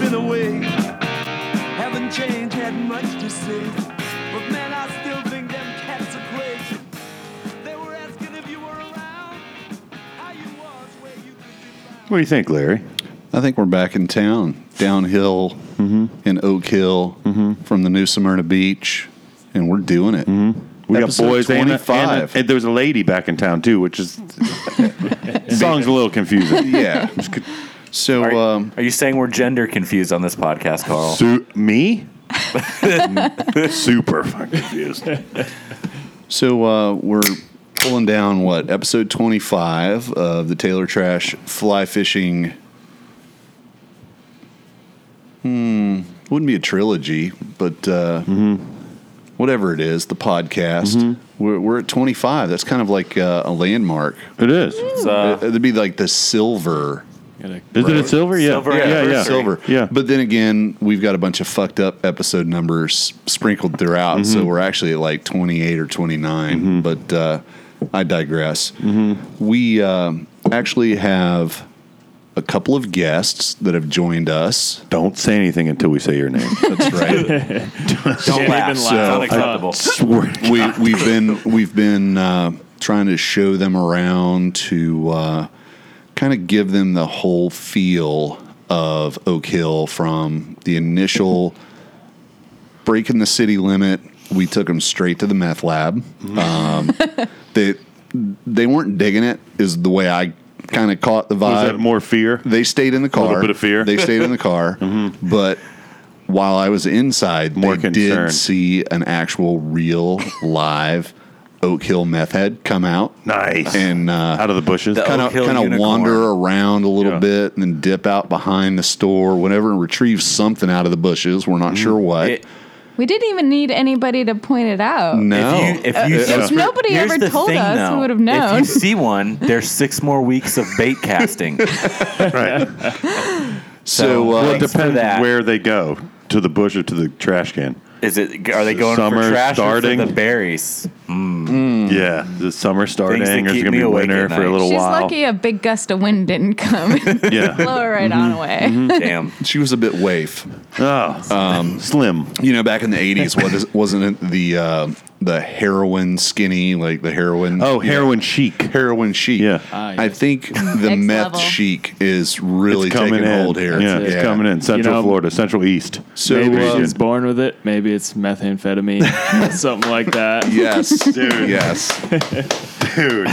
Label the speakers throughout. Speaker 1: been away. Haven't changed, had much to say. But man, I still think them cats are crazy. They were asking if you were around, how you was, where you could be found.
Speaker 2: What do you think, Larry?
Speaker 3: I think we're back in town, downhill
Speaker 2: Mm-hmm.
Speaker 3: in Oak Hill from the new Smyrna Beach, and we're doing it.
Speaker 2: Mm-hmm. We
Speaker 3: Episode
Speaker 2: got boys and, a- and,
Speaker 3: 25.
Speaker 2: a- and there was a lady back in town too, which is song's a little confusing.
Speaker 3: yeah. So,
Speaker 4: Are,
Speaker 3: um,
Speaker 4: are you saying we're gender confused on this podcast, Carl?
Speaker 2: Su- me? Super fucking confused.
Speaker 3: so uh, we're pulling down what episode twenty five of the Taylor Trash Fly Fishing. Hmm, Hmm, wouldn't be a trilogy, but uh,
Speaker 2: Mm-hmm.
Speaker 3: whatever it is, the podcast. We're, we're at twenty five. That's kind of like uh, a landmark.
Speaker 2: It is.
Speaker 4: It's, uh,
Speaker 3: It'd be like the silver.
Speaker 2: Is it a silver? Yeah.
Speaker 4: Silver
Speaker 2: yeah, yeah, yeah.
Speaker 4: anniversary.
Speaker 3: silver.
Speaker 2: Yeah.
Speaker 3: But then again, we've got a bunch of fucked up episode numbers sprinkled throughout,
Speaker 2: Mm-hmm.
Speaker 3: so we're actually at like 28 or 29. But uh, I digress.
Speaker 2: Mm-hmm.
Speaker 3: We um actually have a couple of guests that have joined us.
Speaker 2: Don't say anything until we say your name.
Speaker 3: That's right.
Speaker 4: don't laugh.
Speaker 3: so-
Speaker 4: it's unacceptable.
Speaker 2: Swear to
Speaker 3: we we've been we've been uh, trying to show them around to uh, kind of give them the whole feel of Oak Hill from the initial breaking the city limit. We took them straight to the meth lab.
Speaker 4: Mm-hmm.
Speaker 3: Um, they they weren't digging it. Is the way I kind of caught the vibe.
Speaker 2: Was that more fear?
Speaker 3: They stayed in the car.
Speaker 2: little bit of fear. Mm-hmm.
Speaker 3: They stayed in the car. But while I was inside,
Speaker 2: More
Speaker 3: they
Speaker 2: concern.
Speaker 3: did see an actual, real, live Oak Hill meth head come out
Speaker 2: Nice.
Speaker 3: and uh,
Speaker 2: out of the bushes.
Speaker 4: The-
Speaker 3: kind
Speaker 4: Oak
Speaker 3: of
Speaker 4: Hill
Speaker 3: kind of
Speaker 4: unicorn.
Speaker 3: wander around a little
Speaker 2: Yeah.
Speaker 3: bit and then dip out behind the store, whatever, and retrieve something out of the bushes. We're
Speaker 2: Mm.
Speaker 3: not sure what.
Speaker 4: It-
Speaker 5: We didn't even need anybody to point it out.
Speaker 3: no.
Speaker 4: If you, if you
Speaker 3: Uh,
Speaker 5: If nobody
Speaker 4: Here's
Speaker 5: ever
Speaker 4: the
Speaker 5: told
Speaker 4: thing,
Speaker 5: us, we
Speaker 4: though.
Speaker 5: would have known.
Speaker 4: If you see one, there's six more weeks of bait casting.
Speaker 2: right.
Speaker 3: so uh,
Speaker 2: Well, it
Speaker 4: Thanks for
Speaker 2: depends
Speaker 4: that.
Speaker 2: where they go to the bush or to the trash can.
Speaker 4: Is it? Are they going
Speaker 2: Summer
Speaker 4: for trash
Speaker 2: starting.
Speaker 4: or for the berries?
Speaker 2: Yeah, the summer starting.
Speaker 4: Hmm. that
Speaker 2: There's
Speaker 4: keep
Speaker 2: gonna
Speaker 4: me
Speaker 2: be
Speaker 4: awake
Speaker 2: winter
Speaker 4: at
Speaker 2: for
Speaker 4: night.
Speaker 2: a little
Speaker 5: She's
Speaker 2: while.
Speaker 5: lucky a big gust of wind didn't come and
Speaker 2: Yeah.
Speaker 5: blow her right on away.
Speaker 4: Damn.
Speaker 3: she was a bit waif.
Speaker 2: oh, slim.
Speaker 3: you know, back in the eighties, was wasn't it the uh, the heroin skinny, like the heroin?
Speaker 2: Oh,
Speaker 3: you know,
Speaker 2: heroin chic.
Speaker 3: heroin chic.
Speaker 2: Yeah.
Speaker 6: Ah, yes.
Speaker 3: I think the
Speaker 5: Next
Speaker 3: meth
Speaker 5: level.
Speaker 3: chic is really
Speaker 2: It's coming
Speaker 3: taking
Speaker 2: in.
Speaker 3: hold here.
Speaker 2: Yeah, it's coming in. Central
Speaker 6: know-
Speaker 2: Florida, Central East.
Speaker 3: So,
Speaker 6: Maybe
Speaker 3: uh,
Speaker 6: she's born with it. Maybe it's methamphetamine, something like that.
Speaker 3: Yes, yes,
Speaker 2: dude,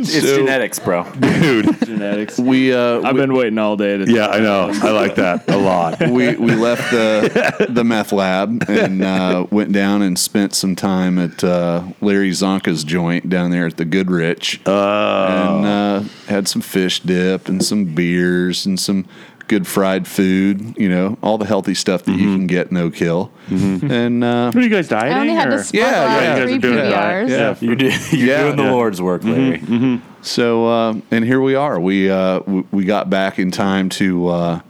Speaker 4: It's
Speaker 3: So-
Speaker 4: genetics, bro.
Speaker 2: dude.
Speaker 6: Genetics.
Speaker 3: we uh,
Speaker 6: I've
Speaker 3: we,
Speaker 6: been waiting all day to.
Speaker 2: Yeah, I know. I like that a lot.
Speaker 3: we we left the the meth lab and uh, went down and spent some time at uh, Larry Zonka's joint down there at the Goodrich.
Speaker 2: Oh.
Speaker 3: and uh, had some fish dip and some beers and some good fried food. You know, all the healthy stuff that
Speaker 2: Mm-hmm.
Speaker 3: you can get no kill. And uh,
Speaker 2: What are you guys dieting?
Speaker 5: I only had to
Speaker 2: or-
Speaker 5: sparkle
Speaker 3: Yeah, yeah,
Speaker 5: out
Speaker 2: you guys
Speaker 5: three
Speaker 2: are doing it right.
Speaker 5: PBRs.
Speaker 2: Yeah.
Speaker 4: You're, do, you're
Speaker 3: Yeah.
Speaker 4: doing the
Speaker 3: Yeah. Mm-hmm,
Speaker 4: Lord's work, Larry.
Speaker 3: so, uh, and here we are. We uh, w- we got back in time to. Uh,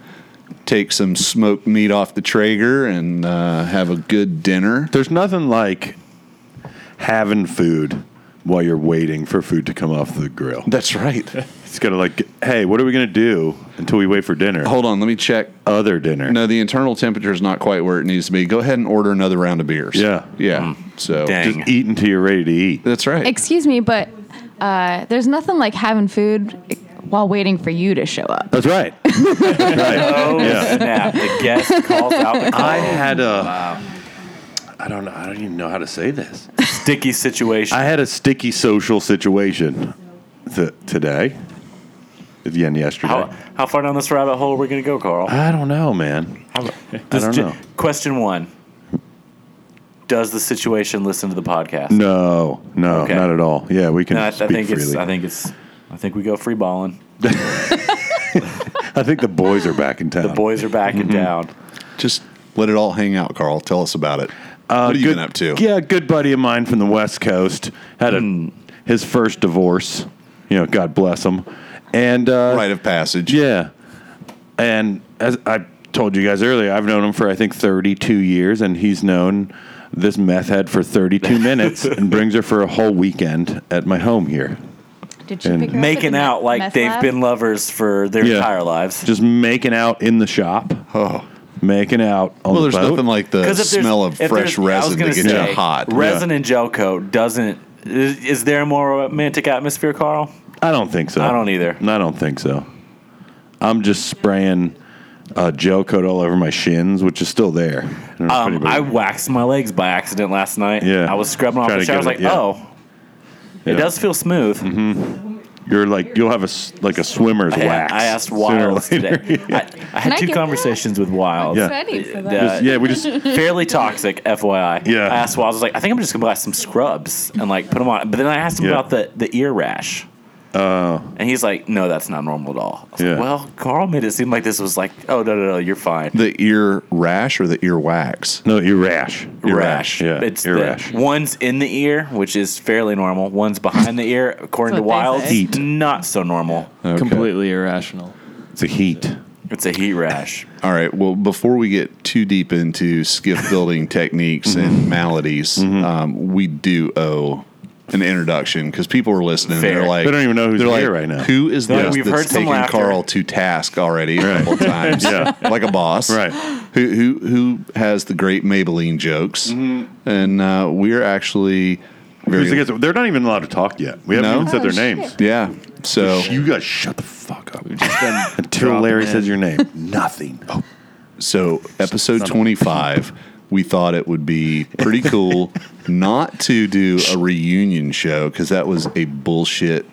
Speaker 3: Take some smoked meat off the Traeger and uh, have a good dinner.
Speaker 2: There's nothing like having food while you're waiting for food to come off the grill.
Speaker 3: That's right.
Speaker 2: It's gonna like, hey, what are we gonna do until we wait for dinner?
Speaker 3: Hold on, let me check.
Speaker 2: Other dinner.
Speaker 3: No, the internal temperature is not quite where it needs to be. Go ahead and order another round of beers.
Speaker 2: Yeah.
Speaker 3: yeah. So
Speaker 4: Mm. Dang.
Speaker 2: Just eat until you're ready to eat.
Speaker 3: that's right.
Speaker 5: Excuse me, but uh, there's nothing like having food while waiting for you to show up.
Speaker 2: That's right. right.
Speaker 4: Oh
Speaker 2: Yeah.
Speaker 4: snap! The guest calls out the
Speaker 2: I had a. I don't know. I don't even know how to say this.
Speaker 4: sticky situation.
Speaker 2: I had a sticky social situation th- today. Again, yesterday.
Speaker 4: how, how far down this rabbit hole are we gonna go, Carl?
Speaker 2: I don't know, man.
Speaker 4: This
Speaker 2: don't
Speaker 4: ju-
Speaker 2: know.
Speaker 4: Question one: Does the situation listen to the podcast?
Speaker 2: No, no,
Speaker 4: Okay.
Speaker 2: not at all. Yeah, we can
Speaker 4: No, I, I
Speaker 2: speak
Speaker 4: think
Speaker 2: freely.
Speaker 4: it's. I think it's. I think we go free balling.
Speaker 2: I think the boys are back in town.
Speaker 4: The boys are backing
Speaker 2: Mm-hmm.
Speaker 4: down.
Speaker 3: Just let it all hang out, Carl. Tell us about it.
Speaker 2: Uh,
Speaker 3: what have you
Speaker 2: good-
Speaker 3: been up to?
Speaker 2: Yeah, a good buddy of mine from the West Coast had a,
Speaker 4: Hmm.
Speaker 2: his first divorce. You know, God bless him. And uh,
Speaker 3: Rite of passage.
Speaker 2: Yeah. And as I told you guys earlier, I've known him for I think 32 years, and he's known this meth head for 32 minutes and brings her for a whole weekend at my home here.
Speaker 5: Did she
Speaker 2: And-
Speaker 5: pick her up at
Speaker 4: making
Speaker 5: the
Speaker 4: out
Speaker 5: meth-
Speaker 4: like
Speaker 5: meth
Speaker 4: they've
Speaker 5: lab?
Speaker 4: been lovers for their
Speaker 2: Yeah.
Speaker 4: entire lives.
Speaker 2: Just making out in the shop,
Speaker 3: Oh.
Speaker 2: making out on
Speaker 3: Well,
Speaker 2: the
Speaker 3: there's
Speaker 2: boat.
Speaker 3: nothing like the
Speaker 4: Because
Speaker 3: smell of fresh resin to get you hot.
Speaker 4: Resin and gel coat doesn't. Is, is there a more romantic atmosphere, Carl?
Speaker 2: I don't think so.
Speaker 4: I don't either.
Speaker 2: I don't think so. I'm just spraying uh, gel coat all over my shins, which is still there. And it's
Speaker 4: Um,
Speaker 2: pretty
Speaker 4: I
Speaker 2: big.
Speaker 4: waxed my legs by accident last night.
Speaker 2: Yeah.
Speaker 4: I was scrubbing off
Speaker 2: Try
Speaker 4: the
Speaker 2: to
Speaker 4: shower. I was
Speaker 2: get
Speaker 4: like,
Speaker 2: it, yeah.
Speaker 4: oh, it
Speaker 2: Yeah. Mm-hmm.
Speaker 4: does feel smooth.
Speaker 2: You're like you'll have a s- like a swimmer's
Speaker 4: I,
Speaker 2: wax.
Speaker 4: I asked
Speaker 2: sooner or
Speaker 4: Wild
Speaker 2: later.
Speaker 4: today. I, I
Speaker 5: I
Speaker 4: had two
Speaker 5: get
Speaker 4: conversations with Wild.
Speaker 2: Yeah.
Speaker 5: That's what I need for that.
Speaker 4: Yeah.
Speaker 2: Just- yeah, we
Speaker 4: Uh,
Speaker 2: just
Speaker 4: Fairly toxic, FYI.
Speaker 2: Yeah.
Speaker 4: I asked Wild, I was like, I think I'm just gonna buy some scrubs and like put them on. But then I asked him
Speaker 2: Yeah.
Speaker 4: about the the ear rash. Oh. and he's like, no, that's not normal at all. I was
Speaker 2: Yeah.
Speaker 4: like, well, Carl made it seem like this was like, oh no, no, no, you're fine.
Speaker 3: The ear rash or the ear wax?
Speaker 2: no, ear rash. Ear
Speaker 4: rash.
Speaker 2: Yeah,
Speaker 4: It's
Speaker 2: ear
Speaker 4: the-
Speaker 2: rash.
Speaker 4: One's in the ear, which is fairly normal. One's behind the ear, according to
Speaker 5: That's what
Speaker 4: Wild.
Speaker 5: they say.
Speaker 2: Heat.
Speaker 4: Not so normal.
Speaker 3: Okay.
Speaker 6: Completely irrational.
Speaker 2: It's a heat.
Speaker 4: It's a heat rash.
Speaker 3: All right. Well, before we get too deep into skiff building techniques and maladies, um, we do owe an introduction because people are listening.
Speaker 4: Fair.
Speaker 3: They're like,
Speaker 2: They don't even know who's
Speaker 3: they're
Speaker 2: here
Speaker 3: like,
Speaker 2: right now.
Speaker 3: Who is
Speaker 4: They're
Speaker 3: this
Speaker 4: like, "We've
Speaker 3: that's
Speaker 4: heard some
Speaker 3: taking
Speaker 4: laughter."
Speaker 3: Carl to task already a couple times?
Speaker 2: Yeah.
Speaker 3: like a boss,
Speaker 2: Right.
Speaker 3: Who who who has the great Maybelline jokes? And uh, we're actually very
Speaker 2: Who's against- They're not even allowed to talk yet. We haven't
Speaker 3: No?
Speaker 2: even said their
Speaker 5: Oh, shit.
Speaker 2: names.
Speaker 3: yeah. So
Speaker 2: You guys, shut the fuck up. Until
Speaker 6: dropping
Speaker 2: Larry says
Speaker 6: in.
Speaker 2: your name, nothing. Oh,
Speaker 3: So, episode 25, we thought it would be pretty cool not to do a reunion show because that was a bullshit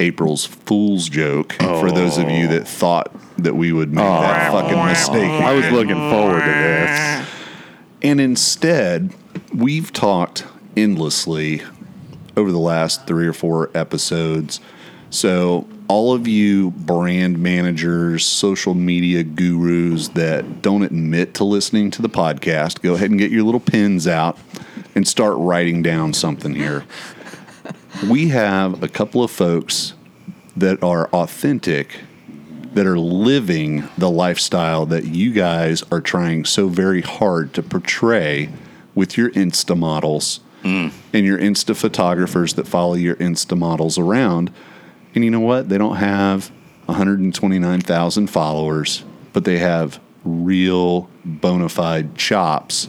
Speaker 3: April's Fool's joke for those of you that thought that we would make that fucking mistake.
Speaker 2: Oh. I was looking forward to this.
Speaker 3: And instead, we've talked endlessly over the last three or four episodes. So, all of you brand managers, social media gurus that don't admit to listening to the podcast, go ahead and get your little pens out and start writing down something here. We have a couple of folks that are authentic, that are living the lifestyle that you guys are trying so very hard to portray with your Insta models and your Insta photographers that follow your Insta models around. And you know what? They don't have 129,000 followers, but they have real bona fide chops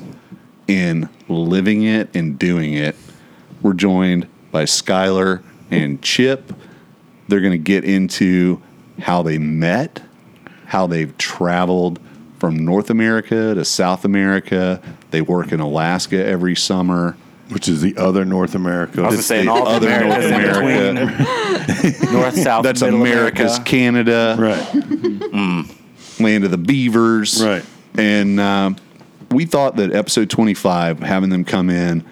Speaker 3: in living it and doing it. We're joined by Skylar and Chip. They're going to get into how they met, how they've traveled from North America to South America. They work in Alaska every summer.
Speaker 2: Which is the other North America?
Speaker 4: I was just saying
Speaker 3: the
Speaker 4: all
Speaker 3: other
Speaker 4: the Americas
Speaker 3: North
Speaker 4: in between North, South,
Speaker 3: That's
Speaker 4: Middle
Speaker 3: America's
Speaker 4: America.
Speaker 3: Canada,
Speaker 2: right.
Speaker 3: land of the beavers.
Speaker 2: Right.
Speaker 3: And um, we thought that episode 25, having them come in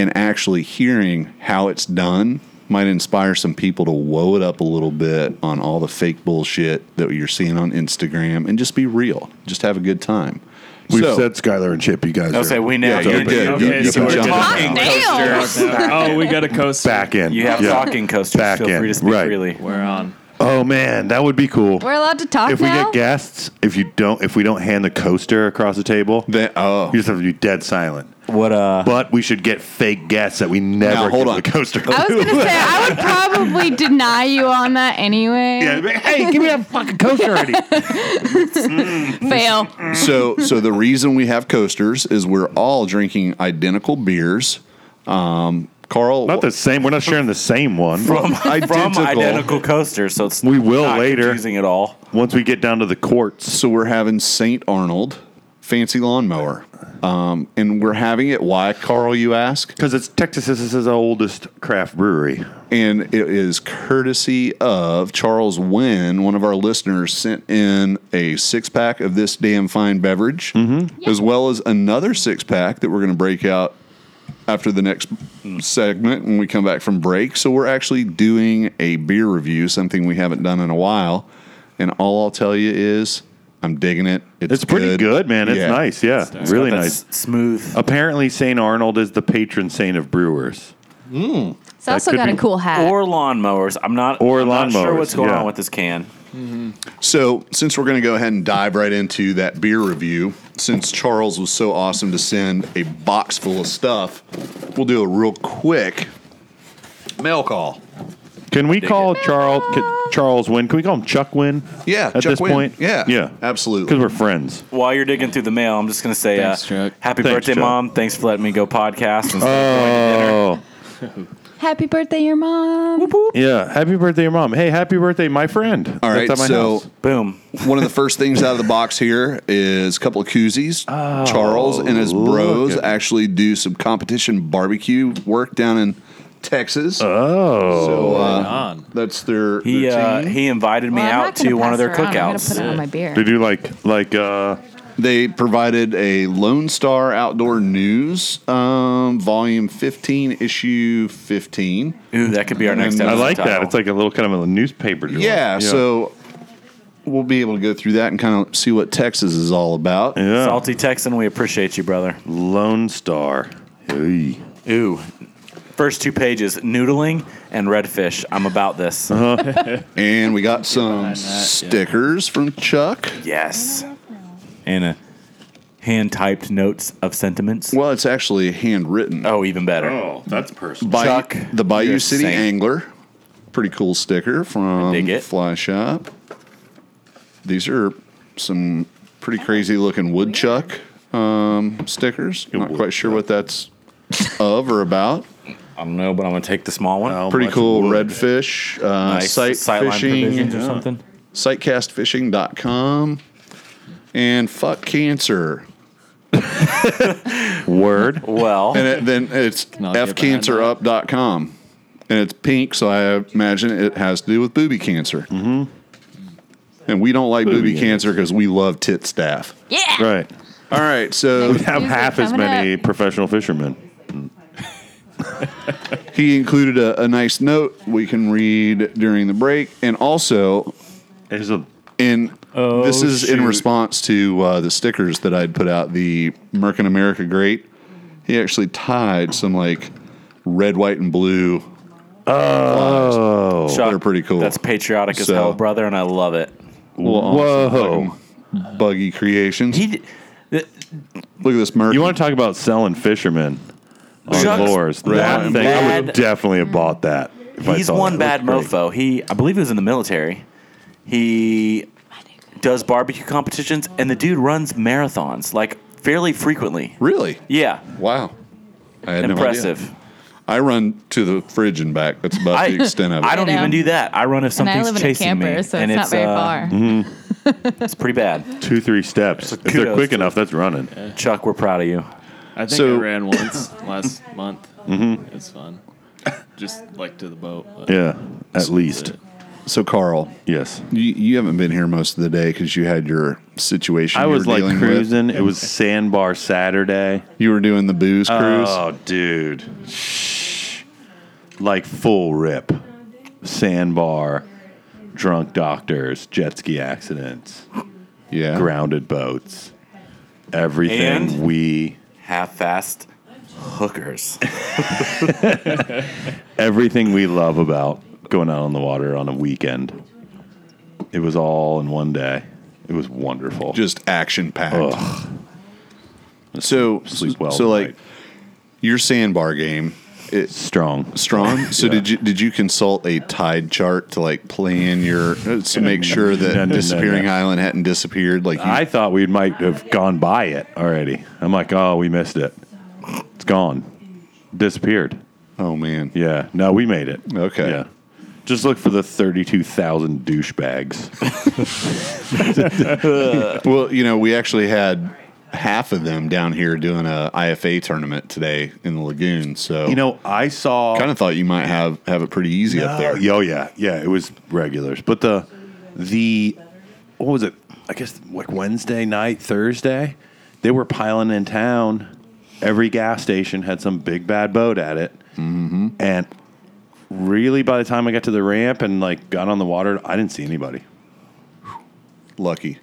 Speaker 3: and actually hearing how it's done, might inspire some people to woe it up a little bit on all the fake bullshit that you're seeing on Instagram and just be real. Just have a good time.
Speaker 2: We've
Speaker 3: So-
Speaker 2: said Skylar and Chip. You guys
Speaker 4: I'll
Speaker 2: are
Speaker 4: say we now.
Speaker 3: Yeah,
Speaker 4: you're
Speaker 3: you did.
Speaker 4: doing-
Speaker 3: You-
Speaker 6: Okay,
Speaker 3: you
Speaker 6: so
Speaker 3: can
Speaker 6: we're
Speaker 3: jump
Speaker 6: talking
Speaker 5: in. Damn.
Speaker 6: coasters. Oh, we got a coaster.
Speaker 2: back in.
Speaker 4: You have
Speaker 2: Yeah.
Speaker 4: talking coasters.
Speaker 2: Back
Speaker 4: Feel
Speaker 2: in,
Speaker 4: free to speak
Speaker 2: right.
Speaker 4: freely.
Speaker 6: We're on.
Speaker 2: Oh man, that would be cool.
Speaker 5: We're allowed to talk
Speaker 2: if we
Speaker 5: now.
Speaker 2: get guests, if you don't, if we don't hand the coaster across the table,
Speaker 3: Then, oh.
Speaker 2: you just have to be dead silent.
Speaker 4: What uh?
Speaker 2: But we should get fake guests that we never
Speaker 3: Now, hold
Speaker 2: give
Speaker 3: on.
Speaker 2: the coaster.
Speaker 5: I was gonna say I would probably deny you on that anyway.
Speaker 2: Yeah, but, hey, give me that fucking coaster already.
Speaker 5: Fail.
Speaker 3: so so the reason we have coasters is we're all drinking identical beers. Um, Carl,
Speaker 2: Not the same. We're not sharing the same one.
Speaker 4: from,
Speaker 3: Identical.
Speaker 4: from identical coasters, so it's
Speaker 2: We will
Speaker 4: not
Speaker 2: later.
Speaker 4: confusing at all.
Speaker 2: Once we get down to the courts,
Speaker 3: so we're having Saint Arnold fancy lawnmower, um, and we're having it. Why, Carl? You ask.
Speaker 2: because it's Texas's oldest craft brewery.
Speaker 3: and it is courtesy of Charles Wynn, one of our listeners, sent in a six pack of this damn fine beverage, as well as another six pack that we're going to break out after the next segment when we come back from break. So we're actually doing a beer review, something we haven't done in a while. And all I'll tell you is, I'm digging it.
Speaker 2: It's pretty good, man. It's
Speaker 3: Yeah.
Speaker 2: nice. Yeah, really nice. Uh,
Speaker 4: That's smooth.
Speaker 2: Apparently, St. Arnold is the patron saint of brewers.
Speaker 5: It's also
Speaker 2: could
Speaker 5: got
Speaker 2: be-
Speaker 5: a cool hat.
Speaker 4: Or lawnmowers. I'm not.
Speaker 2: Or
Speaker 4: I'm Not sure
Speaker 2: lawnmowers,
Speaker 4: what's going
Speaker 2: yeah.
Speaker 4: on with this can?
Speaker 3: So, since we're going to go ahead and dive right into that beer review, since Charles was so awesome to send a box full of stuff, we'll do a real quick mail call.
Speaker 2: Can we
Speaker 4: Dig
Speaker 2: call
Speaker 4: it.
Speaker 2: Charles can, Charles Wynn? Can we call him Chuck Wynn?
Speaker 3: Yeah,
Speaker 2: at
Speaker 3: Chuck
Speaker 2: this
Speaker 3: Wynn.
Speaker 2: point,
Speaker 3: Yeah,
Speaker 2: yeah,
Speaker 3: absolutely.
Speaker 2: because we're friends.
Speaker 4: While you're digging through the mail, I'm just going to say
Speaker 6: Thanks,
Speaker 4: uh,
Speaker 6: Chuck.
Speaker 4: happy
Speaker 2: Thanks,
Speaker 4: birthday,
Speaker 2: Chuck.
Speaker 4: Mom. Thanks for letting me go podcast. And
Speaker 2: Oh,
Speaker 5: Happy birthday, your mom.
Speaker 2: yeah. Happy birthday, your mom. Hey, happy birthday, my friend.
Speaker 3: All right,
Speaker 2: That's at my
Speaker 3: so
Speaker 2: house.
Speaker 4: Boom.
Speaker 3: one of the first things out of the box here is a couple of koozies. Charles and his bros
Speaker 2: Oh, look at-
Speaker 3: actually do some competition barbecue work down in Texas. Oh, so uh,
Speaker 6: on.
Speaker 3: that's their,
Speaker 4: He
Speaker 3: their
Speaker 4: uh,
Speaker 3: team.
Speaker 4: he invited me
Speaker 5: Well, I'm not
Speaker 4: out to
Speaker 5: gonna
Speaker 4: one
Speaker 5: pass
Speaker 4: of their
Speaker 5: it around. I'm
Speaker 4: cookouts.
Speaker 5: gonna put it on my beer.
Speaker 2: did you like like uh,
Speaker 3: They provided a Lone Star Outdoor News, um, volume 15, issue 15.
Speaker 4: Ooh, that could be our next
Speaker 3: I
Speaker 4: episode.
Speaker 2: I like that.
Speaker 4: title.
Speaker 2: It's like a little kind of a newspaper. joint.
Speaker 3: Yeah, so we'll be able to go through that and kind of see what Texas is all about.
Speaker 2: yeah.
Speaker 4: Salty Texan, we appreciate you, brother.
Speaker 2: Lone Star. Hey.
Speaker 4: Ooh. First two pages, noodling and redfish. I'm about this.
Speaker 3: Uh-huh. And we got some
Speaker 6: that, yeah.
Speaker 3: stickers from Chuck.
Speaker 4: Yes. And a hand typed notes of sentiments.
Speaker 3: Well, it's actually handwritten.
Speaker 4: Oh, even better.
Speaker 2: Oh, that's personal.
Speaker 3: Bayou-
Speaker 4: Chuck,
Speaker 3: the Bayou
Speaker 4: you're
Speaker 3: City
Speaker 4: saint.
Speaker 3: Angler. Pretty cool sticker from
Speaker 4: dig it.
Speaker 3: Fly Shop. These are some pretty crazy looking woodchuck um, stickers. Not quite sure what that's of or about.
Speaker 4: I don't know, but I'm going to take the small one.
Speaker 2: How
Speaker 3: Pretty
Speaker 2: much
Speaker 3: cool
Speaker 2: wood?
Speaker 3: redfish, uh,
Speaker 4: Nice.
Speaker 3: sight
Speaker 4: Sightline provisions
Speaker 3: fishing,
Speaker 4: or something.
Speaker 3: sightcastfishing.com, and fuck cancer.
Speaker 2: word.
Speaker 4: Well,
Speaker 3: Oh. And it, then it's
Speaker 6: I'll get behind that.
Speaker 3: fcancerup.com. And it's pink, so I imagine it has to do with booby cancer. Mm-hmm. And we don't like booby,
Speaker 2: Booby
Speaker 3: cancer because we love tit staff.
Speaker 5: yeah.
Speaker 2: Right.
Speaker 3: All right, so
Speaker 2: We have
Speaker 5: Music
Speaker 2: half as
Speaker 5: coming
Speaker 2: many
Speaker 5: up.
Speaker 2: professional fishermen.
Speaker 3: he included a, a nice note we can read during the break. And also,
Speaker 2: There's a
Speaker 3: in this is in
Speaker 2: shoot.
Speaker 3: response to uh, the stickers that I'd put out, the Merkin America Great. He actually tied some like red, white, and blue.
Speaker 2: oh
Speaker 4: Chuck,
Speaker 3: they're pretty cool.
Speaker 4: That's patriotic as
Speaker 3: So-
Speaker 4: hell, brother, and I love it.
Speaker 3: little
Speaker 2: whoa.
Speaker 3: awesome buggy creations.
Speaker 4: He, d- th-
Speaker 3: Look at this Merkin.
Speaker 2: You want to talk about selling fishermen on
Speaker 4: Chuck's
Speaker 2: lures? That
Speaker 4: one
Speaker 2: thing, I
Speaker 4: bad-
Speaker 2: would definitely have bought that. if I
Speaker 4: he's
Speaker 2: saw it.
Speaker 4: one
Speaker 2: It
Speaker 4: bad
Speaker 2: looked great.
Speaker 4: mofo. He, I believe he was in the military. He does barbecue competitions, and the dude runs marathons like fairly frequently.
Speaker 3: Really?
Speaker 4: Yeah,
Speaker 3: Wow. I had no idea.
Speaker 4: impressive.
Speaker 3: I run to the fridge and back. That's about the extent of it.
Speaker 4: I don't
Speaker 5: I know.
Speaker 4: even do that. I run if
Speaker 5: And I
Speaker 4: something's
Speaker 5: live in a
Speaker 4: chasing
Speaker 5: camper,
Speaker 4: me,
Speaker 5: so
Speaker 4: and
Speaker 5: it's, not very
Speaker 4: uh,
Speaker 5: far.
Speaker 4: It's pretty bad.
Speaker 2: Two, three steps. if they're
Speaker 4: kudos
Speaker 2: quick
Speaker 4: to-
Speaker 2: enough, that's running.
Speaker 4: Chuck, we're proud of you.
Speaker 6: I think
Speaker 3: So-
Speaker 6: I ran once last month.
Speaker 2: Mm-hmm.
Speaker 6: It's fun. Just like to the boat. but
Speaker 2: Yeah, at least.
Speaker 3: so, Carl,
Speaker 2: Yes.
Speaker 3: you, you haven't been here most of the day because you had your situation.
Speaker 2: I
Speaker 3: you
Speaker 2: was
Speaker 3: were
Speaker 2: like
Speaker 3: dealing with.
Speaker 2: cruising. It was Sandbar Saturday.
Speaker 3: You were doing the booze cruise.
Speaker 2: Oh, dude. Shh. Like full rip. Sandbar, drunk doctors, jet ski accidents,
Speaker 3: yeah.
Speaker 2: grounded boats, everything
Speaker 4: And?
Speaker 2: we
Speaker 4: Half-fast hookers.
Speaker 2: everything we love about going out on the water on a weekend. It was all in one day. It was wonderful.
Speaker 3: Just action packed. So,
Speaker 2: Sleep well
Speaker 3: so like
Speaker 2: tonight.
Speaker 3: your sandbar game, it's
Speaker 2: strong.
Speaker 3: strong. So did you did you consult a tide chart to like plan your uh, to make sure that
Speaker 2: No, no, no,
Speaker 3: disappearing
Speaker 2: no.
Speaker 3: island hadn't disappeared? Like you,
Speaker 2: I thought we might have gone by it already. I'm like, oh, we missed it. It's gone. Disappeared.
Speaker 3: oh man,
Speaker 2: Yeah. No, we made it.
Speaker 3: Okay.
Speaker 2: Yeah. Just look for the 32,000 douchebags.
Speaker 3: Well, you know, we actually had half of them down here doing a IFA tournament today in the lagoon. So
Speaker 2: you know, I saw.
Speaker 3: kind of thought you might have have it pretty easy up there.
Speaker 2: Oh yeah, yeah. It was regulars, but the the what was it? I guess like Wednesday night, Thursday, they were piling in town. Every gas station had some big bad boat at it, and really, by the time I got to the ramp and like got on the water, I didn't see anybody.
Speaker 3: Lucky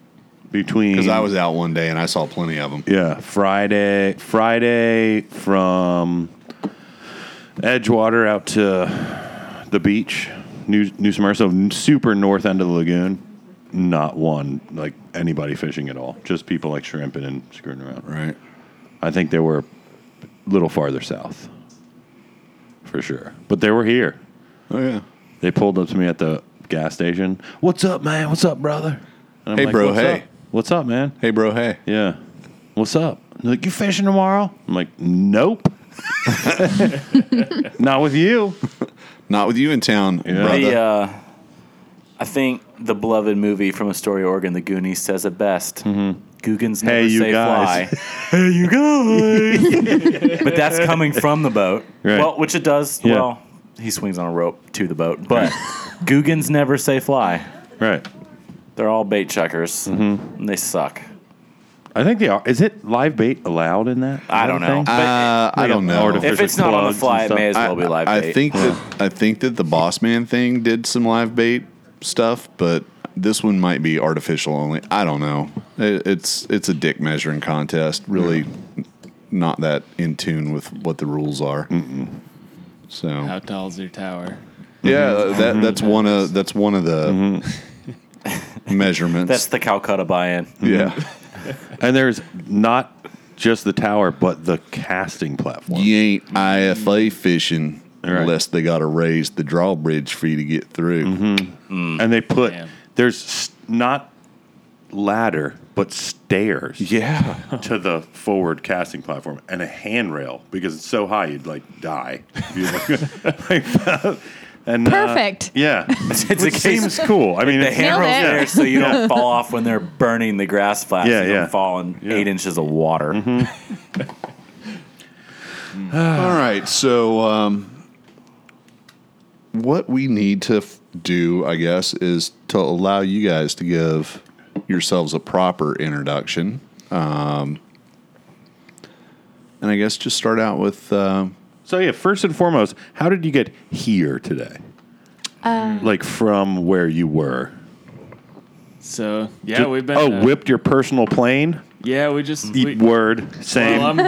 Speaker 2: Between
Speaker 3: because I was out one day and I saw plenty of them.
Speaker 2: Yeah, Friday. Friday from Edgewater out to the beach, New New Submersible, super north end of the lagoon. Not one like anybody fishing at all. Just people like shrimping and screwing around.
Speaker 3: Right.
Speaker 2: I think they were a little farther south, for sure. But they were here.
Speaker 3: Oh yeah.
Speaker 2: They pulled up to me at the gas station. What's up, man? What's up, brother? And I'm
Speaker 3: Hey, bro,
Speaker 2: What's
Speaker 3: hey."
Speaker 2: up? What's up, man?
Speaker 3: Hey, bro. Hey.
Speaker 2: Yeah. What's up? They're like, you fishing tomorrow? I'm like, nope. Not with you.
Speaker 3: Not with you in town, brother.
Speaker 4: The, uh, I think the beloved movie from Astoria, Oregon, The Goonies, says it best. Googans never
Speaker 2: Hey, you
Speaker 4: say
Speaker 2: guys.
Speaker 4: fly. hey, you guys. but that's coming from the boat.
Speaker 2: Right.
Speaker 4: Well, which it does.
Speaker 2: Yeah.
Speaker 4: Well, he swings on a rope to the boat. But Googans never say fly.
Speaker 2: Right.
Speaker 4: They're all bait chuckers. And they suck.
Speaker 2: I think they are. Is it live bait allowed in that?
Speaker 4: I don't know.
Speaker 2: thing?
Speaker 4: But
Speaker 3: Uh, I
Speaker 2: Like
Speaker 3: don't
Speaker 2: an
Speaker 3: know.
Speaker 2: artificial
Speaker 4: if it's not on the
Speaker 2: plugs
Speaker 4: fly,
Speaker 2: and
Speaker 4: it may as
Speaker 2: stuff.
Speaker 4: well be live
Speaker 3: I, I
Speaker 4: bait.
Speaker 3: think that I think that the boss man thing did some live bait stuff, but this one might be artificial only. I don't know. It, it's it's a dick measuring contest. Really, not that in tune with what the rules are. So
Speaker 6: How tall is your tower?
Speaker 3: yeah, that that's one of that's one of the measurements.
Speaker 4: that's the Calcutta buy-in.
Speaker 3: yeah.
Speaker 2: And there's not just the tower, but the casting platform.
Speaker 3: You ain't IFA fishing
Speaker 2: Right.
Speaker 3: unless they got to raise the drawbridge for you to get through.
Speaker 4: Mm-hmm.
Speaker 2: And they put
Speaker 6: Damn.
Speaker 2: there's s- not ladder, but stairs
Speaker 3: Yeah.
Speaker 2: to the forward casting platform and a handrail because it's so high you'd like die. If you like, like, and uh,
Speaker 5: Perfect.
Speaker 2: yeah,
Speaker 4: It's a
Speaker 2: it
Speaker 4: case-
Speaker 2: seems cool. I mean,
Speaker 4: The
Speaker 2: it's,
Speaker 4: handrail's
Speaker 5: it.
Speaker 4: there so you don't fall off when they're burning the grass flats.
Speaker 2: Yeah,
Speaker 4: you don't
Speaker 2: yeah.
Speaker 4: fall in
Speaker 2: Yeah. Mm-hmm.
Speaker 4: eight inches of water.
Speaker 3: All right. So, um, what we need to f- do, I guess, is to allow you guys to give yourselves a proper introduction. Um, and I guess just start out with uh,
Speaker 2: so yeah. First and foremost, how did you get here today? like from where you were?
Speaker 6: So yeah,
Speaker 2: Did-
Speaker 6: we've been.
Speaker 2: oh,
Speaker 6: uh,
Speaker 2: whipped your personal plane.
Speaker 6: Yeah, we just.
Speaker 2: Eat
Speaker 6: We,
Speaker 2: word. Same.
Speaker 6: well, I'm,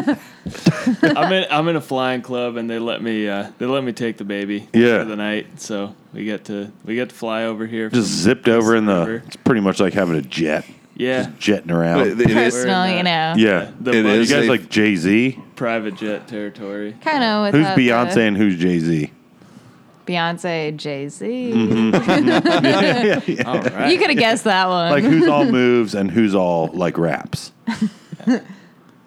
Speaker 6: I'm in. I'm in a flying club, and they let me. Uh, they let me take the baby.
Speaker 2: Yeah.
Speaker 6: For the night, so we get to we get to fly over here.
Speaker 2: just zipped over in the.
Speaker 6: River.
Speaker 2: It's pretty much like having a jet,
Speaker 6: yeah.
Speaker 2: jetting
Speaker 6: Oh.
Speaker 2: around.
Speaker 3: it- it is-
Speaker 5: Personal, you know.
Speaker 2: yeah.
Speaker 6: The
Speaker 3: It
Speaker 6: buddy
Speaker 2: You
Speaker 3: is
Speaker 2: guys
Speaker 3: a-
Speaker 2: like Jay Z?
Speaker 6: private jet territory.
Speaker 5: Kind of.
Speaker 2: Who's Beyonce and who's Jay Z?
Speaker 5: Beyonce, Jay Z.
Speaker 2: yeah, yeah.
Speaker 6: All right.
Speaker 5: You could have guessed that one.
Speaker 2: Like who's all moves and who's all like raps?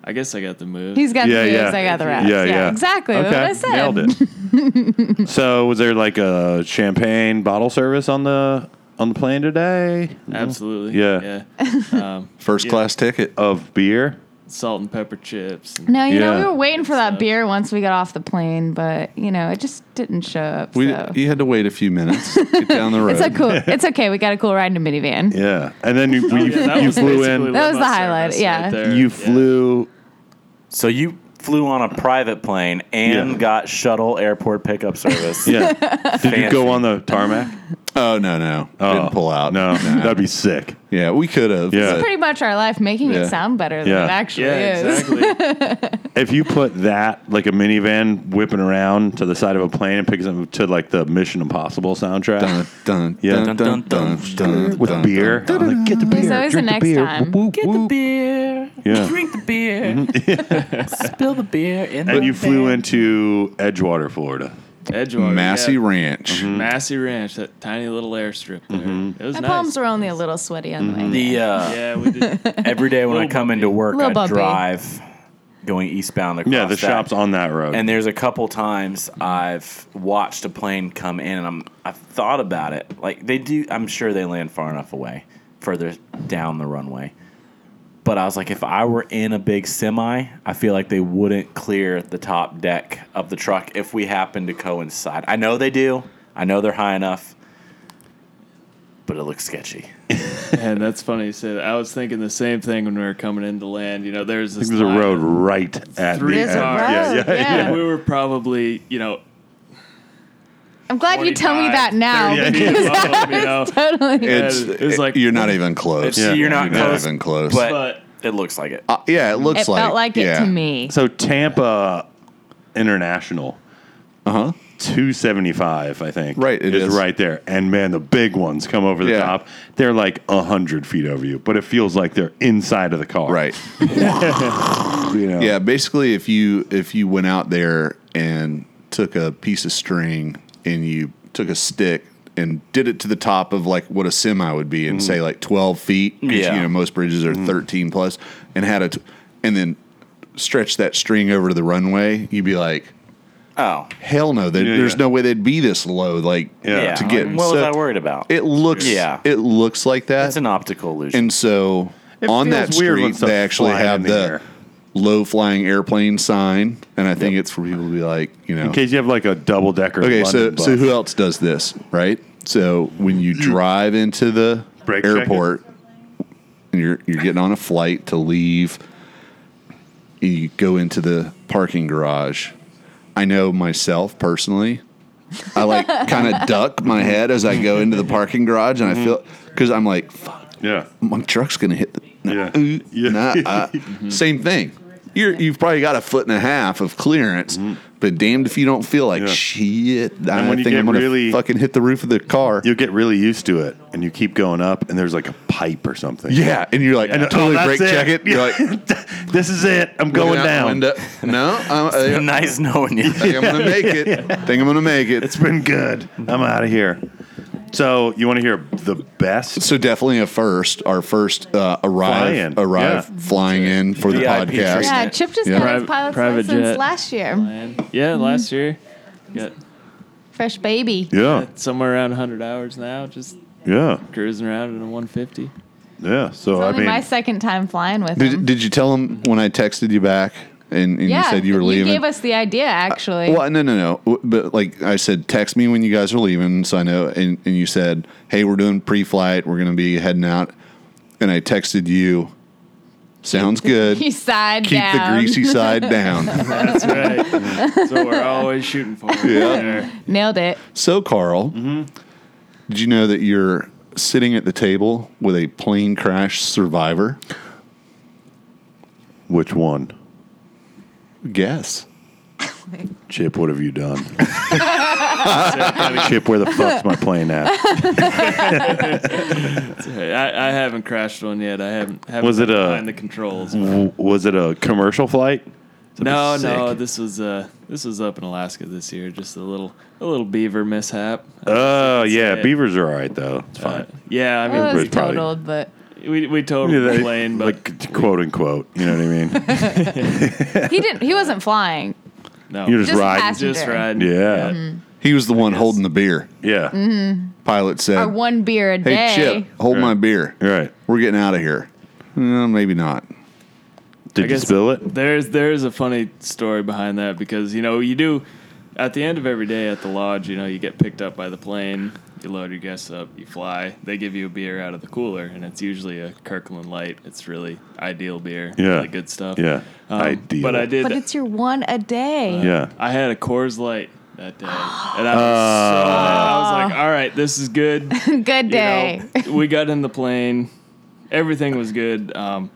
Speaker 6: I guess I got the move.
Speaker 5: He's got
Speaker 2: Yeah,
Speaker 5: the
Speaker 2: yeah.
Speaker 5: moves, I got the raps.
Speaker 2: Yeah, yeah.
Speaker 5: Exactly
Speaker 2: Okay,
Speaker 5: what I said.
Speaker 2: nailed it. so was there like a champagne bottle service on the on the plane today
Speaker 6: Absolutely.
Speaker 2: Yeah.
Speaker 6: Yeah. Um,
Speaker 3: first class ticket.
Speaker 2: of beer?
Speaker 6: salt and pepper chips. And
Speaker 5: No, you
Speaker 2: Yeah.
Speaker 5: know, we were waiting for that
Speaker 6: stuff.
Speaker 5: beer once we got off the plane, but, you know, it just didn't show up.
Speaker 3: We,
Speaker 5: so.
Speaker 3: You had to wait a few minutes. Get down the road.
Speaker 5: It's a cool. It's okay. We got a cool ride in a minivan.
Speaker 2: Yeah, and then you you,
Speaker 6: Yeah, that
Speaker 2: you
Speaker 6: was
Speaker 2: flew
Speaker 6: basically
Speaker 2: in.
Speaker 5: That
Speaker 6: what
Speaker 5: was
Speaker 6: my
Speaker 5: the highlight,
Speaker 6: service
Speaker 5: yeah.
Speaker 6: there.
Speaker 2: You
Speaker 6: Yeah.
Speaker 2: flew.
Speaker 4: So you flew on a private plane and
Speaker 2: Yeah.
Speaker 4: got shuttle airport pickup service.
Speaker 2: Yeah. Did you
Speaker 4: Fancy.
Speaker 2: go on the tarmac?
Speaker 3: oh no no! Didn't pull out.
Speaker 2: No, that'd be sick.
Speaker 3: Yeah, we could have.
Speaker 2: Yeah.
Speaker 3: but-
Speaker 5: Pretty much our life making
Speaker 3: Yeah.
Speaker 5: it sound better than
Speaker 2: Yeah.
Speaker 5: it actually
Speaker 6: Yeah,
Speaker 5: is.
Speaker 6: exactly.
Speaker 2: If you put that like a minivan whipping around to the side of a plane and picks up to like the Mission Impossible soundtrack
Speaker 3: Dun, dun,
Speaker 2: Yeah.
Speaker 3: dun, dun, dun, dun,
Speaker 2: with
Speaker 3: dun,
Speaker 2: beer,
Speaker 3: dun,
Speaker 2: I'm like, get the beer,
Speaker 5: There's always
Speaker 2: drink
Speaker 5: a next
Speaker 2: the beer,
Speaker 5: time.
Speaker 2: whoop,
Speaker 4: Get the
Speaker 2: whoop.
Speaker 4: beer.
Speaker 2: Yeah.
Speaker 4: Drink the beer. Spill the beer in
Speaker 2: And you flew into Edgewater, Florida.
Speaker 6: Edgewater.
Speaker 3: Massey
Speaker 6: yeah.
Speaker 3: Ranch.
Speaker 2: Mm-hmm.
Speaker 6: Massey Ranch, that tiny little airstrip there. It was
Speaker 5: My
Speaker 6: nice. Mm-hmm.
Speaker 5: palms were only a little sweaty on the way.
Speaker 4: The uh,
Speaker 6: yeah, we did.
Speaker 4: every day when I
Speaker 6: Little
Speaker 4: come into work,
Speaker 5: Little
Speaker 4: I
Speaker 5: bumpy.
Speaker 4: drive going eastbound across.
Speaker 2: Yeah, the
Speaker 4: that.
Speaker 2: shop's on that road.
Speaker 4: And there's a couple times I've watched a plane come in, and I'm I've thought about it. Like they do, I'm sure they land far enough away, further down the runway. But I was like, if I were in a big semi, I feel like they wouldn't clear the top deck of the truck if we happened to coincide. I know they do. I know they're high enough, but it looks sketchy.
Speaker 6: And that's funny you said. that. I was thinking the same thing when we were coming into land. You know, there's this
Speaker 2: there's a
Speaker 6: line
Speaker 2: road
Speaker 6: of-
Speaker 2: right at
Speaker 6: Three
Speaker 2: the
Speaker 6: There's
Speaker 2: end.
Speaker 6: a
Speaker 2: Yeah,
Speaker 5: road,
Speaker 2: yeah, yeah.
Speaker 5: yeah.
Speaker 6: We were probably, you know,
Speaker 5: I'm glad you tell me that
Speaker 6: 25,
Speaker 5: now.
Speaker 6: 30 feet above, you know.
Speaker 5: Totally.
Speaker 3: It's,
Speaker 6: Yeah, it was
Speaker 3: like
Speaker 6: like-
Speaker 3: you're not even close.
Speaker 6: It's-
Speaker 4: You're not
Speaker 3: You're
Speaker 4: close,
Speaker 3: not even close.
Speaker 4: but,
Speaker 6: But
Speaker 4: it looks like it.
Speaker 3: Uh, yeah, it looks
Speaker 5: It
Speaker 3: like
Speaker 5: felt like
Speaker 3: yeah.
Speaker 5: it to me.
Speaker 2: So Tampa International.
Speaker 3: Uh huh.
Speaker 2: 275, I think.
Speaker 3: Right, it
Speaker 2: is
Speaker 3: is.
Speaker 2: Uh-huh. right there. And man, the big ones come over the
Speaker 3: Yeah.
Speaker 2: top. They're like 100 feet over you, but it feels like they're inside of the car.
Speaker 3: Right.
Speaker 2: You know?
Speaker 3: Yeah. Basically, if you if you went out there and took a piece of string and you took a stick and did it to the top of like what a semi would be and say like 12 feet 'cause,
Speaker 4: Mm-hmm. Yeah. Mm-hmm.
Speaker 3: you know most bridges are 13 plus and had it and then stretch that string over to the runway you'd be like
Speaker 4: Oh,
Speaker 3: hell no there-
Speaker 2: Yeah,
Speaker 3: there's
Speaker 2: yeah.
Speaker 3: no way they'd be this low like
Speaker 2: Yeah.
Speaker 4: yeah.
Speaker 3: to get
Speaker 4: What was
Speaker 3: so
Speaker 4: I worried about?
Speaker 3: it looks
Speaker 4: Yeah.
Speaker 3: it looks like that
Speaker 4: it's an optical illusion.
Speaker 3: and so
Speaker 2: It
Speaker 3: on
Speaker 2: feels
Speaker 3: that
Speaker 2: weird
Speaker 3: street,
Speaker 2: when
Speaker 3: they
Speaker 2: stuff's
Speaker 3: actually
Speaker 2: flying
Speaker 3: have
Speaker 2: in
Speaker 3: the,
Speaker 2: the air.
Speaker 3: low flying airplane sign, and I think it's for people to be like, you know,
Speaker 2: In case you have like a double decker.
Speaker 3: okay. So,
Speaker 2: London
Speaker 3: so
Speaker 2: bus.
Speaker 3: who else does this, right? So when
Speaker 2: Mm.
Speaker 3: you drive into the
Speaker 2: Brake check it.
Speaker 3: airport, and you're you're getting on a flight to leave, and you go into the parking garage. I know myself personally. I like kind of duck my head as I go into the parking garage,
Speaker 2: Mm-hmm.
Speaker 3: and I feel because I'm like, fuck,
Speaker 2: Yeah.
Speaker 3: my truck's gonna hit the
Speaker 2: Yeah.
Speaker 3: Ooh,
Speaker 2: Yeah. Mm-hmm.
Speaker 3: nah, uh, same thing. You're, you've probably got a foot and a half of clearance, but damned if you don't feel like
Speaker 2: Mm-hmm. Yeah.
Speaker 3: shit. I
Speaker 2: when you
Speaker 3: think
Speaker 2: get
Speaker 3: I'm gonna
Speaker 2: really-
Speaker 3: fucking hit the roof of the car.
Speaker 2: You'll get really used to it and you keep going up and there's like a pipe or something.
Speaker 3: yeah, and you're like, I
Speaker 2: And oh,
Speaker 3: totally
Speaker 2: that's
Speaker 3: brake
Speaker 2: it.
Speaker 3: check it. You're like
Speaker 2: This is it. I'm
Speaker 3: looking
Speaker 2: going
Speaker 3: out the
Speaker 2: down.
Speaker 3: window. No, I'm, I
Speaker 4: nice knowing you.
Speaker 3: think I'm gonna make it. Think I'm gonna make it.
Speaker 2: It's been good. I'm out of here. So you want to hear the best?
Speaker 3: so definitely a first, our first uh, arrive,
Speaker 2: Fly-in.
Speaker 3: arrive
Speaker 2: Yeah.
Speaker 3: flying in for the
Speaker 4: VIP
Speaker 3: podcast.
Speaker 4: treatment.
Speaker 5: Yeah, Chip just
Speaker 3: Yeah.
Speaker 5: got
Speaker 6: Private-
Speaker 5: his pilot's
Speaker 6: private
Speaker 5: license
Speaker 6: jet.
Speaker 5: last year.
Speaker 6: And yeah, last year, got
Speaker 5: Fresh baby.
Speaker 2: Yeah,
Speaker 6: somewhere around 100 hours now, just
Speaker 2: yeah,
Speaker 6: cruising around in a 150.
Speaker 2: yeah. So
Speaker 5: It's
Speaker 2: I
Speaker 5: only
Speaker 2: mean,
Speaker 5: my second time flying with him.
Speaker 3: Did, did you tell him when I texted you back and, and
Speaker 5: yeah,
Speaker 3: you said you were leaving?
Speaker 5: gave us the idea, actually.
Speaker 3: Well, no, no, no. W- But like I said, text me when you guys are leaving, so I know. And, and you said, "Hey, we're doing pre-flight. We're going to be heading out." And I texted you. Sounds good.
Speaker 5: he sighed
Speaker 3: Keep
Speaker 5: down.
Speaker 3: the greasy side down.
Speaker 6: That's right. That's what we're always shooting for.
Speaker 3: Yeah.
Speaker 5: Nailed it.
Speaker 3: so, Carl, did you know that you're sitting at the table with a plane crash survivor?
Speaker 2: which one?
Speaker 3: Guess.
Speaker 2: Chip, what have you done? Chip, where the fuck's my plane at?
Speaker 6: Hey, I, I haven't crashed one yet. I haven't. haven't
Speaker 2: Was it
Speaker 6: been
Speaker 2: a-
Speaker 6: behind the controls?
Speaker 2: W- Was it a commercial flight?
Speaker 6: No,
Speaker 2: sick.
Speaker 6: no. This was uh, this was up in Alaska this year. Just a little, a little beaver mishap.
Speaker 2: Oh yeah,
Speaker 6: it.
Speaker 2: beavers are all right though. It's fine.
Speaker 6: Uh, yeah, I mean,
Speaker 5: Well, it was
Speaker 2: Everybody's probably-
Speaker 5: totaled, but
Speaker 6: we we totaled
Speaker 2: Yeah,
Speaker 6: the
Speaker 2: they-
Speaker 6: plane, but
Speaker 2: like quote unquote, you know what I mean?
Speaker 5: he didn't. He wasn't flying.
Speaker 6: no,
Speaker 2: You're just,
Speaker 5: Just
Speaker 2: riding.
Speaker 5: pass-
Speaker 6: just
Speaker 5: passenger.
Speaker 6: riding.
Speaker 2: Yeah.
Speaker 6: Mm-hmm.
Speaker 3: He was the one holding the beer.
Speaker 2: Yeah,
Speaker 3: Pilot said,
Speaker 5: Or one beer a
Speaker 3: "Hey,
Speaker 5: day.
Speaker 3: Chip, hold my beer.
Speaker 2: you're right.
Speaker 3: We're getting out of here." No, maybe not.
Speaker 2: Did
Speaker 6: I
Speaker 2: you
Speaker 6: guess-
Speaker 2: spill it?
Speaker 6: There's there's a funny story behind that because you know you do at the end of every day at the lodge, you know, you get picked up by the plane, you load your guests up, you fly, they give you a beer out of the cooler and it's usually a Kirkland light. It's really ideal beer.
Speaker 2: Yeah.
Speaker 6: Really good stuff.
Speaker 2: Yeah.
Speaker 6: Um,
Speaker 2: Ideal.
Speaker 6: But I did uh,
Speaker 5: But it's your one a day.
Speaker 2: Yeah.
Speaker 6: I had a Coors light that day. And I
Speaker 2: Ah.
Speaker 6: was so I was like, all right, this is good.
Speaker 5: Good
Speaker 6: you
Speaker 5: day.
Speaker 6: know, oh, we got in the plane. Everything was good. Um,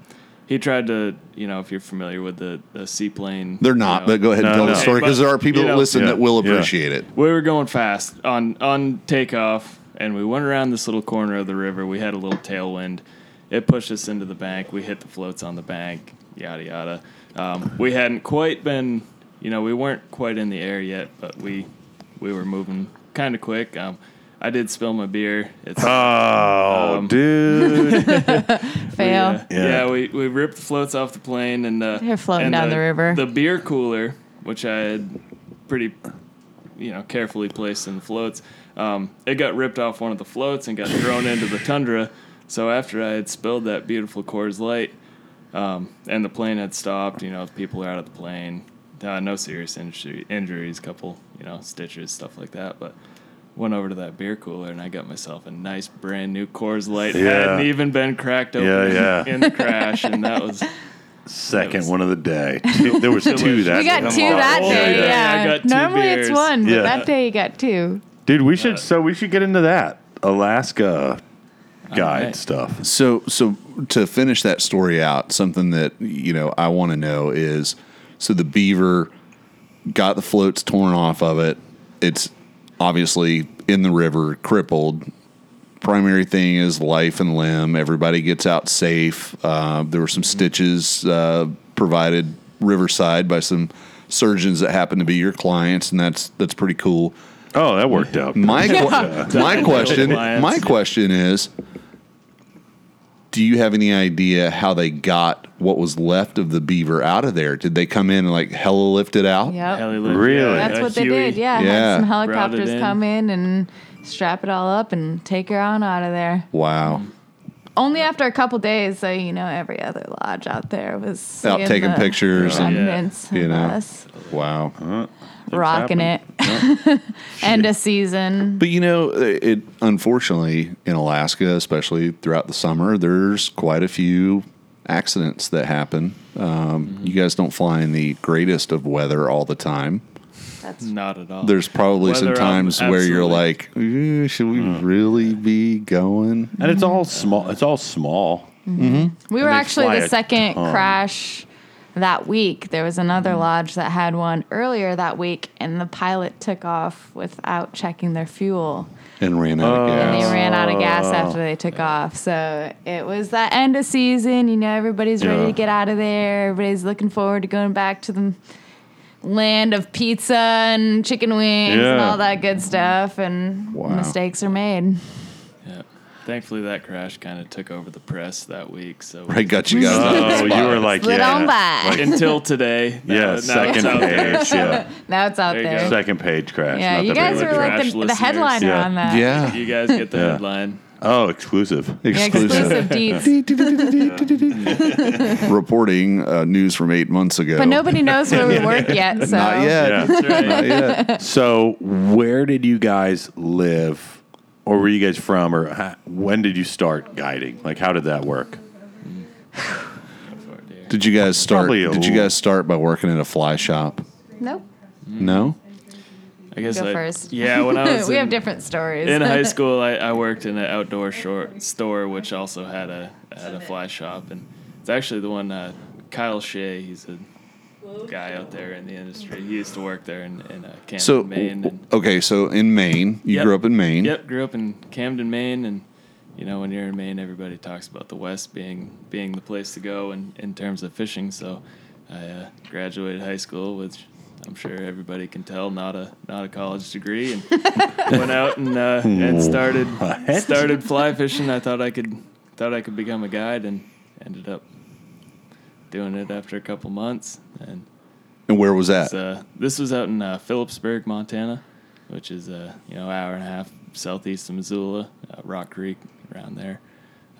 Speaker 6: he tried to, you know, if you're familiar with the, the seaplane.
Speaker 3: They're not,
Speaker 6: you know,
Speaker 3: but go ahead and
Speaker 2: No,
Speaker 3: tell
Speaker 2: no.
Speaker 3: the story because there are people
Speaker 6: You
Speaker 3: that
Speaker 6: know,
Speaker 3: listen
Speaker 2: yeah,
Speaker 3: that will
Speaker 2: yeah.
Speaker 3: appreciate it.
Speaker 6: we were going fast on on takeoff, and we went around this little corner of the river. We had a little tailwind. It pushed us into the bank. We hit the floats on the bank. Yada yada. Um, we hadn't quite been, you know, we weren't quite in the air yet, but we we were moving kind of quick. Um, I did spill my beer. It's
Speaker 2: Oh,
Speaker 6: Um,
Speaker 2: dude.
Speaker 5: Fail.
Speaker 6: Yeah, yeah.
Speaker 2: Yeah.
Speaker 6: we, we ripped the floats off the plane and uh,
Speaker 5: They're floating
Speaker 6: and
Speaker 5: down the river.
Speaker 6: The beer cooler, which I had pretty, you know, carefully placed in the floats, um, it got ripped off one of the floats and got thrown into the tundra. So after I had spilled that beautiful Coors Light, um, and the plane had stopped, you know, people are out of the plane. Uh, no serious injury, injuries, couple, you know, stitches, stuff like that. But went over to that beer cooler and I got myself a nice brand new Coors Light.
Speaker 2: Yeah.
Speaker 6: Hadn't even been cracked open
Speaker 2: Yeah, yeah.
Speaker 6: in the crash, and that was
Speaker 2: Second one of the day. Two- there was two that
Speaker 5: We got
Speaker 2: day.
Speaker 5: two that
Speaker 6: Oh,
Speaker 5: day.
Speaker 6: yeah.
Speaker 5: Yeah.
Speaker 6: I got two
Speaker 5: Normally it's
Speaker 6: beers.
Speaker 5: one, but
Speaker 2: Yeah.
Speaker 5: that day you got two.
Speaker 2: Dude, we should so we should get into that Alaska guide
Speaker 6: Alright.
Speaker 2: stuff.
Speaker 3: So, so to finish that story out, something that you know I want to know is so the beaver got the floats torn off of it. It's obviously in the river, crippled. Primary thing is life and limb. Everybody gets out safe. Uh, there were some
Speaker 2: Mm-hmm.
Speaker 3: stitches uh, provided riverside by some surgeons that happened to be your clients, and that's that's pretty cool.
Speaker 2: Oh, that worked out.
Speaker 3: My qu- my question
Speaker 6: Lions.
Speaker 3: my question is do you have any idea how they got what was left of the beaver out of there? Did they come in and like hella lift it out?
Speaker 5: Yep.
Speaker 6: Ellie Lynn,
Speaker 2: Really?
Speaker 6: yeah,
Speaker 5: That's
Speaker 6: uh,
Speaker 5: what they
Speaker 6: Huey.
Speaker 5: did. Yeah,
Speaker 3: Yeah.
Speaker 5: had some
Speaker 6: Routed
Speaker 5: helicopters
Speaker 6: in.
Speaker 5: come in and strap it all up and take her on out of there.
Speaker 3: Wow.
Speaker 5: Only after a couple days, so you know every other lodge out there was
Speaker 3: Out
Speaker 5: seeing
Speaker 3: taking
Speaker 5: the
Speaker 3: pictures and
Speaker 5: remnants
Speaker 3: you
Speaker 5: of
Speaker 3: know.
Speaker 5: us
Speaker 3: wow.
Speaker 5: rocking it. End of season.
Speaker 3: But you know, it unfortunately in Alaska, especially throughout the summer, there's quite a few accidents that happen. Um,
Speaker 6: Mm-hmm.
Speaker 3: You guys don't fly in the greatest of weather all the time.
Speaker 6: Not at all.
Speaker 3: There's probably some
Speaker 6: Weather, um,
Speaker 3: times where you're
Speaker 6: absolutely.
Speaker 3: like, "Eh, should we really be going?
Speaker 2: And it's all small. It's all small.
Speaker 5: We were
Speaker 2: they fly
Speaker 5: actually
Speaker 2: a
Speaker 5: the second
Speaker 2: ton.
Speaker 5: crash that week. There was another lodge that had one earlier that week, and the pilot took off without checking their fuel.
Speaker 3: And ran out
Speaker 2: Oh.
Speaker 3: of
Speaker 5: They
Speaker 3: gas.
Speaker 5: ran out of gas after they took off. So it was that end of season. You know, everybody's ready
Speaker 2: Yeah.
Speaker 5: to get out of there. Everybody's looking forward to going back to the land of pizza and chicken wings and
Speaker 2: Yeah.
Speaker 5: all that good stuff. And
Speaker 3: Wow.
Speaker 5: mistakes are made.
Speaker 6: Yeah. Thankfully, that crash kind of took over the press that week. So
Speaker 3: Right, got you guys. out of that
Speaker 2: Oh, you
Speaker 3: spot.
Speaker 2: were like,
Speaker 5: Slid
Speaker 2: yeah,
Speaker 5: on by.
Speaker 2: like,
Speaker 6: until today.
Speaker 2: yeah,
Speaker 6: now- now it's
Speaker 2: second
Speaker 6: out there.
Speaker 2: page, yeah,
Speaker 5: now it's out
Speaker 6: There you
Speaker 5: there.
Speaker 6: go.
Speaker 2: second page crash.
Speaker 5: Yeah,
Speaker 2: not that
Speaker 5: you
Speaker 2: big
Speaker 5: guys
Speaker 2: of a
Speaker 5: were
Speaker 2: deal.
Speaker 5: like
Speaker 6: Crash
Speaker 5: the, the
Speaker 6: listeners.
Speaker 5: headliner
Speaker 2: Yeah.
Speaker 5: on that.
Speaker 3: yeah,
Speaker 6: You guys get the
Speaker 2: Yeah.
Speaker 6: headline.
Speaker 2: oh, exclusive.
Speaker 5: Yeah, exclusive deets.
Speaker 3: Reporting uh, news from eight months ago.
Speaker 5: But nobody knows where we work yet. So
Speaker 3: Not yet.
Speaker 2: Yeah.
Speaker 3: Not yet.
Speaker 2: So, where did you guys live, or were you guys from, or ha- when did you start guiding? Like, how did that work?
Speaker 3: Did you guys start?
Speaker 2: Probably a
Speaker 3: Did you guys start by working at a fly shop?
Speaker 5: Nope.
Speaker 2: Mm-hmm.
Speaker 3: No.
Speaker 6: I guess
Speaker 5: Go
Speaker 6: I,
Speaker 5: first.
Speaker 6: Yeah, when I was
Speaker 5: we
Speaker 6: in,
Speaker 5: have different stories.
Speaker 6: in high school, I, I worked in an outdoor short store, which also had a had a fly shop, and it's actually the one uh, Kyle Shea. He's a guy out there in the industry. He used to work there in, in uh, Camden,
Speaker 3: So
Speaker 6: Maine. And,
Speaker 3: okay, so in Maine, you
Speaker 6: Yep.
Speaker 3: grew up in Maine.
Speaker 6: Yep, grew up in Camden, Maine, and you know when you're in Maine, everybody talks about the West being being the place to go in, in terms of fishing. So, I uh, graduated high school, which I'm sure everybody can tell, not a not a college degree, and went out and uh,
Speaker 3: Hmm.
Speaker 6: and started started fly fishing. I thought I could thought I could become a guide, and ended up doing it after a couple months. And
Speaker 3: And where was that?
Speaker 6: it's, uh, this was out in uh, Phillipsburg, Montana, which is uh, you know hour and a half southeast of Missoula, uh, Rock Creek around there.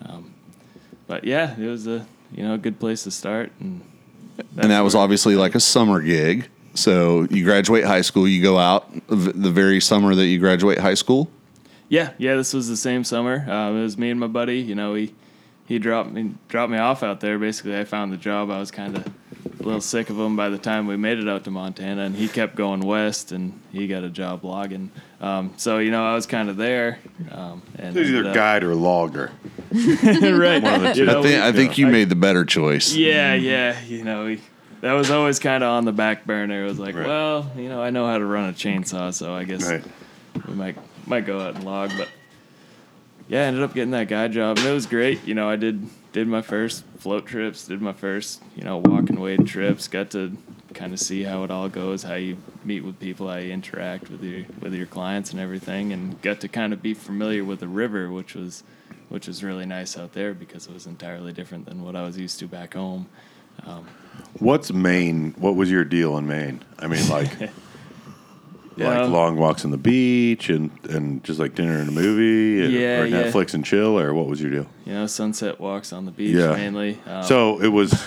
Speaker 6: Um, but yeah, it was a you know a good place to start, and
Speaker 3: and that was obviously like a summer gig. So you graduate high school, you go out v- the very summer that you graduate high school.
Speaker 6: yeah, yeah. This was the same summer. Um, it was me and my buddy. You know, he he dropped me dropped me off out there. Basically, I found the job. I was kind of a little sick of him by the time we made it out to Montana, and he kept going west, and he got a job logging. Um, so you know, I was kind of there. Um, and ended up-
Speaker 2: guide or logger.
Speaker 6: right. You know,
Speaker 3: I think
Speaker 6: we-
Speaker 3: I think you made the better choice.
Speaker 6: yeah, yeah. You know, we, that was always kind of on the back burner. It was like, well, you know, I know how to run a chainsaw, so I guess
Speaker 2: Right.
Speaker 6: we might might go out and log. But yeah, I ended up getting that guy job, and it was great. You know, I did did my first float trips, did my first you know walk and wade trips. Got to kind of see how it all goes, how you meet with people, how you interact with your with your clients and everything, and got to kind of be familiar with the river, which was which was really nice out there because it was entirely different than what I was used to back home.
Speaker 2: What's Maine? What was your deal in Maine? I mean, like,
Speaker 6: Yeah.
Speaker 2: like long walks on the beach and and just like dinner and a movie, and,
Speaker 6: Yeah,
Speaker 2: or
Speaker 6: yeah.
Speaker 2: Netflix and chill, or what was your deal?
Speaker 6: You know, sunset walks on the beach
Speaker 2: Yeah.
Speaker 6: mainly. Um,
Speaker 2: So it was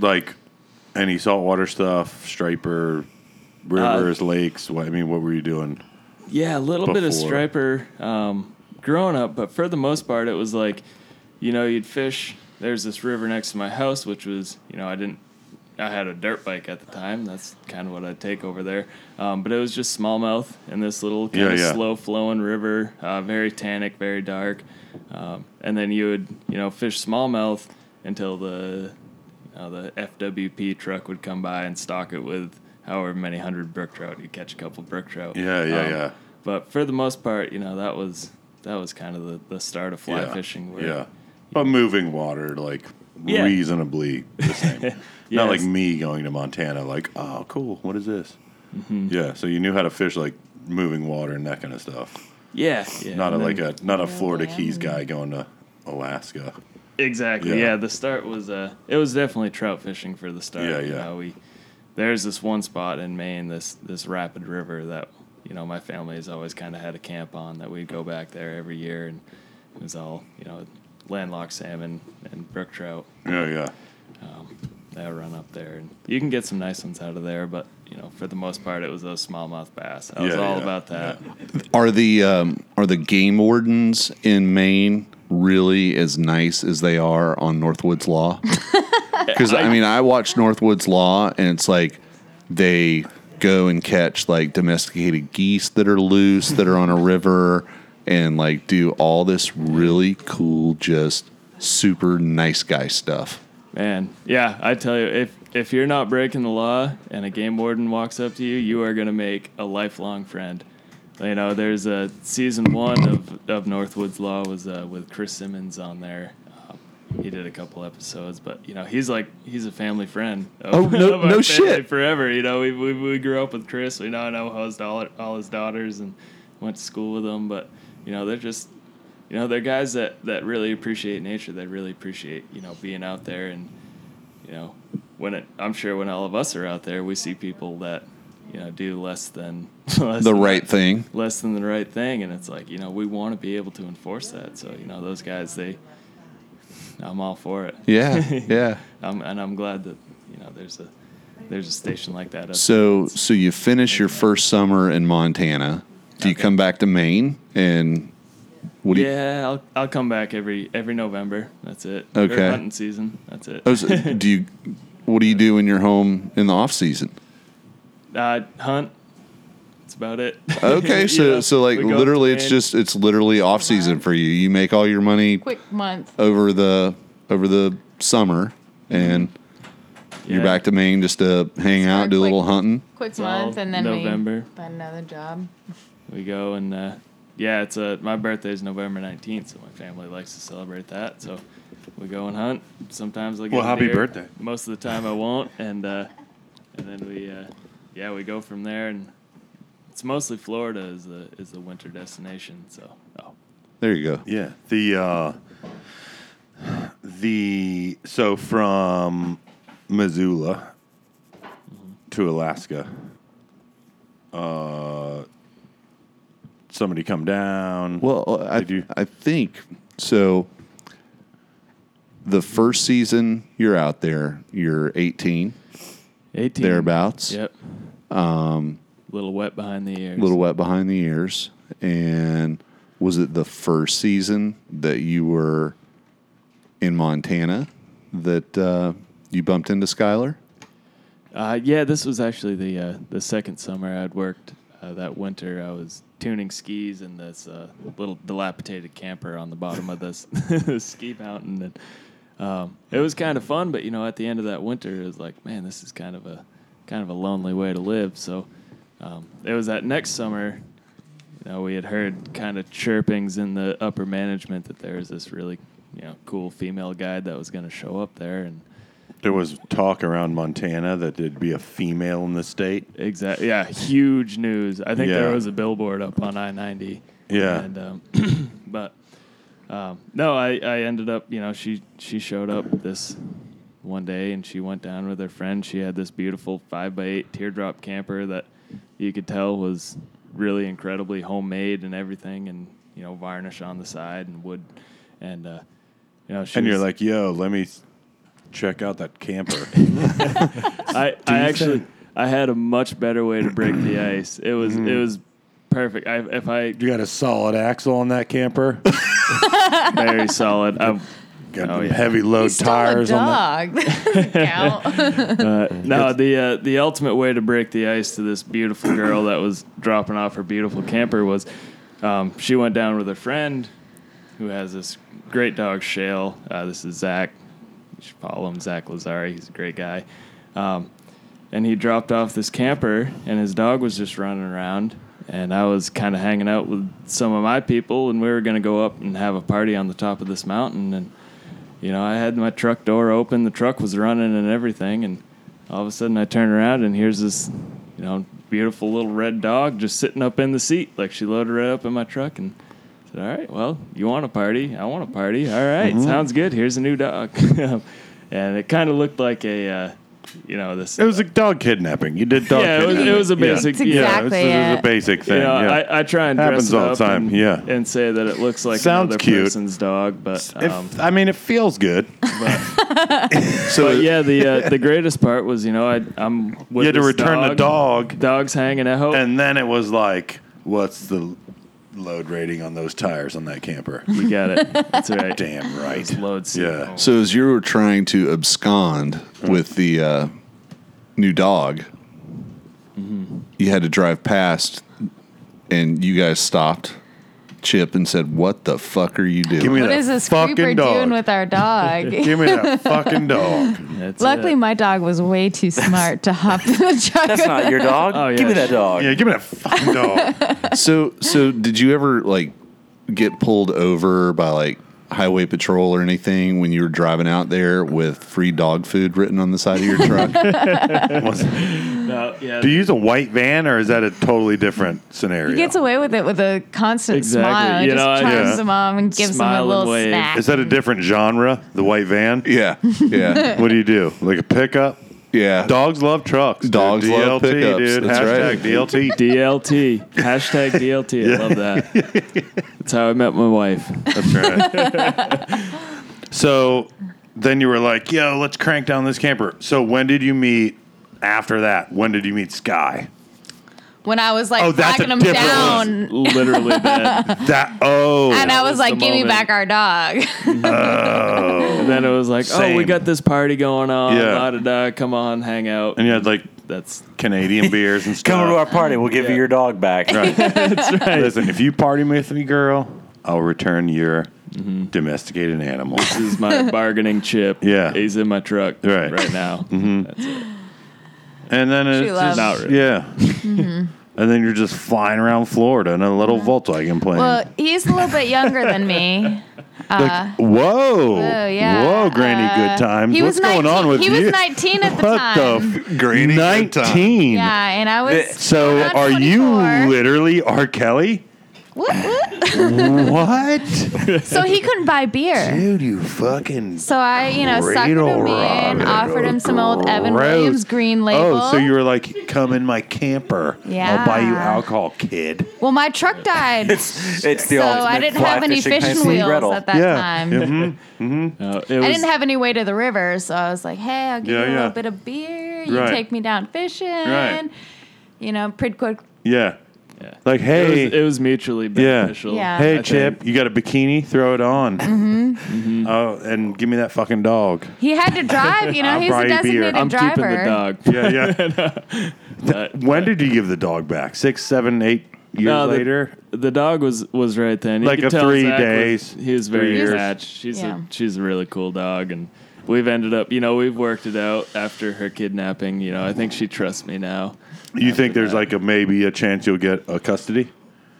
Speaker 2: like any saltwater stuff, striper, rivers, lakes. What, I mean, what were you doing?
Speaker 6: Yeah, a little bit of
Speaker 2: before.
Speaker 6: striper um, growing up, but for the most part, it was like, you know, you'd fish. There's this river next to my house, which was, you know, I didn't. I had a dirt bike at the time. That's kind of what I'd take over there. Um, but it was just smallmouth in this little kind
Speaker 2: Yeah,
Speaker 6: of
Speaker 2: yeah.
Speaker 6: slow flowing river, uh, very tannic, very dark. Um, and then you would, you know, fish smallmouth until the you know, the FWP truck would come by and stock it with however many hundred brook trout. You'd catch a couple brook trout. Um,
Speaker 2: Yeah, yeah, yeah.
Speaker 6: But for the most part, you know, that was that was kind of the, the start of fly
Speaker 2: yeah.
Speaker 6: fishing. Where,
Speaker 2: yeah, but moving water like
Speaker 6: Yeah.
Speaker 2: reasonably the same.
Speaker 6: Yeah,
Speaker 2: Not like
Speaker 6: it's- Mm-hmm.
Speaker 2: me going to Montana. Like, oh, cool. What is this? Yeah. So you knew how to fish like moving water and that kind of stuff.
Speaker 6: Yeah, yeah.
Speaker 2: Not a,
Speaker 6: and
Speaker 2: like
Speaker 6: then-
Speaker 2: a not a Florida
Speaker 5: yeah.
Speaker 2: Keys guy going to Alaska.
Speaker 6: exactly.
Speaker 2: yeah.
Speaker 6: Yeah. the start was uh, it was definitely trout fishing for the start.
Speaker 2: Yeah,
Speaker 6: You
Speaker 2: yeah.
Speaker 6: know, we there's this one spot in Maine, this this rapid river that you know my family has always kind of had a camp on that we'd go back there every year, and it was all you know landlocked salmon and brook trout.
Speaker 2: Yeah, yeah.
Speaker 6: that run up there. And you can get some nice ones out of there, but you know, for the most part, it was those smallmouth bass. I was
Speaker 2: Yeah,
Speaker 6: all
Speaker 2: yeah,
Speaker 6: about that.
Speaker 3: Are the um, are the game wardens in Maine really as nice as they are on Northwoods Law? Because I mean, I watch Northwoods Law, and it's like they go and catch like domesticated geese that are loose that are on a river, and like do all this really cool, just super nice guy stuff.
Speaker 6: Man, yeah, I tell you, if if you're not breaking the law and a game warden walks up to you, you are gonna make a lifelong friend. You know, there's a season one of of Northwoods Law was uh, with Chris Simmons on there. Um, he did a couple episodes, but you know he's like he's a family friend. Of,
Speaker 3: Oh, no-
Speaker 6: of our
Speaker 3: no
Speaker 6: family
Speaker 3: shit.
Speaker 6: Forever, you know, we, we, we grew up with Chris. We know I know all his daughter, all his daughters, and went to school with them. But you know, they're just you know they're guys that that really appreciate nature that really appreciate you know being out there and you know when it i'm sure when all of us are out there we see people that you know do less than less
Speaker 3: The
Speaker 6: than-
Speaker 3: right thing.
Speaker 6: less than the right thing and it's like you know we want to be able to enforce that so you know those guys they i'm all for it
Speaker 3: Yeah, yeah.
Speaker 6: I'm, and i'm glad that you know there's a there's a station like that up
Speaker 3: So so you finish your first summer in Montana. Do you come back to Maine and what do you
Speaker 6: yeah i'll i'll come back every every november that's it Or
Speaker 3: Okay.
Speaker 6: hunting season that's it
Speaker 3: Oh, so do you what do you do when you're home in the off season?
Speaker 6: Uh, hunt. That's about it.
Speaker 3: Okay, so
Speaker 6: Yeah.
Speaker 3: so like
Speaker 6: We go
Speaker 3: literally
Speaker 6: up
Speaker 3: it's
Speaker 6: to
Speaker 3: just it's literally off season for you. You make all your money
Speaker 5: Quick month.
Speaker 3: over the over the summer and
Speaker 6: Maine.
Speaker 3: you're
Speaker 6: Mm-hmm. Yeah.
Speaker 3: back to Maine just to hang
Speaker 5: Start
Speaker 3: out, do a little
Speaker 5: quick.
Speaker 3: hunting.
Speaker 5: Quick
Speaker 6: all
Speaker 5: month, and then
Speaker 6: November.
Speaker 5: we find another job.
Speaker 2: Oh,
Speaker 6: We go and uh, yeah, it's uh, my birthday's November nineteenth, so my family likes to celebrate that. So we go and hunt. Sometimes I get
Speaker 2: Well,
Speaker 6: a
Speaker 2: happy
Speaker 6: deer.
Speaker 2: birthday.
Speaker 6: Most of the time I won't, and uh, and then we uh, yeah we go from there, and it's mostly Florida is the is the winter destination. So oh
Speaker 3: There you go.
Speaker 2: Yeah. The uh the so from Missoula to Alaska. Uh somebody come down.
Speaker 3: Well, uh, I,
Speaker 2: Did you-
Speaker 3: I think so. The first season you're out there, you're 18
Speaker 6: eighteen
Speaker 3: thereabouts,
Speaker 6: Yep. Um, little wet behind the ears.
Speaker 3: a little wet behind the ears. And was it the first season that you were in Montana that uh, you bumped into Skylar?
Speaker 6: Uh, yeah, this was actually the uh, the second summer I'd worked. Uh, that winter, I was tuning skis in this uh, little dilapidated camper on the bottom of this ski mountain, and um, it was kind of fun. But you know, at the end of that winter, it was like, man, this is kind of a kind of a lonely way to live. So um, it was that next summer. You know, we had heard kind of chirpings in the upper management that there was this really you know cool female guide that was going to show up there, and
Speaker 2: there was talk around Montana that there'd be a female in the state.
Speaker 6: Exactly. Yeah, huge news. I think there
Speaker 2: Yeah.
Speaker 6: was a billboard up on I ninety.
Speaker 2: Yeah.
Speaker 6: And um, but um, no, I, I ended up you know she she showed up this one day and she went down with her friend. She had this beautiful five by eight teardrop camper that you could tell was really incredibly homemade and everything, and you know varnish on the side and wood, and uh, you know she
Speaker 2: and you're
Speaker 6: was-
Speaker 2: like, "Yo, let me s- check out that camper."
Speaker 6: I, I actually I had a much better way to break the ice. It was it was perfect. I, if I
Speaker 2: you got a solid axle on that camper?
Speaker 6: very solid. i
Speaker 2: Got
Speaker 6: Oh,
Speaker 2: them
Speaker 6: yeah.
Speaker 2: heavy
Speaker 5: He
Speaker 2: load
Speaker 5: stole
Speaker 2: tires
Speaker 5: a
Speaker 2: on that.
Speaker 5: dog. That doesn't count.
Speaker 6: no, the uh, the ultimate way to break the ice to this beautiful girl that was dropping off her beautiful camper was um, she went down with a friend who has this great dog Shale. Uh, this is Zach. You should follow him, Zach Lazari. He's a great guy. Um, and he dropped off this camper, and his dog was just running around. And I was kind of hanging out with some of my people, and we were going to go up and have a party on the top of this mountain. And you know, I had my truck door open, the truck was running and everything, and all of a sudden I turn around and here's this, you know, beautiful little red dog just sitting up in the seat. Like she loaded her up in my truck and said, All right, well, you want a party? I want a party. All right,
Speaker 2: Mm-hmm.
Speaker 6: sounds good. Here's a new dog. and it kind of looked like a, uh, you know, this.
Speaker 2: It was a dog kidnapping. You did dog.
Speaker 6: yeah, it was,
Speaker 2: kidnapping.
Speaker 6: it was a
Speaker 2: Yeah.
Speaker 6: basic.
Speaker 5: It's
Speaker 6: yeah,
Speaker 2: Yeah, it was-
Speaker 5: Exactly
Speaker 2: it was a
Speaker 5: it.
Speaker 2: basic thing.
Speaker 6: you know,
Speaker 2: yeah.
Speaker 6: I, I try and dress
Speaker 2: Happens
Speaker 6: it
Speaker 2: all the
Speaker 6: up
Speaker 2: time,
Speaker 6: And,
Speaker 2: yeah.
Speaker 6: and say that it looks like
Speaker 2: Sounds
Speaker 6: another
Speaker 2: cute.
Speaker 6: person's dog, but
Speaker 2: If-
Speaker 6: um,
Speaker 2: I mean, it feels good.
Speaker 3: So
Speaker 6: but yeah, the uh, the greatest part was you know I I'm with
Speaker 2: You had to
Speaker 6: this
Speaker 2: return the dog,
Speaker 6: Dog's hanging out.
Speaker 2: and then it was like, what's the load rating on those tires on that camper?
Speaker 6: you got it. That's right.
Speaker 2: Damn right.
Speaker 6: Loads.
Speaker 2: Yeah.
Speaker 3: So as you were trying to abscond with the uh, new dog, you had to drive past, and you guys stopped. Chip and said, "What the fuck are you doing?"
Speaker 2: Give me
Speaker 5: What
Speaker 2: that
Speaker 5: is this
Speaker 2: fucking
Speaker 5: creeper
Speaker 2: dog.
Speaker 5: doing with our dog?
Speaker 2: Give me that fucking dog.
Speaker 6: That's
Speaker 5: Luckily,
Speaker 6: it.
Speaker 5: my dog was way too smart to hop in the truck.
Speaker 4: That's not your dog.
Speaker 6: Oh,
Speaker 4: Give me
Speaker 6: yeah.
Speaker 4: that dog.
Speaker 2: Yeah, give me that fucking dog.
Speaker 3: so, so did you ever like get pulled over by like highway patrol or anything when you were driving out there with free dog food written on the side of your truck?
Speaker 6: No, yeah.
Speaker 2: Do you use a white van, or is that a totally different scenario?
Speaker 5: He gets away with it with a constant
Speaker 6: Exactly.
Speaker 5: smile. He
Speaker 6: You
Speaker 5: just
Speaker 6: know, I-
Speaker 5: charms
Speaker 2: Yeah.
Speaker 5: them mom and gives
Speaker 6: Smile
Speaker 5: them a
Speaker 6: and
Speaker 5: little
Speaker 6: wave.
Speaker 5: snack.
Speaker 2: is that a different genre? The white van.
Speaker 3: yeah, yeah,
Speaker 2: What do you do? Like a pickup?
Speaker 3: yeah.
Speaker 2: Dogs love trucks. dude.
Speaker 3: Dogs love
Speaker 2: DLT,
Speaker 3: pickups.
Speaker 2: dude.
Speaker 3: That's
Speaker 2: Hashtag
Speaker 3: right.
Speaker 2: DLT.
Speaker 6: DLT hashtag DLT. I love that. That's how I met my wife.
Speaker 2: That's right. so then you were like, yo, let's crank down this camper. So when did you meet after that? When did you meet Sky?
Speaker 5: when I was like
Speaker 2: Oh, that's a
Speaker 5: flagging him
Speaker 2: different
Speaker 5: down,
Speaker 6: Literally that.
Speaker 2: That, oh.
Speaker 5: and I was,
Speaker 6: was
Speaker 5: like,
Speaker 6: the
Speaker 5: "Give me
Speaker 6: moment.
Speaker 5: back our dog."
Speaker 6: And then it was like, oh, we
Speaker 2: Same.
Speaker 6: got this party going on.
Speaker 2: Yeah.
Speaker 6: Da, da, da, come on, hang out.
Speaker 2: and you had like
Speaker 6: That's
Speaker 2: Canadian beers and stuff.
Speaker 4: Come to our party. We'll give
Speaker 6: Yeah.
Speaker 4: you your dog back.
Speaker 2: Listen, if you party with me, girl, I'll return your domesticated animal.
Speaker 6: this is my bargaining chip.
Speaker 2: Yeah.
Speaker 6: He's in my truck
Speaker 2: Right.
Speaker 6: now.
Speaker 2: And then it's just,
Speaker 5: loves.
Speaker 6: Not really.
Speaker 2: yeah.
Speaker 5: Mm-hmm.
Speaker 2: And then you're just flying around Florida in a little Volkswagen plane.
Speaker 5: well, he's a little bit younger than me.
Speaker 2: Like, whoa,
Speaker 5: Oh yeah.
Speaker 2: whoa, Granny,
Speaker 5: Uh,
Speaker 2: good times.
Speaker 5: he
Speaker 2: What's
Speaker 5: was
Speaker 2: going
Speaker 5: 19
Speaker 2: on with
Speaker 5: he
Speaker 2: you?
Speaker 5: was 19 at the
Speaker 2: what
Speaker 5: time.
Speaker 2: the f-
Speaker 3: Granny good time.
Speaker 2: nineteen?
Speaker 5: yeah, and I was.
Speaker 2: So
Speaker 5: around
Speaker 2: are you
Speaker 5: 24.
Speaker 2: literally R. Kelly?
Speaker 5: Whoop, whoop.
Speaker 2: what,
Speaker 5: so he couldn't buy beer.
Speaker 2: dude? You fucking
Speaker 5: So I, you know,
Speaker 2: Great
Speaker 5: sucked him
Speaker 2: old
Speaker 5: in,
Speaker 2: Robin.
Speaker 5: offered him some old Evan
Speaker 2: gross.
Speaker 5: Williams green label.
Speaker 2: Oh, so you were like, come in my camper. I'll buy you
Speaker 5: Yeah.
Speaker 2: alcohol, kid.
Speaker 5: well, my truck died.
Speaker 4: It's the
Speaker 5: so
Speaker 4: ultimate
Speaker 5: I didn't
Speaker 4: fly
Speaker 5: have any
Speaker 4: fishing
Speaker 5: fishing
Speaker 4: Hansel and
Speaker 5: wheels
Speaker 4: Gretel.
Speaker 5: at that
Speaker 2: Yeah.
Speaker 5: time.
Speaker 6: No, it was,
Speaker 5: I didn't have any way to the river, so I was like, "Hey, I'll give
Speaker 2: Yeah,
Speaker 5: you a
Speaker 2: yeah.
Speaker 5: little bit of beer. You
Speaker 2: Right.
Speaker 5: take me down fishing. You know, pretty quick.
Speaker 2: Yeah.
Speaker 6: Yeah.
Speaker 2: Like, hey,
Speaker 6: It was, it was mutually
Speaker 2: Yeah.
Speaker 6: beneficial.
Speaker 5: Yeah. Mm-hmm.
Speaker 2: hey,
Speaker 6: I
Speaker 2: Chip,
Speaker 6: think.
Speaker 2: you got a bikini? Throw it on. Oh, and give me that fucking dog.
Speaker 5: He had to drive. You know,
Speaker 2: I'll
Speaker 5: he's
Speaker 2: buy you
Speaker 5: a
Speaker 2: beer.
Speaker 5: designated
Speaker 6: I'm
Speaker 5: driver.
Speaker 6: keeping the dog.
Speaker 2: Yeah, yeah.
Speaker 6: But-
Speaker 2: when did you give the dog back? Six, seven, eight years
Speaker 6: No, the-
Speaker 2: later?
Speaker 6: The dog was was right then. You
Speaker 2: Like
Speaker 6: could
Speaker 2: a
Speaker 6: tell
Speaker 2: three
Speaker 6: Zach was-
Speaker 2: days,
Speaker 6: he was very
Speaker 2: three years.
Speaker 6: attached. She's
Speaker 5: Yeah.
Speaker 6: a she's a really cool dog, and we've ended up. You know, we've worked it out after her kidnapping. You know, I think she trusts me now.
Speaker 2: You think there's like a maybe a chance you'll get a custody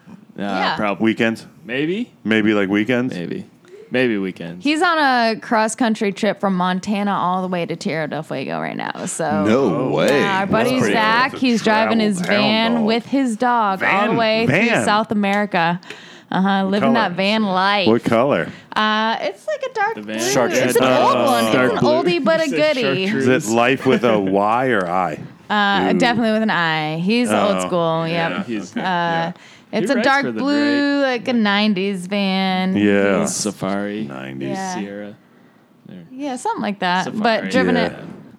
Speaker 6: Uh,
Speaker 5: Yeah.
Speaker 6: Probably
Speaker 2: weekends?
Speaker 6: maybe
Speaker 2: Maybe like weekends?
Speaker 6: maybe maybe weekends.
Speaker 5: He's on a cross country trip from Montana all the way to Tierra del Fuego right now. So
Speaker 3: No way.
Speaker 5: Yeah, our buddy
Speaker 2: pretty
Speaker 5: Zach,
Speaker 2: cool. It's a
Speaker 5: he's driving
Speaker 2: travel
Speaker 5: his
Speaker 2: hound
Speaker 5: van
Speaker 2: dog.
Speaker 5: with his dog all
Speaker 2: Van-
Speaker 5: the way through
Speaker 2: van.
Speaker 5: South America. Uh huh. Living
Speaker 2: color?
Speaker 5: that van life.
Speaker 2: What color?
Speaker 5: Uh, it's like a dark
Speaker 6: The
Speaker 5: blue.
Speaker 6: van?
Speaker 4: Chartreuse.
Speaker 5: It's an
Speaker 4: Oh,
Speaker 2: Uh,
Speaker 5: old one.
Speaker 6: dark
Speaker 5: it's an
Speaker 6: blue.
Speaker 5: oldie but a
Speaker 6: You said
Speaker 5: goodie.
Speaker 6: chartreuse.
Speaker 2: Is it life with a Y or I?
Speaker 5: Uh, definitely with an eye. He's old
Speaker 2: Oh,
Speaker 5: school.
Speaker 6: Yeah,
Speaker 5: Yep.
Speaker 6: he's
Speaker 5: Uh, It's
Speaker 6: He
Speaker 5: a
Speaker 6: writes
Speaker 5: dark
Speaker 6: for the
Speaker 5: blue, like a '90s van.
Speaker 2: Yeah.
Speaker 6: Safari
Speaker 2: Nineties.
Speaker 5: Yeah.
Speaker 6: Sierra.
Speaker 5: yeah, something like that.
Speaker 6: Safari.
Speaker 5: But driven
Speaker 2: Yeah.
Speaker 5: it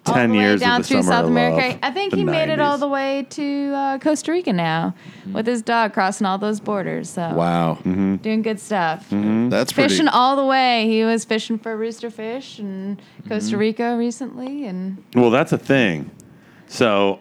Speaker 5: all
Speaker 2: Ten
Speaker 5: the way
Speaker 2: years
Speaker 5: down
Speaker 2: of the
Speaker 5: through
Speaker 2: summer
Speaker 5: South
Speaker 2: of
Speaker 5: America.
Speaker 2: Love,
Speaker 5: I think
Speaker 2: the
Speaker 5: he made it
Speaker 2: 90s.
Speaker 5: all the way to uh, Costa Rica now with his dog crossing all those borders. So
Speaker 3: Wow,
Speaker 5: doing good stuff.
Speaker 3: that's pretty.
Speaker 5: Fishing all the way. He was fishing for rooster fish in Costa Rica recently, and
Speaker 2: Well, that's a thing. So,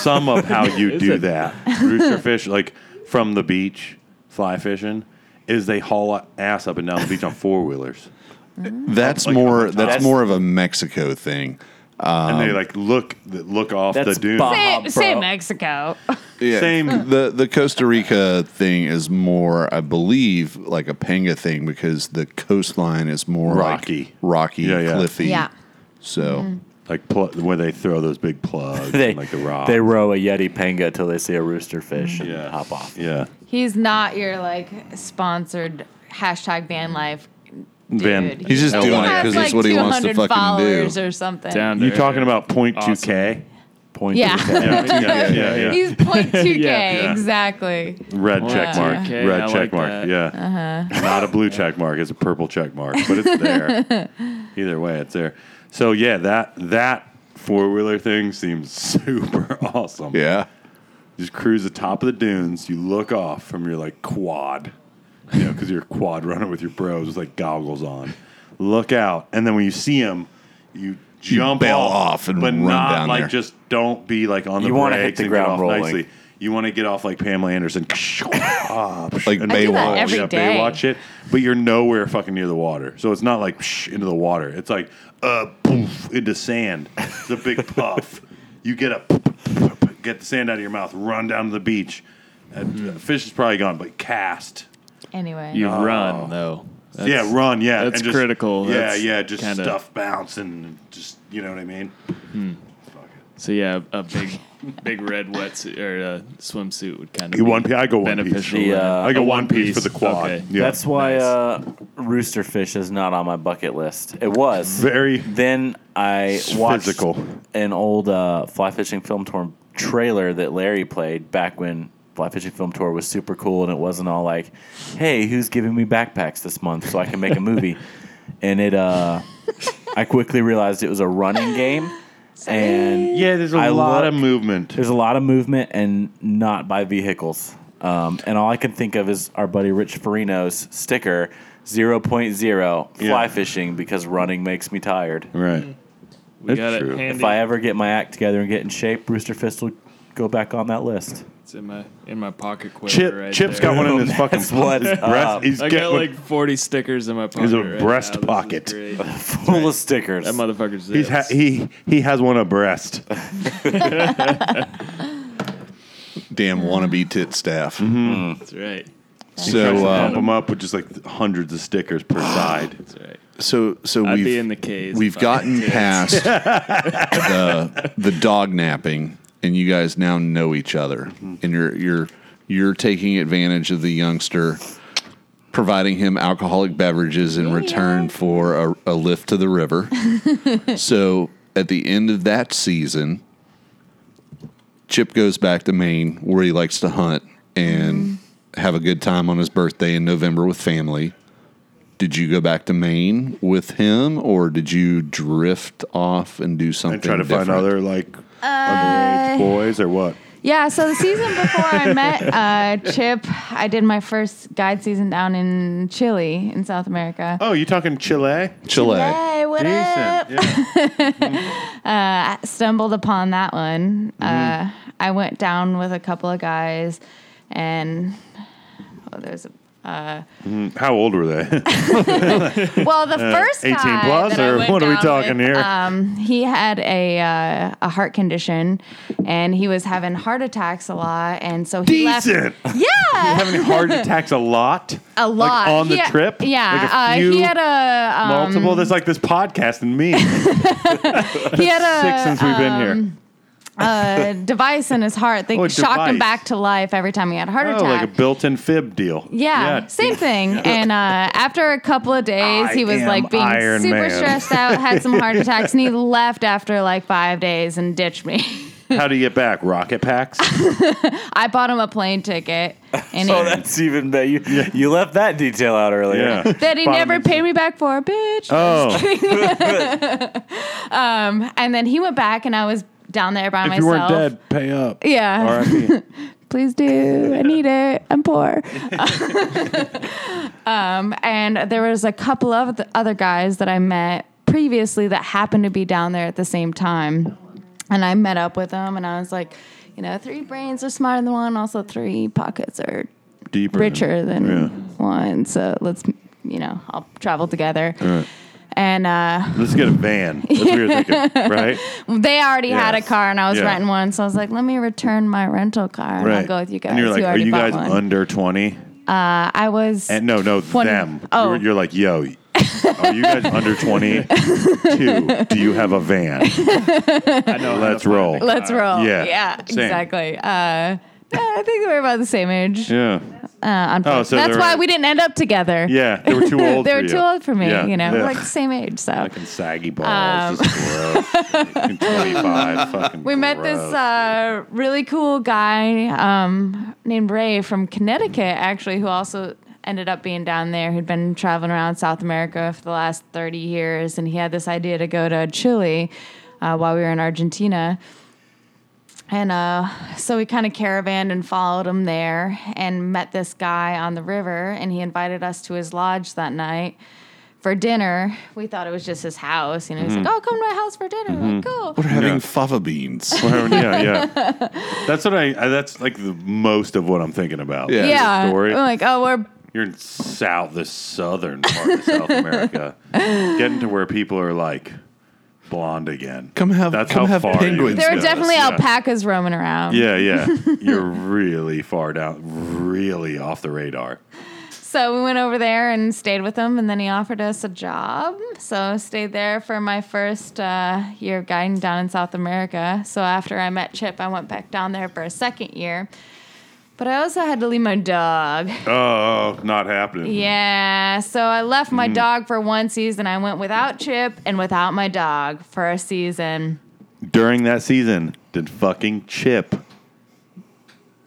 Speaker 2: sum up how you
Speaker 6: Is
Speaker 2: do
Speaker 6: it?
Speaker 2: that. Rooster fish, like from the beach, fly fishing, is they haul ass up and down the beach on four wheelers.
Speaker 3: That's more. That's
Speaker 4: That's-
Speaker 3: more of a Mexico thing.
Speaker 2: and
Speaker 6: Um,
Speaker 2: they like look look off the
Speaker 4: That's
Speaker 2: dune.
Speaker 4: Baja.
Speaker 5: say,
Speaker 4: Uh-huh,
Speaker 5: say
Speaker 4: bro.
Speaker 5: Mexico.
Speaker 3: Yeah.
Speaker 2: Same.
Speaker 3: The the Costa Rica thing is more, I believe, like a panga thing because the coastline is more like
Speaker 2: Rocky.
Speaker 3: rocky,
Speaker 2: Yeah, yeah.
Speaker 3: cliffy.
Speaker 5: yeah.
Speaker 3: So
Speaker 2: Like pl- where they throw those big plugs,
Speaker 4: They
Speaker 2: and like the rock.
Speaker 4: They row a yeti panga till they see a rooster fish and
Speaker 2: Yeah.
Speaker 4: hop off.
Speaker 2: yeah,
Speaker 5: He's not your like sponsored hashtag van life. Dude.
Speaker 2: Van-
Speaker 5: He
Speaker 3: He's just
Speaker 2: Oh,
Speaker 3: doing it
Speaker 2: wow.
Speaker 5: has
Speaker 3: because it's
Speaker 5: like
Speaker 3: what he wants
Speaker 5: 200
Speaker 3: to fucking do.
Speaker 5: followers or something.
Speaker 6: Down
Speaker 2: you
Speaker 6: to
Speaker 2: talking
Speaker 6: earth.
Speaker 2: about point two k?
Speaker 4: Point
Speaker 5: Yeah.
Speaker 4: to the cat.
Speaker 2: Yeah, yeah, yeah, yeah.
Speaker 5: He's point two k
Speaker 6: Yeah,
Speaker 2: yeah.
Speaker 5: exactly.
Speaker 2: Red check mark.
Speaker 6: 2K,
Speaker 2: Red
Speaker 6: I
Speaker 2: check
Speaker 6: like
Speaker 2: mark.
Speaker 6: that. Uh-huh.
Speaker 2: Yeah. Not a blue check mark. It's a purple check mark, but it's there. Either way, it's there. So yeah, that that four wheeler thing seems super awesome.
Speaker 3: Yeah.
Speaker 2: Just cruise the top of the dunes. You look off from your like quad, you know, because you're a quad running with your bros with like goggles on. Look out, and then when you see them, you jump
Speaker 3: bail
Speaker 2: off,
Speaker 3: off and
Speaker 2: but
Speaker 3: run
Speaker 2: not
Speaker 3: down
Speaker 2: like
Speaker 3: there.
Speaker 2: just don't be like on the
Speaker 4: You
Speaker 2: want
Speaker 4: wanna
Speaker 2: to
Speaker 4: hit the
Speaker 2: and
Speaker 4: ground
Speaker 2: get off
Speaker 4: rolling.
Speaker 2: nicely. You want to get off like Pamela Anderson, Ah,
Speaker 3: Like
Speaker 2: and
Speaker 3: I do that Baywatch.
Speaker 5: every
Speaker 2: yeah,
Speaker 5: day.
Speaker 2: Baywatch it, but you're nowhere fucking near the water, so it's not like into the water. It's like uh, poof into sand. It's a big puff. You get up, get the sand out of your mouth, run down to the beach. And, uh, fish is probably gone, but cast.
Speaker 5: Anyway,
Speaker 6: You run though. That's-
Speaker 2: yeah, run. Yeah,
Speaker 6: that's
Speaker 2: and just-
Speaker 6: critical.
Speaker 2: Yeah,
Speaker 6: That's
Speaker 2: yeah, just
Speaker 6: kinda-
Speaker 2: stuff bounce and just you know what I mean.
Speaker 6: So yeah, a big, big red wetsuit or a swimsuit would kind of
Speaker 2: You one piece. I go one piece.
Speaker 6: beneficial.
Speaker 4: The, uh,
Speaker 2: I go
Speaker 6: a
Speaker 2: one,
Speaker 6: one
Speaker 2: piece,
Speaker 6: piece.
Speaker 2: for the quad.
Speaker 6: Okay.
Speaker 2: Yeah.
Speaker 4: That's why
Speaker 6: Nice.
Speaker 4: uh, rooster fish is not on my bucket list. It was
Speaker 2: very
Speaker 4: Then I
Speaker 2: It's
Speaker 4: watched
Speaker 2: physical.
Speaker 4: an old uh, fly fishing film tour trailer that Larry played back when fly fishing film tour was super cool and it wasn't all like, "Hey, who's giving me backpacks this month so I can make a movie?" and it, uh, I quickly realized it was a running game, and
Speaker 2: yeah. There's a
Speaker 4: I
Speaker 2: lot of
Speaker 4: look-
Speaker 2: movement.
Speaker 4: there's a lot of movement and not by vehicles. Um, and all I can think of is our buddy Rich Farino's sticker 0.0 fly
Speaker 2: Yeah.
Speaker 4: fishing because running makes me tired.
Speaker 2: Right.
Speaker 6: we
Speaker 2: It's
Speaker 6: got it
Speaker 2: true.
Speaker 6: handy.
Speaker 4: If I ever get my act together and get in shape, Rooster Fist will go back on that list.
Speaker 6: it's in my in my pocket quiver.
Speaker 2: Chip
Speaker 6: right
Speaker 2: Chip's
Speaker 6: there.
Speaker 2: got one in his fucking
Speaker 4: what's
Speaker 2: his breast.
Speaker 4: up.
Speaker 2: He's
Speaker 6: I got
Speaker 2: getting-
Speaker 6: like forty stickers in my pocket.
Speaker 2: a
Speaker 6: right now.
Speaker 2: breast
Speaker 6: This is
Speaker 2: pocket.
Speaker 6: great.
Speaker 4: Full of stickers.
Speaker 6: That motherfucker's
Speaker 2: he's ha-
Speaker 6: zips.
Speaker 2: he he has one abreast.
Speaker 3: Damn wannabe tit staff.
Speaker 6: That's right.
Speaker 2: Tries
Speaker 3: So
Speaker 2: to pump
Speaker 3: uh,
Speaker 2: them up with just like hundreds of stickers per side.
Speaker 6: That's right.
Speaker 3: so so
Speaker 6: I'd be
Speaker 3: we've
Speaker 6: in the K's.
Speaker 3: we've
Speaker 6: if I
Speaker 3: gotten
Speaker 6: did.
Speaker 3: past the the dog napping, and you guys now know each other, and you're you're you're taking advantage of the youngster, providing him alcoholic beverages in return for a, a lift to the river. so at the end of that season, Chip goes back to Maine where he likes to hunt and have a good time on his birthday in November with family. Did you go back to Maine with him, or did you drift off and do something?
Speaker 2: And try to
Speaker 3: different?
Speaker 2: find other like
Speaker 5: Uh,
Speaker 2: underage boys or what?
Speaker 5: Yeah, so the season before I met uh, Chip, I did my first guide season down in Chile in South America.
Speaker 2: Oh, you talking Chile?
Speaker 3: Chile.
Speaker 5: Hey, what up?
Speaker 2: Yeah.
Speaker 5: Stumbled upon that one. Uh,
Speaker 6: Mm-hmm.
Speaker 5: I went down with a couple of guys, and oh, there's a
Speaker 2: How old were they?
Speaker 5: well, the first
Speaker 2: Uh, Eighteen
Speaker 5: guy
Speaker 2: plus,
Speaker 5: that I
Speaker 2: or
Speaker 5: went
Speaker 2: what are we
Speaker 5: down
Speaker 2: talking
Speaker 5: with, uh,
Speaker 2: here?
Speaker 5: he had a uh, a heart condition, and he was having heart attacks a lot, and so he
Speaker 2: Decent.
Speaker 5: left. Yeah, Um,
Speaker 2: Having heart attacks a lot.
Speaker 5: a lot
Speaker 2: Like on the
Speaker 5: He-
Speaker 2: trip.
Speaker 5: Yeah,
Speaker 2: Like a few,
Speaker 5: uh, he had a um,
Speaker 2: multiple. That's like this podcast and me. Six
Speaker 5: he had a
Speaker 2: since we've been here.
Speaker 5: Um, a device in his heart that
Speaker 2: Oh, a
Speaker 5: shocked him
Speaker 2: device.
Speaker 5: back to life every time he had a heart
Speaker 2: Oh,
Speaker 5: attack.
Speaker 2: like a built-in fib deal.
Speaker 5: yeah, same thing. And uh, after a couple of days,
Speaker 2: I
Speaker 5: he was
Speaker 2: am
Speaker 5: like being
Speaker 2: Iron
Speaker 5: super
Speaker 2: Man.
Speaker 5: stressed out, had some heart attacks, and he left after like five days and ditched me.
Speaker 2: How do you get back? Rocket packs.
Speaker 5: I bought him a plane ticket, and
Speaker 4: oh,
Speaker 5: he,
Speaker 4: that's even better. You, you left that detail out earlier.
Speaker 2: Yeah.
Speaker 5: that he
Speaker 2: Bottom
Speaker 5: never
Speaker 2: of-
Speaker 5: paid me back for, bitch.
Speaker 2: Oh,
Speaker 5: And then he went back, and I was down there by
Speaker 2: if
Speaker 5: myself.
Speaker 2: you weren't dead, pay up.
Speaker 5: Yeah.
Speaker 2: R.I.P.
Speaker 5: please do. I need it. I'm poor. um, and there was a couple of the other guys that I met previously that happened to be down there at the same time. And I met up with them and I was like, you know, three brains are smarter than one. Also, three pockets are
Speaker 2: Deeper.
Speaker 5: richer than
Speaker 2: Yeah.
Speaker 5: one. So let's, you know, I'll travel together. And uh,
Speaker 2: Let's get a van. That's what you're thinking, right?
Speaker 5: they already had a
Speaker 2: Yes.
Speaker 5: car and I was
Speaker 2: Yeah.
Speaker 5: renting one. So I was like, let me return my rental car and I'll
Speaker 2: Right.
Speaker 5: go with you guys.
Speaker 2: And you're like,
Speaker 5: who
Speaker 2: are
Speaker 5: already
Speaker 2: you
Speaker 5: bought
Speaker 2: guys
Speaker 5: one."
Speaker 2: under 20?
Speaker 5: I was.
Speaker 2: And no, no,
Speaker 5: Twenty-
Speaker 2: them.
Speaker 5: Oh.
Speaker 2: You're, you're like, yo, Are you guys under 22? Do you have a van?
Speaker 6: I know. how to
Speaker 2: Let's
Speaker 6: find
Speaker 2: roll.
Speaker 6: a car.
Speaker 5: Let's roll.
Speaker 2: uh, yeah,
Speaker 5: Yeah,
Speaker 2: same.
Speaker 5: exactly. Uh, yeah, I think we're about the same age.
Speaker 2: Yeah.
Speaker 5: Uh, on
Speaker 2: Oh, so
Speaker 5: That's
Speaker 2: they're-
Speaker 5: why we didn't end up together.
Speaker 2: Yeah. They were too old
Speaker 5: they
Speaker 2: for
Speaker 5: were
Speaker 2: you.
Speaker 5: too old for me.
Speaker 2: Yeah,
Speaker 5: You know,
Speaker 2: yeah.
Speaker 5: we're like um, the same age. So
Speaker 2: Fucking saggy balls. just gross. Fucking 25. Fucking
Speaker 5: we met this
Speaker 2: gross.
Speaker 5: uh, really cool guy um, named Ray from Connecticut, actually, who also ended up being down there, who'd been traveling around South America for the last 30 years. And he had this idea to go to Chile uh, while we were in Argentina. And uh, so we kind of caravanned and followed him there and met this guy on the river. And he invited us to his lodge that night for dinner. We thought it was just his house. You know, he's like, oh, come to my house for dinner. We're Like, cool.
Speaker 3: We're having
Speaker 2: Yeah.
Speaker 3: fava beans.
Speaker 2: Well, yeah, yeah. That's what I, I. That's like the most of what I'm thinking about.
Speaker 3: Yeah.
Speaker 2: is the
Speaker 5: yeah.
Speaker 2: story.
Speaker 5: I'm like, oh, we're
Speaker 2: You're in south, the southern part of South America, getting to where people are like blonde again.
Speaker 3: Come have-
Speaker 2: That's
Speaker 3: come
Speaker 2: how
Speaker 3: have
Speaker 2: far you
Speaker 3: penguins.
Speaker 2: can
Speaker 5: there were
Speaker 2: go.
Speaker 5: definitely
Speaker 2: yeah.
Speaker 5: alpacas roaming around.
Speaker 2: Yeah, yeah. You're really far down, really off the radar.
Speaker 5: So we went over there and stayed with him, and then he offered us a job. So stayed there for my first uh, year of guiding down in South America. So after I met Chip, I went back down there for a second year. But I also had to leave my dog.
Speaker 2: Oh, not happening.
Speaker 5: Yeah, so I left
Speaker 2: Mm-hmm.
Speaker 5: my dog for one season. I went without Chip and without my dog for a season.
Speaker 2: During that season, did fucking Chip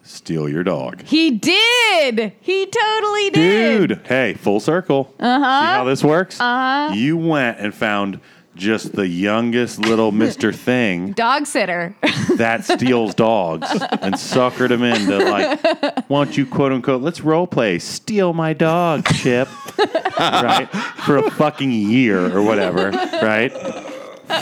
Speaker 2: steal your dog?
Speaker 5: He did. He totally did. Uh-huh.
Speaker 2: Dude, hey, full circle. Uh huh. See how this works? Uh huh. You went and found just the youngest little Mr. Thing
Speaker 5: Dog sitter.
Speaker 2: that steals dogs and suckered him into like, won't you quote unquote, let's role play, steal my dog, Chip, right? For a fucking year or whatever, right?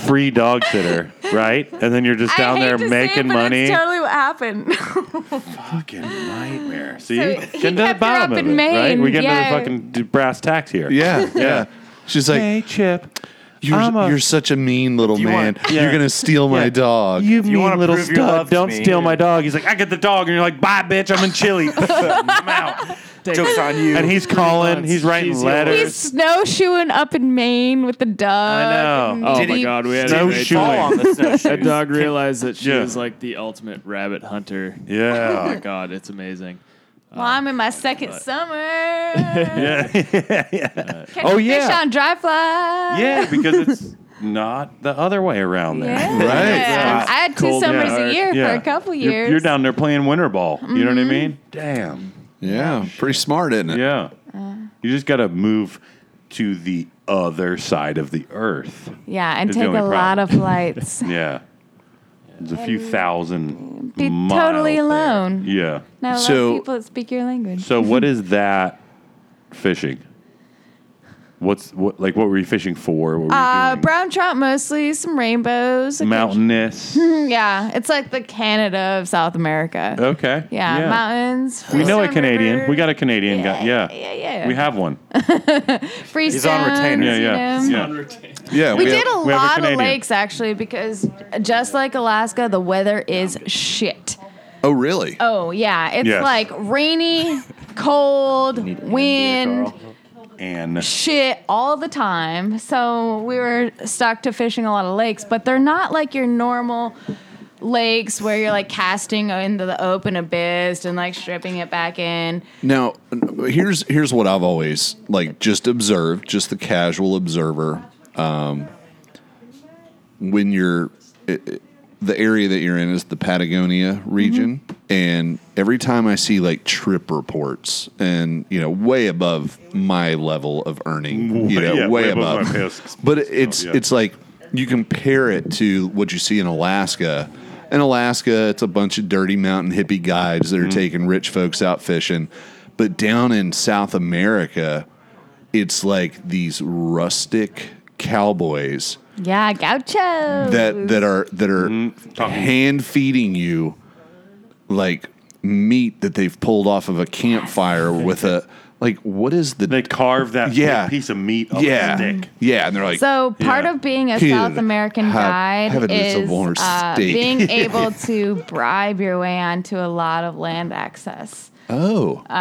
Speaker 2: Free dog sitter, right? And then you're just
Speaker 5: I
Speaker 2: down
Speaker 5: hate
Speaker 2: there
Speaker 5: to say
Speaker 2: making
Speaker 5: it, but
Speaker 2: money.
Speaker 5: That's totally what happened.
Speaker 2: fucking nightmare. See,
Speaker 5: So he
Speaker 2: getting to the
Speaker 5: kept her
Speaker 2: bottom
Speaker 5: up
Speaker 2: of it,
Speaker 5: in
Speaker 2: right?
Speaker 5: Maine,
Speaker 2: We get
Speaker 5: yeah.
Speaker 2: into the fucking d- brass tacks here.
Speaker 3: Yeah, yeah. She's like,
Speaker 2: Hey, Chip.
Speaker 3: you're,
Speaker 2: I'm a-
Speaker 3: you're such a mean little
Speaker 2: you
Speaker 3: man.
Speaker 2: want- yeah.
Speaker 3: You're gonna steal my
Speaker 2: Yeah.
Speaker 3: dog.
Speaker 2: You
Speaker 4: you
Speaker 2: mean
Speaker 4: wanna
Speaker 2: little
Speaker 4: prove your love
Speaker 2: stud.
Speaker 4: to
Speaker 2: Don't
Speaker 4: me,
Speaker 2: steal
Speaker 4: you-
Speaker 2: my dog. He's like, I get the dog. And you're like, bye, bitch. I'm in Chile. I'm out.
Speaker 4: Joke's on you.
Speaker 2: And he's calling. He's writing
Speaker 6: She's
Speaker 5: He's
Speaker 2: letters.
Speaker 5: snowshoeing up in Maine with the dog.
Speaker 2: I know.
Speaker 6: Oh
Speaker 5: Did
Speaker 6: my
Speaker 5: he-
Speaker 6: god, we had
Speaker 2: Snow
Speaker 6: a great
Speaker 2: shoeing.
Speaker 4: fall
Speaker 6: time.
Speaker 4: on the snowshoes.
Speaker 6: That dog realized that she
Speaker 2: Yeah. Uh,
Speaker 6: was like the ultimate rabbit hunter. Oh my
Speaker 2: Yeah.
Speaker 6: god, it's amazing.
Speaker 5: Well, I'm in my second summer. yeah.
Speaker 2: yeah. yeah.
Speaker 5: Catching
Speaker 2: Oh, yeah.
Speaker 5: fish on dry fly.
Speaker 2: Yeah, because it's not the other way around there.
Speaker 5: Yeah.
Speaker 3: Right.
Speaker 5: I had two
Speaker 2: Cold
Speaker 5: summers
Speaker 2: dark.
Speaker 5: a year
Speaker 2: Yeah.
Speaker 5: for a couple
Speaker 2: You're-
Speaker 5: years. Mm-hmm.
Speaker 2: You're, down there playing winter ball. You know what I mean? Damn.
Speaker 3: Yeah, pretty smart, isn't it?
Speaker 2: Yeah.
Speaker 5: Uh.
Speaker 2: you just got to move to the other side of the earth.
Speaker 5: Yeah, and
Speaker 2: It's the
Speaker 5: take a
Speaker 2: only
Speaker 5: lot
Speaker 2: problem.
Speaker 5: of flights.
Speaker 2: Yeah. It's a few thousand
Speaker 5: Be
Speaker 2: miles
Speaker 5: totally
Speaker 2: there.
Speaker 5: alone.
Speaker 2: Yeah.
Speaker 5: Not a lot
Speaker 3: So-
Speaker 5: of people that speak your language.
Speaker 2: So what is that fishing? What's what like what were you fishing for? What were you
Speaker 5: uh,
Speaker 2: doing?
Speaker 5: brown trout mostly, some rainbows.
Speaker 2: Mountainous.
Speaker 5: Yeah, it's like the Canada of South America.
Speaker 2: Okay.
Speaker 5: yeah, mountains.
Speaker 2: Oh, We know a
Speaker 5: Freestone
Speaker 2: Canadian.
Speaker 5: River.
Speaker 2: We got a Canadian guy. Yeah.
Speaker 5: yeah, yeah.
Speaker 2: We have one.
Speaker 5: Freestone.
Speaker 4: retainer.
Speaker 2: Yeah, yeah.
Speaker 5: You know.
Speaker 2: yeah.
Speaker 3: Yeah,
Speaker 5: We did a
Speaker 2: we have a
Speaker 5: lot of
Speaker 2: Canadian.
Speaker 5: lakes actually because just like Alaska, the weather is shit.
Speaker 3: Oh, really?
Speaker 5: Oh yeah, it's
Speaker 2: Yes.
Speaker 5: like rainy, cold, wind,
Speaker 2: And
Speaker 5: shit all the time. So we were stuck to fishing a lot of lakes, but they're not like your normal lakes where you're like casting into the open abyss and like stripping it back in.
Speaker 3: Now, here's here's what I've always like just observed, just the casual observer. Um, when you're it, it- the area that you're in is the Patagonia region,
Speaker 2: Mm-hmm.
Speaker 3: and every time I see like trip reports, and you know, way above my level of earning, you know,
Speaker 2: Yeah,
Speaker 3: way,
Speaker 2: way above
Speaker 3: above,
Speaker 2: my pay-
Speaker 3: but it's
Speaker 2: yeah.
Speaker 3: it's like you compare it to what you see in Alaska. In Alaska, it's a bunch of dirty mountain hippie guides
Speaker 2: Mm-hmm.
Speaker 3: that are taking rich folks out fishing. But down in South America, it's like these rustic cowboys
Speaker 5: Yeah, gauchos.
Speaker 3: that that are that are
Speaker 2: Mm-hmm.
Speaker 3: hand feeding you like meat that they've pulled off of a campfire with a like what is the
Speaker 2: they carve that
Speaker 3: Yeah.
Speaker 2: piece of meat up
Speaker 3: yeah
Speaker 2: a stick.
Speaker 3: yeah and they're like
Speaker 5: So part
Speaker 2: Yeah.
Speaker 5: of being a
Speaker 3: Here,
Speaker 5: South American
Speaker 3: have-
Speaker 5: guide
Speaker 3: have a little
Speaker 5: is
Speaker 3: more
Speaker 5: uh,
Speaker 3: steak.
Speaker 5: being able to bribe your way onto a lot of land access.
Speaker 2: Oh,
Speaker 3: Oh,
Speaker 5: I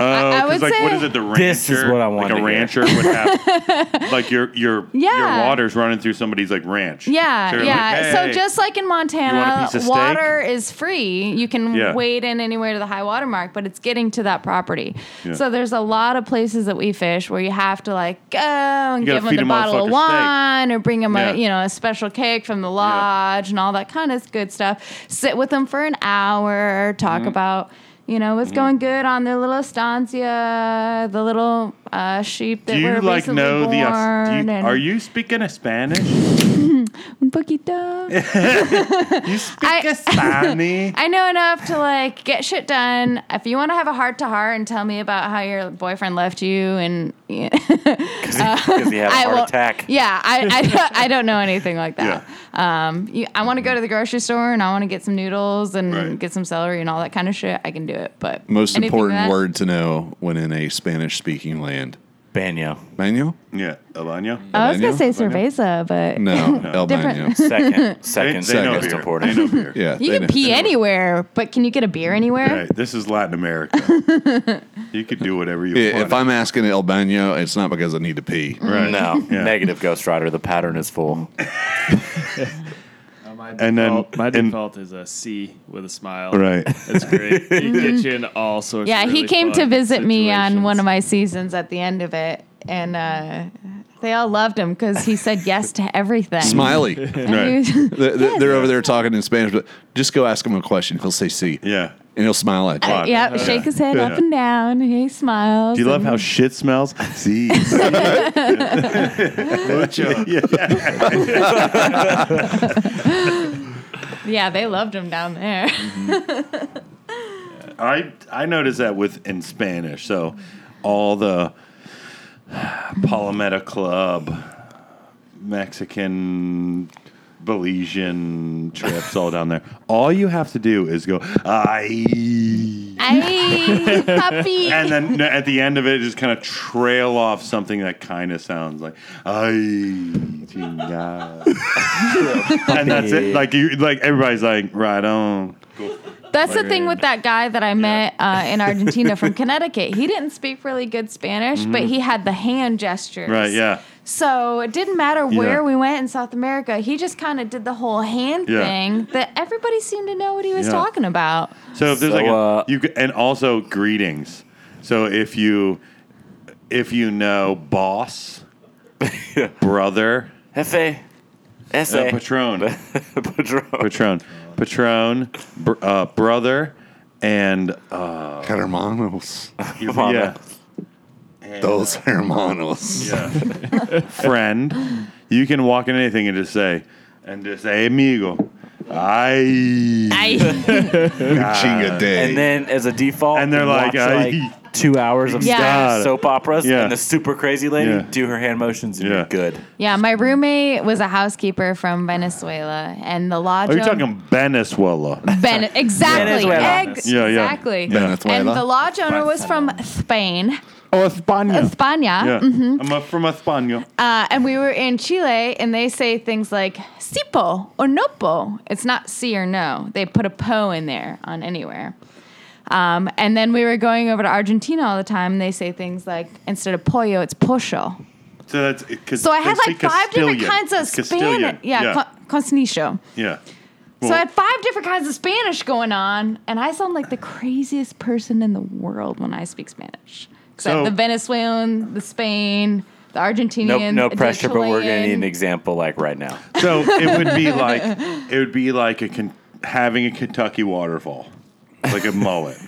Speaker 2: 'cause,
Speaker 5: would
Speaker 2: like, what
Speaker 5: say-
Speaker 2: is it? The rancher.
Speaker 4: This is what I wanted
Speaker 2: Like
Speaker 4: to
Speaker 2: a
Speaker 4: hear.
Speaker 2: rancher would have, like your your your
Speaker 5: Yeah.
Speaker 2: water's running through somebody's like ranch.
Speaker 5: Yeah,
Speaker 2: So you're like,
Speaker 5: yeah.
Speaker 2: "Hey."
Speaker 5: So just like in Montana,
Speaker 2: piece of steak?
Speaker 5: water is free. You can
Speaker 2: Yeah.
Speaker 5: wade in anywhere to the high water mark, but it's getting to that property.
Speaker 2: Yeah.
Speaker 5: So there's a lot of places that we fish where you have to like go and
Speaker 2: gotta
Speaker 5: give them
Speaker 2: feed
Speaker 5: the
Speaker 2: 'em
Speaker 5: bottle
Speaker 2: motherfuckers
Speaker 5: of wine or bring them
Speaker 2: Yeah.
Speaker 5: a you know a special cake from the lodge and all that kind of good stuff. Sit with them for an hour, talk
Speaker 2: Mm-hmm.
Speaker 5: about. You know what's going good on their little estancia, the little uh, sheep that
Speaker 2: do you
Speaker 5: were
Speaker 2: like
Speaker 5: recently
Speaker 2: know
Speaker 5: born.
Speaker 2: the? Us- do you-
Speaker 5: and
Speaker 2: are you speaking a Spanish?
Speaker 5: un poquito?
Speaker 2: You speak
Speaker 5: I-
Speaker 2: a Spanish.
Speaker 5: I know enough to like get shit done. If you want to have a heart to heart and tell me about how your boyfriend left you and yeah,
Speaker 4: because he had a
Speaker 5: I
Speaker 4: heart
Speaker 5: won't-
Speaker 4: attack.
Speaker 5: yeah, I I don't, I don't know anything like
Speaker 2: yeah.
Speaker 5: that. Um, you, I want to go to the grocery store and I want to get some noodles and
Speaker 2: Right.
Speaker 5: get some celery and all that kind of shit. I can do it, but
Speaker 3: most
Speaker 5: anything
Speaker 3: important
Speaker 5: that-
Speaker 3: word to know when in a Spanish-speaking land.
Speaker 4: Banyo.
Speaker 3: Manuel?
Speaker 2: Yeah. Albania.
Speaker 5: I was gonna say
Speaker 3: Albano?
Speaker 5: cerveza, but
Speaker 3: No, El Baño.
Speaker 4: Second,
Speaker 2: They,
Speaker 4: second,
Speaker 2: they know
Speaker 4: most
Speaker 2: beer.
Speaker 4: important.
Speaker 2: They know beer.
Speaker 3: Yeah,
Speaker 5: you
Speaker 3: they
Speaker 5: can
Speaker 3: know.
Speaker 5: pee anywhere. But can you get a beer anywhere?
Speaker 2: Right. This is Latin America. you could do whatever you
Speaker 3: I-
Speaker 2: want.
Speaker 3: If I'm asking El Baño, it's not because I need to pee.
Speaker 5: Mm-hmm.
Speaker 2: right.
Speaker 4: No,
Speaker 2: Yeah.
Speaker 4: negative Ghost Rider. The pattern is full.
Speaker 6: My
Speaker 2: And then-
Speaker 6: default- my
Speaker 2: and-
Speaker 6: default is a C with a smile.
Speaker 2: Right.
Speaker 6: That's great. It gets you in all sorts.
Speaker 5: Yeah,
Speaker 6: of
Speaker 5: he
Speaker 6: really
Speaker 5: came to
Speaker 6: fun
Speaker 5: visit me on one
Speaker 6: situations.
Speaker 5: of my seasons at the end of it, and uh, they all loved him because he said yes to everything.
Speaker 3: Smiley.
Speaker 5: And he
Speaker 2: Right.
Speaker 5: was-
Speaker 3: They're, they're over there talking in Spanish, but just go ask him a question. He'll say "see,"
Speaker 2: Yeah.
Speaker 3: and he'll smile at you.
Speaker 2: Fuck.
Speaker 5: yeah, shake his head
Speaker 2: Yeah.
Speaker 5: up and down. He smiles.
Speaker 2: Do you love
Speaker 5: and-
Speaker 2: how shit smells? See. yeah.
Speaker 5: Yeah, they loved him down there.
Speaker 2: I I noticed that with in Spanish. So all the Palometa Club, Mexican, Belizean trips all down there. All you have to do is go I.
Speaker 5: Ay, puppy.
Speaker 2: And then at the end of it, just kind of trail off something that kind of sounds like "ay, chingada." and that's it. Like you, like everybody's like, right on.
Speaker 5: That's the thing with that guy that I met uh, in Argentina from Connecticut. He didn't speak really good Spanish, but he had the hand gestures.
Speaker 2: Mm. Right? Yeah.
Speaker 5: So it didn't matter where
Speaker 2: Yeah.
Speaker 5: we went in South America. He just kind of did the whole hand
Speaker 2: Yeah.
Speaker 5: thing that everybody seemed to know what he was
Speaker 2: Yeah.
Speaker 5: talking about.
Speaker 2: So if there's
Speaker 4: So,
Speaker 2: like a,
Speaker 4: uh,
Speaker 2: you c- and also greetings. So if you if you know boss, brother,
Speaker 4: Jefe, ese,
Speaker 2: uh, patron,
Speaker 4: Patron.
Speaker 2: patron, patron, br- uh, brother, and uh,
Speaker 3: Hermanos,
Speaker 2: you-
Speaker 4: on,
Speaker 2: yeah,
Speaker 3: those hermanos.
Speaker 2: yeah, friend. You can walk in anything and just say and just say amigo. I
Speaker 5: I,
Speaker 2: Ah,
Speaker 3: Chinga day.
Speaker 4: And then as a default,
Speaker 2: And they're
Speaker 4: you
Speaker 2: like,
Speaker 4: watch,
Speaker 2: "Ay."
Speaker 4: like, two hours of
Speaker 5: Yeah.
Speaker 4: Spanish soap operas,
Speaker 2: Yeah.
Speaker 4: and the super crazy lady
Speaker 2: Yeah.
Speaker 4: do her hand motions, and
Speaker 2: Yeah.
Speaker 4: you're good.
Speaker 5: yeah, my roommate was a housekeeper from Venezuela, and the lodge.
Speaker 2: are you Oh, talking Venezuela?
Speaker 5: Ven- exactly?
Speaker 4: Venezuela.
Speaker 5: Ex-
Speaker 2: Yeah, yeah.
Speaker 5: Exactly.
Speaker 3: Venezuela.
Speaker 5: And the lodge owner was from Spain,
Speaker 2: Oh, España.
Speaker 5: España. Mm-hmm.
Speaker 2: Yeah, I'm uh, from España.
Speaker 5: Uh, and we were in Chile, and they say things like "sipo" or "no po." It's not "si" or "no." They put a "po" in there on anywhere. Um, and then we were going over to Argentina all the time. And they say things like instead of "pollo," it's "pocho."
Speaker 2: So that's because
Speaker 5: So I had like five different kinds of Spanish. Yeah,
Speaker 2: yeah.
Speaker 5: yeah. cosnicho.
Speaker 2: Yeah.
Speaker 5: so
Speaker 2: Well,
Speaker 5: I had five different kinds of Spanish going on, and I sound like the craziest person in the world when I speak Spanish. Except
Speaker 2: So-
Speaker 5: the Venezuelan, the Spain, the Argentinian.
Speaker 4: No, no
Speaker 5: the
Speaker 4: pressure, but we're going to need an
Speaker 5: Chilean.
Speaker 4: example like right now.
Speaker 2: so it would be like it would be like a con- having a Kentucky waterfall, like a mullet,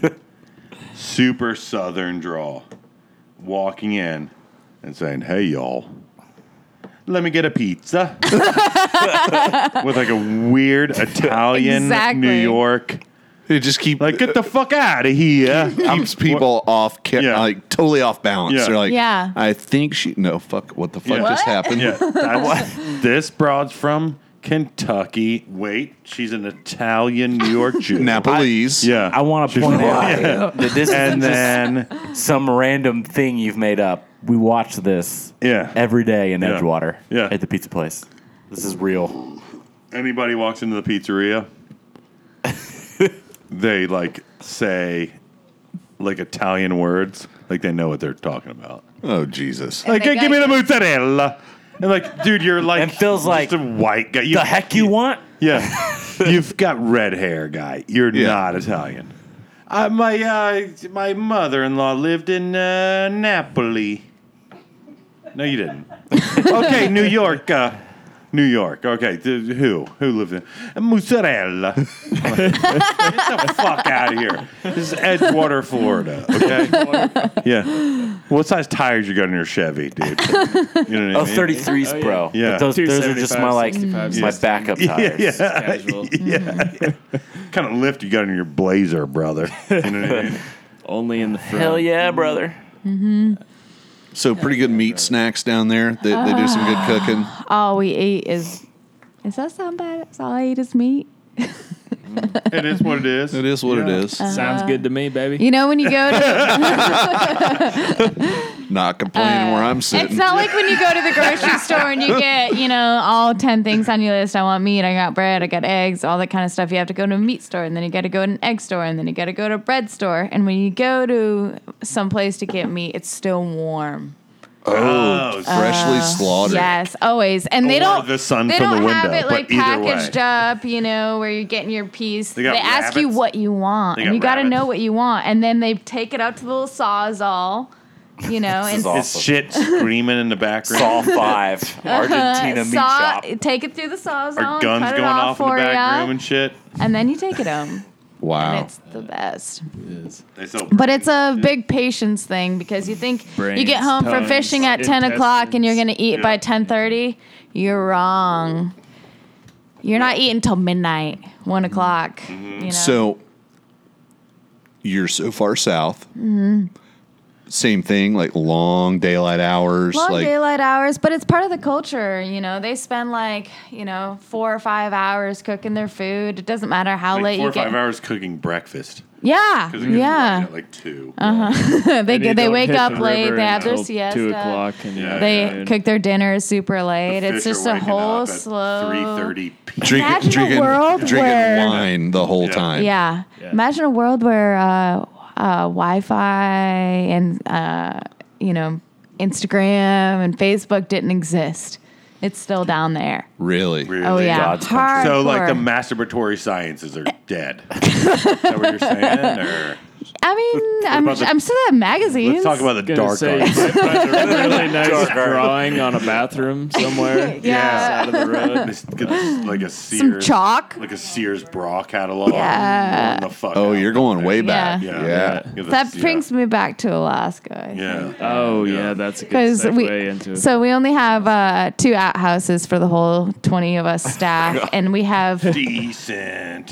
Speaker 2: super southern drawl, walking in and saying, "Hey y'all, let me get a pizza," with like a weird Italian
Speaker 5: Exactly.
Speaker 2: New York,
Speaker 3: It just keep
Speaker 2: like get the fuck out of here.
Speaker 3: keeps people off, ca-
Speaker 2: Yeah.
Speaker 3: like totally off balance.
Speaker 2: Yeah.
Speaker 3: They're like,
Speaker 5: Yeah.
Speaker 3: I think she. No, fuck. What the fuck
Speaker 2: Yeah.
Speaker 3: just
Speaker 5: What?
Speaker 3: happened?
Speaker 2: Yeah, that's- this broad's from Kentucky. Wait, she's an Italian New York Jew.
Speaker 3: Napoli's.
Speaker 2: Yeah.
Speaker 4: I want to
Speaker 2: She's
Speaker 4: point
Speaker 2: from-
Speaker 4: out that this isn't
Speaker 2: And then,
Speaker 4: just some random thing you've made up. We watch this
Speaker 2: Yeah.
Speaker 4: every day in
Speaker 2: Yeah.
Speaker 4: Edgewater
Speaker 2: Yeah.
Speaker 4: at the pizza place. This is real.
Speaker 2: anybody walks into the pizzeria, they like say like Italian words, like they know what they're talking about.
Speaker 3: Oh Jesus!
Speaker 2: Like,
Speaker 5: they
Speaker 2: "Hey, give
Speaker 5: got
Speaker 2: me the
Speaker 5: you."
Speaker 2: mozzarella. And like, dude, you're like,
Speaker 4: And Phil's
Speaker 2: just
Speaker 4: like,
Speaker 2: a white guy. You-
Speaker 4: the heck you want?
Speaker 2: Yeah, you've got red hair, guy. You're
Speaker 3: Yeah.
Speaker 2: not Italian. Uh, my uh, my mother-in-law lived in uh, Napoli. No, you didn't. okay, New York. Uh, New York. Okay, th- who who lived in uh, mozzarella? Get the fuck out of here. This is Edgewater, Florida. Okay. yeah. What size tires you got in your Chevy, dude? You know what I
Speaker 4: Oh,
Speaker 2: mean?
Speaker 4: 33s,
Speaker 6: Oh, yeah.
Speaker 4: bro.
Speaker 2: Yeah.
Speaker 4: But Those, those are just my
Speaker 6: 275,
Speaker 4: like
Speaker 6: 65,
Speaker 4: my
Speaker 6: 60.
Speaker 4: backup
Speaker 2: Yeah,
Speaker 4: tires.
Speaker 2: yeah.
Speaker 6: Casual.
Speaker 5: Mm-hmm.
Speaker 2: kind of lift you got in your blazer, brother. You know what I mean?
Speaker 6: Only in the front.
Speaker 4: Hell yeah, brother.
Speaker 3: So pretty good meat snacks down there. They, they do some good cooking.
Speaker 5: All we eat is. Is that sound bad? It's all I eat is meat.
Speaker 2: It is what it is.
Speaker 3: It is what it is.
Speaker 5: Uh,
Speaker 6: Sounds good to me, baby.
Speaker 5: You know when you go to
Speaker 3: Not complaining where I'm
Speaker 5: uh, It's
Speaker 3: sitting.
Speaker 5: not like when you go to the grocery store and you get, you know, all 10 things on your list. I want meat, I got bread, I got eggs, all that kind of stuff. You have to go to a meat store and then you got to go to an egg store and then you got to go to a bread store. And when you go to some place to get meat, it's still warm.
Speaker 2: Oh,
Speaker 3: Freshly
Speaker 5: Uh,
Speaker 3: slaughtered.
Speaker 5: Yes, always. And they
Speaker 2: Or
Speaker 5: don't
Speaker 2: the sun
Speaker 5: they
Speaker 2: from the
Speaker 5: don't have
Speaker 2: window,
Speaker 5: it like
Speaker 2: but either way.
Speaker 5: packaged up, you know, where you're getting your piece.
Speaker 2: They
Speaker 5: They,
Speaker 2: got
Speaker 5: ask you
Speaker 2: rabbits.
Speaker 5: what you want,
Speaker 2: They
Speaker 5: and
Speaker 2: got
Speaker 5: you got to
Speaker 2: rabbits.
Speaker 5: know what you want, and then they take it out to the little sawzall, you know,
Speaker 4: This
Speaker 5: and
Speaker 4: is awful.
Speaker 2: it's shit screaming in the background.
Speaker 4: Saw five Argentina meat
Speaker 5: Uh-huh. saw,
Speaker 4: shop.
Speaker 5: take it through the sawzall,
Speaker 2: Our
Speaker 5: and
Speaker 2: guns
Speaker 5: cut
Speaker 2: going
Speaker 5: it
Speaker 2: off
Speaker 5: off,
Speaker 2: in the
Speaker 5: for you,
Speaker 2: back room
Speaker 5: and,
Speaker 2: and shit.
Speaker 5: then you take it home.
Speaker 3: Wow.
Speaker 5: It's the best,
Speaker 2: They sell-
Speaker 5: but it's a big patience thing because you think you get
Speaker 6: Brains,
Speaker 5: home from
Speaker 6: tongues,
Speaker 5: fishing at ten o'clock and you're gonna eat by
Speaker 2: Yeah.
Speaker 5: ten thirty. You're wrong. You're not eating till midnight, one o'clock.
Speaker 2: Mm-hmm.
Speaker 5: You know?
Speaker 3: So you're so far south.
Speaker 5: Mm-hmm.
Speaker 3: Same thing, like long daylight hours.
Speaker 5: long
Speaker 3: like
Speaker 5: daylight hours, but it's part of the culture. You know, they spend like you know four or five hours cooking their food. It doesn't matter how
Speaker 2: like
Speaker 5: late
Speaker 2: four
Speaker 5: you
Speaker 2: or five
Speaker 5: get.
Speaker 2: hours cooking breakfast.
Speaker 5: Yeah,
Speaker 2: 'Cause it gets
Speaker 5: yeah. Uh-huh.
Speaker 2: light at like two.
Speaker 5: they
Speaker 6: And you
Speaker 5: get, they
Speaker 6: don't
Speaker 5: wake
Speaker 6: hit
Speaker 5: up
Speaker 6: the
Speaker 5: late.
Speaker 6: river
Speaker 5: They have their
Speaker 6: until
Speaker 5: siesta.
Speaker 6: Two o'clock, and uh,
Speaker 2: Yeah.
Speaker 5: They
Speaker 6: dude.
Speaker 5: cook their dinner super late. it's just a whole slow.
Speaker 2: Three thirty.
Speaker 3: drink,
Speaker 5: Imagine a
Speaker 3: drinking,
Speaker 5: world
Speaker 3: drinking
Speaker 5: where-
Speaker 3: wine the whole time.
Speaker 5: Yeah. Imagine a world where uh, uh, Wi-Fi and uh, you know Instagram and Facebook didn't exist. It's still down there.
Speaker 3: Really?
Speaker 5: Oh yeah,
Speaker 4: God's country.
Speaker 2: So like the
Speaker 5: Hardcore.
Speaker 2: masturbatory sciences are dead. is that what you're saying? Or
Speaker 5: I mean, I'm,
Speaker 2: about the-
Speaker 5: I'm still at magazines.
Speaker 2: let's talk about the
Speaker 6: Gonna
Speaker 2: dark
Speaker 6: say, you
Speaker 2: arts.
Speaker 6: might find a really nice
Speaker 4: Dark art.
Speaker 6: drawing on a bathroom somewhere.
Speaker 5: Yeah.
Speaker 6: Side of the road.
Speaker 2: This- this- like a
Speaker 5: some
Speaker 2: Sears,
Speaker 5: chalk.
Speaker 2: like a Sears Bra catalog.
Speaker 5: Yeah.
Speaker 2: Blown the fuck
Speaker 3: Oh,
Speaker 2: out.
Speaker 3: you're going way
Speaker 5: Yeah.
Speaker 3: back.
Speaker 2: Yeah. Yeah,
Speaker 5: That
Speaker 2: that's- yeah.
Speaker 5: brings me back to Alaska. I
Speaker 2: Yeah.
Speaker 6: Oh yeah, that's a good
Speaker 5: because
Speaker 6: segue
Speaker 5: we
Speaker 6: into.
Speaker 5: so we only have uh, two outhouses for the whole 20 of us staff and we have
Speaker 2: decent.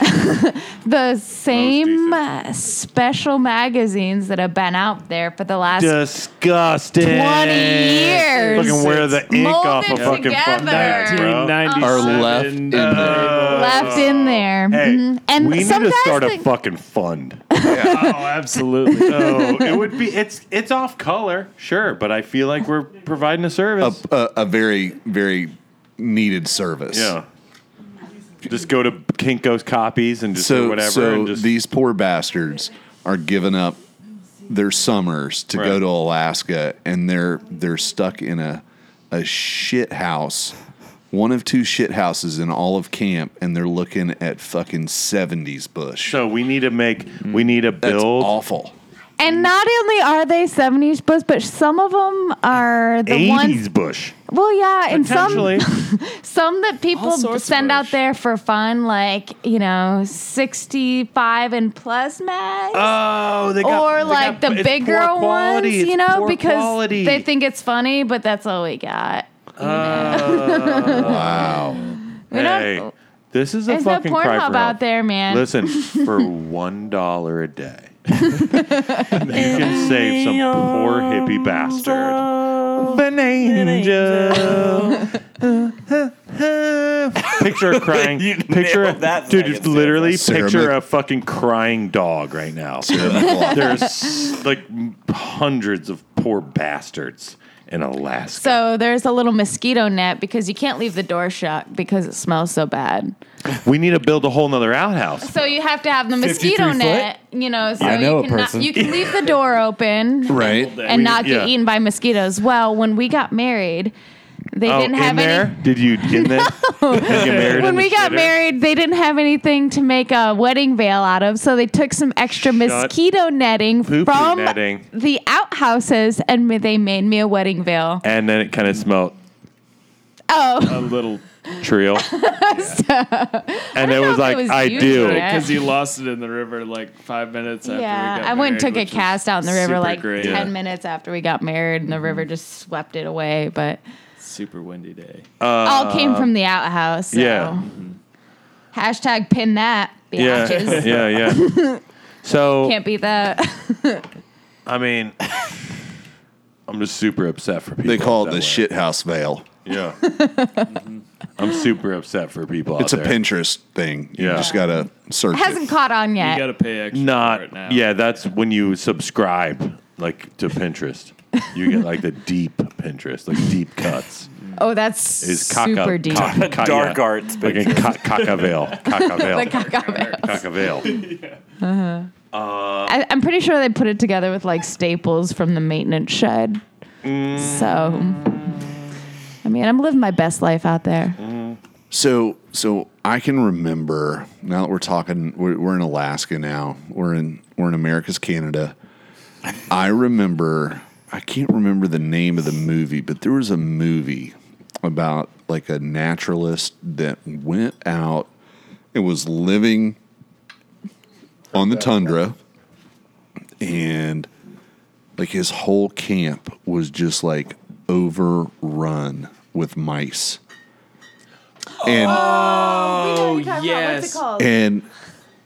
Speaker 5: the same
Speaker 2: decent.
Speaker 5: uh, special magazines that have been out there for the last
Speaker 2: Disgusting.
Speaker 5: 20 years
Speaker 2: Fucking wear the ink
Speaker 5: Mold
Speaker 2: off a
Speaker 5: it
Speaker 2: fucking
Speaker 5: together.
Speaker 2: fucking bro.
Speaker 6: 1997.
Speaker 3: Are left in there.
Speaker 5: left in there
Speaker 2: Hey,
Speaker 5: Mhm. and
Speaker 2: we need
Speaker 5: sometimes
Speaker 2: to start
Speaker 5: the-
Speaker 2: a fucking fund.
Speaker 6: Oh, absolutely.
Speaker 2: oh, it would be it's it's off color, sure, but I feel like we're providing a service.
Speaker 3: A, a very, very needed service.
Speaker 2: yeah. Just go to Kinko's copies and just or
Speaker 3: So,
Speaker 2: whatever.
Speaker 3: so
Speaker 2: and just,
Speaker 3: these poor bastards are giving up their summers to
Speaker 2: Right.
Speaker 3: go to Alaska, and they're they're stuck in a a shit house, one of two shit houses in all of camp, and they're looking at fucking seventies bush.
Speaker 2: so we need to make we need to
Speaker 3: That's
Speaker 2: build
Speaker 3: awful.
Speaker 5: and not only are they 70s books but some of them are the
Speaker 2: 80s
Speaker 5: ones
Speaker 2: bush.
Speaker 5: well yeah and some
Speaker 2: Potentially.
Speaker 5: some that people
Speaker 6: All sorts
Speaker 5: send
Speaker 6: of
Speaker 5: out there for fun, like you know, sixty-five and plus mags,
Speaker 2: oh, they got
Speaker 5: or
Speaker 2: they
Speaker 5: like
Speaker 2: got-
Speaker 5: the
Speaker 2: it's
Speaker 5: big
Speaker 2: poor
Speaker 5: girl
Speaker 2: quality,
Speaker 5: ones,
Speaker 2: it's
Speaker 5: you know,
Speaker 2: poor
Speaker 5: because
Speaker 2: quality.
Speaker 5: they think it's funny, but that's all we got.
Speaker 2: Oh,
Speaker 5: We don't-
Speaker 2: Hey, this is a
Speaker 5: There's no
Speaker 2: fucking
Speaker 5: porn
Speaker 2: cry
Speaker 5: hub
Speaker 2: for
Speaker 5: out
Speaker 2: help.
Speaker 5: there, man.
Speaker 2: Listen, for one dollar a day, you can save some poor hippie bastard. An angel. picture a crying.
Speaker 4: You
Speaker 2: picture a,
Speaker 4: nailed that
Speaker 2: dude.
Speaker 4: thing.
Speaker 2: just literally
Speaker 3: Sarah
Speaker 2: picture
Speaker 3: Mc-
Speaker 2: a fucking crying dog right now.
Speaker 3: Terrible.
Speaker 2: There's like hundreds of poor bastards, in Alaska.
Speaker 5: So there's a little mosquito net because you can't leave the door shut because it smells so bad.
Speaker 2: we need to build a whole nother outhouse.
Speaker 5: So you have to have the mosquito
Speaker 4: 53
Speaker 5: net, you know, so
Speaker 4: I know a
Speaker 5: you can not,
Speaker 4: person.
Speaker 5: you can leave the door open
Speaker 3: Right.
Speaker 5: and not get
Speaker 2: yeah.
Speaker 5: eaten by mosquitoes. Well, when we got married, they
Speaker 2: oh,
Speaker 5: didn't
Speaker 2: in
Speaker 5: have any
Speaker 2: there? Did you in there? Did you get married in
Speaker 5: when
Speaker 2: the
Speaker 5: we got
Speaker 2: shitter?
Speaker 5: married, they didn't have anything to make a wedding veil out of, so they took some extra mosquito netting
Speaker 2: Poo-poo
Speaker 5: from
Speaker 2: netting.
Speaker 5: the outhouses, and ma- they made me a wedding veil.
Speaker 2: and then it kind of smelled
Speaker 5: Oh,
Speaker 6: a little
Speaker 2: trio. and it
Speaker 5: know
Speaker 2: was
Speaker 5: if it
Speaker 2: like,
Speaker 5: was
Speaker 2: I
Speaker 5: you
Speaker 2: do.
Speaker 5: did it.
Speaker 6: because you lost it in the river like five minutes after we
Speaker 5: yeah.
Speaker 6: got
Speaker 5: I went and
Speaker 6: married,
Speaker 5: took a
Speaker 6: which was
Speaker 5: cast out in the river
Speaker 6: super
Speaker 5: like
Speaker 6: great.
Speaker 5: ten
Speaker 6: Yeah.
Speaker 5: minutes after we got married, and the river just swept it away. But
Speaker 6: super windy day.
Speaker 3: Uh,
Speaker 5: all came
Speaker 6: Uh,
Speaker 5: from the outhouse. So.
Speaker 2: yeah.
Speaker 5: Hashtag pin that.
Speaker 2: Yeah,
Speaker 5: Bitches.
Speaker 2: yeah, yeah. So
Speaker 5: Can't beat that.
Speaker 2: I mean, I'm just super upset for people.
Speaker 3: They call it
Speaker 2: that
Speaker 3: the
Speaker 2: way.
Speaker 3: shit house veil.
Speaker 2: Yeah, Mm-hmm. I'm super upset for people.
Speaker 3: It's a
Speaker 2: out there.
Speaker 3: Pinterest thing. You
Speaker 2: Yeah.
Speaker 3: just gotta search.
Speaker 5: It hasn't
Speaker 3: it.
Speaker 5: caught on
Speaker 6: You
Speaker 5: yet.
Speaker 6: got to pay extra for it now.
Speaker 2: Not yeah. That's when you subscribe like to Pinterest. You get like the deep Pinterest, like deep cuts.
Speaker 5: oh, that's
Speaker 2: Is caca,
Speaker 5: super deep.
Speaker 2: Caca, caca,
Speaker 4: Dark
Speaker 2: yeah.
Speaker 4: arts
Speaker 2: Like a ca- caca veil, caca veil,
Speaker 5: The caca veil.
Speaker 2: caca veil.
Speaker 5: I, I'm pretty sure they put it together with like staples from the maintenance shed.
Speaker 6: Mm.
Speaker 5: So, I mean, I'm living my best life out there.
Speaker 3: So, so I can remember now that we're talking. We're, we're in Alaska now. We're in we're in America's Canada. I remember. I can't remember the name of the movie, but there was a movie about like a naturalist that went out and was living on the tundra, and like his whole camp was just like overrun with mice. And
Speaker 5: Oh,
Speaker 4: yes.
Speaker 5: called?
Speaker 3: and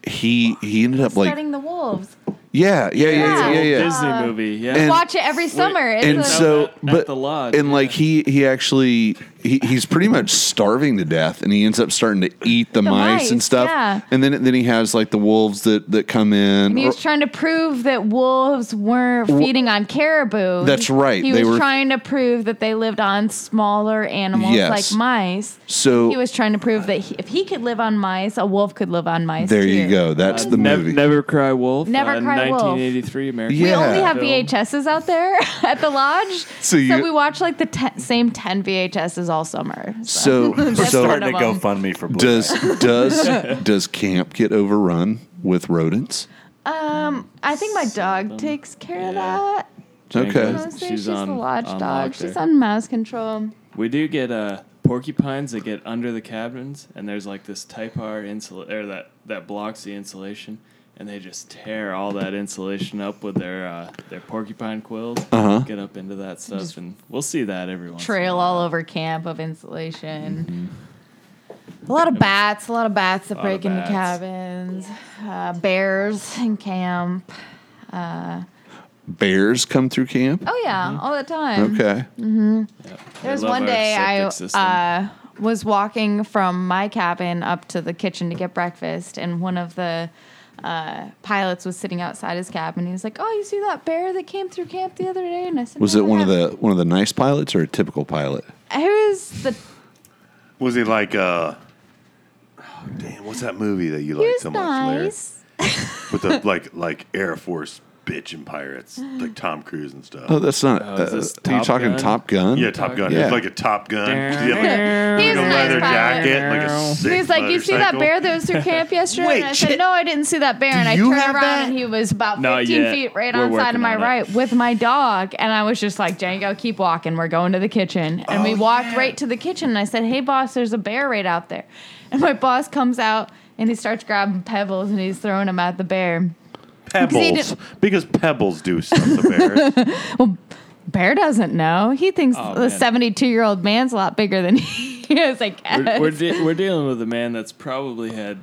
Speaker 3: he he ended up like
Speaker 5: Setting the wolves.
Speaker 3: yeah yeah yeah yeah
Speaker 5: Yeah.
Speaker 3: yeah, yeah.
Speaker 6: Disney movie. Yeah,
Speaker 3: and-
Speaker 5: Watch it every summer. It's
Speaker 3: and
Speaker 5: a-
Speaker 3: so
Speaker 6: At- at
Speaker 3: but
Speaker 6: the lodge,
Speaker 3: and like he he actually he, he's pretty much starving to death and he ends up starting to eat the, mice, and
Speaker 5: mice,
Speaker 3: stuff
Speaker 5: yeah.
Speaker 3: and then then he has like the wolves that that come in
Speaker 5: and he
Speaker 3: or-
Speaker 5: was trying to prove that wolves weren't feeding on caribou.
Speaker 3: That's right,
Speaker 5: He
Speaker 3: they
Speaker 5: was
Speaker 3: were-
Speaker 5: trying to prove that they lived on smaller animals
Speaker 3: Yes.
Speaker 5: like mice.
Speaker 3: so
Speaker 5: He was trying to prove that he, if he could live on mice, a wolf could live on mice.
Speaker 3: there
Speaker 5: too.
Speaker 3: you go that's the
Speaker 6: Uh, Nev-
Speaker 3: movie
Speaker 6: Never Cry Wolf.
Speaker 5: Never
Speaker 6: uh,
Speaker 5: Cry Wolf.
Speaker 6: 1983 American.
Speaker 3: Yeah.
Speaker 5: We only have
Speaker 6: Film.
Speaker 5: VHSs out there at the lodge.
Speaker 3: So
Speaker 5: So,
Speaker 3: you-
Speaker 5: we watch like the te- same 10 VHSs all summer. So,
Speaker 3: so
Speaker 5: That's
Speaker 3: so
Speaker 5: one
Speaker 4: starting to
Speaker 5: of
Speaker 4: go
Speaker 5: them.
Speaker 4: fund me for Blu-ray.
Speaker 3: does does does camp get overrun with rodents
Speaker 5: um, I think my dog takes care of
Speaker 6: Yeah.
Speaker 5: that.
Speaker 3: okay
Speaker 6: Django's-
Speaker 5: Mostly. She's,
Speaker 6: She's on-
Speaker 5: the lodge
Speaker 6: on
Speaker 5: dog.
Speaker 6: lock
Speaker 5: She's
Speaker 6: there.
Speaker 5: on mouse control.
Speaker 6: We do get uh, porcupines that get under the cabins, and there's like this type R insul or that that blocks the insulation, and they just tear all that insulation up with their uh, their porcupine quills.
Speaker 3: Uh-huh.
Speaker 6: Get up into that stuff, and we'll see that every once. in a
Speaker 5: Trail all over camp of insulation. A lot of bats, a lot of bats that
Speaker 6: Lot of
Speaker 5: break into
Speaker 6: bats.
Speaker 5: cabins, uh, bears in camp.
Speaker 3: bears come through camp
Speaker 5: Oh, yeah, all the time.
Speaker 3: okay
Speaker 6: while. They
Speaker 5: There was
Speaker 6: love
Speaker 5: one
Speaker 6: our
Speaker 5: day I
Speaker 6: septic system.
Speaker 5: uh, was walking from my cabin up to the kitchen to get breakfast, and one of the uh, pilots was sitting outside his cabin. He was like, "Oh, you see that bear that came through camp the other day?" And I said,
Speaker 3: was
Speaker 5: "No,
Speaker 3: it one of
Speaker 5: I
Speaker 3: the one of the nice pilots or a typical pilot
Speaker 5: haven't." It was the he
Speaker 2: Was it like uh? oh, Damn, what's that movie that you like
Speaker 5: was
Speaker 2: so much, Larry?
Speaker 5: nice.
Speaker 2: With the like, like Air Force bitching pirates, like Tom Cruise and stuff.
Speaker 3: Oh, that's not.
Speaker 6: is this
Speaker 3: uh, are you
Speaker 6: Top
Speaker 3: talking
Speaker 6: Gun?
Speaker 3: Top Gun?
Speaker 2: Yeah, Top Gun.
Speaker 3: Yeah.
Speaker 2: It's like a Top Gun. Yeah,
Speaker 6: Yeah.
Speaker 5: He
Speaker 2: like,
Speaker 5: was
Speaker 2: like
Speaker 5: a
Speaker 2: a leather
Speaker 5: nice pilot.
Speaker 2: jacket, like a sick
Speaker 5: He was like, "You see that
Speaker 2: motorcycle."
Speaker 5: bear that was through camp yesterday?"
Speaker 2: Wait,
Speaker 5: and I
Speaker 2: shit.
Speaker 5: said, "No, I didn't see that bear." And I
Speaker 2: you
Speaker 5: turned
Speaker 2: have
Speaker 5: around,
Speaker 2: that?
Speaker 5: and he was about
Speaker 6: Not
Speaker 5: 15
Speaker 6: yet.
Speaker 5: feet right
Speaker 6: We're
Speaker 5: on side
Speaker 6: working
Speaker 5: of my
Speaker 6: on it.
Speaker 5: right with my dog, and I was just like, "Django, keep walking. We're going to the kitchen." And
Speaker 6: Oh,
Speaker 5: we walked right to the kitchen, and I said, "Hey, boss, there's a bear right out there." And my boss comes out and he starts grabbing pebbles and he's throwing them at the bear. Because he
Speaker 2: Pebbles,
Speaker 5: didn't-
Speaker 2: because pebbles do stuff to bears.
Speaker 5: Bear doesn't know. He thinks
Speaker 6: Oh,
Speaker 5: the
Speaker 6: man.
Speaker 5: 72 year old man's a lot bigger than he is. I guess.
Speaker 6: we're we're, de- we're dealing with a man that's probably had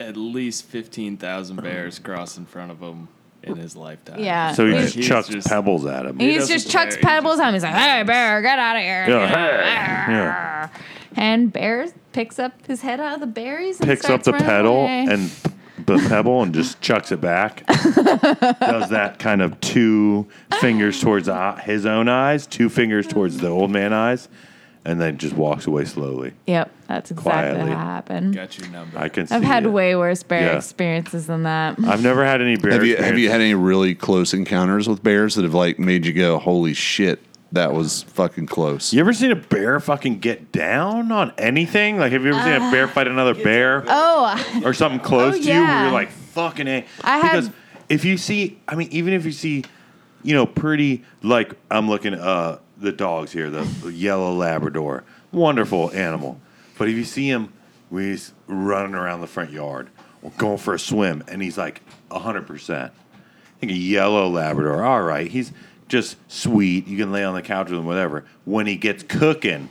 Speaker 6: at least fifteen thousand bears cross in front of him in his lifetime.
Speaker 5: yeah.
Speaker 2: so he
Speaker 6: Right.
Speaker 2: just
Speaker 6: He's
Speaker 2: chucks
Speaker 6: just-
Speaker 2: pebbles at him.
Speaker 5: He's
Speaker 6: doesn't
Speaker 5: just chucks
Speaker 6: care. He
Speaker 5: pebbles at him. He's like, "Hey, bear, get out of here!"
Speaker 2: Yeah, hey, yeah.
Speaker 5: And bear picks up his head out of the berries. And
Speaker 2: Picks up
Speaker 5: starts
Speaker 2: the
Speaker 5: running
Speaker 2: pedal
Speaker 5: away.
Speaker 2: and the pebble and just chucks it back. Does that kind of two fingers towards the, his own eyes, two fingers towards the old man eyes, and then just walks away slowly.
Speaker 5: Yep, that's exactly
Speaker 2: Quietly.
Speaker 5: what happened.
Speaker 6: Got your number.
Speaker 2: I can.
Speaker 5: I've
Speaker 2: see
Speaker 5: had
Speaker 2: it.
Speaker 5: way worse bear
Speaker 2: Yeah. Uh,
Speaker 5: experiences than that.
Speaker 2: I've never had any bear.
Speaker 3: Have you have you
Speaker 2: experience.
Speaker 3: had any really close encounters with bears that have like made you go, "Holy shit, that was fucking close"?
Speaker 2: You ever seen a bear fucking get down on anything? Like, have you ever seen a bear fight another bear
Speaker 5: Ah. Oh,
Speaker 2: or something close
Speaker 5: Oh,
Speaker 2: to you where
Speaker 5: yeah.
Speaker 2: you're like, fucking A?
Speaker 5: I had-
Speaker 2: because if you see, I mean, even if you see, you know, pretty, like, I'm looking uh the dogs here, the yellow Labrador, wonderful animal. But if you see him, when he's running around the front yard or going for a swim, and he's like 100%. I think a yellow Labrador. All right, he's just sweet. You can lay on the couch with him, whatever. When he gets cooking,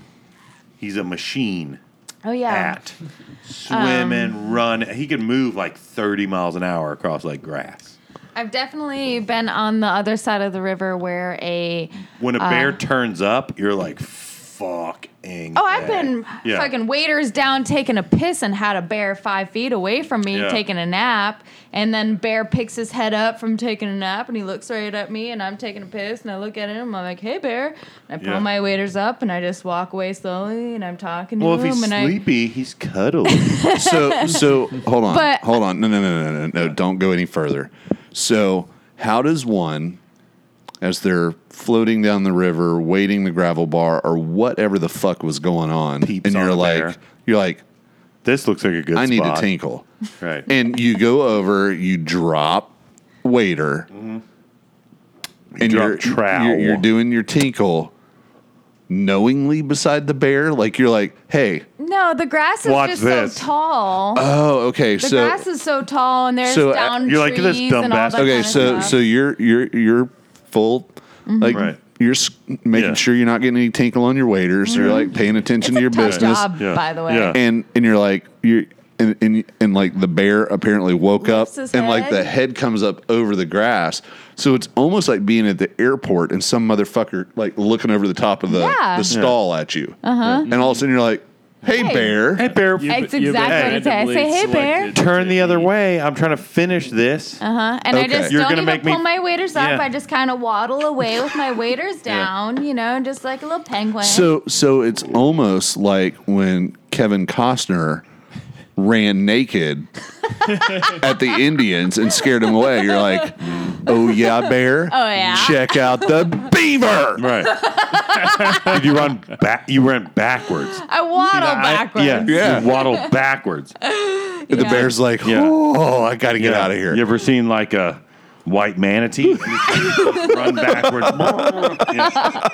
Speaker 2: he's a machine
Speaker 5: oh yeah.
Speaker 2: at swimming,
Speaker 5: um,
Speaker 2: run. He could move like thirty miles an hour across like grass.
Speaker 5: I've definitely been on the other side of the river where a
Speaker 2: When a bear turns up, you're like, fucking.
Speaker 5: Uh, Oh, I've
Speaker 2: A."
Speaker 5: been
Speaker 2: Yeah.
Speaker 5: fucking waiters down taking a piss and had a bear five feet away from me
Speaker 2: Yeah.
Speaker 5: taking a nap. And then bear picks his head up from taking a nap and he looks right at me and I'm taking a piss and I look at him. I'm like, hey, bear. And I pull
Speaker 2: Yeah.
Speaker 5: my waders up and I just walk away slowly and I'm talking to
Speaker 2: Well, if
Speaker 5: him.
Speaker 2: he's
Speaker 5: and
Speaker 2: sleepy, he's cuddled.
Speaker 3: so so hold on
Speaker 5: But-
Speaker 3: hold on no no no no no no don't go any further so how does one as they're floating down the river waiting the gravel bar or whatever the fuck was going on
Speaker 2: Peeps
Speaker 3: and
Speaker 2: on
Speaker 3: you're
Speaker 2: a
Speaker 3: like
Speaker 2: bear.
Speaker 3: you're like
Speaker 2: this looks like a good.
Speaker 3: i need
Speaker 2: spot.
Speaker 3: to tinkle
Speaker 2: Right.
Speaker 3: and you go over you drop waiter and
Speaker 2: Drop
Speaker 3: you're,
Speaker 2: trowel.
Speaker 3: you're you're doing your tinkle knowingly beside the bear like you're like hey
Speaker 5: I, no, the grass is
Speaker 2: Watch
Speaker 5: just
Speaker 2: this.
Speaker 5: so tall.
Speaker 3: oh okay
Speaker 5: the
Speaker 3: so
Speaker 5: grass is so tall and there's
Speaker 3: So, uh,
Speaker 5: down
Speaker 2: you're like,
Speaker 5: trees
Speaker 2: "This dumb
Speaker 5: and all that
Speaker 2: bastard."
Speaker 3: okay
Speaker 5: kinda
Speaker 3: so
Speaker 5: stuff.
Speaker 3: so you're you're you're full like
Speaker 2: Right.
Speaker 3: you're s- making
Speaker 2: Yeah.
Speaker 3: sure you're not getting any tinkle on your waiters you're like paying attention
Speaker 5: Mm-hmm. it's
Speaker 3: to
Speaker 5: a
Speaker 3: your
Speaker 5: tough
Speaker 3: business
Speaker 5: job,
Speaker 2: Yeah.
Speaker 5: by the way.
Speaker 2: Yeah.
Speaker 3: and and you're like you're and, and, and like the bear apparently woke up
Speaker 5: Lifts
Speaker 3: and
Speaker 5: his
Speaker 3: like the
Speaker 5: head.
Speaker 3: head comes up over the grass so it's almost like being at the airport and some motherfucker like looking over the top of the,
Speaker 5: Yeah.
Speaker 3: the stall at you uh-huh. and all of a sudden you're like hey,
Speaker 5: Hey.
Speaker 3: bear
Speaker 2: Hey, bear.
Speaker 6: You've-
Speaker 5: It's
Speaker 6: you've
Speaker 5: exactly what it says.
Speaker 6: randomly
Speaker 5: Say, "Hey, bear."
Speaker 6: selected
Speaker 2: Turn the other
Speaker 6: JP.
Speaker 2: way. I'm trying to finish this.
Speaker 5: Uh-huh. And
Speaker 3: Okay.
Speaker 5: I just
Speaker 2: You're
Speaker 5: don't
Speaker 2: gonna
Speaker 5: even
Speaker 2: make me-
Speaker 5: pull my waders up.
Speaker 2: Yeah.
Speaker 5: I just kind of waddle away with my waders down, you know, just like a little penguin.
Speaker 3: So so it's almost like when Kevin Costner ran naked at the Indians and scared them away. You're like, oh yeah, bear.
Speaker 5: Oh, yeah."
Speaker 3: Check out the beaver.
Speaker 2: Right. Did you run back? You ran backwards.
Speaker 5: I waddle
Speaker 2: I-
Speaker 5: Oh, backwards.
Speaker 2: yeah,
Speaker 3: Yeah.
Speaker 2: You waddle backwards.
Speaker 3: And The
Speaker 5: Yeah.
Speaker 3: bear's like,
Speaker 2: Yeah.
Speaker 3: oh, I gotta get
Speaker 2: Yeah.
Speaker 3: out of here.
Speaker 2: You ever seen like a white manatee run backwards? Yeah.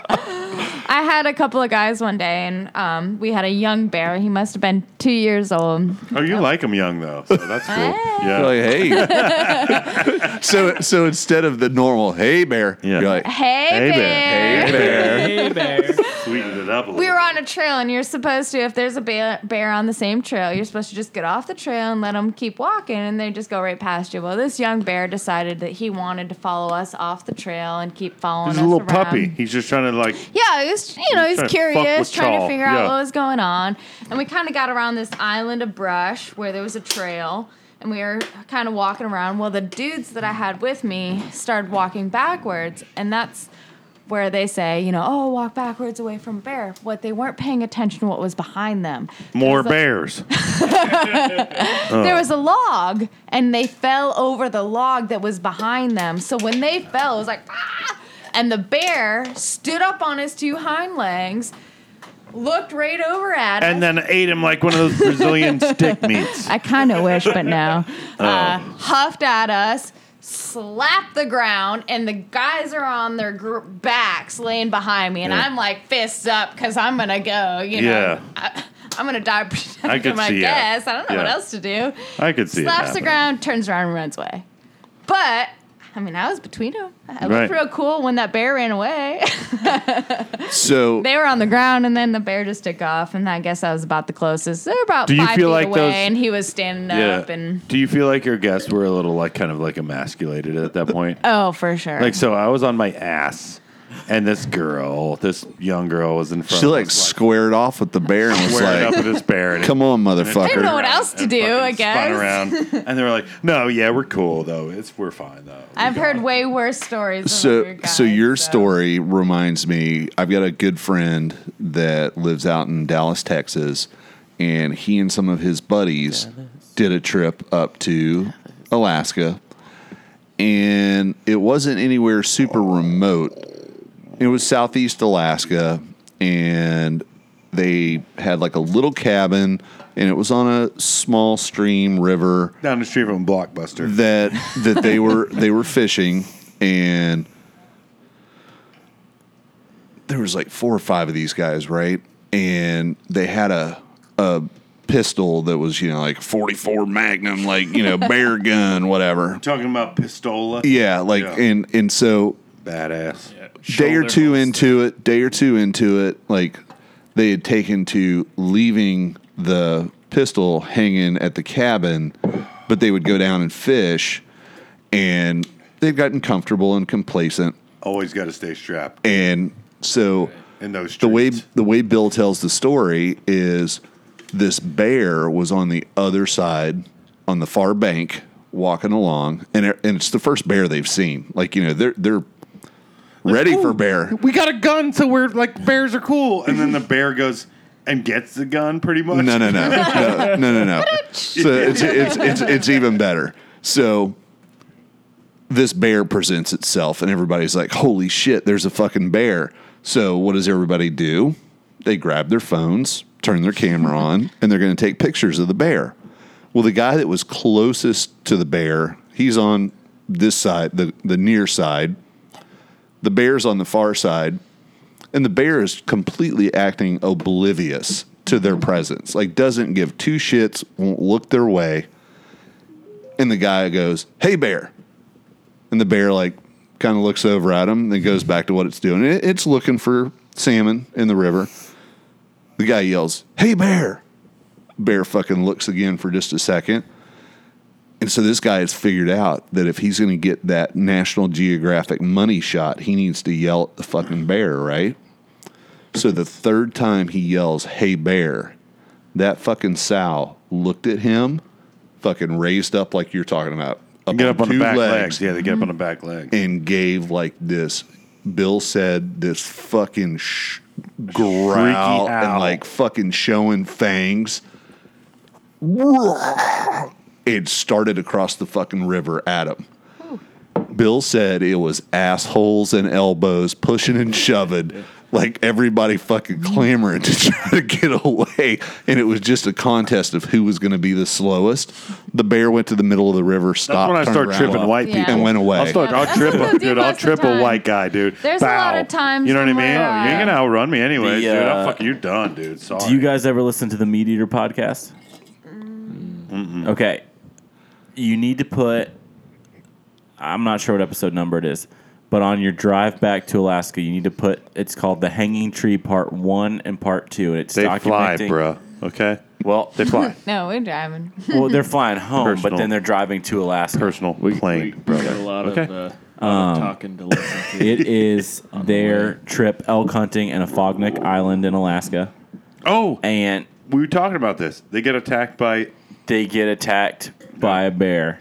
Speaker 5: I had a couple of guys one day, and um, we had a young bear. He must have been two years old.
Speaker 2: Oh, you like them young though, so that's cool.
Speaker 3: You're
Speaker 2: Yeah,
Speaker 3: like, hey. so so instead of the normal hey bear,
Speaker 2: Yeah.
Speaker 3: you're like,
Speaker 5: Hey,
Speaker 2: Hey,
Speaker 5: bear.
Speaker 2: bear.
Speaker 3: hey bear.
Speaker 6: Hey, bear.
Speaker 2: sweetened it up a little.
Speaker 5: We were on a trail, and you're supposed to, if there's a bear, bear on the same trail, you're supposed to just get off the trail and let them keep walking, and they just go right past you. Well, this young bear decided that he wanted to follow us off the trail and keep following
Speaker 2: He's
Speaker 5: us
Speaker 2: a little
Speaker 5: around.
Speaker 2: puppy. He's just trying to like.
Speaker 5: Yeah, he was, you know,
Speaker 2: He's trying
Speaker 5: he's
Speaker 2: to fuck
Speaker 5: curious,
Speaker 2: with
Speaker 5: trying
Speaker 2: y'all.
Speaker 5: to figure
Speaker 2: Yeah.
Speaker 5: out what was going on. And we kind of got around this island of brush where there was a trail, and we were kind of walking around. Well, the dudes that I had with me started walking backwards, and that's where they say, you know, oh, walk backwards away from a bear. What they weren't paying attention to what was behind them. There
Speaker 2: More
Speaker 5: was a-
Speaker 2: bears.
Speaker 5: there was a log and they fell over the log that was behind them. So when they fell, it was like, ah! And the bear stood up on his two hind legs, looked right over at us.
Speaker 2: And then ate him like one of those Brazilian stick meats.
Speaker 5: I kind of wish, but no. Uh,
Speaker 2: Oh.
Speaker 5: huffed at us, slapped the ground, and the guys are on their gr- backs laying behind me. And
Speaker 2: Yeah.
Speaker 5: I'm like, fists up, because I'm going to go, you know.
Speaker 2: Yeah.
Speaker 5: I, I'm going to die
Speaker 2: I could
Speaker 5: protecting my
Speaker 2: see it.
Speaker 5: guess. I don't know what
Speaker 2: Yeah.
Speaker 5: else to do.
Speaker 2: I could see it
Speaker 5: Slaps the
Speaker 2: happening.
Speaker 5: ground, turns around, and runs away. But, I mean, I was between them. I
Speaker 2: Right.
Speaker 5: looked real cool when that bear ran away.
Speaker 3: So
Speaker 5: they were on the ground, and then the bear just took off, and I guess I was about the closest. They're about
Speaker 2: Do you
Speaker 5: five
Speaker 2: feel
Speaker 5: feet
Speaker 2: like
Speaker 5: away,
Speaker 2: those-
Speaker 5: and he was standing up, and
Speaker 2: Do you feel like your guests were a little like kind of like emasculated at that point?
Speaker 5: oh, for sure.
Speaker 2: Like so, I was on my ass And this girl, this young girl, was in front.
Speaker 3: She
Speaker 2: of
Speaker 3: like
Speaker 2: us,
Speaker 3: squared off with the bear and was
Speaker 2: squared up
Speaker 3: like,
Speaker 2: with this bear. And
Speaker 3: "Come on,
Speaker 5: I didn't know
Speaker 3: motherfucker."
Speaker 5: what else to
Speaker 2: and
Speaker 5: do,
Speaker 2: fucking
Speaker 5: I
Speaker 2: Spun
Speaker 5: guess.
Speaker 2: around, and they were like, "No, yeah, we're cool though. It's we're fine though."
Speaker 5: I've heard way worse stories. than what
Speaker 3: So, so
Speaker 5: your guys,
Speaker 3: your
Speaker 5: so.
Speaker 3: story reminds me. I've got a good friend that lives out in Dallas, Texas, and he and some of his buddies did a trip up to Alaska, and it wasn't anywhere super remote. It was southeast Alaska, and they had like a little cabin, and it was on a small stream river
Speaker 2: Down the street from Blockbuster.
Speaker 3: that that they were they were fishing and there was like four or five of these guys right and they had a a pistol that was you know like 44 magnum like you know bear gun whatever
Speaker 2: Talking about pistola.
Speaker 3: yeah like
Speaker 2: Yeah.
Speaker 3: and and so
Speaker 2: Badass.
Speaker 3: day or
Speaker 6: Shoulder
Speaker 3: two
Speaker 6: holster.
Speaker 3: into it, day or two into it, like they had taken to leaving the pistol hanging at the cabin, but they would go down and fish, and they'd gotten comfortable and complacent,
Speaker 2: Always got to stay strapped
Speaker 3: and so
Speaker 2: in those. Streets.
Speaker 3: the way the way Bill tells the story is this bear was on the other side on the far bank walking along and it, and it's the first bear they've seen like you know they're they're ready for bear
Speaker 2: we got a gun, so we're like bears are cool. And then the bear goes and gets the gun, pretty much.
Speaker 3: No, no, no, no, no, no, no. So it's, it's it's it's even better. So this bear presents itself, and everybody's like, "Holy shit! There's a fucking bear!" So what does everybody do? They grab their phones, turn their camera on, and they're going to take pictures of the bear. Well, the guy that was closest to the bear, he's on this side, the the near side. The bear's on the far side and the bear is completely acting oblivious to their presence like doesn't give two shits won't look their way and the guy goes hey bear and the bear like kind of looks over at him then goes back to what it's doing It- it's looking for salmon in the river the guy yells hey bear bear fucking looks again for just a second and so this guy has figured out that if he's going to get that National Geographic money shot, he needs to yell at the fucking bear, right? So the third time he yells, "Hey bear," that fucking sow looked at him, fucking raised up like you're talking about,
Speaker 2: Get up on the
Speaker 3: two
Speaker 2: back legs. Yeah, they get up on the back legs.
Speaker 3: and gave like this. Bill said this fucking sh-
Speaker 2: Freaky
Speaker 3: growl and
Speaker 2: owl.
Speaker 3: like fucking showing fangs. It started across the fucking river at him. Bill said it was assholes and elbows pushing and shoving, like everybody fucking clamoring to try to get away. And it was just a contest of who was going to be the slowest. The bear went to the middle of the river,
Speaker 2: That's
Speaker 3: stopped,
Speaker 2: when I
Speaker 3: turned
Speaker 2: start
Speaker 3: around,
Speaker 2: tripping white
Speaker 5: Yeah.
Speaker 2: people.
Speaker 3: and went away.
Speaker 2: I'll start. I'll
Speaker 5: That's
Speaker 2: trip
Speaker 5: what
Speaker 2: a
Speaker 5: I do
Speaker 2: dude. I'll
Speaker 5: most of
Speaker 2: trip
Speaker 5: the
Speaker 2: a
Speaker 5: time.
Speaker 2: white guy, dude.
Speaker 5: There's a lot of times
Speaker 2: You know what I mean?
Speaker 5: when we're, uh,
Speaker 2: you ain't gonna outrun me anyway,
Speaker 4: The,
Speaker 2: dude.
Speaker 4: uh,
Speaker 2: I'm fucking. You're done, dude. Sorry.
Speaker 4: Do you guys ever listen to the Meat Eater podcast? Okay. You need to put, I'm not sure what episode number it is, but on your drive back to Alaska, you need to put, it's called The Hanging Tree Part 1 and Part 2. And it's
Speaker 2: they fly,
Speaker 4: documenting.
Speaker 2: bro. Okay,
Speaker 4: Well,
Speaker 2: they fly.
Speaker 5: No, we're driving.
Speaker 4: well, they're flying home,
Speaker 2: Personal.
Speaker 4: but then they're driving to Alaska.
Speaker 2: Personal plane,
Speaker 6: We, we
Speaker 2: brother.
Speaker 6: got a lot
Speaker 2: okay. Um,
Speaker 6: of uh, a lot of talking to listen to.
Speaker 4: It is their trip elk hunting in a Fognick Island in Alaska.
Speaker 2: oh,
Speaker 4: And
Speaker 2: we were talking about this. They get attacked by
Speaker 4: they get attacked by a bear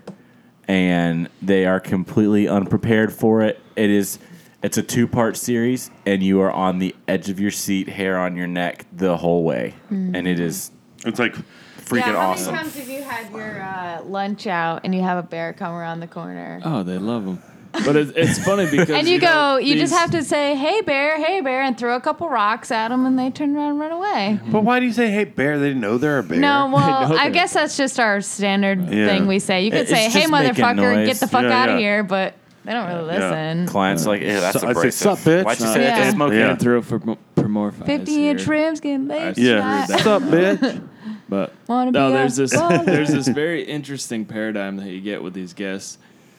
Speaker 4: and they are completely unprepared for it it is it's a two part series and you are on the edge of your seat hair on your neck the whole way and it is
Speaker 2: It's like
Speaker 4: freaking awesome
Speaker 5: How many times have you had your uh, lunch out and you have a bear come around the corner?
Speaker 2: Uh,
Speaker 6: Oh, they love them. But it's, it's funny because
Speaker 5: and you, go,
Speaker 6: know,
Speaker 5: you just
Speaker 6: these-
Speaker 5: have to say, "Hey bear, hey bear," and throw a couple rocks at them, and they turn around and run away.
Speaker 2: But why do you say, hey, bear? They didn't know they're a bear.
Speaker 5: No, well,
Speaker 6: know
Speaker 5: I
Speaker 6: that.
Speaker 5: guess that's just our standard
Speaker 2: Yeah.
Speaker 5: thing we say. You could
Speaker 4: It's
Speaker 5: say, "Hey
Speaker 4: just making
Speaker 5: motherfucker, get
Speaker 4: noise.
Speaker 5: the fuck
Speaker 2: Yeah,
Speaker 5: out of
Speaker 2: yeah.
Speaker 5: here," but they don't really listen.
Speaker 4: clients like yeah that's
Speaker 6: So- I say,
Speaker 4: abrasive
Speaker 6: "Sup, bitch?"
Speaker 4: why'd you
Speaker 6: Uh,
Speaker 4: say that
Speaker 5: Yeah.
Speaker 4: to smoke
Speaker 2: Yeah.
Speaker 6: Can't throw for permorphize.
Speaker 5: Fifty inch rims getting laid.
Speaker 6: see.
Speaker 2: Yeah.
Speaker 5: shot.
Speaker 6: What's
Speaker 2: up, bitch?
Speaker 6: But
Speaker 5: Wanna
Speaker 6: no,
Speaker 5: be a
Speaker 6: there's this
Speaker 5: baller.
Speaker 6: there's this very interesting paradigm that you get with these guests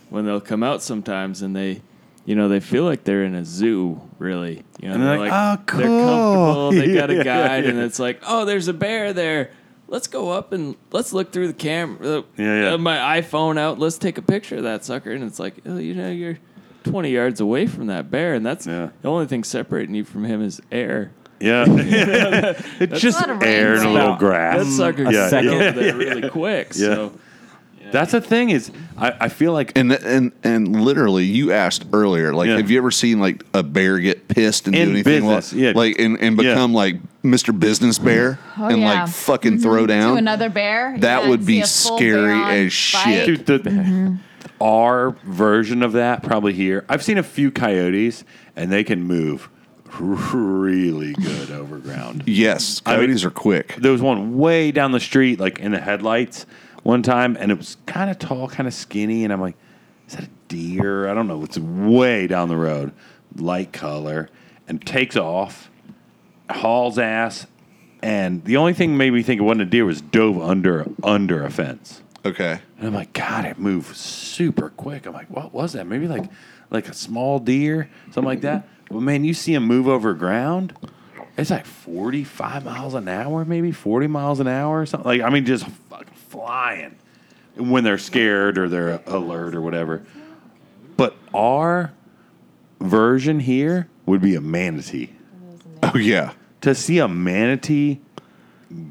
Speaker 6: when they'll come out sometimes and they, you know, they feel like they're in a zoo. Really, you know,
Speaker 2: And they're like, "Oh,
Speaker 6: they're
Speaker 2: cool."
Speaker 6: comfortable. They got
Speaker 2: Yeah,
Speaker 6: a guide,
Speaker 2: yeah.
Speaker 6: and it's like, oh, there's a bear there. Let's go up and let's look through the uh, camera.
Speaker 2: Yeah, yeah.
Speaker 6: my iPhone out. Let's take a picture of that sucker. And it's like, oh, you know, you're 20 yards away from that bear, and that's
Speaker 2: Yeah.
Speaker 6: the only thing separating you from him is air.
Speaker 2: Yeah. it's just
Speaker 5: Not a
Speaker 2: air and a
Speaker 5: rainbow.
Speaker 2: little
Speaker 6: That
Speaker 2: grass.
Speaker 6: sucker
Speaker 2: Um, yeah,
Speaker 6: gets
Speaker 2: yeah,
Speaker 6: over there really quick. So
Speaker 2: That's the thing is, I, I feel like
Speaker 3: And and and literally, you asked earlier, like,
Speaker 2: Yeah.
Speaker 3: have you ever seen like a bear get pissed and
Speaker 2: In
Speaker 3: do anything
Speaker 2: business,
Speaker 3: like,
Speaker 2: yeah.
Speaker 3: like and, and
Speaker 2: Yeah.
Speaker 3: become like Mr. Business Bear
Speaker 5: Oh,
Speaker 3: and
Speaker 5: yeah.
Speaker 3: like fucking throw down
Speaker 5: to another bear.
Speaker 3: That
Speaker 5: Yeah,
Speaker 3: would be
Speaker 5: see a full bear
Speaker 3: scary
Speaker 5: on
Speaker 3: as shit.
Speaker 5: bike.
Speaker 2: dude, the, our version of that probably here. I've seen a few coyotes, and they can move really good over ground.
Speaker 3: Yes,
Speaker 2: I mean-
Speaker 3: coyotes are quick.
Speaker 2: there was one way down the street, like in the headlights, one time, and it was kind of tall, kind of skinny, and I'm like, is that a deer? I don't know. It's way down the road, light color, and takes off, hauls ass, and the only thing made me think it wasn't a deer was dove under under a fence.
Speaker 3: Okay,
Speaker 2: And I'm like, God, it moved super quick. I'm like, what was that? Maybe like like a small deer, something like that. But man, you see him move over ground. It's like 45 miles an hour, maybe 40 miles an hour or something. Like, I mean, just fucking flying when they're scared or they're alert or whatever. But our version here would be a manatee
Speaker 3: oh yeah,
Speaker 2: to see a manatee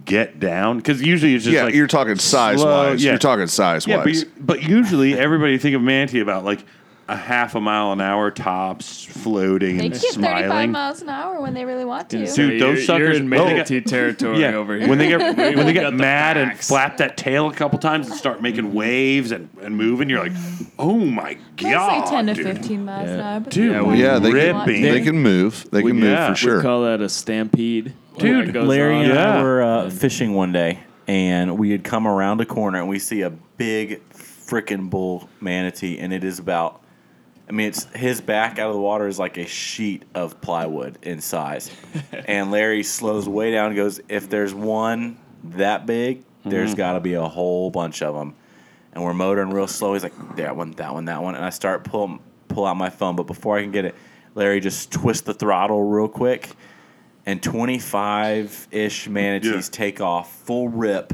Speaker 2: get down because usually it's just
Speaker 3: yeah.
Speaker 2: like
Speaker 3: you're talking size
Speaker 2: slow-
Speaker 3: wise.
Speaker 2: yeah.
Speaker 3: You're talking size
Speaker 2: yeah, but,
Speaker 3: wise.
Speaker 2: you- but usually everybody think of manatee about like a half a mile an hour tops floating
Speaker 5: They
Speaker 2: and
Speaker 5: get 35
Speaker 2: smiling.
Speaker 5: miles an hour when they really want
Speaker 6: Yeah,
Speaker 5: to.
Speaker 6: so
Speaker 2: Dude, those
Speaker 6: you're, you're
Speaker 2: suckers-
Speaker 6: in
Speaker 2: oh.
Speaker 6: manatee territory
Speaker 2: Yeah,
Speaker 6: over here.
Speaker 2: when they get when they get
Speaker 6: got the
Speaker 2: mad and
Speaker 6: facts.
Speaker 2: flap that tail a couple times and start making waves and, and moving, you're like, oh my god,
Speaker 5: Mostly 10 to
Speaker 2: dude.
Speaker 5: 15 miles an hour. But
Speaker 2: Dude,
Speaker 5: they
Speaker 6: Yeah,
Speaker 5: want
Speaker 6: we-
Speaker 5: to.
Speaker 3: yeah, they can,
Speaker 2: Ripping.
Speaker 3: they can move. They can
Speaker 2: We-
Speaker 3: move
Speaker 2: yeah.
Speaker 3: for
Speaker 2: We
Speaker 3: sure.
Speaker 6: We call that a stampede.
Speaker 2: Dude,
Speaker 6: That goes
Speaker 4: Larry
Speaker 6: on. Mm.
Speaker 4: and
Speaker 2: Yeah.
Speaker 4: I were uh, fishing one day, and we had come around a corner, and we see a big freaking bull manatee, and it is about. I mean, it's his back out of the water is like a sheet of plywood in size, and Larry slows way down. and Goes, if there's one that big, there's got to be a whole bunch of them, and we're motoring real slow. He's like, that one, that one, that one, and I start pull pull out my phone, but before I can get it, Larry just twists the throttle real quick, and 25 ish manatees
Speaker 2: Yeah.
Speaker 4: take off full rip.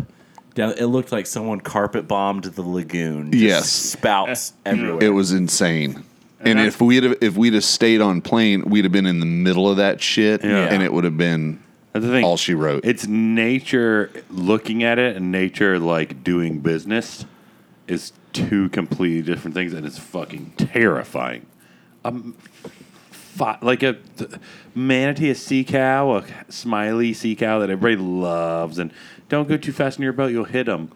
Speaker 4: Down, it looked like someone carpet bombed the lagoon.
Speaker 3: Yes.
Speaker 4: spouts everywhere.
Speaker 3: It was insane. And if we'd have, if we'd have stayed on plane, we'd have been in the middle of that shit,
Speaker 2: Yeah.
Speaker 3: and it would have been
Speaker 2: That's the thing.
Speaker 3: all she wrote.
Speaker 2: It's nature looking at it and nature like doing business is two completely different things, and it's fucking terrifying. Um, fi- like a th- manatee, a sea cow, a smiley sea cow that everybody loves, and don't go too fast in your boat, you'll hit them.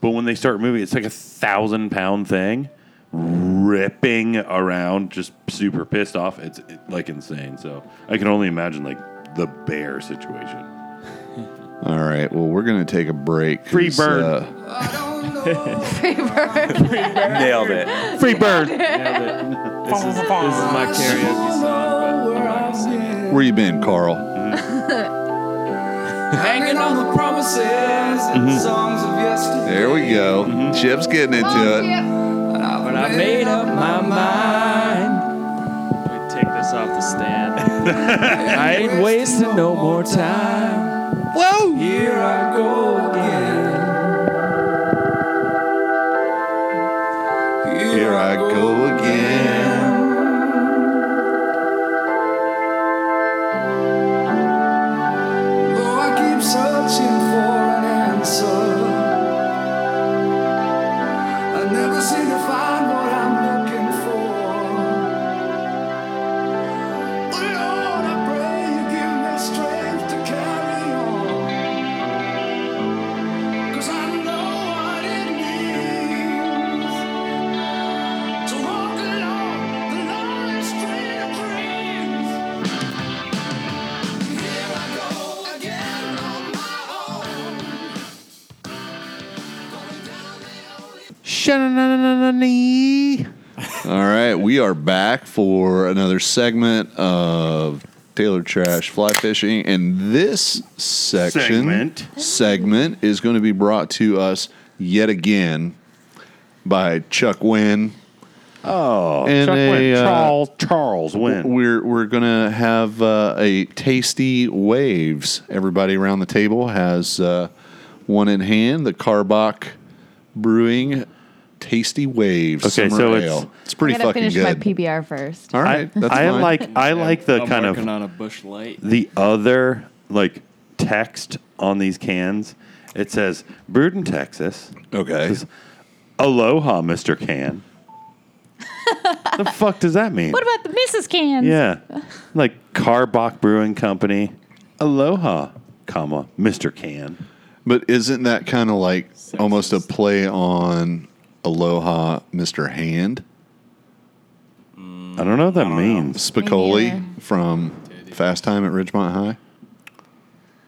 Speaker 2: But when they start moving, it's like a thousand pound thing ripping around, just super pissed off. It's it, like insane. So I can only imagine like the bear situation.
Speaker 3: all right. Well, we're gonna take a break. 'cause,
Speaker 2: Free bird.
Speaker 3: uh,
Speaker 4: Nailed it.
Speaker 2: Free bird.
Speaker 6: This is, this is my karaoke song. But I'm not gonna sing it.
Speaker 3: where you been, Carl?
Speaker 1: Hanging on the promises and
Speaker 3: Mm-hmm.
Speaker 1: songs of yesterday.
Speaker 3: There we go.
Speaker 2: Mm-hmm.
Speaker 3: Chip's getting into
Speaker 5: Oh,
Speaker 2: Oh,
Speaker 3: it.
Speaker 6: But I made up my mind. We take this off the stand. I ain't wasting no more time. Whoa! Here I go again.
Speaker 3: Here I go again.
Speaker 1: Though I keep searching for an answer, I never seem to find what I'm looking for. But Lord, I pray you give me strength to carry on. 'Cause I know what it means to walk along the lonely street of dreams. Here I go again on my own. Going down the only
Speaker 3: All right, we are back for another segment of Taylor Trash Fly Fishing, and this section
Speaker 2: Segment.
Speaker 3: segment is going to be brought to us yet again by Chuck Wynn.
Speaker 2: Oh,
Speaker 3: And
Speaker 2: Chuck
Speaker 3: a,
Speaker 2: Wynn.
Speaker 3: uh,
Speaker 2: Charles Charles Wynn.
Speaker 3: We're we're gonna have uh, a tasty waves. Everybody around the table has uh, one in hand. The Carbach Brewing Tasty Waves
Speaker 2: Okay,
Speaker 3: Summer
Speaker 2: so it's-
Speaker 3: Ale. It's, pretty
Speaker 5: I gotta
Speaker 3: fucking good.
Speaker 5: finish my PBR first.
Speaker 3: All right, that's
Speaker 2: I
Speaker 3: fine.
Speaker 2: like I like the
Speaker 6: I'm
Speaker 2: kind of
Speaker 6: working on a bush light.
Speaker 2: the other like text on these cans. It says brewed in Texas.
Speaker 3: okay.
Speaker 2: Aloha, Mister Can. the fuck does that mean?
Speaker 5: What about the Mrs. Cans?
Speaker 2: yeah, like Carbach Brewing Company. Aloha, comma Mister Can.
Speaker 3: But isn't that kind of like almost a play on Aloha, Mr. Hand?
Speaker 2: I don't know what that means.
Speaker 5: Maybe,
Speaker 3: Spicoli from Fast Time at Ridgemont High?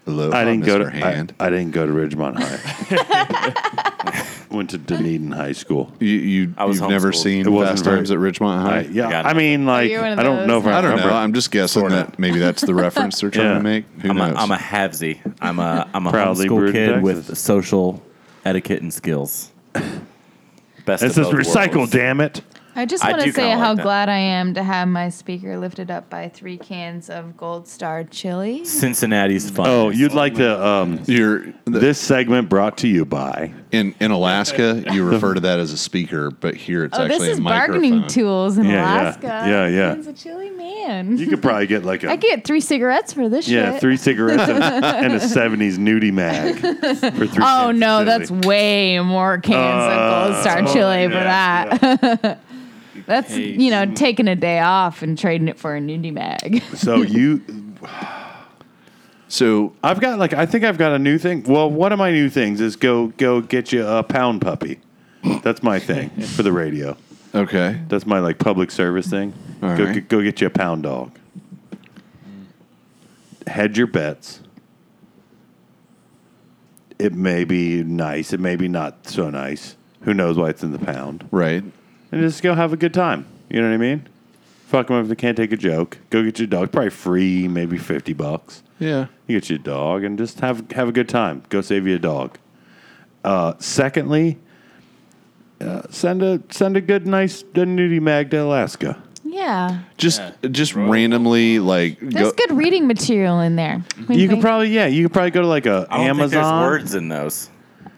Speaker 3: Aloha,
Speaker 2: I didn't
Speaker 3: Mr.
Speaker 2: go to I,
Speaker 3: Hand.
Speaker 2: I didn't go to Ridgemont High. Went to Dunedin High School.
Speaker 3: you, you,
Speaker 4: I was
Speaker 3: you've never
Speaker 4: homeschooled.
Speaker 3: seen
Speaker 2: It wasn't
Speaker 3: Fast
Speaker 2: very-
Speaker 3: Times at Ridgemont High?
Speaker 2: I, yeah,
Speaker 4: I got
Speaker 2: I,
Speaker 4: it.
Speaker 2: mean, like
Speaker 5: you one of
Speaker 2: I don't know if
Speaker 5: those?
Speaker 2: I,
Speaker 3: I don't
Speaker 2: remember.
Speaker 3: know. I'm just guessing
Speaker 2: Sorta.
Speaker 3: that maybe that's the reference they're trying
Speaker 2: Yeah.
Speaker 3: to make. Who
Speaker 4: I'm a,
Speaker 3: knows?
Speaker 4: I'm a havesy. I'm a I'm a
Speaker 2: Proudly
Speaker 4: homeschool
Speaker 2: brewed in
Speaker 4: kid with
Speaker 2: Texas.
Speaker 4: social etiquette and skills. Best.
Speaker 2: It
Speaker 4: of
Speaker 2: says
Speaker 4: both
Speaker 2: recycle,
Speaker 4: worlds.
Speaker 2: damn it.
Speaker 5: I just
Speaker 4: I
Speaker 5: want
Speaker 4: do
Speaker 5: to say
Speaker 4: kinda like
Speaker 5: how
Speaker 4: that.
Speaker 5: glad I am to have my speaker lifted up by three cans of Gold Star chili.
Speaker 4: Cincinnati's fun.
Speaker 2: Oh, you'd like to. Um,
Speaker 3: You're the,
Speaker 2: this segment brought to you by.
Speaker 3: in in Alaska. You refer to that as a speaker, but here it's
Speaker 5: Oh,
Speaker 3: actually
Speaker 5: this is
Speaker 3: a
Speaker 5: bargaining
Speaker 3: microphone.
Speaker 5: tools in
Speaker 2: Yeah, yeah.
Speaker 5: Alaska.
Speaker 2: Yeah, yeah.
Speaker 5: He's a chili man.
Speaker 2: You could probably get like a
Speaker 5: I get three cigarettes for this
Speaker 2: yeah,
Speaker 5: shit.
Speaker 2: three cigarettes and, and a '70s nudie mag for three.
Speaker 5: Oh no, that's
Speaker 2: cans
Speaker 5: way more cans of Gold Star chili for
Speaker 2: Uh, oh, yeah,
Speaker 5: that. that's you know taking a day off and trading it for a nudie mag.
Speaker 2: chili. So you,
Speaker 3: So
Speaker 2: I've got like I think I've got a new thing. Well, one of my new things is go go get you a pound puppy. That's my thing for the radio.
Speaker 3: okay,
Speaker 2: That's my like public service thing.
Speaker 3: All
Speaker 2: go,
Speaker 3: right.
Speaker 2: go get you a pound dog. Hedge your bets. It may be nice. It may be not so nice. Who knows why it's in the pound?
Speaker 3: right?
Speaker 2: And just go have a good time. You know what I mean? Fuck them if they can't take a joke. Go get your dog. Probably free, maybe fifty bucks.
Speaker 3: Yeah.
Speaker 2: You get your dog and just have have a good time. Go save you a dog. Uh, secondly, uh, send a send a good nice a nudie mag to Alaska.
Speaker 5: yeah,
Speaker 3: Just
Speaker 6: Yeah.
Speaker 3: just randomly like go,
Speaker 5: there's good reading material in there. Wink,
Speaker 2: You could
Speaker 5: wink.
Speaker 2: probably yeah, you could probably go to like a
Speaker 4: I don't think
Speaker 2: Amazon.
Speaker 4: there's words in those.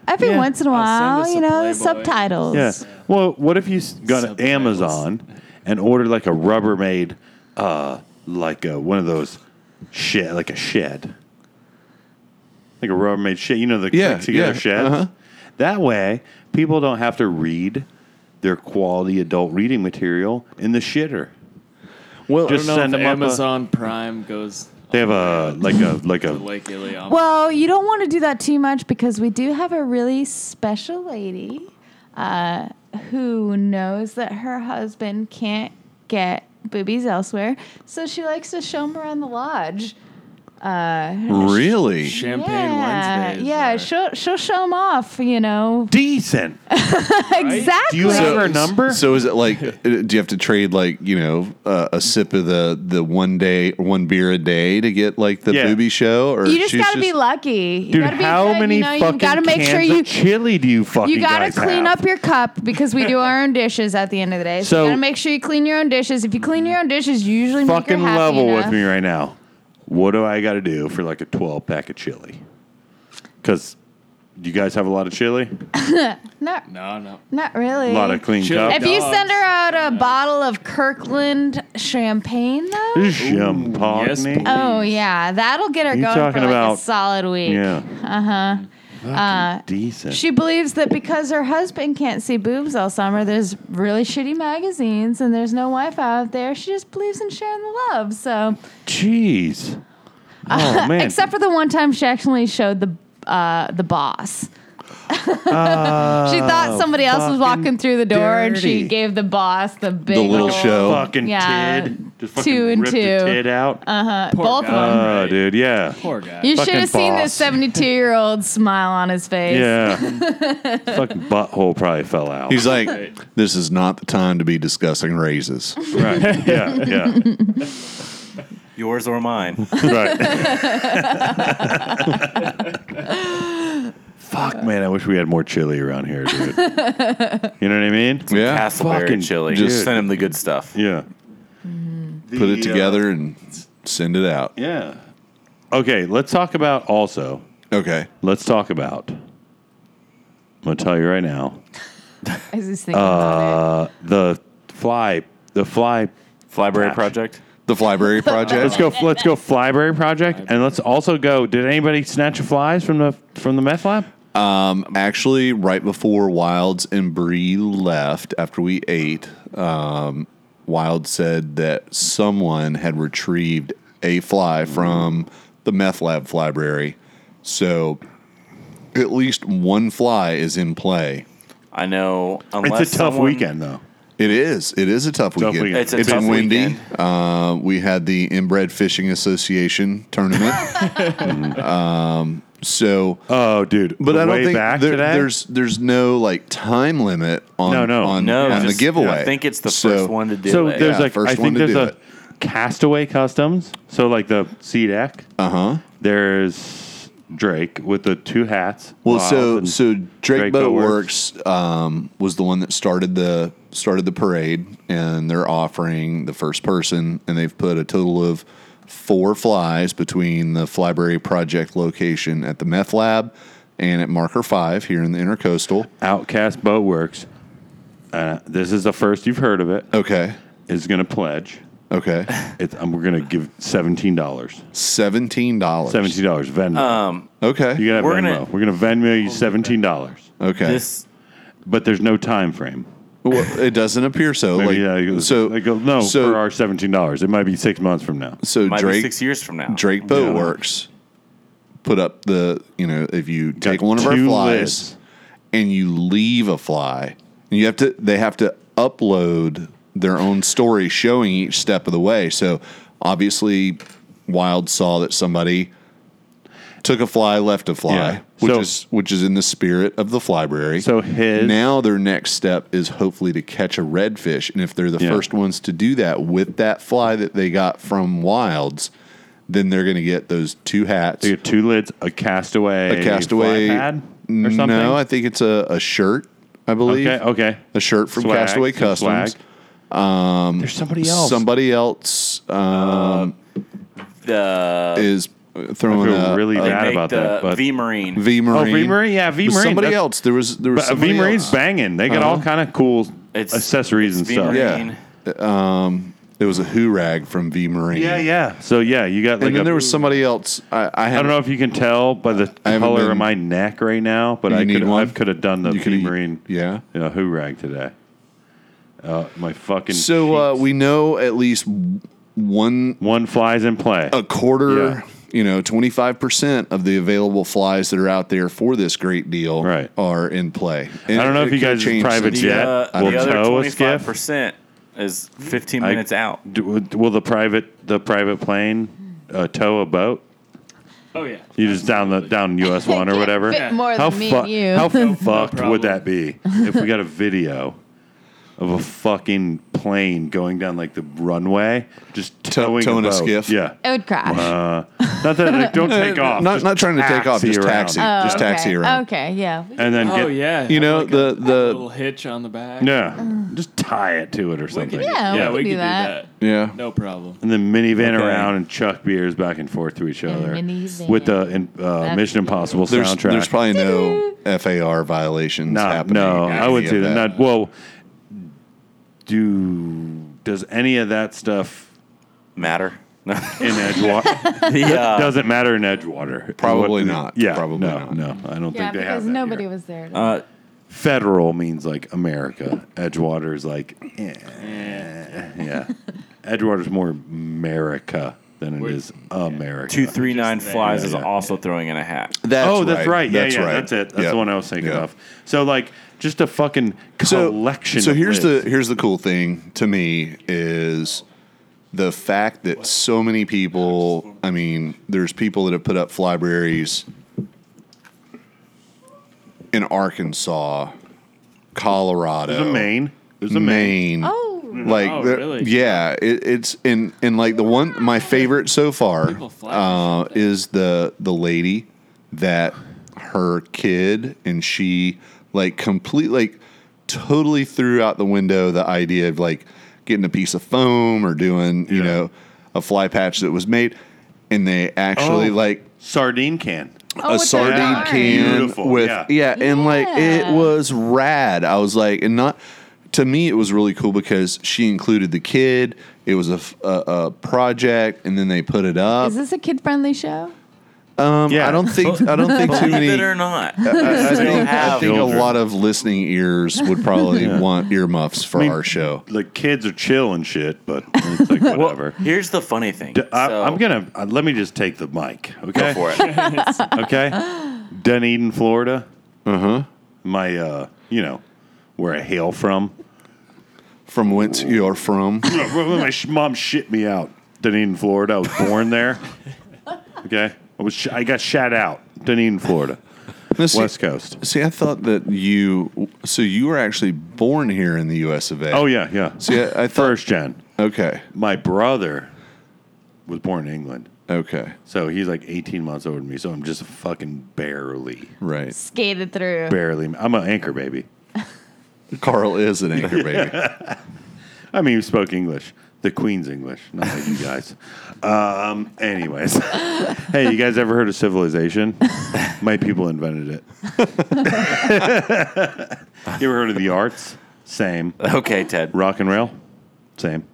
Speaker 5: every
Speaker 2: yeah.
Speaker 5: once in a
Speaker 6: I'll send
Speaker 5: while,
Speaker 6: us
Speaker 5: you
Speaker 6: a
Speaker 5: know,
Speaker 6: Playboy.
Speaker 5: subtitles.
Speaker 2: Yeah. Well, what if you s- go to
Speaker 6: Subtitles.
Speaker 2: Amazon and order like a Rubbermaid, uh, like a, one of those shed, like a shed, like a Rubbermaid shed. You know the
Speaker 3: Yeah,
Speaker 2: click together
Speaker 3: yeah,
Speaker 2: sheds.
Speaker 3: uh-huh.
Speaker 2: That way, people don't have to read their quality adult reading material in the shitter.
Speaker 3: well
Speaker 6: I don't
Speaker 2: Just
Speaker 6: know
Speaker 2: send
Speaker 6: if
Speaker 2: them up a-
Speaker 6: Amazon Prime goes
Speaker 2: They have a like a like
Speaker 6: to
Speaker 2: a
Speaker 6: Lake Iliama.
Speaker 5: Well, you don't want to do that too much because we do have a really special lady uh, who knows that her husband can't get boobies elsewhere, so she likes to show them around the lodge. Uh,
Speaker 3: really
Speaker 6: Champagne
Speaker 5: yeah,
Speaker 6: Wednesdays.
Speaker 5: yeah,
Speaker 2: uh,
Speaker 6: are-
Speaker 5: she'll she'll show them off, you know.
Speaker 2: decent.
Speaker 5: Exactly.
Speaker 2: Do you have her number?
Speaker 3: So is it like uh, do you have to trade like you know uh, a sip of the the one day one beer a day to get like the
Speaker 2: Yeah.
Speaker 3: booby show or
Speaker 5: you just
Speaker 3: she's
Speaker 5: gotta be lucky. You
Speaker 2: Dude,
Speaker 5: gotta be
Speaker 2: how
Speaker 5: good, you
Speaker 2: many
Speaker 5: know, you
Speaker 2: fucking
Speaker 5: gotta make
Speaker 2: cans
Speaker 5: sure
Speaker 2: of
Speaker 5: you
Speaker 2: chili do you fucking
Speaker 5: You gotta
Speaker 2: guys
Speaker 5: clean
Speaker 2: have?
Speaker 5: up your cup because we do our own dishes at the end of the day. So,
Speaker 2: So- Mm.
Speaker 5: you gotta make sure you clean your own dishes. If you clean your own dishes, you usually
Speaker 2: fucking
Speaker 5: make her happy
Speaker 2: level with
Speaker 5: enough.
Speaker 2: me right now. What do I got to do for like a 12 pack of chili? Because you guys have a lot of chili,
Speaker 5: Not,
Speaker 6: No, no.
Speaker 5: not really.
Speaker 2: a lot of clean
Speaker 6: Chili.
Speaker 2: cup.
Speaker 5: If you
Speaker 6: dogs.
Speaker 5: send her out a bottle of Kirkland champagne, though.
Speaker 2: Champagne.
Speaker 6: yes, please.
Speaker 5: Oh yeah, that'll get her
Speaker 2: You
Speaker 5: going
Speaker 2: talking
Speaker 5: for like
Speaker 2: about-
Speaker 5: a solid week.
Speaker 2: yeah. Uh-huh. Uh Decent.
Speaker 5: She believes that because her husband can't see boobs all summer, there's really shitty magazines and there's no Wi-Fi out there. She just believes in sharing the love. So
Speaker 2: Jeez. Oh man.
Speaker 5: Uh, Except for the one time she actually showed the uh, the boss. she thought somebody else was walking through the door, and
Speaker 2: Oh, dirty.
Speaker 5: she gave the boss the big
Speaker 3: the little
Speaker 5: old-
Speaker 3: show
Speaker 2: fucking
Speaker 5: Yeah,
Speaker 2: tid. Just
Speaker 5: two
Speaker 2: fucking
Speaker 5: and
Speaker 2: ripped
Speaker 5: two. Um,
Speaker 2: the tid out.
Speaker 6: Poor
Speaker 5: both of
Speaker 6: guy.
Speaker 5: them.
Speaker 2: Oh,
Speaker 6: Right.
Speaker 2: dude, yeah.
Speaker 6: Poor guy.
Speaker 5: You
Speaker 2: fucking
Speaker 5: should have seen
Speaker 2: boss.
Speaker 5: this seventy-two-year-old smile on his face.
Speaker 2: Yeah. fucking butthole probably fell out.
Speaker 3: He's like, this is not the time to be discussing raises.
Speaker 2: right. Yeah, yeah.
Speaker 4: Yours or mine.
Speaker 2: Right. Fuck, man, I wish we had more chili around here, dude. You know what I mean?
Speaker 3: Yeah.
Speaker 2: Fucking
Speaker 4: Castleberry chili.
Speaker 2: dude.
Speaker 4: Just send him the good stuff.
Speaker 2: Yeah.
Speaker 3: Put it together and send it out.
Speaker 2: yeah. Okay, let's talk about also.
Speaker 3: Okay.
Speaker 2: Let's talk about. I'm going to tell you right now
Speaker 5: As he's thinking about
Speaker 2: Uh, the fly, the fly.
Speaker 4: Flyberry
Speaker 2: Patch.
Speaker 4: Project.
Speaker 3: The Flyberry
Speaker 2: Let's
Speaker 3: Project.
Speaker 2: go. Let's go. Flyberry project, and let's also go. Did anybody snatch flies from the from the meth lab?
Speaker 3: Actually, right before Wilds and Bree left, after we ate, um, Wild said that someone had retrieved a fly from the meth lab library. So at least one fly is in play.
Speaker 4: I know. Unless
Speaker 2: it's a tough
Speaker 4: someone-
Speaker 2: weekend though.
Speaker 3: It is. It is a tough weekend.
Speaker 2: weekend.
Speaker 4: It's a
Speaker 3: it's
Speaker 4: tough
Speaker 3: been windy.
Speaker 4: weekend.
Speaker 3: Uh, we had the Inbred Fishing Association tournament. um, so,
Speaker 2: Oh, dude.
Speaker 3: but
Speaker 2: the
Speaker 3: I don't
Speaker 2: way
Speaker 3: think
Speaker 2: back
Speaker 3: there-
Speaker 2: today,
Speaker 3: there's there's no like time limit on
Speaker 2: No, no.
Speaker 3: on,
Speaker 4: No,
Speaker 3: on
Speaker 4: just-
Speaker 3: the giveaway.
Speaker 4: I think it's the
Speaker 3: So,
Speaker 4: first one to do
Speaker 2: so
Speaker 4: it.
Speaker 2: there's
Speaker 3: Yeah,
Speaker 2: like
Speaker 3: first
Speaker 2: I think
Speaker 3: one to
Speaker 2: there's
Speaker 3: do
Speaker 2: a
Speaker 3: it.
Speaker 2: Castaway Customs. So like the C deck.
Speaker 3: Uh huh.
Speaker 2: There's Drake with the two hats.
Speaker 3: Well,
Speaker 2: Wild
Speaker 3: so
Speaker 2: and-
Speaker 3: so
Speaker 2: Drake
Speaker 3: Drake Boat
Speaker 2: Boat
Speaker 3: Works um, was the one that started the started the parade, and they're offering the first person, and they've put a total of four flies between the Flyberry Project location at the Meth Lab and at Marker Five here in the Intercoastal.
Speaker 2: Outcast Boatworks. Uh, this is the first you've heard of it.
Speaker 3: Okay,
Speaker 2: Is going to pledge.
Speaker 3: okay,
Speaker 2: It's, um, we're going to give seventeen dollars.
Speaker 3: seventeen dollars.
Speaker 2: Seventeen dollars Venmo.
Speaker 3: Okay,
Speaker 2: you got
Speaker 4: Um, we're
Speaker 2: Venmo.
Speaker 4: gonna-
Speaker 2: we're going to Venmo you seventeen dollars.
Speaker 3: okay.
Speaker 4: This
Speaker 2: But there's no time frame.
Speaker 3: well, it doesn't appear so.
Speaker 2: Maybe, uh,
Speaker 3: like,
Speaker 2: you-
Speaker 3: so
Speaker 2: they go, no
Speaker 3: so,
Speaker 2: for our seventeen dollars. It might be six months from now.
Speaker 3: so
Speaker 4: might be
Speaker 3: Drake
Speaker 4: six years from now.
Speaker 3: Drake Boat Works put up the you know if you take one of our
Speaker 2: two
Speaker 3: flies
Speaker 2: lids.
Speaker 3: and you leave a fly, and you have to they have to upload their own story showing each step of the way. So obviously, Wild saw that somebody took a fly, left a fly,
Speaker 2: Yeah.
Speaker 3: which
Speaker 2: So-
Speaker 3: is which is in the spirit of the flyberry.
Speaker 2: So his-
Speaker 3: now their next step is hopefully to catch a redfish, and if they're the
Speaker 2: Yeah.
Speaker 3: first ones to do that with that fly that they got from Wilds, then they're going to get those two hats,
Speaker 2: They get two lids, a castaway,
Speaker 3: a castaway Mm,
Speaker 2: fly pad or something.
Speaker 3: No, I think it's a, a shirt. I believe
Speaker 2: okay, okay.
Speaker 3: a shirt from
Speaker 2: Swag,
Speaker 3: Castaway
Speaker 2: some
Speaker 3: Customs. Um,
Speaker 2: swag. There's somebody else.
Speaker 3: Somebody else um,
Speaker 4: The
Speaker 3: is throwing
Speaker 2: I
Speaker 3: a,
Speaker 2: feel really
Speaker 3: a
Speaker 2: bad
Speaker 4: make
Speaker 2: about
Speaker 4: the
Speaker 2: that. But
Speaker 4: V Marine.
Speaker 3: V Marine.
Speaker 2: V-Marine? Yeah,
Speaker 3: It was
Speaker 2: V-Marine.
Speaker 3: Somebody
Speaker 2: That's-
Speaker 3: else. There was there was
Speaker 2: but V
Speaker 3: somebody
Speaker 2: Marine's
Speaker 3: else. Uh-huh.
Speaker 2: banging. They got all kind of cool
Speaker 4: It's-
Speaker 2: accessories
Speaker 4: it's
Speaker 2: and stuff.
Speaker 4: V-Marine.
Speaker 3: Yeah. Um, it was a Who Rag from V Marine.
Speaker 2: Yeah, yeah. So yeah, you got like
Speaker 3: And then
Speaker 2: a-
Speaker 3: there was somebody else. I, I,
Speaker 2: I don't know if you can tell by the
Speaker 3: I haven't
Speaker 2: color of
Speaker 3: been-
Speaker 2: my neck right now, but
Speaker 3: You
Speaker 2: I
Speaker 3: need
Speaker 2: could I
Speaker 3: one?
Speaker 2: could have done the
Speaker 3: You could-
Speaker 2: V Marine
Speaker 3: yeah.
Speaker 2: you know, who rag today. Uh, my fucking
Speaker 3: So uh,
Speaker 2: cheeks.
Speaker 3: we know at least one
Speaker 2: one flies in play.
Speaker 3: a quarter,
Speaker 2: Yeah.
Speaker 3: you know, 25% of the available flies that are out there for this great deal
Speaker 2: Right.
Speaker 3: are in play.
Speaker 2: I don't know if you guys' private
Speaker 4: The,
Speaker 2: jet
Speaker 4: uh,
Speaker 2: will
Speaker 4: the other
Speaker 2: tow a
Speaker 4: twenty
Speaker 2: skiff.
Speaker 4: five percent is fifteen
Speaker 2: I-
Speaker 4: minutes out.
Speaker 2: Do, will the private the private plane uh, tow a boat?
Speaker 6: Oh yeah.
Speaker 2: You just down the down US one or whatever.
Speaker 5: fit more
Speaker 2: how
Speaker 5: than me
Speaker 2: fu-
Speaker 5: and you.
Speaker 2: how
Speaker 5: No
Speaker 2: fucked
Speaker 6: problem.
Speaker 2: would that be if we got a video of a fucking plane going down like the runway, just towing,
Speaker 3: towing a
Speaker 2: boat.
Speaker 3: skiff?
Speaker 2: Yeah.
Speaker 5: it. It would crash.
Speaker 2: Uh, not that like, don't take off.
Speaker 3: Uh, Not,
Speaker 2: just
Speaker 3: not trying to take off, just
Speaker 2: around.
Speaker 3: taxi.
Speaker 5: Oh,
Speaker 3: just taxi
Speaker 5: okay.
Speaker 3: around.
Speaker 5: Okay, yeah.
Speaker 2: and then
Speaker 6: Oh
Speaker 2: get
Speaker 6: yeah.
Speaker 3: You
Speaker 6: have,
Speaker 3: know,
Speaker 6: like,
Speaker 3: the-
Speaker 6: a
Speaker 3: the-
Speaker 6: little hitch on the back.
Speaker 2: yeah, just tie it to it or something.
Speaker 5: Yeah,
Speaker 6: Yeah,
Speaker 5: we could
Speaker 6: we could
Speaker 5: do
Speaker 6: do
Speaker 5: that.
Speaker 6: that.
Speaker 3: Yeah.
Speaker 6: No problem.
Speaker 2: and then minivan
Speaker 4: Okay.
Speaker 2: around and chuck beers back and forth to each other
Speaker 5: minivan.
Speaker 2: with the in, uh, Mission Impossible
Speaker 3: There's,
Speaker 2: soundtrack.
Speaker 3: there's probably no FAR violations
Speaker 2: no,
Speaker 3: happening.
Speaker 2: no,
Speaker 3: in
Speaker 2: I
Speaker 3: any
Speaker 2: would
Speaker 3: of
Speaker 2: say that. Not, well, do does any of that stuff
Speaker 4: Matter. No.
Speaker 2: in Edgewater
Speaker 4: the, uh,
Speaker 2: doesn't matter in Edgewater?
Speaker 3: Probably
Speaker 2: What-
Speaker 3: not.
Speaker 2: Yeah,
Speaker 3: Probably
Speaker 2: no,
Speaker 3: not.
Speaker 2: no. I don't
Speaker 5: Yeah,
Speaker 2: think they have
Speaker 5: because
Speaker 2: that
Speaker 5: nobody
Speaker 2: here.
Speaker 5: was there.
Speaker 4: uh,
Speaker 2: Federal means like America. Edgewater is like, eh,
Speaker 3: Eh.
Speaker 2: yeah. Edgewater's more America than it is America.
Speaker 4: two three nine
Speaker 6: there.
Speaker 4: flies
Speaker 2: Yeah,
Speaker 4: is
Speaker 2: yeah.
Speaker 4: also throwing in a hat.
Speaker 3: That's
Speaker 2: oh, that's right. Yeah, yeah, that's it. That's
Speaker 3: Yeah.
Speaker 2: the one I was thinking
Speaker 3: Yeah.
Speaker 2: of. So like just a fucking collection.
Speaker 3: So
Speaker 2: of
Speaker 3: here's
Speaker 2: lids.
Speaker 3: the here's the cool thing to me is the fact that so many people. I mean, there's people that have put up libraries in Arkansas, Colorado,
Speaker 2: There's a Maine. There's a Maine.
Speaker 3: Maine.
Speaker 5: oh,
Speaker 2: Mm-hmm.
Speaker 3: Like,
Speaker 6: Oh,
Speaker 3: the-
Speaker 6: really?
Speaker 3: yeah, it, it's in in like the one my favorite so far
Speaker 6: People fly
Speaker 3: uh,
Speaker 6: something.
Speaker 3: is the the lady that her kid and she like complete like totally threw out the window the idea of like getting a piece of foam or doing you
Speaker 2: Yeah.
Speaker 3: know a fly patch that was made, and they actually
Speaker 2: Oh.
Speaker 3: like
Speaker 2: Sardine can.
Speaker 5: Oh,
Speaker 3: a
Speaker 5: with the
Speaker 3: sardine
Speaker 5: lime.
Speaker 3: can
Speaker 2: Beautiful,
Speaker 3: with
Speaker 2: yeah.
Speaker 3: yeah, and like it
Speaker 5: Yeah.
Speaker 3: was rad. I was like, and not to me, it was really cool because she included the kid. It was a, f- a- a project, and then they put it up.
Speaker 5: Is this a kid friendly show?
Speaker 3: Um, I don't think I don't think too
Speaker 4: Believe
Speaker 3: many.
Speaker 4: it or not.
Speaker 3: I, I think, I
Speaker 4: have
Speaker 3: think a
Speaker 2: children.
Speaker 3: lot of listening ears would probably want earmuffs for
Speaker 2: mean,
Speaker 3: our show.
Speaker 2: Like kids are chill and shit, but it's like whatever.
Speaker 4: Here's the funny thing.
Speaker 2: D- I,
Speaker 4: So-
Speaker 2: am gonna uh, let me just take the mic. Okay,
Speaker 4: go for it.
Speaker 2: okay. Dunedin, Florida. Uh huh.
Speaker 3: Uh-huh.
Speaker 2: My, uh, you know, where I hail from.
Speaker 3: From whence you're from.
Speaker 2: my sh- mom shit me out. Dunedin, Florida. I was born there. Okay, I was sh- I got shat out. Dunedin, Florida,
Speaker 3: No, see-
Speaker 2: West Coast.
Speaker 3: See, I thought that you. So you were actually born here in the U.S. of A.
Speaker 2: Oh yeah, yeah.
Speaker 3: See, I, I thought.
Speaker 2: First gen.
Speaker 3: Okay.
Speaker 2: My brother was born in England,
Speaker 3: Okay.
Speaker 2: so he's like 18 months older than me. So I'm just fucking barely,
Speaker 3: Right.
Speaker 5: Skated through.
Speaker 2: barely. I'm an anchor baby.
Speaker 3: Carl is an anchor baby.
Speaker 2: I mean, you spoke English, the Queen's English, not like you guys. Um, anyways, hey, you guys ever heard of civilization? My people invented it. you ever heard of the arts? Same.
Speaker 4: Okay, Ted.
Speaker 2: Rock and rail? Same.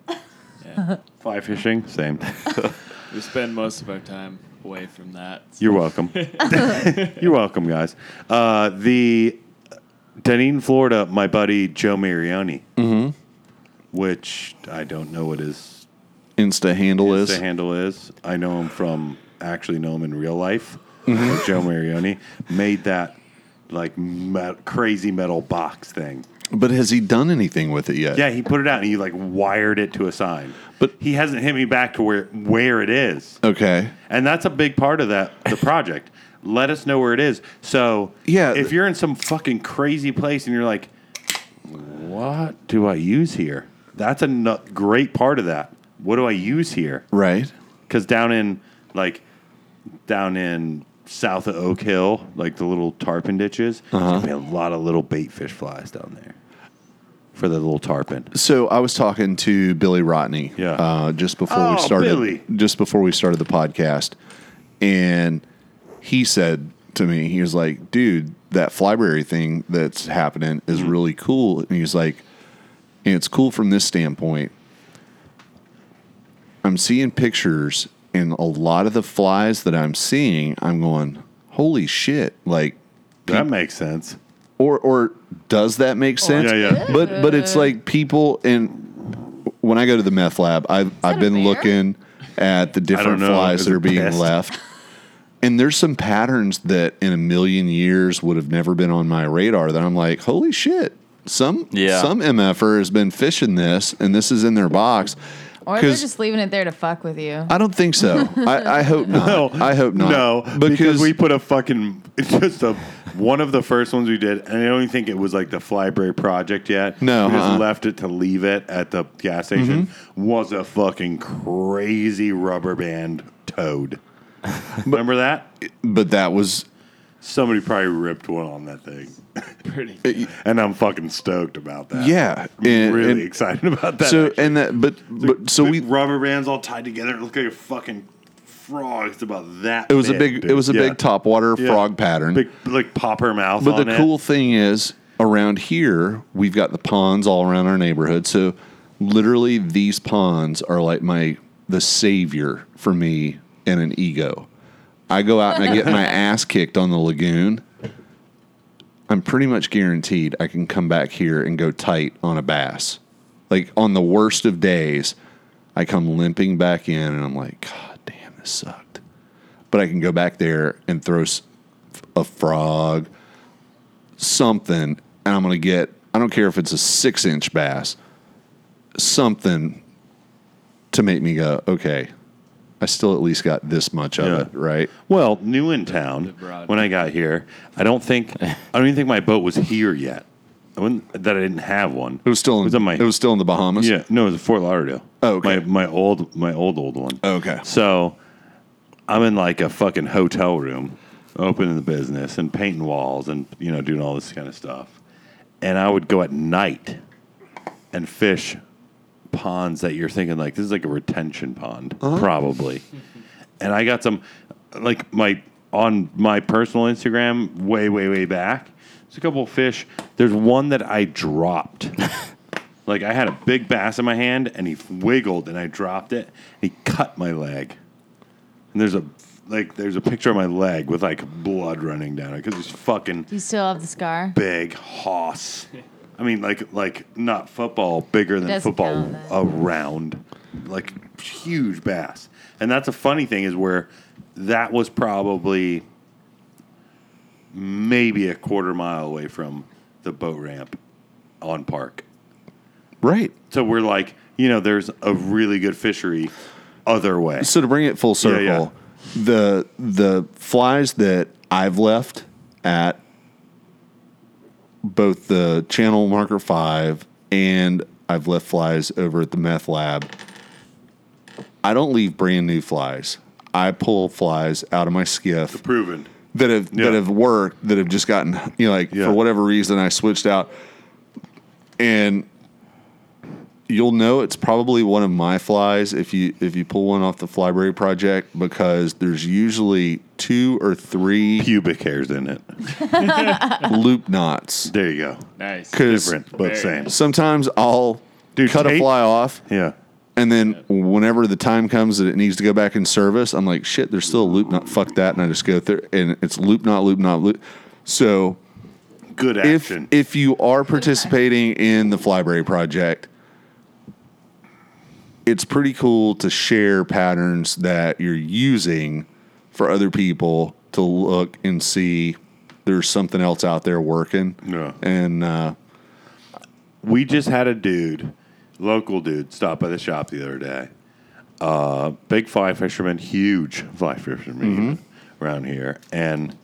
Speaker 2: Fly fishing? Same.
Speaker 6: We spend most of our time away from that.
Speaker 2: You're welcome. You're welcome, guys. Uh, the Dunedin, Florida, my buddy Joe Marioni,
Speaker 3: Mm-hmm.
Speaker 2: which I don't know what his
Speaker 3: Insta handle is.
Speaker 2: the handle is. I know him from actually know him in real life.
Speaker 3: Mm-hmm.
Speaker 2: Like Joe Marioni made that like me- crazy metal box thing.
Speaker 3: But has he done anything with it yet?
Speaker 2: Yeah, he put it out and he like wired it to a sign.
Speaker 3: But-
Speaker 2: he hasn't hit me back to where where it is,
Speaker 3: Okay.
Speaker 2: and that's a big part of that the project. Let us know where it is. So
Speaker 3: Yeah,
Speaker 2: if
Speaker 3: th-
Speaker 2: you're in some fucking crazy place and you're like, what do I use here? That's a nu- great part of that. What do I use here?
Speaker 3: Right.
Speaker 2: because down in like down in south of Oak Hill, like the little tarpon ditches,
Speaker 3: Uh-huh.
Speaker 2: there's gonna be a lot of little bait fish flies down there for the little tarpon.
Speaker 3: So I was talking to Billy Rodney.
Speaker 2: Yeah.
Speaker 3: Uh, just before we
Speaker 2: Oh,
Speaker 3: started.
Speaker 2: Billy.
Speaker 3: Just before we started the podcast, and he said to me, he was like, "Dude, that Flyberry thing that's happening is
Speaker 2: Mm-hmm.
Speaker 3: really cool." And he's like, "And it's cool from this standpoint. I'm seeing pictures, and a lot of the flies that I'm seeing, I'm going, holy shit! Like
Speaker 2: That makes sense.
Speaker 3: or or does that make sense?
Speaker 2: Oh, yeah, yeah.
Speaker 3: But but it's like people and when I go to the meth lab, I've I've
Speaker 5: a
Speaker 3: been
Speaker 5: bear?
Speaker 3: looking at the different
Speaker 2: know.
Speaker 3: flies
Speaker 2: Is
Speaker 3: that
Speaker 2: it
Speaker 3: are being
Speaker 2: pissed?
Speaker 3: left. And there's some patterns that in a million years would have never been on my radar that I'm like, holy shit. Some
Speaker 4: Yeah.
Speaker 3: some MFer has been fishing this and this is in their box.
Speaker 5: Or they're
Speaker 3: 'Cause-
Speaker 5: just leaving it there to fuck with you.
Speaker 3: I don't think so. I, I hope not. I hope not.
Speaker 2: No, because, we put a fucking just a one of the first ones we did, and I don't even think it was like the Flyberry project yet.
Speaker 3: No,
Speaker 2: we just
Speaker 3: uh-uh. Mm-hmm.
Speaker 2: left it to leave it at the gas station. Was a fucking crazy rubber band toad. Remember that?
Speaker 3: but that was
Speaker 2: Somebody probably ripped one on that thing.
Speaker 6: Pretty.
Speaker 2: and I'm fucking stoked about that.
Speaker 3: Uh, yeah.
Speaker 2: I'm
Speaker 3: and-
Speaker 2: really
Speaker 3: and-
Speaker 2: excited about that.
Speaker 3: So
Speaker 2: actually.
Speaker 3: and that but but so
Speaker 2: Big
Speaker 3: we
Speaker 2: rubber bands all tied together. It looked like a fucking frog. It's about that.
Speaker 3: It was a big.
Speaker 2: dude.
Speaker 3: It was a
Speaker 2: Yeah.
Speaker 3: big topwater
Speaker 2: Yeah.
Speaker 3: frog pattern.
Speaker 2: Big like popper mouth.
Speaker 3: but
Speaker 2: on
Speaker 3: the
Speaker 2: it.
Speaker 3: cool thing is, around here we've got the ponds all around our neighborhood. So literally, these ponds are like my the savior for me and an ego. I go out and I get my ass kicked on the lagoon. I'm pretty much guaranteed I can come back here and go tight on a bass. Like on the worst of days, I come limping back in and I'm like, God damn, this sucked. But I can go back there and throw s- a frog, something, and I'm going to get, I don't care if it's a six inch bass, something to make me go, okay, I still at least got this much of
Speaker 2: Yeah.
Speaker 3: it, right?
Speaker 2: Well, new in town
Speaker 6: broad.
Speaker 2: when I got here. I don't think I don't even think my boat was here yet. I wouldn't, that I didn't have one.
Speaker 3: It was still in,
Speaker 2: it was on my
Speaker 3: it was still in the Bahamas.
Speaker 2: Yeah, no, it was Fort Lauderdale.
Speaker 3: Oh, okay. Oh,
Speaker 2: My my old my old old one.
Speaker 3: Okay.
Speaker 2: So I'm in like a fucking hotel room, opening the business and painting walls and you know doing all this kind of stuff. And I would go at night and fish ponds that you're thinking like
Speaker 3: Uh-huh.
Speaker 2: this is like a retention pond probably. and I got some like my on my personal Instagram way, way, way back. There's a couple of fish. There's one that I dropped. like I had a big bass in my hand and he wiggled and I dropped it. He cut my leg. And there's a like there's a picture of my leg with like blood running down it because he's fucking
Speaker 5: You still have the scar?
Speaker 2: big hoss. I mean, like like not football bigger than
Speaker 5: Doesn't
Speaker 2: football
Speaker 5: count that.
Speaker 2: around, like huge bass. And that's a funny thing is where that was probably maybe a quarter mile away from the boat ramp on park.
Speaker 3: Right.
Speaker 2: So we're like, you know, there's a really good fishery other way.
Speaker 3: So to bring it full
Speaker 2: Yeah,
Speaker 3: circle,
Speaker 2: yeah.
Speaker 3: the the flies that I've left at both the channel marker five and I've left flies over at the meth lab. I don't leave brand new flies. I pull flies out of my skiff
Speaker 2: Proven.
Speaker 3: that have
Speaker 2: Yeah.
Speaker 3: that have worked that have just gotten you know like
Speaker 2: Yeah.
Speaker 3: for whatever reason I switched out and you'll know it's probably one of my flies if you if you pull one off the flyberry project because there's usually two or three
Speaker 2: Pubic hairs in it.
Speaker 3: loop knots
Speaker 2: There you go.
Speaker 6: Nice.
Speaker 3: because
Speaker 2: Different, but same.
Speaker 3: sometimes I'll
Speaker 2: Dude,
Speaker 3: cut a
Speaker 2: tape-
Speaker 3: fly off
Speaker 2: Yeah.
Speaker 3: and then whenever the time comes that it needs to go back in service, I'm like, shit, there's still a loop knot. Fuck that, and I just go through and it's loop knot, loop knot, loop. So
Speaker 2: Good
Speaker 3: if
Speaker 2: action.
Speaker 3: if you are participating in the Flyberry project, it's pretty cool to share patterns that you're using for other people to look and see there's something else out there working.
Speaker 2: Yeah.
Speaker 3: And uh,
Speaker 2: we just had a dude, local dude, stop by the shop the other day. Uh, big fly fisherman, huge fly fisherman even around here, and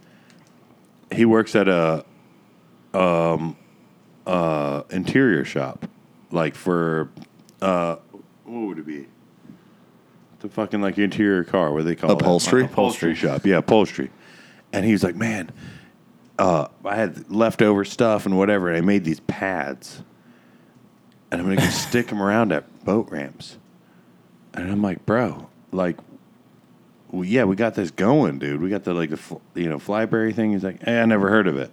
Speaker 2: he works at a um, uh, interior shop, like for uh, what would it be? The fucking like interior car, what do they call
Speaker 3: Upholstery?
Speaker 2: it? upholstery shop, yeah, upholstery. And he was like, "Man, uh, I had leftover stuff and whatever, and I made these pads." and I'm gonna go stick them around at boat ramps. And I'm like, bro, like, well, yeah, we got this going, dude. We got the like the fl- you know flyberry thing. He's like, hey, I never heard of it.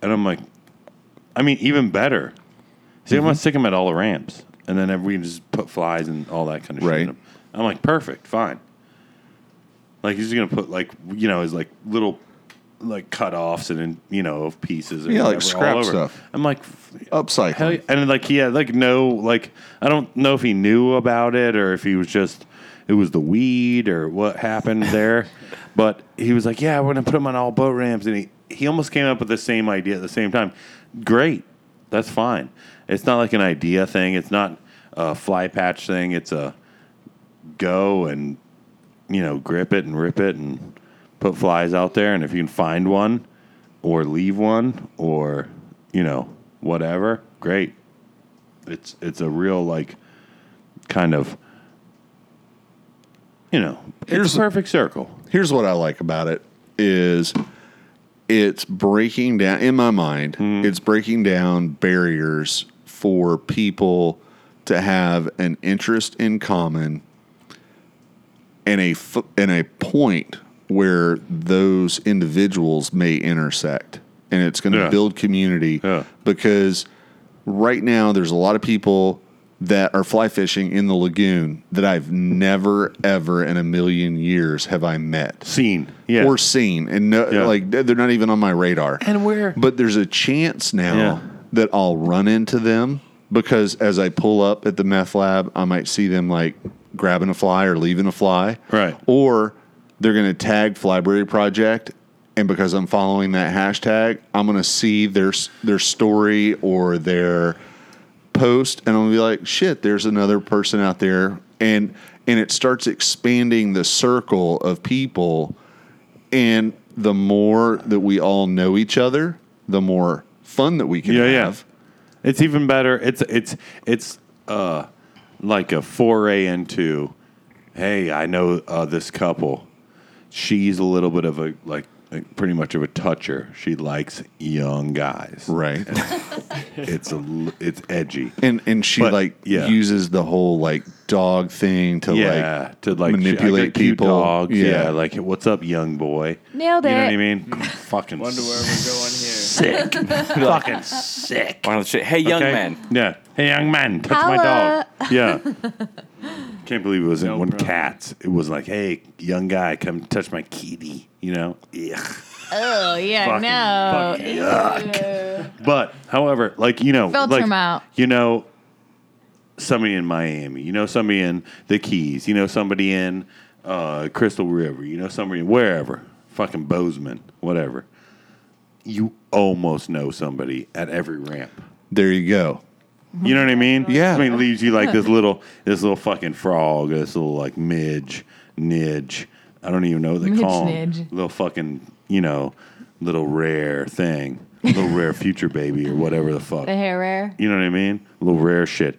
Speaker 2: And I'm like, I mean, even better. See, I'm gonna
Speaker 3: Mm-hmm.
Speaker 2: stick them at all the ramps, and then we can just put flies and all that kind of shit.
Speaker 3: Right.
Speaker 2: in 'em. I'm like, perfect, fine. Like he's just gonna put like you know his like little like cutoffs and then, you know of pieces or
Speaker 3: Yeah, like
Speaker 2: whatever all
Speaker 3: scrap
Speaker 2: over.
Speaker 3: stuff.
Speaker 2: I'm like, f-
Speaker 3: upcycling.
Speaker 2: Hell yeah. And like he had like no like I don't know if he knew about it or if he was just it was the weed or what happened there. but he was like, Yeah, we're gonna put him on all boat ramps and he, he almost came up with the same idea at the same time. Great. That's fine. It's not like an idea thing, it's not a fly patch thing, it's a go and you know, grip it and rip it and put flies out there and if you can find one or leave one or you know whatever great it's it's a real like kind of you know it's
Speaker 3: Here's-
Speaker 2: a perfect circle
Speaker 3: here's what I like about it is it's breaking down in my mind it's breaking down barriers for people to have an interest in common and a f- and a point where those individuals may intersect and it's going to
Speaker 2: Yeah.
Speaker 3: build community
Speaker 2: Yeah.
Speaker 3: because right now there's a lot of people that are fly fishing in the lagoon that I've never ever in a million years have I met
Speaker 2: scene yeah
Speaker 3: or seen and no,
Speaker 2: Yeah.
Speaker 3: like they're not even on my radar
Speaker 2: and where
Speaker 3: but there's a chance now
Speaker 2: Yeah.
Speaker 3: that I'll run into them because as I pull up at the meth lab, I might see them like grabbing a fly or leaving a fly.
Speaker 2: Right.
Speaker 3: Or they're going to tag Flyberry Project. And because I'm following that hashtag, I'm going to see their, s- their story or their post and I'll be like, shit, there's another person out there. And, and it starts expanding the circle of people and the more that we all know each other, the more fun that we can
Speaker 2: yeah yeah
Speaker 3: have.
Speaker 2: it's even better it's it's it's uh like a foray into hey i know uh, this couple she's a little bit of a like like, pretty much of a toucher. She likes young guys.
Speaker 3: right?
Speaker 2: It's a l- it's edgy.
Speaker 3: and and she
Speaker 2: But,
Speaker 3: like
Speaker 2: yeah.
Speaker 3: uses the whole like dog thing to
Speaker 2: yeah,
Speaker 3: like
Speaker 2: to like
Speaker 3: manipulate
Speaker 2: I got cute
Speaker 3: people.
Speaker 2: Dogs. Yeah.
Speaker 3: Yeah.
Speaker 2: like what's up, young boy?
Speaker 5: Nailed
Speaker 2: You know
Speaker 5: it.
Speaker 2: what I mean? Fucking
Speaker 6: Wonder where we're going here.
Speaker 2: sick. Fucking sick.
Speaker 4: Why don't you- Hey, young
Speaker 2: Okay?
Speaker 4: man.
Speaker 2: Yeah. Hey, young man, touch
Speaker 5: Holla.
Speaker 2: my dog. Yeah. Can't believe it wasn't
Speaker 6: No
Speaker 2: one
Speaker 6: problem.
Speaker 2: cat. It was like, hey, young guy, come touch my kitty. You know? Yeah.
Speaker 5: Oh yeah, no.
Speaker 2: Fucking yuck. But, however, like you know,
Speaker 5: Filter
Speaker 2: like,
Speaker 5: 'em out.
Speaker 2: You know, somebody in Miami. You know, somebody in the Keys. You know, somebody in uh, Crystal River. You know, somebody wherever. Fucking Bozeman, whatever. You almost know somebody at every ramp.
Speaker 3: there you go.
Speaker 2: You know what I mean?
Speaker 3: Yeah.
Speaker 2: I mean, leaves you like this little, this little fucking frog, this little like midge, nidge. I don't even know what they
Speaker 5: Midge
Speaker 2: call 'em.
Speaker 5: nidge.
Speaker 2: Little fucking, you know, little rare thing, little rare future baby or whatever the fuck.
Speaker 5: The hair rare.
Speaker 2: You know what I mean? Little rare shit.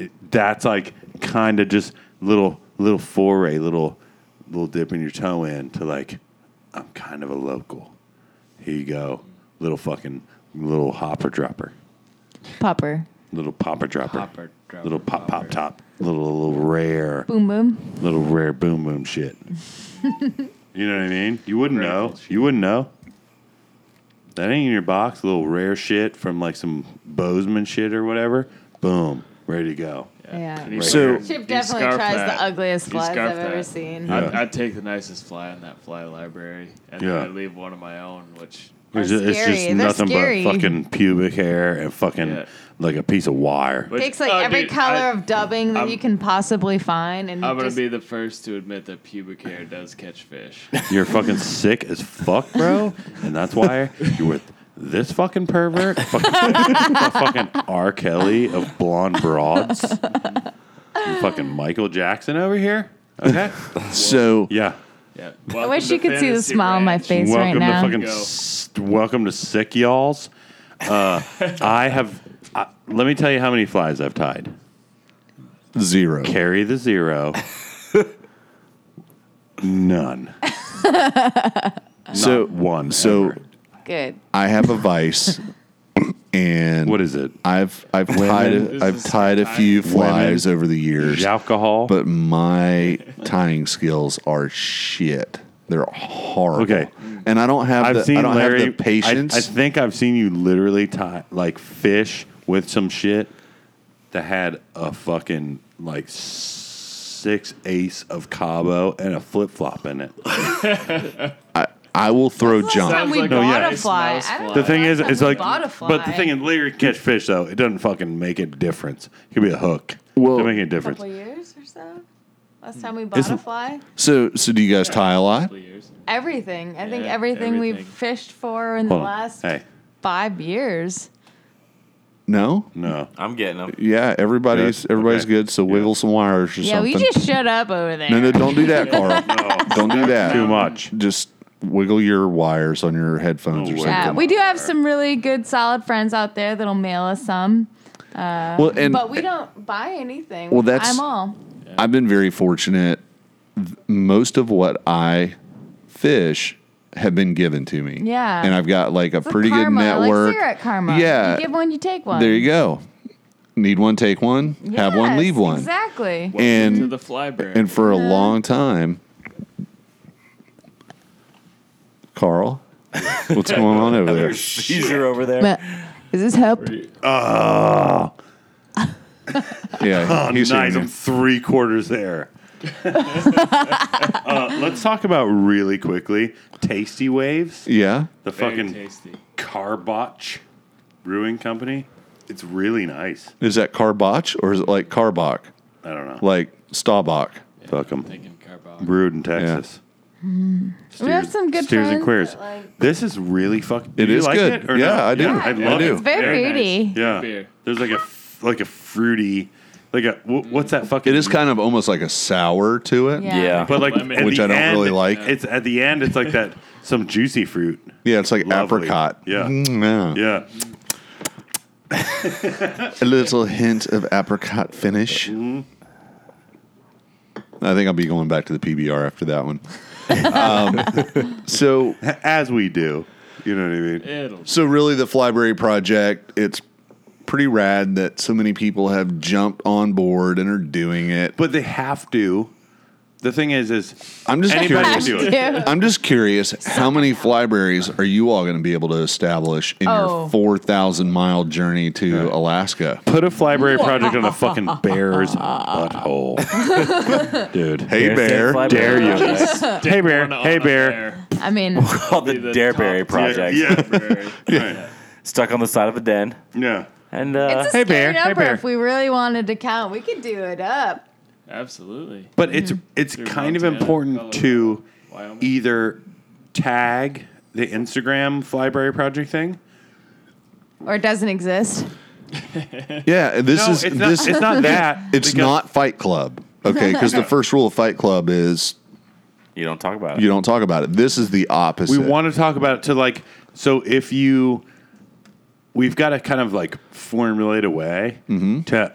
Speaker 2: It- that's like kind of just little little foray, little little dipping your toe in to like, I'm kind of a local. Here you go, little fucking little hopper dropper
Speaker 5: Popper.
Speaker 2: little popper dropper,
Speaker 4: Popper dropper,
Speaker 2: little pop pop top, little little rare,
Speaker 5: Boom boom.
Speaker 2: little rare boom boom shit. you know what I mean? You wouldn't know. You wouldn't know. That ain't in your box. Little rare shit from like some Bozeman shit or whatever. Boom, ready to go.
Speaker 5: Yeah.
Speaker 6: And he
Speaker 3: So-
Speaker 6: scarf-
Speaker 5: Chip
Speaker 6: he
Speaker 5: definitely
Speaker 6: scarfed
Speaker 5: tries
Speaker 6: that.
Speaker 5: the ugliest
Speaker 6: He
Speaker 5: flies I've
Speaker 6: scarfed
Speaker 5: ever
Speaker 6: that.
Speaker 5: seen.
Speaker 2: Yeah.
Speaker 6: I'd, I'd take the nicest fly in that fly library, and
Speaker 2: Yeah.
Speaker 6: then I'd leave one of my own, which
Speaker 5: They're
Speaker 2: It's ju- it's
Speaker 5: scary.
Speaker 2: just
Speaker 5: They're
Speaker 2: nothing
Speaker 5: scary.
Speaker 2: but fucking pubic hair and fucking
Speaker 6: Yeah.
Speaker 2: like a piece of wire.
Speaker 6: which-
Speaker 5: Takes like
Speaker 6: oh,
Speaker 5: every
Speaker 6: dude,
Speaker 5: color
Speaker 6: I-
Speaker 5: of dubbing that
Speaker 6: I'm-
Speaker 5: you can possibly find, and
Speaker 6: I'm
Speaker 5: you
Speaker 6: gonna
Speaker 5: just
Speaker 6: be the first to admit that pubic hair does catch fish.
Speaker 2: You're fucking sick as fuck, bro. And that's why you're with this fucking pervert, fucking, a fucking R. Kelly of blonde broads, and fucking Michael Jackson over here. Okay.
Speaker 3: So
Speaker 2: Yeah.
Speaker 6: Yeah.
Speaker 5: I wish you could see the smile on my face
Speaker 2: welcome
Speaker 5: right
Speaker 2: to
Speaker 5: now.
Speaker 2: fucking
Speaker 6: Go.
Speaker 2: s- welcome to sick y'alls. Uh, I have. I, let me tell you how many flies I've tied.
Speaker 3: zero.
Speaker 2: Carry the zero. None.
Speaker 3: So
Speaker 2: One.
Speaker 3: so
Speaker 2: ever.
Speaker 5: Good.
Speaker 3: I have a vice, and
Speaker 2: what is it?
Speaker 3: I've I've tied
Speaker 6: This
Speaker 3: a, I've
Speaker 6: is
Speaker 3: tied a few flies over the years,
Speaker 2: Alcohol.
Speaker 3: but my tying skills are shit. They're horrible.
Speaker 2: Okay.
Speaker 3: and I don't have
Speaker 2: I've
Speaker 3: the
Speaker 2: seen
Speaker 3: I don't
Speaker 2: Larry.
Speaker 3: have the patience.
Speaker 2: I, I think I've seen you literally tie like fish with some shit that had a fucking like six ace of Cabo and a flip flop in it.
Speaker 3: I will throw
Speaker 5: Last
Speaker 3: junk.
Speaker 5: time we
Speaker 6: Sounds like
Speaker 5: bought
Speaker 2: a
Speaker 5: a
Speaker 2: nice
Speaker 5: fly.
Speaker 6: mouse
Speaker 5: I don't
Speaker 6: fly.
Speaker 5: know
Speaker 2: The thing
Speaker 5: last
Speaker 2: is,
Speaker 5: time
Speaker 2: it's
Speaker 5: we
Speaker 2: like,
Speaker 5: bought a
Speaker 2: but the
Speaker 5: fly.
Speaker 2: thing is, Larry catch fish though. It doesn't fucking make a difference. It could be a hook.
Speaker 3: Well-
Speaker 2: Well, doesn't make a difference.
Speaker 5: couple years or so. Last time we bought a
Speaker 2: Isn't-
Speaker 5: fly,
Speaker 3: So so do you guys tie a lot?
Speaker 6: Years.
Speaker 5: everything. I think
Speaker 6: Yeah,
Speaker 5: everything, we've
Speaker 6: everything.
Speaker 5: fished for in
Speaker 2: Hold on.
Speaker 5: the last
Speaker 2: Hey,
Speaker 5: five years.
Speaker 3: No.
Speaker 2: no.
Speaker 4: I'm getting them.
Speaker 3: Yeah, everybody's
Speaker 2: Mm-hmm. Yeah,
Speaker 3: everybody's
Speaker 2: okay.
Speaker 3: good. So wiggle some wires or
Speaker 5: Yeah,
Speaker 3: something.
Speaker 5: we just shut up over there.
Speaker 3: no, no, don't do that, Carl. Don't do that.
Speaker 2: Too much.
Speaker 3: Just wiggle your wires on your headphones
Speaker 2: No
Speaker 3: or
Speaker 2: way.
Speaker 5: Yeah,
Speaker 3: something.
Speaker 5: we do have some really good, solid friends out there that'll mail us some,
Speaker 3: well, and
Speaker 5: but we don't buy anything.
Speaker 3: Well, that's-
Speaker 5: I'm all.
Speaker 3: I've been very fortunate. Th- Most of what I fish have been given to me.
Speaker 5: Yeah.
Speaker 3: and I've got like a
Speaker 5: It's like
Speaker 3: pretty
Speaker 5: karma,
Speaker 3: good network.
Speaker 5: Like cigarette karma.
Speaker 3: Yeah.
Speaker 5: you give one, you take one.
Speaker 3: There you go. Need one, take one. have one,
Speaker 5: Yes,
Speaker 3: leave one.
Speaker 5: Exactly.
Speaker 3: And
Speaker 6: to the fly bird.
Speaker 3: And for a long time, Carl, what's going on over there?
Speaker 4: Seizure over there.
Speaker 5: But is this help?
Speaker 2: Oh,
Speaker 3: Yeah, he's
Speaker 2: nice.
Speaker 3: hearing
Speaker 2: I'm
Speaker 3: you.
Speaker 2: three quarters there. uh, let's talk about really quickly Tasty Waves,
Speaker 3: Yeah,
Speaker 2: the
Speaker 6: Very
Speaker 2: fucking
Speaker 6: tasty.
Speaker 2: Carbotch Brewing Company. It's really nice.
Speaker 3: is that Carbach or is it like Carbach,
Speaker 2: I don't know.
Speaker 3: like Staubach?
Speaker 2: Fuck 'em.
Speaker 6: Thinking carbon.
Speaker 2: Brewed in Texas.
Speaker 5: We have some good
Speaker 2: steers and queers.
Speaker 5: friends that, like-
Speaker 2: this is really fucking.
Speaker 3: It
Speaker 2: do you
Speaker 3: is
Speaker 2: like
Speaker 3: good.
Speaker 2: It or
Speaker 3: Yeah,
Speaker 2: no?
Speaker 3: I do.
Speaker 2: I
Speaker 3: Yeah,
Speaker 2: love
Speaker 3: I do.
Speaker 2: it.
Speaker 5: It's very
Speaker 6: Very
Speaker 5: fruity.
Speaker 6: nice.
Speaker 2: Yeah.
Speaker 6: Beer.
Speaker 2: There's like a f- like a fruity, like a wh- what's that fucking?
Speaker 3: It is kind of almost like a sour to it.
Speaker 5: Yeah.
Speaker 4: Yeah.
Speaker 2: but like
Speaker 6: Lemon.
Speaker 2: at
Speaker 3: Which
Speaker 2: the
Speaker 3: I don't
Speaker 2: end,
Speaker 3: really like.
Speaker 2: It's at the end. It's like that some juicy fruit.
Speaker 3: Yeah, it's like
Speaker 2: Lovely.
Speaker 3: apricot.
Speaker 2: Yeah.
Speaker 3: Mm, yeah.
Speaker 2: Yeah,
Speaker 3: a little hint of apricot
Speaker 2: Mm-hmm.
Speaker 3: finish. I think I'll be going back to the PBR after that one. Um, So
Speaker 2: as we do. You know what I mean?
Speaker 6: It'll
Speaker 3: So really, the Flyberry project, it's pretty rad that so many people have jumped on board and are doing it. But
Speaker 2: But they have to. The thing is, is
Speaker 3: I'm just
Speaker 2: Anybody
Speaker 3: curious.
Speaker 2: can do it.
Speaker 3: I'm just curious, how many Flyberries are you all going to be able to establish in
Speaker 5: Oh.
Speaker 3: your 4,000 mile journey to Alaska?
Speaker 2: put a Flyberry project on a fucking bear's butthole, dude. Hey,
Speaker 3: Hey, Bear.
Speaker 4: Flyberry
Speaker 2: dare you.
Speaker 4: Project.
Speaker 2: hey bear,
Speaker 6: on
Speaker 2: hey
Speaker 6: a
Speaker 2: bear.
Speaker 5: I mean,
Speaker 4: Called the,
Speaker 6: Be the
Speaker 4: Dareberry
Speaker 6: top
Speaker 4: Project.
Speaker 6: bear.
Speaker 2: yeah,
Speaker 4: Stuck on the side of a den.
Speaker 2: yeah.
Speaker 4: And uh,
Speaker 5: it's a
Speaker 2: Hey,
Speaker 5: hey,
Speaker 2: Bear. Hey,
Speaker 5: number.
Speaker 2: Bear.
Speaker 5: If we really wanted to count, we could do it up.
Speaker 6: Absolutely.
Speaker 2: But it's it's
Speaker 6: Through
Speaker 2: kind of
Speaker 6: Montana,
Speaker 2: important to
Speaker 6: Wyoming.
Speaker 2: either tag the Instagram Flyberry project thing.
Speaker 5: Or it doesn't exist.
Speaker 3: Yeah, this
Speaker 2: No,
Speaker 3: is
Speaker 2: it's not,
Speaker 3: this.
Speaker 2: it's not that.
Speaker 3: It's
Speaker 2: because-
Speaker 3: not Fight Club, okay? Because the first rule of Fight Club is
Speaker 4: you don't talk about it.
Speaker 3: you don't talk about it. This is the opposite.
Speaker 2: We want to talk about it to like so if you we've got to kind of like formulate a way to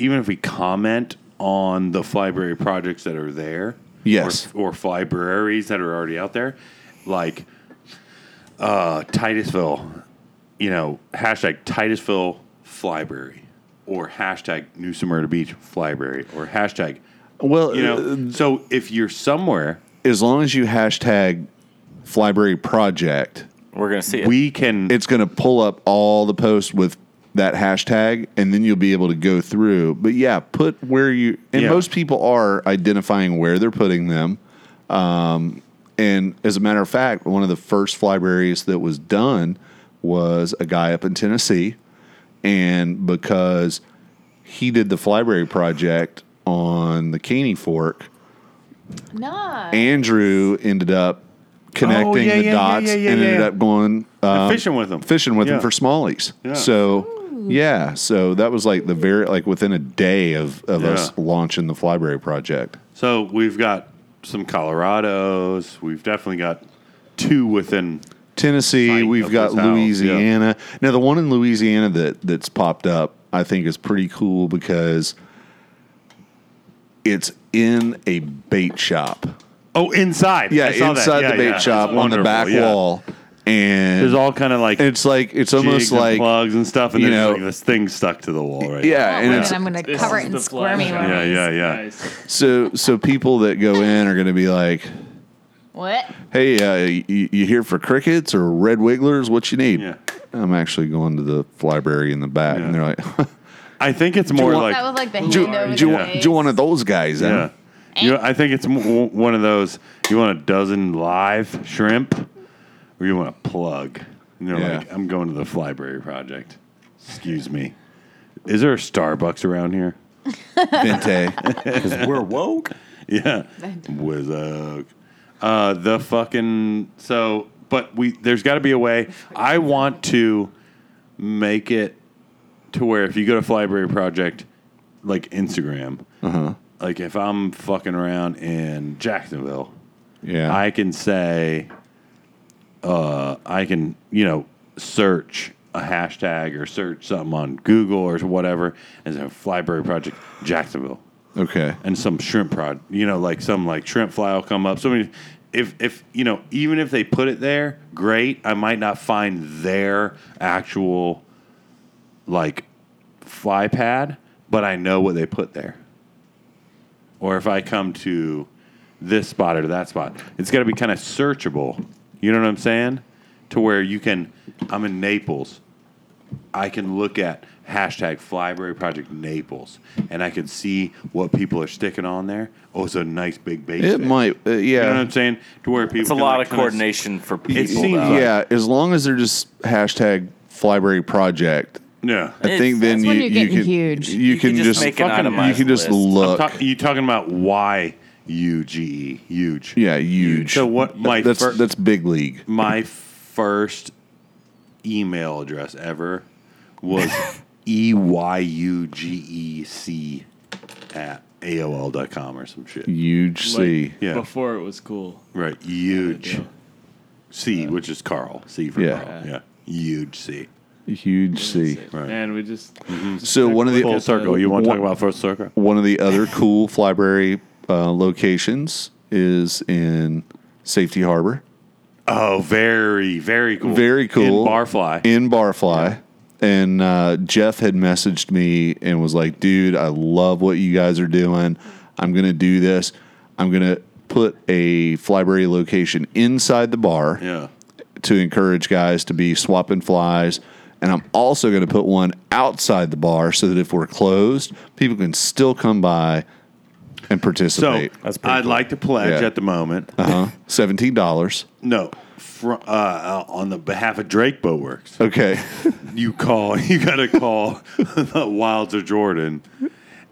Speaker 2: even if we comment on the Flyberry projects that are there,
Speaker 3: Yes.
Speaker 2: or, or Flyberries that are already out there, like uh, Titusville, you know, hashtag Titusville Flyberry, or hashtag New Smyrna Beach Flyberry, or hashtag
Speaker 3: well,
Speaker 2: you
Speaker 3: uh,
Speaker 2: know. So if you're somewhere
Speaker 3: as long as you hashtag Flyberry Project,
Speaker 4: We're gonna see it.
Speaker 2: we can
Speaker 3: it's going to pull up all the posts with that hashtag and then you'll be able to go through but yeah put where you and
Speaker 2: Yeah.
Speaker 3: most people are identifying where they're putting them um, and as a matter of fact one of the first flyberries that was done was a guy up in tennessee and because he did the flyberry project on the caney fork
Speaker 5: No.
Speaker 3: andrew ended up connecting
Speaker 2: Oh, yeah,
Speaker 3: the
Speaker 2: yeah, yeah,
Speaker 3: dots
Speaker 2: yeah, yeah,
Speaker 3: and ended
Speaker 2: yeah.
Speaker 3: up going um,
Speaker 2: fishing with them.
Speaker 3: fishing with
Speaker 2: Yeah.
Speaker 3: him for smallies.
Speaker 2: Yeah.
Speaker 3: So yeah, so that was like the very like within a day of of us
Speaker 2: Yeah.
Speaker 3: launching the Flyberry project.
Speaker 2: So we've got some Colorados. We've definitely got two within.
Speaker 3: Tennessee,
Speaker 2: Site of
Speaker 3: we've got
Speaker 2: this house,
Speaker 3: Louisiana. Now the one in Louisiana that that's popped up, I think is pretty cool because it's in a bait shop.
Speaker 2: Oh, inside.
Speaker 3: Yeah,
Speaker 2: I saw that.
Speaker 3: inside
Speaker 2: Yeah,
Speaker 3: the bait
Speaker 2: yeah.
Speaker 3: shop on the
Speaker 2: Wonderful,
Speaker 3: back
Speaker 2: yeah.
Speaker 3: wall. And
Speaker 2: There's all kind of like
Speaker 3: it's like it's
Speaker 2: jigs
Speaker 3: almost
Speaker 2: and
Speaker 3: like
Speaker 2: plugs and stuff, and
Speaker 3: you
Speaker 2: there's
Speaker 3: know-
Speaker 2: like this thing stuck to the wall, right?
Speaker 5: Oh,
Speaker 3: yeah, and
Speaker 5: wait,
Speaker 3: it's
Speaker 5: I'm going to
Speaker 6: This
Speaker 5: cover
Speaker 6: is
Speaker 5: it in
Speaker 6: the fly
Speaker 5: squirmy
Speaker 6: shot.
Speaker 2: Yeah,
Speaker 5: ways.
Speaker 2: yeah, yeah.
Speaker 6: Nice.
Speaker 3: so so people that go in are going to be like
Speaker 5: What?
Speaker 3: Hey, uh, you, you here for crickets or red wigglers? What you need?
Speaker 2: Yeah.
Speaker 3: I'm actually going to the library in the back,
Speaker 2: Yeah.
Speaker 3: and they're like,
Speaker 2: I think it's more
Speaker 3: want-
Speaker 2: like,
Speaker 5: that was like the hand
Speaker 3: "Do
Speaker 5: over
Speaker 3: do you
Speaker 5: the
Speaker 3: want-
Speaker 5: face.
Speaker 3: do you want one of those guys?" Then?
Speaker 2: yeah. You know, I think it's m- w- one of those. You want a dozen live shrimp, or you want a plug? And they're
Speaker 3: Yeah.
Speaker 2: like, I'm going to the Flyberry Project. Excuse me. Is there a Starbucks around here?
Speaker 3: Vente.
Speaker 4: we're woke.
Speaker 2: Yeah. With uh, uh, the fucking so, but we there's got to be a way. I want to make it to where if you go to Flyberry Project, like Instagram, like if I'm fucking around in Jacksonville,
Speaker 3: yeah,
Speaker 2: I can say, uh, I can, you know, search a hashtag or search something on Google or whatever and say Flyberry Project Jacksonville
Speaker 3: okay,
Speaker 2: and some shrimp prod, you know, like some like shrimp fly will come up. So many, if if you know, even if they put it there, great. I might not find their actual like fly pad, but I know what they put there. Or if I come to this spot or that spot, it's got to be kind of searchable. You know what I'm saying? To where you can, I'm in Naples. I can look at hashtag Flyberry Project Naples, and I can see what people are sticking on there. Oh, it's a nice big base.
Speaker 3: it might. Uh, yeah,
Speaker 2: You know what I'm saying? To where people.
Speaker 4: It's a
Speaker 2: can,
Speaker 4: lot
Speaker 2: like,
Speaker 4: of
Speaker 2: kinda s-
Speaker 4: coordination for people.
Speaker 2: seems
Speaker 4: though.
Speaker 2: like-
Speaker 3: yeah. As long as they're just hashtag Flyberry Project,
Speaker 2: Yeah.
Speaker 3: I
Speaker 4: It's-
Speaker 3: think then
Speaker 5: that's
Speaker 3: you
Speaker 5: when you're
Speaker 3: you
Speaker 5: getting
Speaker 3: can
Speaker 5: huge.
Speaker 3: You, can, just,
Speaker 4: make an
Speaker 2: fucking- you
Speaker 3: you
Speaker 4: itemized
Speaker 3: can just
Speaker 4: list.
Speaker 3: look.
Speaker 2: Ta- you talking about why U G E huge?
Speaker 3: yeah, huge.
Speaker 2: So what? My
Speaker 3: that's
Speaker 2: fir-
Speaker 3: that's big league.
Speaker 2: my first email address ever was e y u g e c at aol dot com or some shit.
Speaker 3: Huge C.
Speaker 6: Like,
Speaker 2: Yeah.
Speaker 6: Before it was cool.
Speaker 2: Right, huge
Speaker 6: Yeah.
Speaker 2: C, which is Carl C for
Speaker 3: Yeah.
Speaker 2: Carl. Yeah, huge C.
Speaker 3: Huge C.
Speaker 2: Right.
Speaker 6: Man, we just
Speaker 3: So one of the
Speaker 2: Full circle. You want to
Speaker 3: one-
Speaker 2: talk about full circle?
Speaker 3: one of the other cool Flyberry uh, locations is in Safety Harbor.
Speaker 2: Oh, very, very cool.
Speaker 3: Very cool.
Speaker 2: In Barfly.
Speaker 3: In Barfly. And uh, Jeff had messaged me and was like, dude, I love what you guys are doing. I'm going to do this. I'm going to put a Flyberry location inside the bar
Speaker 2: yeah.
Speaker 3: to encourage guys to be swapping flies. And I'm also going to put one outside the bar so that if we're closed, people can still come by and
Speaker 2: So
Speaker 3: participate.
Speaker 4: That's pretty
Speaker 2: I'd
Speaker 4: cool.
Speaker 2: like to pledge
Speaker 3: Yeah.
Speaker 2: at the moment.
Speaker 3: uh-huh. $17.
Speaker 2: No, fr- uh, uh, on the behalf of Drake Works.
Speaker 3: Okay.
Speaker 2: you call you got to call the Wilds or Jordan.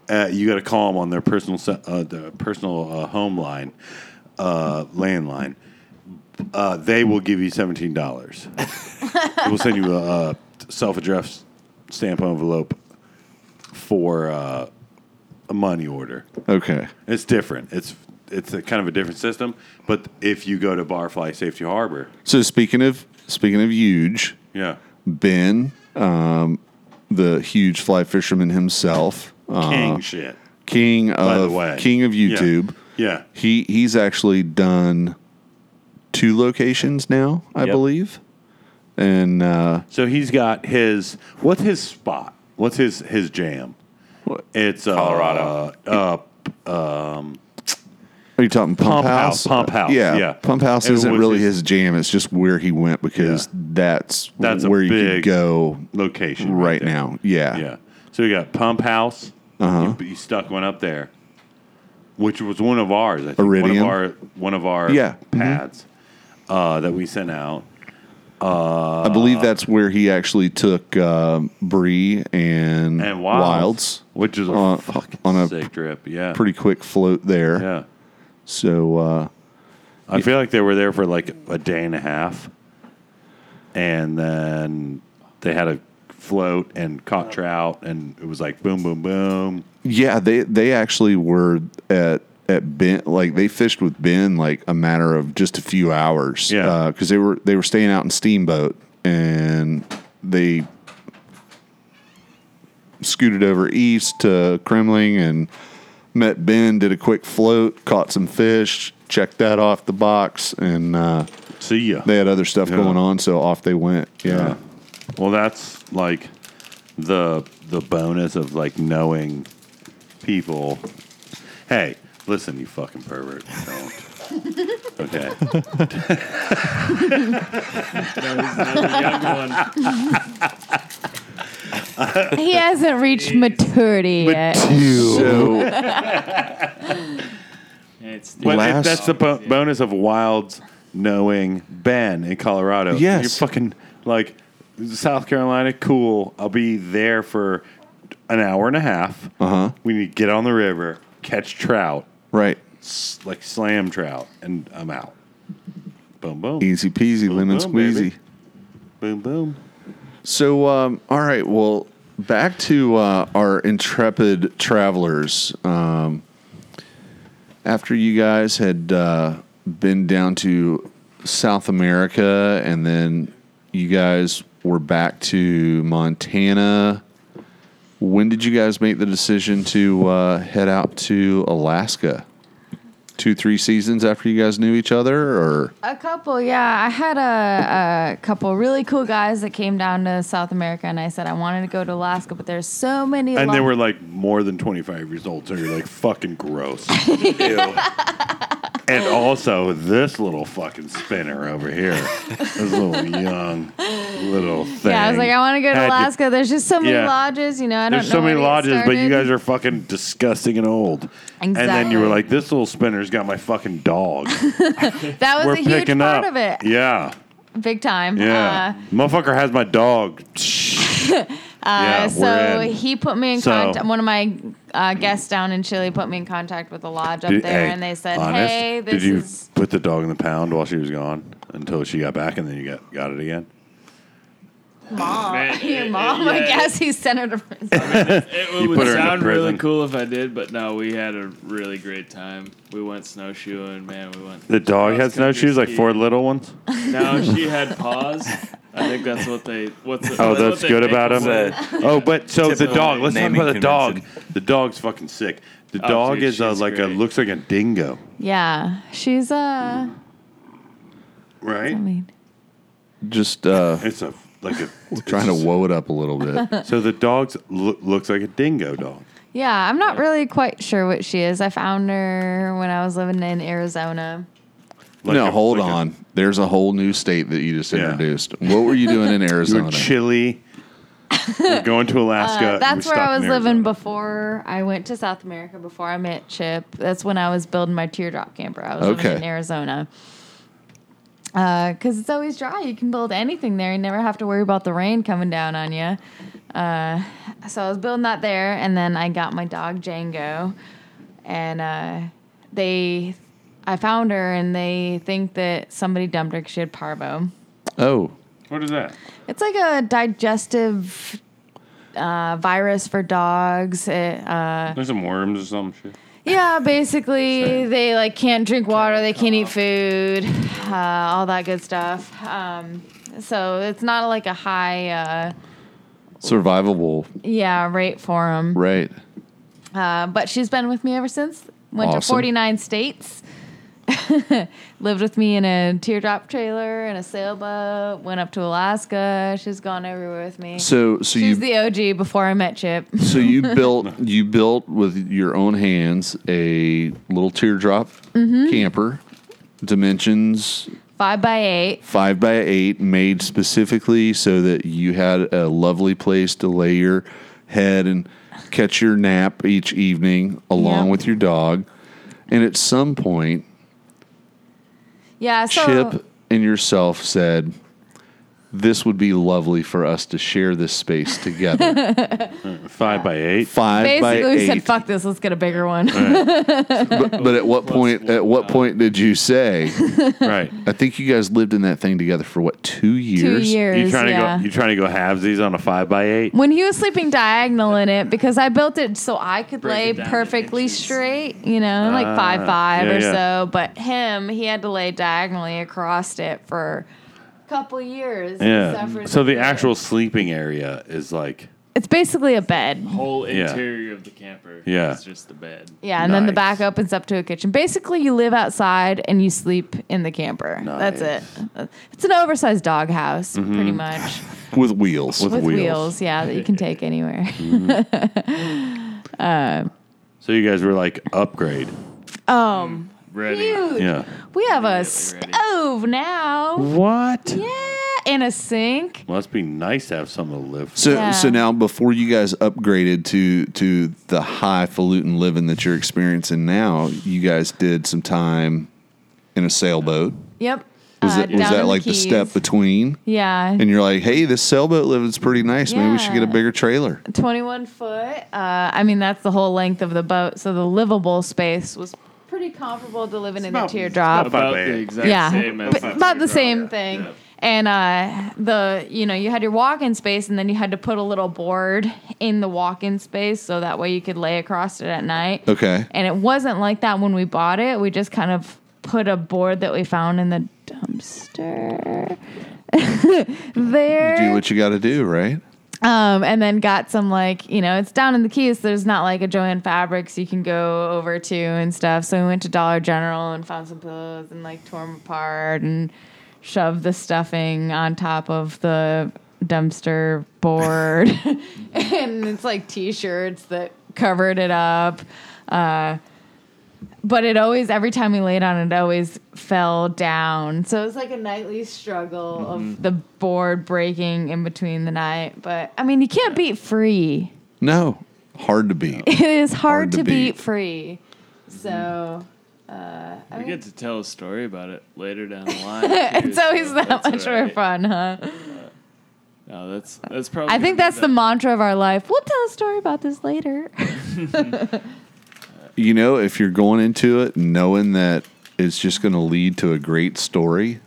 Speaker 2: Uh, you got to call them on their personal se- uh, the personal uh, home line, uh, landline. Uh, they will give you seventeen dollars. we'll send you a, uh self-addressed stamp envelope for uh, a money order.
Speaker 3: Okay.
Speaker 2: It's different. It's it's a kind of a different system. But if you go to Barfly Safety Harbor,
Speaker 3: So speaking of speaking of huge,
Speaker 2: yeah,
Speaker 3: Ben, um, the huge fly fisherman himself, uh,
Speaker 2: king shit.
Speaker 3: king
Speaker 2: By
Speaker 3: of
Speaker 2: the way,
Speaker 3: king of
Speaker 2: Yeah.
Speaker 3: YouTube.
Speaker 2: yeah.
Speaker 3: He he's actually done two locations now, I
Speaker 4: Yep.
Speaker 3: believe. And uh,
Speaker 2: So he's got his what's his spot? What's his his jam? It's uh,
Speaker 4: Colorado.
Speaker 2: Uh, uh,
Speaker 3: are you talking pump,
Speaker 2: Pump House,
Speaker 3: house?
Speaker 2: Pump House,
Speaker 3: Yeah,
Speaker 2: yeah.
Speaker 3: Pump house
Speaker 2: It
Speaker 3: isn't
Speaker 2: was
Speaker 3: really
Speaker 2: his-
Speaker 3: his jam. It's just where he went because
Speaker 2: Yeah.
Speaker 3: that's
Speaker 2: That's a
Speaker 3: where you
Speaker 2: big-
Speaker 3: could go
Speaker 2: location
Speaker 3: right
Speaker 2: there.
Speaker 3: now. Yeah.
Speaker 2: Yeah. So you got Pump House.
Speaker 3: Uh-huh.
Speaker 2: You, you stuck one up there, which was one of ours. I think. One
Speaker 3: Iridium.
Speaker 2: of our one of our
Speaker 3: Yeah. Mhm.
Speaker 2: pads uh, that we sent out.
Speaker 3: I
Speaker 2: Uh,
Speaker 3: believe that's where he actually took uh, Bree and,
Speaker 2: And Wilds,
Speaker 3: Wilds.
Speaker 2: which is a
Speaker 3: on-
Speaker 2: fucking
Speaker 3: on a
Speaker 2: sick trip. Yeah.
Speaker 3: pretty quick float there.
Speaker 2: Yeah.
Speaker 3: So uh,
Speaker 2: I feel like they were there for like a day and a half, and then they had a float and caught trout, and it was like boom, boom, boom.
Speaker 3: yeah, they they actually were at at Ben like they fished with Ben like a matter of just a few hours.
Speaker 2: Yeah.
Speaker 3: because they were they were staying out in Steamboat and they scooted over east to Kremling and met Ben, did a quick float, caught some fish, checked that off the box, and uh,
Speaker 2: See ya.
Speaker 3: they had other stuff
Speaker 2: Yeah.
Speaker 3: going on, so off they went. yeah.
Speaker 2: Well, that's like the the bonus of like knowing people. Hey, listen, you fucking pervert. Don't. Okay.
Speaker 6: That was another young one.
Speaker 5: He hasn't reached maturity yet.
Speaker 3: So
Speaker 6: It's
Speaker 2: But if
Speaker 3: Last-
Speaker 2: that's the bo- bonus of Wilds knowing Ben in Colorado.
Speaker 3: Yes.
Speaker 2: You're fucking like South Carolina, cool. I'll be there for an hour and a half.
Speaker 3: Uh-huh.
Speaker 2: We need to get on the river, catch trout,
Speaker 3: right,
Speaker 2: s- like slam trout, and I'm out. Boom, boom.
Speaker 3: easy peasy, lemon
Speaker 2: boom,
Speaker 3: squeezy.
Speaker 2: Oh, baby. Boom, boom.
Speaker 3: So um, all right, well, back to uh, our intrepid travelers. Um, after you guys had uh, been down to South America, and then you guys were back to Montana. When did you guys make the decision to uh, head out to Alaska? Two, three seasons after you guys knew each other, or
Speaker 5: A couple, yeah. I had a, a couple really cool guys that came down to South America, and I said I wanted to go to Alaska, but there's so many.
Speaker 2: And
Speaker 5: long-
Speaker 2: they were like more than 25 years old, so you're like fucking gross. Ew. And also this little fucking spinner over here, this little young little thing.
Speaker 5: yeah, I was like, I want to go to
Speaker 2: Had you-
Speaker 5: Alaska. there's just so many
Speaker 2: Yeah.
Speaker 5: lodges, you know. I don't
Speaker 2: There's
Speaker 5: know.
Speaker 2: so many
Speaker 5: where to get
Speaker 2: lodges, but you
Speaker 5: started.
Speaker 2: guys are fucking disgusting and old. And then you were
Speaker 5: Exactly.
Speaker 2: like, this little spinner's got my fucking dog.
Speaker 5: That
Speaker 2: we're
Speaker 5: was a huge
Speaker 2: picking
Speaker 5: part
Speaker 2: up.
Speaker 5: of it,
Speaker 2: Yeah,
Speaker 5: big time.
Speaker 2: yeah.
Speaker 5: Uh,
Speaker 2: Motherfucker has my dog. yeah,
Speaker 5: Uh,
Speaker 2: we're
Speaker 5: so
Speaker 2: in.
Speaker 5: he put me in
Speaker 2: So-
Speaker 5: contact. One of my uh, guests down in Chile put me in contact with a lodge up
Speaker 2: Did-
Speaker 5: there,
Speaker 2: hey,
Speaker 5: and they said,
Speaker 2: honest,
Speaker 5: "Hey, this
Speaker 2: did you
Speaker 5: is
Speaker 2: put the dog in the pound while she was gone until she got back, and then you got got it again?
Speaker 5: mom,
Speaker 6: Man,
Speaker 5: your
Speaker 6: it-
Speaker 5: mom."
Speaker 6: it-
Speaker 5: I
Speaker 6: yeah,
Speaker 5: guess he sent her to prison.
Speaker 6: It
Speaker 2: You put
Speaker 6: would
Speaker 2: her in a
Speaker 6: sound really
Speaker 2: prison.
Speaker 6: cool if I did, but no, we had a really great time. We went snowshoeing, man. We went.
Speaker 2: The dog
Speaker 6: cross
Speaker 2: had snowshoes,
Speaker 6: country
Speaker 2: like four little ones.
Speaker 6: skiing. No, she had paws. I think that's what they. What's the,
Speaker 2: Oh,
Speaker 6: what
Speaker 2: that's
Speaker 6: they
Speaker 2: good
Speaker 6: make
Speaker 2: about
Speaker 6: them
Speaker 2: him.
Speaker 4: It's
Speaker 6: with.
Speaker 4: a
Speaker 2: Oh, but so the
Speaker 4: Typical
Speaker 2: dog. Let's talk
Speaker 4: naming
Speaker 2: about the dog.
Speaker 4: convention.
Speaker 2: The dog's fucking sick. The
Speaker 6: Oh,
Speaker 2: dog
Speaker 6: dude,
Speaker 2: is a,
Speaker 6: she's
Speaker 2: like a
Speaker 6: great.
Speaker 2: looks like a dingo,
Speaker 5: Yeah, she's uh,
Speaker 2: right?
Speaker 5: I mean,
Speaker 3: Just uh,
Speaker 2: It's a like a
Speaker 3: trying to woe it up a little bit.
Speaker 2: So the dog looks like a dingo dog.
Speaker 5: yeah, I'm not really quite sure what she is. I found her when I was living in Arizona.
Speaker 2: Like
Speaker 3: no,
Speaker 2: a-
Speaker 3: hold
Speaker 2: like a-
Speaker 3: on. There's a whole new state that you just
Speaker 2: Yeah.
Speaker 3: introduced. What were you doing in
Speaker 2: you were
Speaker 3: Arizona?
Speaker 2: chilly. We're going to Alaska.
Speaker 5: Uh,
Speaker 2: and
Speaker 5: that's
Speaker 2: we
Speaker 5: where
Speaker 2: stopped
Speaker 5: I was
Speaker 2: in
Speaker 5: living
Speaker 2: Arizona.
Speaker 5: before I went to South America. Before I met Chip, that's when I was building my teardrop camper. I was
Speaker 3: Okay.
Speaker 5: living in Arizona. Because it's always dry. You can build anything there. You never have to worry about the rain coming down on you. Uh, so I was building that there, and then I got my dog Django, and uh, they, I found her, and they think that somebody dumped her 'cause she had parvo.
Speaker 3: Oh,
Speaker 6: What is that?
Speaker 5: It's like a digestive uh, virus for dogs. It, uh,
Speaker 2: There's some worms or some shit.
Speaker 5: yeah, basically they like can't drink water, they can't eat food, uh, all that good stuff. Um, so it's not like a high uh,
Speaker 3: survivable,
Speaker 5: yeah rate for them.
Speaker 3: right?
Speaker 5: Uh, but she's been with me ever since. Went to
Speaker 3: Awesome.
Speaker 5: 49 states. Lived with me in a teardrop trailer and a sailboat. Went up to Alaska. She's gone everywhere with me.
Speaker 3: So, so you
Speaker 5: She's the OG before I met Chip.
Speaker 3: So you built you built with your own hands a little teardrop
Speaker 5: Mm-hmm.
Speaker 3: camper, dimensions
Speaker 5: Five by eight.
Speaker 3: five by eight, made specifically so that you had a lovely place to lay your head and catch your nap each evening along
Speaker 5: Yep.
Speaker 3: with your dog. And at some point,
Speaker 5: Yeah. So
Speaker 3: Chip and yourself said, "This would be lovely for us to share this space together."
Speaker 2: Five by eight.
Speaker 3: Five by
Speaker 5: basically,
Speaker 3: eight.
Speaker 5: we said, "Fuck this. Let's get a bigger one."
Speaker 3: But at what point? At what point did you say?
Speaker 2: Right.
Speaker 3: I think you guys lived in that thing together for what two
Speaker 5: Two
Speaker 3: years?
Speaker 5: years.
Speaker 2: You trying
Speaker 5: yeah.
Speaker 2: to go? You trying to go halvesies on a five by eight?
Speaker 5: when he was sleeping diagonal in it, because I built it so I could
Speaker 6: Break
Speaker 5: lay
Speaker 6: it down in
Speaker 5: perfectly
Speaker 6: inches.
Speaker 5: straight, you know, like five five
Speaker 2: Ah, yeah,
Speaker 5: or
Speaker 2: yeah.
Speaker 5: so. But him, he had to lay diagonally across it for a couple years. He
Speaker 2: Yeah.
Speaker 5: suffered
Speaker 2: So the
Speaker 5: with it.
Speaker 2: actual sleeping area is like
Speaker 5: it's basically a bed.
Speaker 6: Whole
Speaker 2: Yeah.
Speaker 6: interior of the camper.
Speaker 2: Yeah.
Speaker 6: It's just the bed.
Speaker 5: Yeah, and then the
Speaker 2: Nice.
Speaker 5: back opens up to a kitchen. Basically, you live outside and you sleep in the camper.
Speaker 2: Nice. Mm-hmm.
Speaker 5: That's it. It's an oversized dog house, pretty much,
Speaker 3: with wheels.
Speaker 5: with wheels. Yeah, that you can take anywhere.
Speaker 2: So you guys were like upgrade.
Speaker 5: um,
Speaker 6: Ready.
Speaker 5: huge.
Speaker 2: Yeah.
Speaker 5: We have a
Speaker 6: Immediately ready.
Speaker 5: stove now.
Speaker 2: What?
Speaker 5: Yeah, and a sink.
Speaker 2: Must be nice to have something to live.
Speaker 3: So
Speaker 5: Yeah.
Speaker 3: so now before you guys upgraded to to the highfalutin living that you're experiencing now, you guys did some time in a sailboat.
Speaker 5: Yep.
Speaker 3: Was
Speaker 5: uh,
Speaker 3: it was
Speaker 5: down in
Speaker 3: that like the,
Speaker 5: Keys.
Speaker 3: step between?
Speaker 5: Yeah,
Speaker 3: And you're like, hey, this sailboat living's pretty nice. Maybe we should get a
Speaker 5: Yeah.
Speaker 3: bigger trailer.
Speaker 5: 21 foot. Uh, I mean, that's the whole length of the boat, so the livable space was pretty comparable to living in a
Speaker 2: about-
Speaker 5: teardrop.
Speaker 6: About
Speaker 2: Bed.
Speaker 6: the exact
Speaker 5: yeah,
Speaker 6: same. as
Speaker 5: but
Speaker 6: the
Speaker 5: about the
Speaker 6: teardrop.
Speaker 5: same thing. And uh, the you know you had your walk-in space, and then you had to put a little board in the walk-in space so that way you could lay across it at night.
Speaker 3: Okay.
Speaker 5: And it wasn't like that when we bought it. We just kind of put a board that we found in the dumpster there.
Speaker 3: Do what you gotta do, right?
Speaker 5: Um, and then got some like you know it's down in the keys. So there's not like a Joann Fabrics you can go over to and stuff. So we went to Dollar General and found some pillows and like tore them apart and shoved the stuffing on top of the dumpster board, and it's like t-shirts that covered it up. Uh, but it always every time we laid on it, it always fell down so it was like a nightly struggle of the board breaking in between the night but i mean you can't beat free
Speaker 3: No. Hard to beat.
Speaker 5: it is hard,
Speaker 3: Hard to
Speaker 5: to beat.
Speaker 3: beat.
Speaker 5: free so
Speaker 6: We get to tell a story about it later down the line. too,
Speaker 5: it's always
Speaker 6: so
Speaker 5: that
Speaker 6: that's
Speaker 5: much
Speaker 6: all right.
Speaker 5: more fun huh
Speaker 6: No, that's that's probably.
Speaker 5: i
Speaker 6: gonna
Speaker 5: think
Speaker 6: be
Speaker 5: that's the mantra of our life we'll tell a story about this later
Speaker 3: You know, if you're going into it knowing that it's just going to lead to a great story,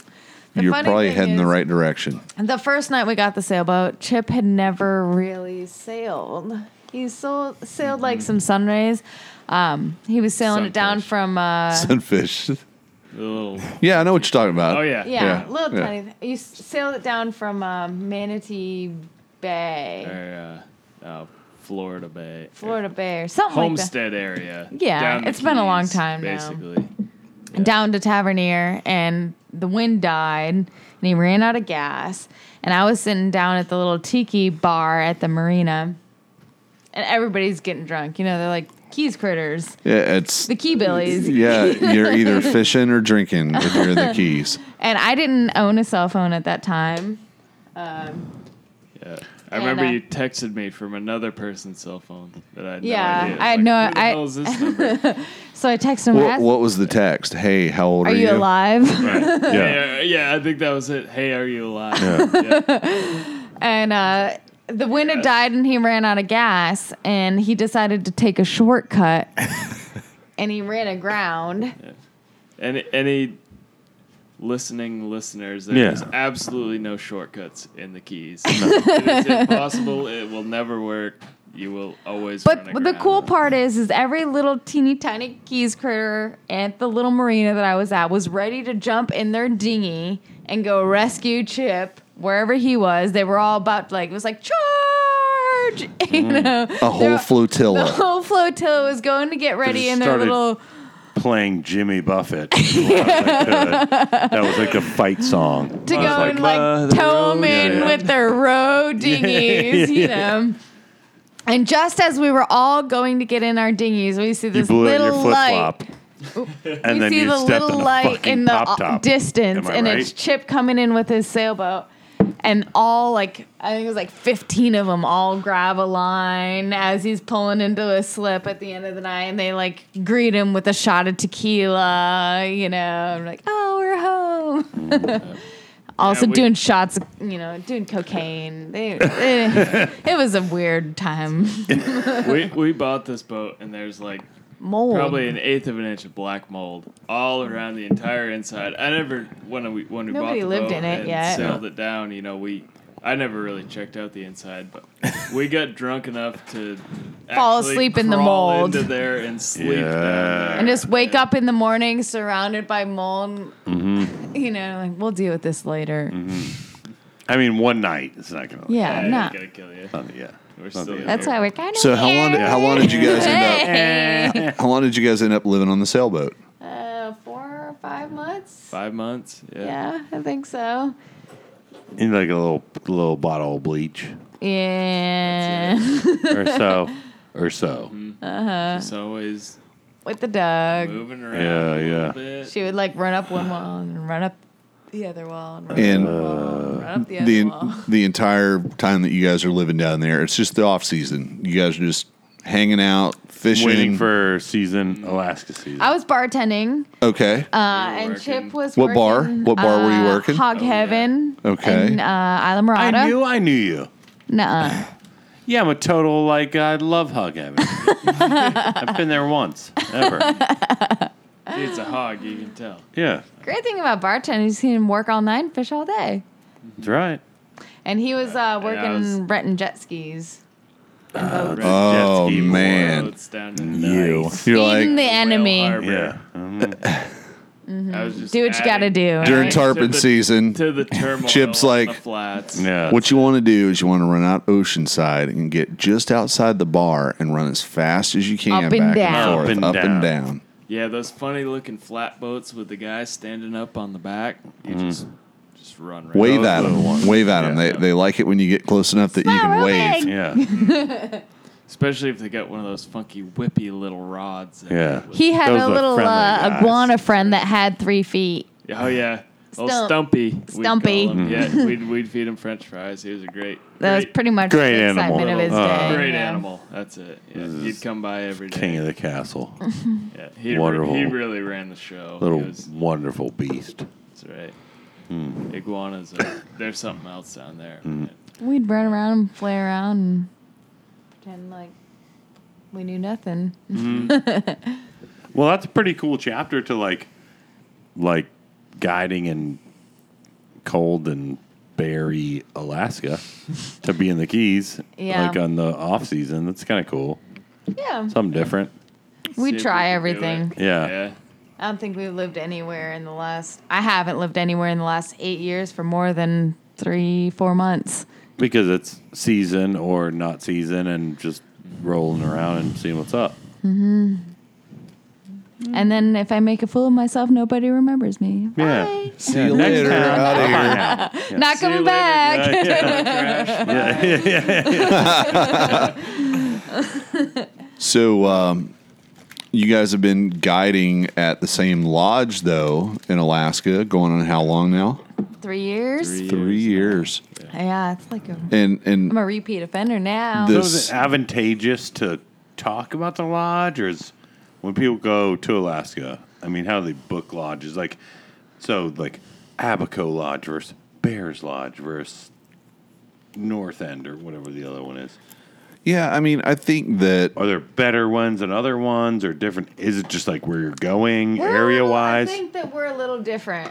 Speaker 5: The
Speaker 3: you're
Speaker 5: funny
Speaker 3: probably
Speaker 5: thing
Speaker 3: heading the
Speaker 5: is-
Speaker 3: right direction.
Speaker 5: The first night we got the sailboat, Chip had never really sailed. He sold, sailed like some sunrays. Um, he was sailing it down
Speaker 6: Sunfish.
Speaker 5: from uh,
Speaker 3: Sunfish.
Speaker 6: the little.
Speaker 3: Yeah, I know what you're talking about.
Speaker 6: Oh yeah.
Speaker 5: yeah,
Speaker 3: Yeah,
Speaker 5: little
Speaker 3: yeah.
Speaker 5: tiny. You s- sailed it down from um, Manatee Bay.
Speaker 6: Or, uh, oh, Florida Bay.
Speaker 5: Florida Bear, something like that.
Speaker 6: Homestead area.
Speaker 5: Yeah,
Speaker 6: down the
Speaker 5: it's been a long
Speaker 6: Keys,
Speaker 5: time now.
Speaker 6: Basically.
Speaker 5: Down to Tavernier, and the wind died, and he ran out of gas. And I was sitting down at the little tiki bar at the marina, and everybody's getting drunk. You know, they're like keys critters,
Speaker 3: Yeah, it's
Speaker 5: the key billies.
Speaker 3: yeah. You're either fishing or drinking if you're in the Keys.
Speaker 5: And I didn't own a cell phone at that time.
Speaker 6: Yeah. I
Speaker 5: And,
Speaker 6: remember
Speaker 5: uh,
Speaker 6: you texted me from another person's cell phone that I had
Speaker 5: Yeah,
Speaker 6: no idea.
Speaker 5: I had
Speaker 6: Like,
Speaker 5: no-
Speaker 6: Who the
Speaker 5: I-
Speaker 6: hell is this number?
Speaker 5: So I texted him. I
Speaker 3: What,
Speaker 5: asked,
Speaker 3: what was the text? Hey, how old are,
Speaker 5: are you alive?
Speaker 2: Yeah.
Speaker 6: yeah, yeah, I think that was it. Hey, are you alive?
Speaker 5: and uh, the wind had died and he ran out of gas and he decided to take a shortcut and he ran aground
Speaker 6: Any any listening listeners, there
Speaker 2: Yeah.
Speaker 6: is absolutely no shortcuts in the keys. it is impossible. It will never work. You will always.
Speaker 5: but
Speaker 6: run
Speaker 5: the
Speaker 6: aground.
Speaker 5: cool part is is every little teeny tiny keys critter at the little marina that i was at was ready to jump in their dinghy and go rescue chip wherever he was they were all about like it was like charge you know
Speaker 3: A whole
Speaker 5: the
Speaker 3: flotilla.
Speaker 5: whole flotilla was going to get ready
Speaker 2: just
Speaker 5: in their
Speaker 2: started-
Speaker 5: little
Speaker 2: Playing Jimmy Buffett. as loud as I could. That was like the fight song.
Speaker 5: to
Speaker 2: I was
Speaker 5: go and like
Speaker 2: "Mother
Speaker 5: tow them
Speaker 2: of-" Yeah,
Speaker 5: in
Speaker 2: yeah.
Speaker 5: with their row dinghies, you know. And just as we were all going to get in our dinghies, we see
Speaker 2: You
Speaker 5: this
Speaker 2: blew out
Speaker 5: little
Speaker 2: your flip
Speaker 5: light.
Speaker 2: flop. And
Speaker 5: we
Speaker 2: then
Speaker 5: see
Speaker 2: you
Speaker 5: the
Speaker 2: stepped
Speaker 5: little
Speaker 2: on a
Speaker 5: light
Speaker 2: fucking
Speaker 5: in the
Speaker 2: pop
Speaker 5: uh,
Speaker 2: top.
Speaker 5: distance,
Speaker 2: Am I
Speaker 5: and
Speaker 2: right?
Speaker 5: it's Chip coming in with his sailboat. And all like I think it was like fifteen of them all grab a line as he's pulling into a slip at the end of the night, and they like greet him with a shot of tequila, you know, and like oh we're home. also
Speaker 6: we-
Speaker 5: doing shots, you know, doing cocaine. They, eh, it was a weird time.
Speaker 6: we we bought this boat, and there's like
Speaker 5: Mold.
Speaker 6: probably an eighth of an inch of black mold all around the entire inside. I never when we when we
Speaker 5: Nobody
Speaker 6: bought the
Speaker 5: lived
Speaker 6: boat
Speaker 5: in it
Speaker 6: and
Speaker 5: yet.
Speaker 6: sailed it down. You know we. I never really checked out the inside, but we got drunk enough to
Speaker 5: Fall
Speaker 6: actually
Speaker 5: asleep in the
Speaker 6: crawl
Speaker 5: mold.
Speaker 6: into there and sleep down
Speaker 2: Yeah.
Speaker 6: there.
Speaker 5: and just wake up in the morning surrounded by mold.
Speaker 3: Mm-hmm.
Speaker 5: You know, like we'll deal with this later.
Speaker 2: I mean, one night. It's not going to.
Speaker 5: Yeah,
Speaker 6: Yeah,
Speaker 5: no.
Speaker 6: gonna kill you.
Speaker 2: Not, yeah. Uh,
Speaker 6: We're
Speaker 2: Not
Speaker 6: still
Speaker 2: the-
Speaker 6: young.
Speaker 5: That's why we're kind of.
Speaker 3: So how long? How long did you guys end
Speaker 5: Hey.
Speaker 3: up? How long did you guys end up living on the sailboat?
Speaker 5: Uh, four or five months.
Speaker 6: Five months. Yeah.
Speaker 5: Yeah, I think so.
Speaker 2: You need like a little little bottle of bleach
Speaker 5: Yeah,
Speaker 2: or so. Or so.
Speaker 6: Just always
Speaker 5: with the dog,
Speaker 6: moving around.
Speaker 2: Yeah,
Speaker 6: a little
Speaker 2: yeah.
Speaker 6: bit.
Speaker 5: she would like run up one wall and run up the other wall and run,
Speaker 3: And uh,
Speaker 5: up, the wall, and run up the other
Speaker 3: the
Speaker 5: wall.
Speaker 3: the entire time that you guys are living down there, it's just the off season. You guys are just hanging out, fishing.
Speaker 2: Waiting for season, Alaska season.
Speaker 5: I was bartending,
Speaker 3: okay.
Speaker 5: uh,
Speaker 6: You were
Speaker 5: and
Speaker 6: working.
Speaker 5: Chip was
Speaker 3: What bar?
Speaker 5: working,
Speaker 3: What bar were you
Speaker 5: uh,
Speaker 3: working?
Speaker 5: Hog
Speaker 6: Oh, yeah.
Speaker 5: Heaven.
Speaker 3: Okay.
Speaker 5: In, uh, Isla
Speaker 2: I
Speaker 5: Morada.
Speaker 2: knew I knew you.
Speaker 5: Nuh-uh.
Speaker 2: Yeah, I'm a total like I love Hug Avenue. I've been there once, ever.
Speaker 6: Dude's a hog. You can tell.
Speaker 2: Yeah,
Speaker 5: Great thing about bartending is he can work all night and fish all day.
Speaker 2: that's right.
Speaker 5: And he was uh,
Speaker 6: and I
Speaker 5: working
Speaker 6: was-
Speaker 5: renting jet skis.
Speaker 6: Right.
Speaker 3: Oh
Speaker 2: ski board.
Speaker 3: man,
Speaker 6: Boats down
Speaker 3: you you're
Speaker 5: Feeding the
Speaker 3: like
Speaker 5: enemy.
Speaker 2: Yeah, Mhm.
Speaker 6: I was
Speaker 5: Mm-hmm.
Speaker 6: just
Speaker 5: Do what you gotta
Speaker 6: adding-
Speaker 5: do.
Speaker 6: adding
Speaker 3: during
Speaker 6: to
Speaker 3: tarpon
Speaker 6: the-
Speaker 3: season.
Speaker 6: To the turmoil.
Speaker 3: Chip's
Speaker 6: on
Speaker 3: like,
Speaker 6: the flats.
Speaker 2: yeah.
Speaker 3: What you want to do is you want to run out Oceanside and get just outside the bar and run as fast as you can
Speaker 5: Up
Speaker 3: back
Speaker 5: and down.
Speaker 3: and forth,
Speaker 2: Up and
Speaker 3: up and
Speaker 2: down.
Speaker 3: down.
Speaker 6: Yeah, those funny looking flat boats with the guy standing up on the back. You
Speaker 2: Mm.
Speaker 6: just just run right.
Speaker 3: Wave
Speaker 6: over.
Speaker 3: at them. Wave at them.
Speaker 2: Yeah.
Speaker 3: They, they like it when you get close enough that you
Speaker 5: Slow
Speaker 3: can wave.
Speaker 5: rolling.
Speaker 2: yeah,
Speaker 6: Especially if they got one of those funky whippy little rods. that-
Speaker 2: yeah.
Speaker 5: He had
Speaker 2: Those
Speaker 5: a
Speaker 2: are
Speaker 5: little
Speaker 2: friendly
Speaker 5: uh,
Speaker 2: guys.
Speaker 5: iguana friend that had three feet.
Speaker 6: Oh yeah. Old
Speaker 5: Stump.
Speaker 6: Stumpy. we'd
Speaker 5: Stumpy.
Speaker 6: call him.
Speaker 2: Mm.
Speaker 6: Yeah, we'd, we'd feed him French fries. He was a great.
Speaker 5: That was
Speaker 6: great-
Speaker 5: pretty much
Speaker 2: Great
Speaker 5: the
Speaker 2: animal.
Speaker 5: excitement of his
Speaker 2: Uh,
Speaker 5: day.
Speaker 6: Great
Speaker 5: you know.
Speaker 6: animal. That's it. Yeah. He'd come by every day.
Speaker 2: King of the castle,
Speaker 6: yeah. he, re-
Speaker 2: Wonderful.
Speaker 6: he really ran the show. He
Speaker 2: little
Speaker 6: was-
Speaker 2: wonderful beast.
Speaker 6: that's right.
Speaker 2: Hmm.
Speaker 6: Iguanas. Are, there's something else down there.
Speaker 2: Mm.
Speaker 6: man.
Speaker 5: We'd run around and play around and pretend like we knew nothing.
Speaker 6: Mm-hmm.
Speaker 2: Well, that's a pretty cool chapter to like, like guiding in cold and Barry, Alaska, to be in the Keys,
Speaker 5: Yeah.
Speaker 2: like on the off season. That's kind of cool.
Speaker 5: Yeah.
Speaker 2: Something different.
Speaker 6: See
Speaker 5: We'd
Speaker 6: if
Speaker 5: try
Speaker 6: we can
Speaker 5: everything.
Speaker 6: do it.
Speaker 2: Yeah.
Speaker 6: Yeah.
Speaker 5: I don't think we've lived anywhere in the last. I haven't lived anywhere in the last eight years for more than three, four months.
Speaker 2: Because it's season or not season and just rolling around and seeing what's up.
Speaker 5: And then if I make a fool of myself, nobody remembers me.
Speaker 2: Yeah.
Speaker 5: Bye.
Speaker 3: See you
Speaker 2: Next
Speaker 3: later.
Speaker 2: time.
Speaker 3: Outta here.
Speaker 5: Not
Speaker 6: See you
Speaker 5: coming
Speaker 6: later,
Speaker 5: back.
Speaker 6: guys. Yeah, crash.
Speaker 3: So, um, you guys have been guiding at the same lodge though in Alaska, going on how long now?
Speaker 5: Three years?
Speaker 3: Three years.
Speaker 5: Yeah, it's like a.
Speaker 3: And
Speaker 5: I'm
Speaker 3: and
Speaker 5: a repeat offender now.
Speaker 3: The-
Speaker 2: So is
Speaker 3: This-
Speaker 2: it advantageous to talk about the lodge, or is when people go to Alaska? I mean, how do they book lodges? Like, so like Abaco Lodge versus Bears Lodge versus North End or whatever the other one is.
Speaker 3: yeah, I mean, I think that
Speaker 2: Are there better ones than other ones, or different? Is it just like where you're going,
Speaker 5: Well,
Speaker 2: area wise?
Speaker 5: I think that we're a little different.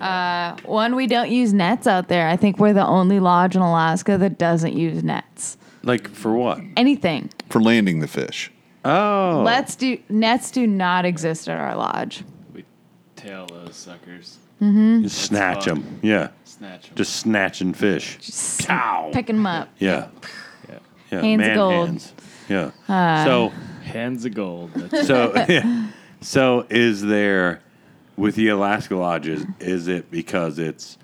Speaker 5: Uh, one, we don't use nets out there. I think we're the only lodge in Alaska that doesn't use nets.
Speaker 2: Like for what?
Speaker 5: Anything.
Speaker 3: for landing the fish.
Speaker 2: Oh,
Speaker 5: Let's do nets do not exist at our lodge.
Speaker 6: We tail those suckers.
Speaker 2: just snatch them. Yeah,
Speaker 6: Snatch them.
Speaker 2: just snatching fish. Cow.
Speaker 5: Picking them up.
Speaker 2: Yeah.
Speaker 6: Yeah.
Speaker 2: Yeah.
Speaker 5: Hands of
Speaker 2: man
Speaker 5: gold. Uh,
Speaker 2: hands. Yeah. so
Speaker 6: Hands of gold. That's
Speaker 2: so so is there with the Alaska lodges? Is it because it's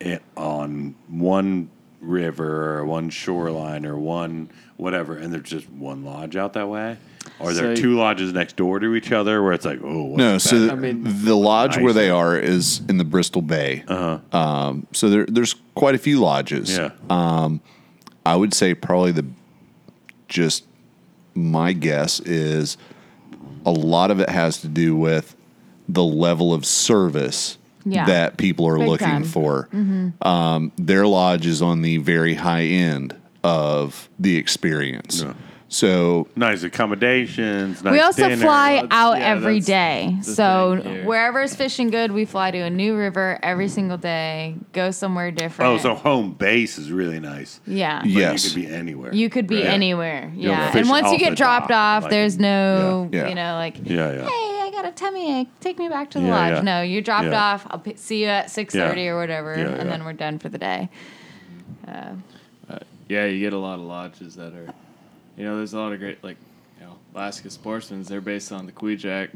Speaker 2: it on one river or one shoreline or one whatever, and there's just one lodge out that way? Are there
Speaker 6: So-
Speaker 2: two lodges next door to each other where it's like, oh, what's
Speaker 3: No, so
Speaker 2: better?
Speaker 3: th-
Speaker 6: mean-
Speaker 3: the lodge where
Speaker 2: Nice.
Speaker 3: they are is in the Bristol Bay. Uh-huh. Um, so there, there's quite a few lodges.
Speaker 2: yeah,
Speaker 6: um,
Speaker 3: I would say probably the just my guess is a lot of it has to do with the level of service
Speaker 5: Yeah.
Speaker 3: that people are
Speaker 5: Big
Speaker 3: looking
Speaker 5: time. Mm-hmm.
Speaker 3: for. Um, their lodge is on the very high end of the experience. So
Speaker 2: nice accommodations. Nice
Speaker 5: we also
Speaker 2: dinner.
Speaker 5: fly out
Speaker 6: yeah,
Speaker 5: every
Speaker 6: that's
Speaker 5: day. So
Speaker 6: thing here.
Speaker 5: wherever's fishing good, we fly to a new river every single day. Go somewhere different.
Speaker 2: Oh, so home base is really nice.
Speaker 3: Yeah.
Speaker 5: yeah.
Speaker 2: But
Speaker 3: Yes.
Speaker 2: You could be anywhere.
Speaker 5: You could be
Speaker 2: Right.
Speaker 5: anywhere.
Speaker 2: You'll
Speaker 5: Yeah.
Speaker 2: fish
Speaker 5: And once you
Speaker 2: off
Speaker 5: get
Speaker 2: the
Speaker 5: dropped
Speaker 2: dock,
Speaker 5: off,
Speaker 2: like-
Speaker 5: there's no,
Speaker 3: Yeah. Yeah.
Speaker 5: you know, like,
Speaker 2: Yeah, yeah.
Speaker 5: hey, I got a tummy ache. Take me back to the
Speaker 2: Yeah,
Speaker 5: lodge.
Speaker 2: yeah.
Speaker 5: No, you dropped
Speaker 2: Yeah.
Speaker 5: off. I'll p- see you at 6.30 or whatever.
Speaker 2: Yeah,
Speaker 5: and
Speaker 2: yeah.
Speaker 5: then we're done for the day.
Speaker 6: yeah, you get a lot of lodges that are, you know, there's a lot of great, like, you know, Alaska sportsmen's, they're based on the Kwijak.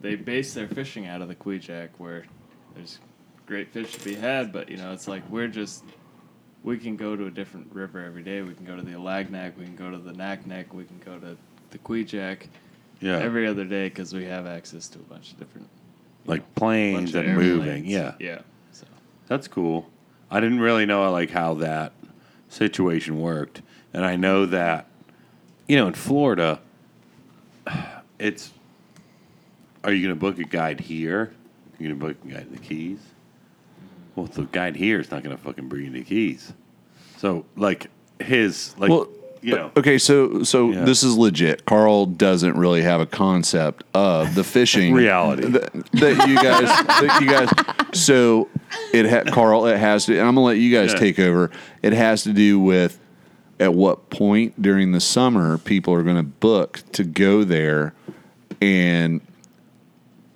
Speaker 6: They base their fishing out of the Kwijak where there's great fish to be had, but, you know, it's like we're just, we can go to a different river every day. We can go to the Alagnak, we can go to the Naknek, we can go to the Kwijak
Speaker 2: yeah.
Speaker 6: every other day because we have access to a bunch of different
Speaker 2: like planes
Speaker 6: bunch of
Speaker 2: and moving.
Speaker 6: airplanes.
Speaker 2: Yeah.
Speaker 6: Yeah. So.
Speaker 2: That's cool. I didn't really know like how that situation worked, and I know that you know in Florida, it's are you going to book a guide here? You're going to book a guide in the Keys. Well, the guide here is not going to fucking bring you the Keys. So like his like
Speaker 3: well,
Speaker 2: you know
Speaker 3: okay, so so
Speaker 2: Yeah.
Speaker 3: this is legit. Carl doesn't really have a concept of the fishing
Speaker 2: reality.
Speaker 3: that, that you guys that you guys so it ha- Carl it has to and I'm gonna let you guys
Speaker 2: Yeah.
Speaker 3: take over it has to do with at what point during the summer people are gonna book to go there and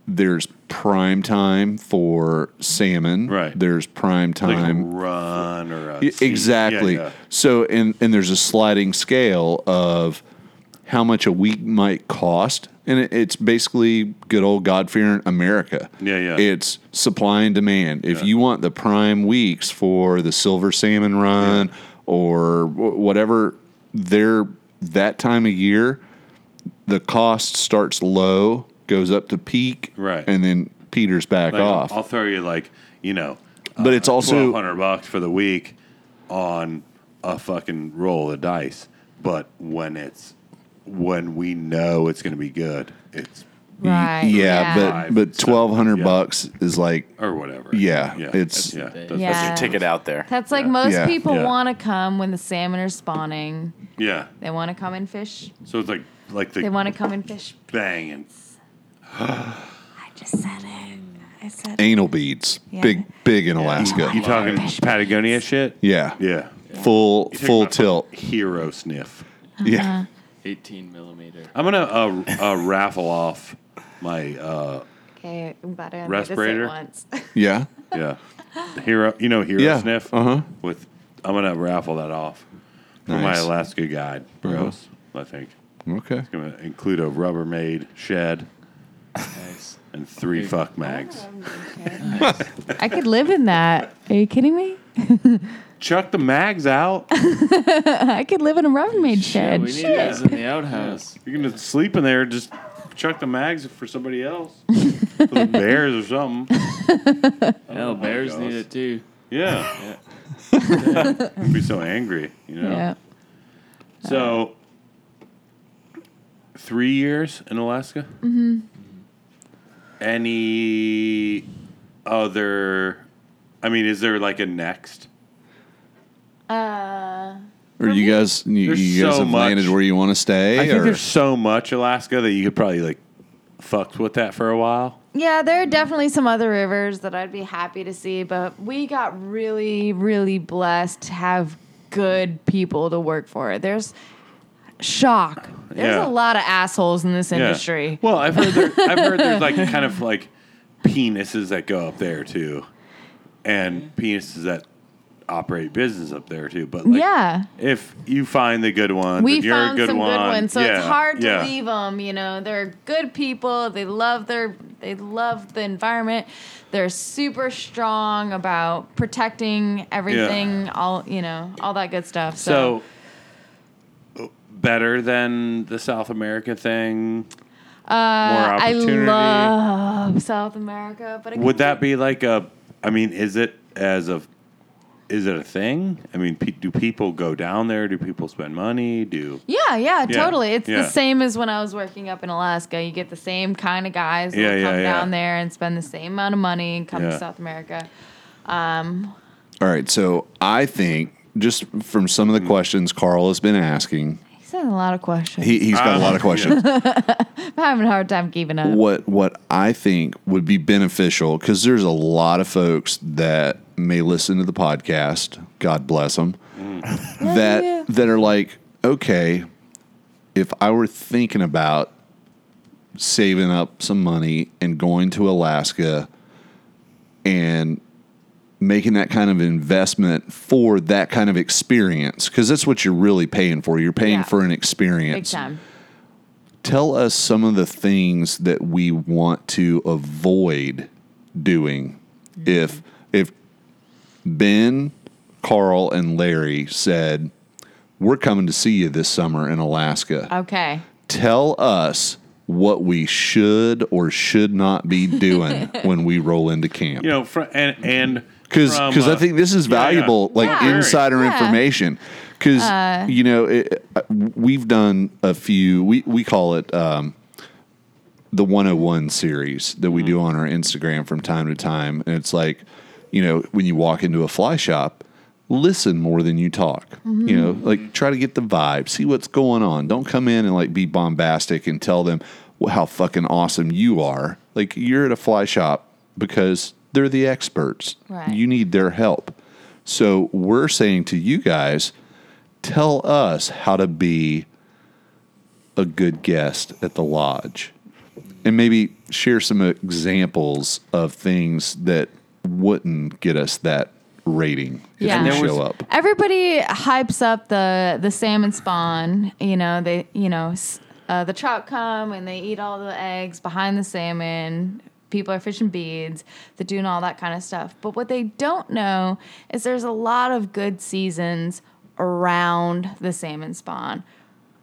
Speaker 3: there's prime time for salmon
Speaker 2: Right.
Speaker 3: there's prime
Speaker 2: like a
Speaker 3: time
Speaker 2: run or a
Speaker 3: Y-
Speaker 2: sea- yeah,
Speaker 3: E, Exactly.
Speaker 2: yeah.
Speaker 3: So, and and there's a sliding scale of how much a week might cost, and it, it's basically good old God fearing America.
Speaker 2: Yeah, yeah.
Speaker 3: It's supply and demand. If you want the prime weeks for the silver salmon run or wh- whatever, they're that time of year, the cost starts low, goes up to peak,
Speaker 2: Right.
Speaker 3: and then peters back
Speaker 2: Like,
Speaker 3: off.
Speaker 2: I'll throw you like you know, uh,
Speaker 3: but it's also
Speaker 2: twelve hundred bucks for the week on a fucking roll of dice. But when it's when we know it's going to be good, it's
Speaker 5: Right.
Speaker 3: yeah,
Speaker 2: Five,
Speaker 3: but but
Speaker 2: seven,
Speaker 3: twelve hundred
Speaker 2: yeah.
Speaker 3: bucks is like
Speaker 2: or whatever.
Speaker 3: Yeah, it's-
Speaker 2: yeah.
Speaker 6: That's-
Speaker 2: that's-
Speaker 5: Yeah.
Speaker 2: that's-
Speaker 4: Your ticket out there.
Speaker 5: That's like most
Speaker 3: Yeah.
Speaker 5: people
Speaker 2: Yeah.
Speaker 5: want to come when the salmon are spawning.
Speaker 2: yeah.
Speaker 5: They want to come and fish.
Speaker 2: So it's like like
Speaker 5: They
Speaker 2: the
Speaker 5: want to come and fish.
Speaker 2: bang and
Speaker 5: I just said it. I said it.
Speaker 3: anal beads,
Speaker 5: Yeah.
Speaker 3: big big in Alaska.
Speaker 2: you talking Patagonia shit?
Speaker 3: Yeah,
Speaker 2: yeah.
Speaker 3: full
Speaker 2: You talking
Speaker 3: full
Speaker 2: about
Speaker 3: tilt.
Speaker 2: hero sniff.
Speaker 3: Yeah,
Speaker 6: 18 millimeter.
Speaker 2: I'm gonna uh, uh, raffle off my uh,
Speaker 5: Okay, I'm glad I only did this at
Speaker 2: Respirator?
Speaker 5: once.
Speaker 3: yeah.
Speaker 2: yeah hero. You know hero
Speaker 3: Yeah,
Speaker 2: sniff.
Speaker 3: uh-huh.
Speaker 2: With I'm gonna raffle that off for my
Speaker 3: Nice.
Speaker 2: Alaska guide, bros. I think.
Speaker 3: Okay.
Speaker 2: Going to include a Rubbermaid shed
Speaker 6: Nice.
Speaker 2: and three fuck mags.
Speaker 5: I could live in that. Are you kidding me?
Speaker 2: Chuck the mags out.
Speaker 5: I could live in a Rubbermaid
Speaker 6: Yeah,
Speaker 5: shed.
Speaker 6: we need
Speaker 5: Shit.
Speaker 6: those in the outhouse.
Speaker 2: You're going to sleep in there. Just chuck the mags for somebody else, for the bears or something.
Speaker 6: Hell, bears
Speaker 2: Oh gosh.
Speaker 6: need it too.
Speaker 2: Yeah. be so angry, you know.
Speaker 5: Yeah.
Speaker 2: So,
Speaker 5: Uh.
Speaker 2: three years in Alaska. Mm-hmm. Any other? I mean, is there like a next?
Speaker 3: Or you guys, you,
Speaker 2: There's
Speaker 3: you guys
Speaker 2: so
Speaker 3: have landed
Speaker 2: much.
Speaker 3: where you want to stay?
Speaker 2: I think
Speaker 3: or?
Speaker 2: there's so much Alaska that you could probably like fucked with that for a while.
Speaker 5: Yeah, there are definitely some other rivers that I'd be happy to see, but we got really, really blessed to have good people to work for. There's shock. There's
Speaker 2: Yeah.
Speaker 5: a lot of assholes in this
Speaker 2: Yeah.
Speaker 5: industry.
Speaker 2: Well, I've heard there, I've heard there's like kind of like penises that go up there too, and penises that operate business up there too. But like,
Speaker 5: yeah.
Speaker 2: if you find the good ones,
Speaker 5: We
Speaker 2: and you're
Speaker 5: found
Speaker 2: a good
Speaker 5: some
Speaker 2: one,
Speaker 5: good ones, so it's
Speaker 2: yeah,
Speaker 5: hard to
Speaker 2: yeah.
Speaker 5: leave them. You know, they're good people. They love their they love the environment. They're super strong about protecting everything. All you know, all that good stuff.
Speaker 2: So, better than the South America thing.
Speaker 5: Uh, I
Speaker 2: opportunity.
Speaker 5: love South America, but it
Speaker 2: Would
Speaker 5: can
Speaker 2: that be like a? I mean, is it as a? Is it a thing? I mean, pe- do people go down there? Do people spend money? Do
Speaker 5: Yeah,
Speaker 2: Yeah,
Speaker 5: yeah, totally. It's
Speaker 2: yeah.
Speaker 5: the same as when I was working up in Alaska. You get the same kind of guys that
Speaker 2: Yeah,
Speaker 5: will
Speaker 2: yeah,
Speaker 5: come
Speaker 2: yeah.
Speaker 5: down there and spend the same amount of money and come
Speaker 2: Yeah.
Speaker 5: to South America.
Speaker 3: All right. So I think just from some
Speaker 2: Mm.
Speaker 3: of the questions Carl has been asking,
Speaker 5: He's had a lot of questions.
Speaker 3: he, he's got a
Speaker 2: Uh-huh.
Speaker 3: lot of questions.
Speaker 5: I'm having a hard time keeping up.
Speaker 3: what what I think would be beneficial because there's a lot of folks that may listen to the podcast. God bless them. That
Speaker 5: Mm. yeah.
Speaker 3: that are like, okay, if I were thinking about saving up some money and going to Alaska and making that kind of investment for that kind of experience because that's what you're really paying for you're paying
Speaker 5: Yeah.
Speaker 3: for an
Speaker 5: Big
Speaker 3: experience
Speaker 5: time.
Speaker 3: tell us some of the things that we want to avoid doing
Speaker 5: Mm-hmm.
Speaker 3: if if Ben, Carl and Larry said we're coming to see you this summer in Alaska.
Speaker 5: Okay.
Speaker 3: Tell us what we should or should not be doing when we roll into camp.
Speaker 2: you know? Fr- and and
Speaker 3: Because
Speaker 2: from,
Speaker 3: because
Speaker 2: uh,
Speaker 3: I think this is
Speaker 2: yeah, yeah.
Speaker 3: valuable, like
Speaker 5: Yeah.
Speaker 3: insider
Speaker 5: Yeah.
Speaker 3: information. Because you know it, uh, we've done a few. We we call it um, the 101 series that we do on our Instagram from time to time, and it's like you know when you walk into a fly shop. Listen more than you talk. You know, like try to get the vibe, see what's going on. Don't come in and like be bombastic and tell them wh- how fucking awesome you are. Like you're at a fly shop because they're the experts.
Speaker 5: Right.
Speaker 3: You need their help. So we're saying to you guys, tell us how to be a good guest at the lodge and maybe share some examples of things that wouldn't get us that rating if
Speaker 5: Yeah.
Speaker 3: we
Speaker 5: And
Speaker 3: show
Speaker 5: there
Speaker 2: was-
Speaker 3: up.
Speaker 5: Everybody hypes up the the salmon spawn. You know they you know s- uh, the trout come and they eat all the eggs behind the salmon. People are fishing beads. They're doing all that kind of stuff. But what they don't know is there's a lot of good seasons around the salmon spawn.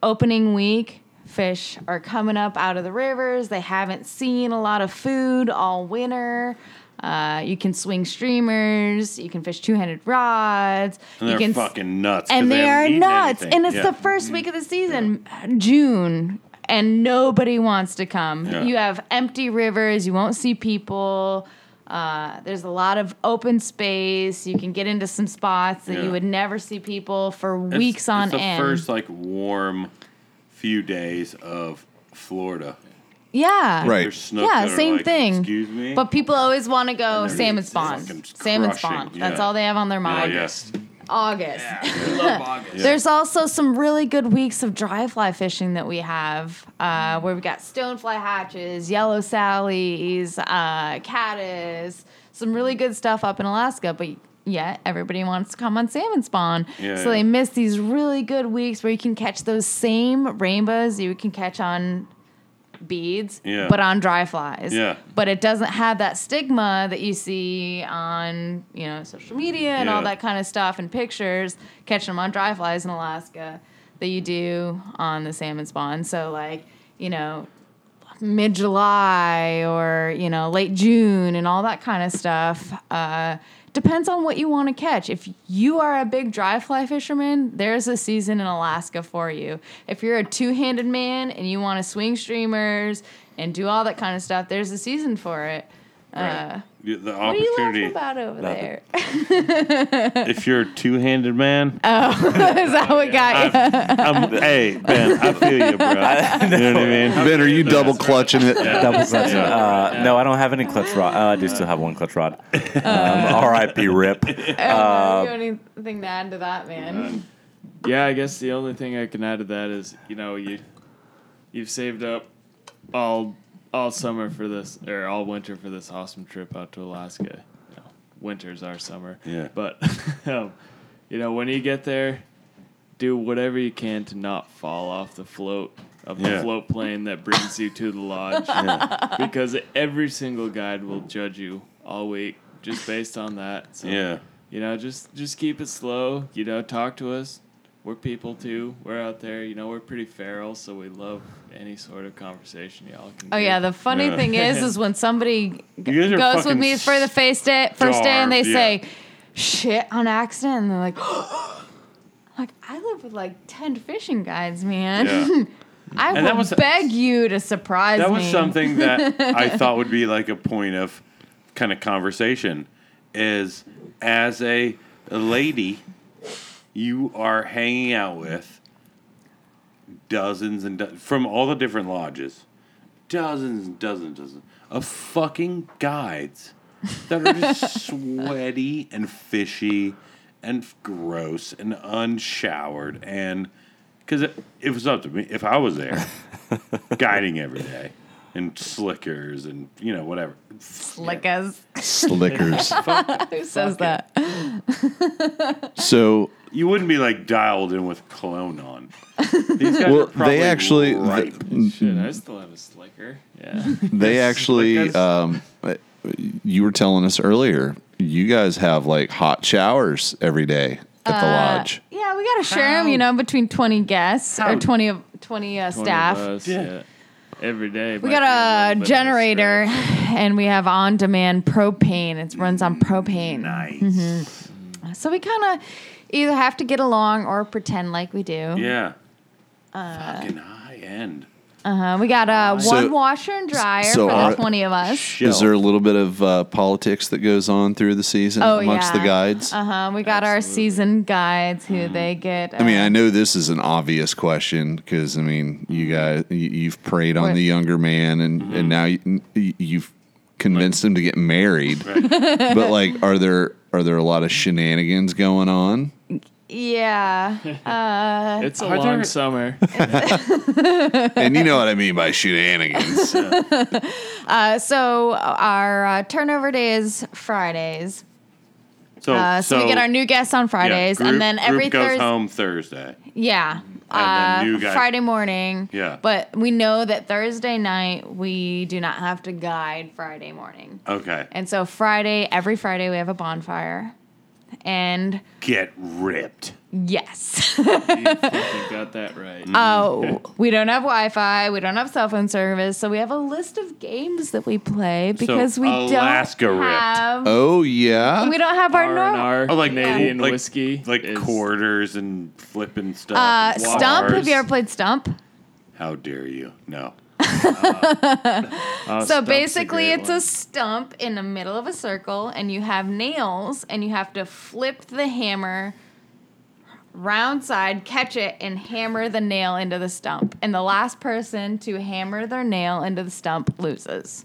Speaker 5: Opening week, fish are coming up out of the rivers. They haven't seen a lot of food all winter. Uh, you can swing streamers. You can fish two-handed rods.
Speaker 2: and
Speaker 5: you
Speaker 2: they're
Speaker 5: can s-
Speaker 2: fucking nuts. 'cause
Speaker 5: and they
Speaker 2: haven't
Speaker 5: are
Speaker 2: eaten
Speaker 5: nuts.
Speaker 2: anything.
Speaker 5: And it's
Speaker 2: Yeah. Mm-hmm.
Speaker 5: the first week of the season, June, and nobody wants to come.
Speaker 2: Yeah.
Speaker 5: You have empty rivers. You won't see people. Uh, there's a lot of open space. You can get into some spots that
Speaker 2: Yeah.
Speaker 5: you would never see people for
Speaker 2: It's-
Speaker 5: weeks on
Speaker 2: it's the
Speaker 5: end.
Speaker 2: First like warm few days of Florida.
Speaker 5: yeah.
Speaker 3: Right.
Speaker 2: There's snook
Speaker 5: yeah,
Speaker 2: that are
Speaker 5: same
Speaker 2: like,
Speaker 5: thing.
Speaker 2: Excuse me.
Speaker 5: But people always want to go
Speaker 2: And they're
Speaker 5: salmon
Speaker 2: just
Speaker 5: spawn.
Speaker 2: fucking
Speaker 5: Salmon
Speaker 2: crushing,
Speaker 5: spawn. That's
Speaker 2: yeah.
Speaker 5: all they have on their
Speaker 2: Oh, Yeah,
Speaker 5: mind.
Speaker 2: yes.
Speaker 5: August.
Speaker 6: We love August.
Speaker 5: There's also some really good weeks of dry fly fishing that we have, uh, where we got stonefly hatches, yellow sallies, uh, caddis, some really good stuff up in Alaska. But yet everybody wants to come on salmon spawn.
Speaker 2: Yeah,
Speaker 5: so
Speaker 2: yeah.
Speaker 5: they miss these really good weeks where you can catch those same rainbows you can catch on beads,
Speaker 2: Yeah.
Speaker 5: but on dry flies.
Speaker 2: Yeah.
Speaker 5: But it doesn't have that stigma that you see on, you know, social media and all
Speaker 2: Yeah.
Speaker 5: that kind of stuff and pictures catching them on dry flies in Alaska that you do on the salmon spawn. So like, you know, mid July or, you know, late June and all that kind of stuff. Uh Depends on what you want to catch. If you are a big dry fly fisherman, there's a season in Alaska for you. If you're a two handed man and you want to swing streamers and do all that kind of stuff, there's a season for it. Uh,
Speaker 2: The- the
Speaker 5: what are you
Speaker 2: opportunity.
Speaker 5: laughing about over there?
Speaker 2: If you're a two-handed man,
Speaker 5: Is that what got you?
Speaker 2: I'm, hey Ben, I feel you, bro. You know what I mean?
Speaker 3: Ben, are you double clutching it?
Speaker 4: Double clutch. Uh, no, I don't have any clutch rod. Oh, I do still have one clutch rod. Um, R.I.P. Rip.
Speaker 5: I don't know if you have anything to add to that, man.
Speaker 6: Yeah, I guess the only thing I can add to that is, you know, you you've saved up all all summer for this or all winter for this awesome trip out to Alaska. You know, winter's our summer.
Speaker 2: Yeah.
Speaker 6: But um, you know, when you get there, do whatever you can to not fall off the float of the
Speaker 2: Yeah.
Speaker 6: float plane that brings you to the lodge. Because every single guide will judge you all week just based on that. So
Speaker 2: Yeah.
Speaker 6: you know just just keep it slow you know talk to us we're people too we're out there you know we're pretty feral so we love any sort of conversation y'all can
Speaker 5: Oh yeah, the funny
Speaker 2: Yeah.
Speaker 5: thing is, is when somebody
Speaker 2: You guys are
Speaker 5: goes with
Speaker 2: fucking
Speaker 5: me for the first day, first day, and they
Speaker 2: starved,
Speaker 5: say, "Shit" on accident, and they're like, "Like I live with like ten fishing guides, man.
Speaker 2: Yeah.
Speaker 5: I
Speaker 2: And that
Speaker 5: will
Speaker 2: was-
Speaker 5: beg you to surprise
Speaker 2: That
Speaker 5: me."
Speaker 2: was something that I thought would be like a point of kind of conversation is as a lady you are hanging out with dozens and do- from all the different lodges dozens and dozens and dozens of fucking guides that are just sweaty and fishy and f- gross and unshowered and because it, it was up to me if i was there guiding every day and slickers and you know whatever
Speaker 5: Like as
Speaker 3: Slickers.
Speaker 5: who says that?
Speaker 3: So
Speaker 2: you wouldn't be like dialed in with cologne on These guys
Speaker 3: Well,
Speaker 2: are probably
Speaker 3: they actually-
Speaker 2: ripe. Mm-hmm.
Speaker 6: shit i still have a slicker yeah
Speaker 3: they actually,
Speaker 2: Slickers.
Speaker 3: um, you were telling us earlier, you guys have like hot showers every day at the lodge.
Speaker 5: Uh, Yeah, we gotta share them, you know, between twenty guests or twenty of twenty uh,
Speaker 6: 20
Speaker 5: staff.
Speaker 6: of us,
Speaker 2: Yeah.
Speaker 6: yeah. every day
Speaker 5: We got a generator and we have on demand propane. It runs on propane.
Speaker 2: nice
Speaker 5: Mm-hmm. So we kind of either have to get along or pretend like we do.
Speaker 2: yeah fucking high end
Speaker 5: Uh, we got uh,
Speaker 3: So-
Speaker 5: one washer and dryer
Speaker 3: so
Speaker 5: for
Speaker 3: are-
Speaker 5: the 20 of us.
Speaker 3: Is there a little bit of uh, politics that goes on through the season
Speaker 5: Oh,
Speaker 3: amongst the
Speaker 5: yeah.
Speaker 3: guides?
Speaker 5: Uh huh. We got our seasoned guides who
Speaker 2: Mm-hmm.
Speaker 5: they get. Uh,
Speaker 3: I mean, I know this is an obvious question because I mean, you guys, you, you've preyed on
Speaker 5: Mm-hmm. Right.
Speaker 3: the younger man, and and now you, you've convinced him to get married. but like, are there are there a lot of shenanigans going on?
Speaker 5: yeah.
Speaker 6: it's a
Speaker 2: Are
Speaker 6: long
Speaker 2: there-
Speaker 6: summer
Speaker 3: And you know what I mean by shenanigans.
Speaker 5: Uh, so our uh, turnover day is Fridays.
Speaker 2: so,
Speaker 5: Uh, so, we get our new guests on
Speaker 2: yeah,
Speaker 5: Fridays,
Speaker 2: group-
Speaker 5: and then every
Speaker 2: group goes
Speaker 5: Thursday.
Speaker 2: home thursday
Speaker 5: Yeah.
Speaker 2: And
Speaker 5: Uh,
Speaker 2: then you guys-
Speaker 5: Friday morning.
Speaker 2: Yeah.
Speaker 5: But we know that Thursday night we do not have to guide Friday morning.
Speaker 2: okay
Speaker 5: And so Friday, every Friday, we have a bonfire. And
Speaker 2: get ripped
Speaker 5: yes,
Speaker 6: you fucking got that right
Speaker 5: oh, we don't have Wi Fi, we don't have cell phone service, so we have a list of games that we play because we
Speaker 2: Alaska
Speaker 5: don't
Speaker 2: ripped.
Speaker 5: have
Speaker 3: oh yeah,
Speaker 5: we don't have our normal.
Speaker 6: r&r
Speaker 2: Oh, like
Speaker 6: canadian
Speaker 2: qu- like,
Speaker 6: whiskey
Speaker 2: like
Speaker 6: is-
Speaker 2: quarters and flipping stuff.
Speaker 5: Uh,
Speaker 2: and
Speaker 5: Stump. Have
Speaker 2: bars.
Speaker 5: you ever played Stump?
Speaker 2: How dare you? No.
Speaker 6: oh,
Speaker 5: So
Speaker 6: Stump's a
Speaker 5: basically,
Speaker 6: great
Speaker 5: it's a stump in the middle of a circle, and you have nails, and you have to flip the hammer round side, catch it, and hammer the nail into the stump. And the last person to hammer their nail into the stump loses.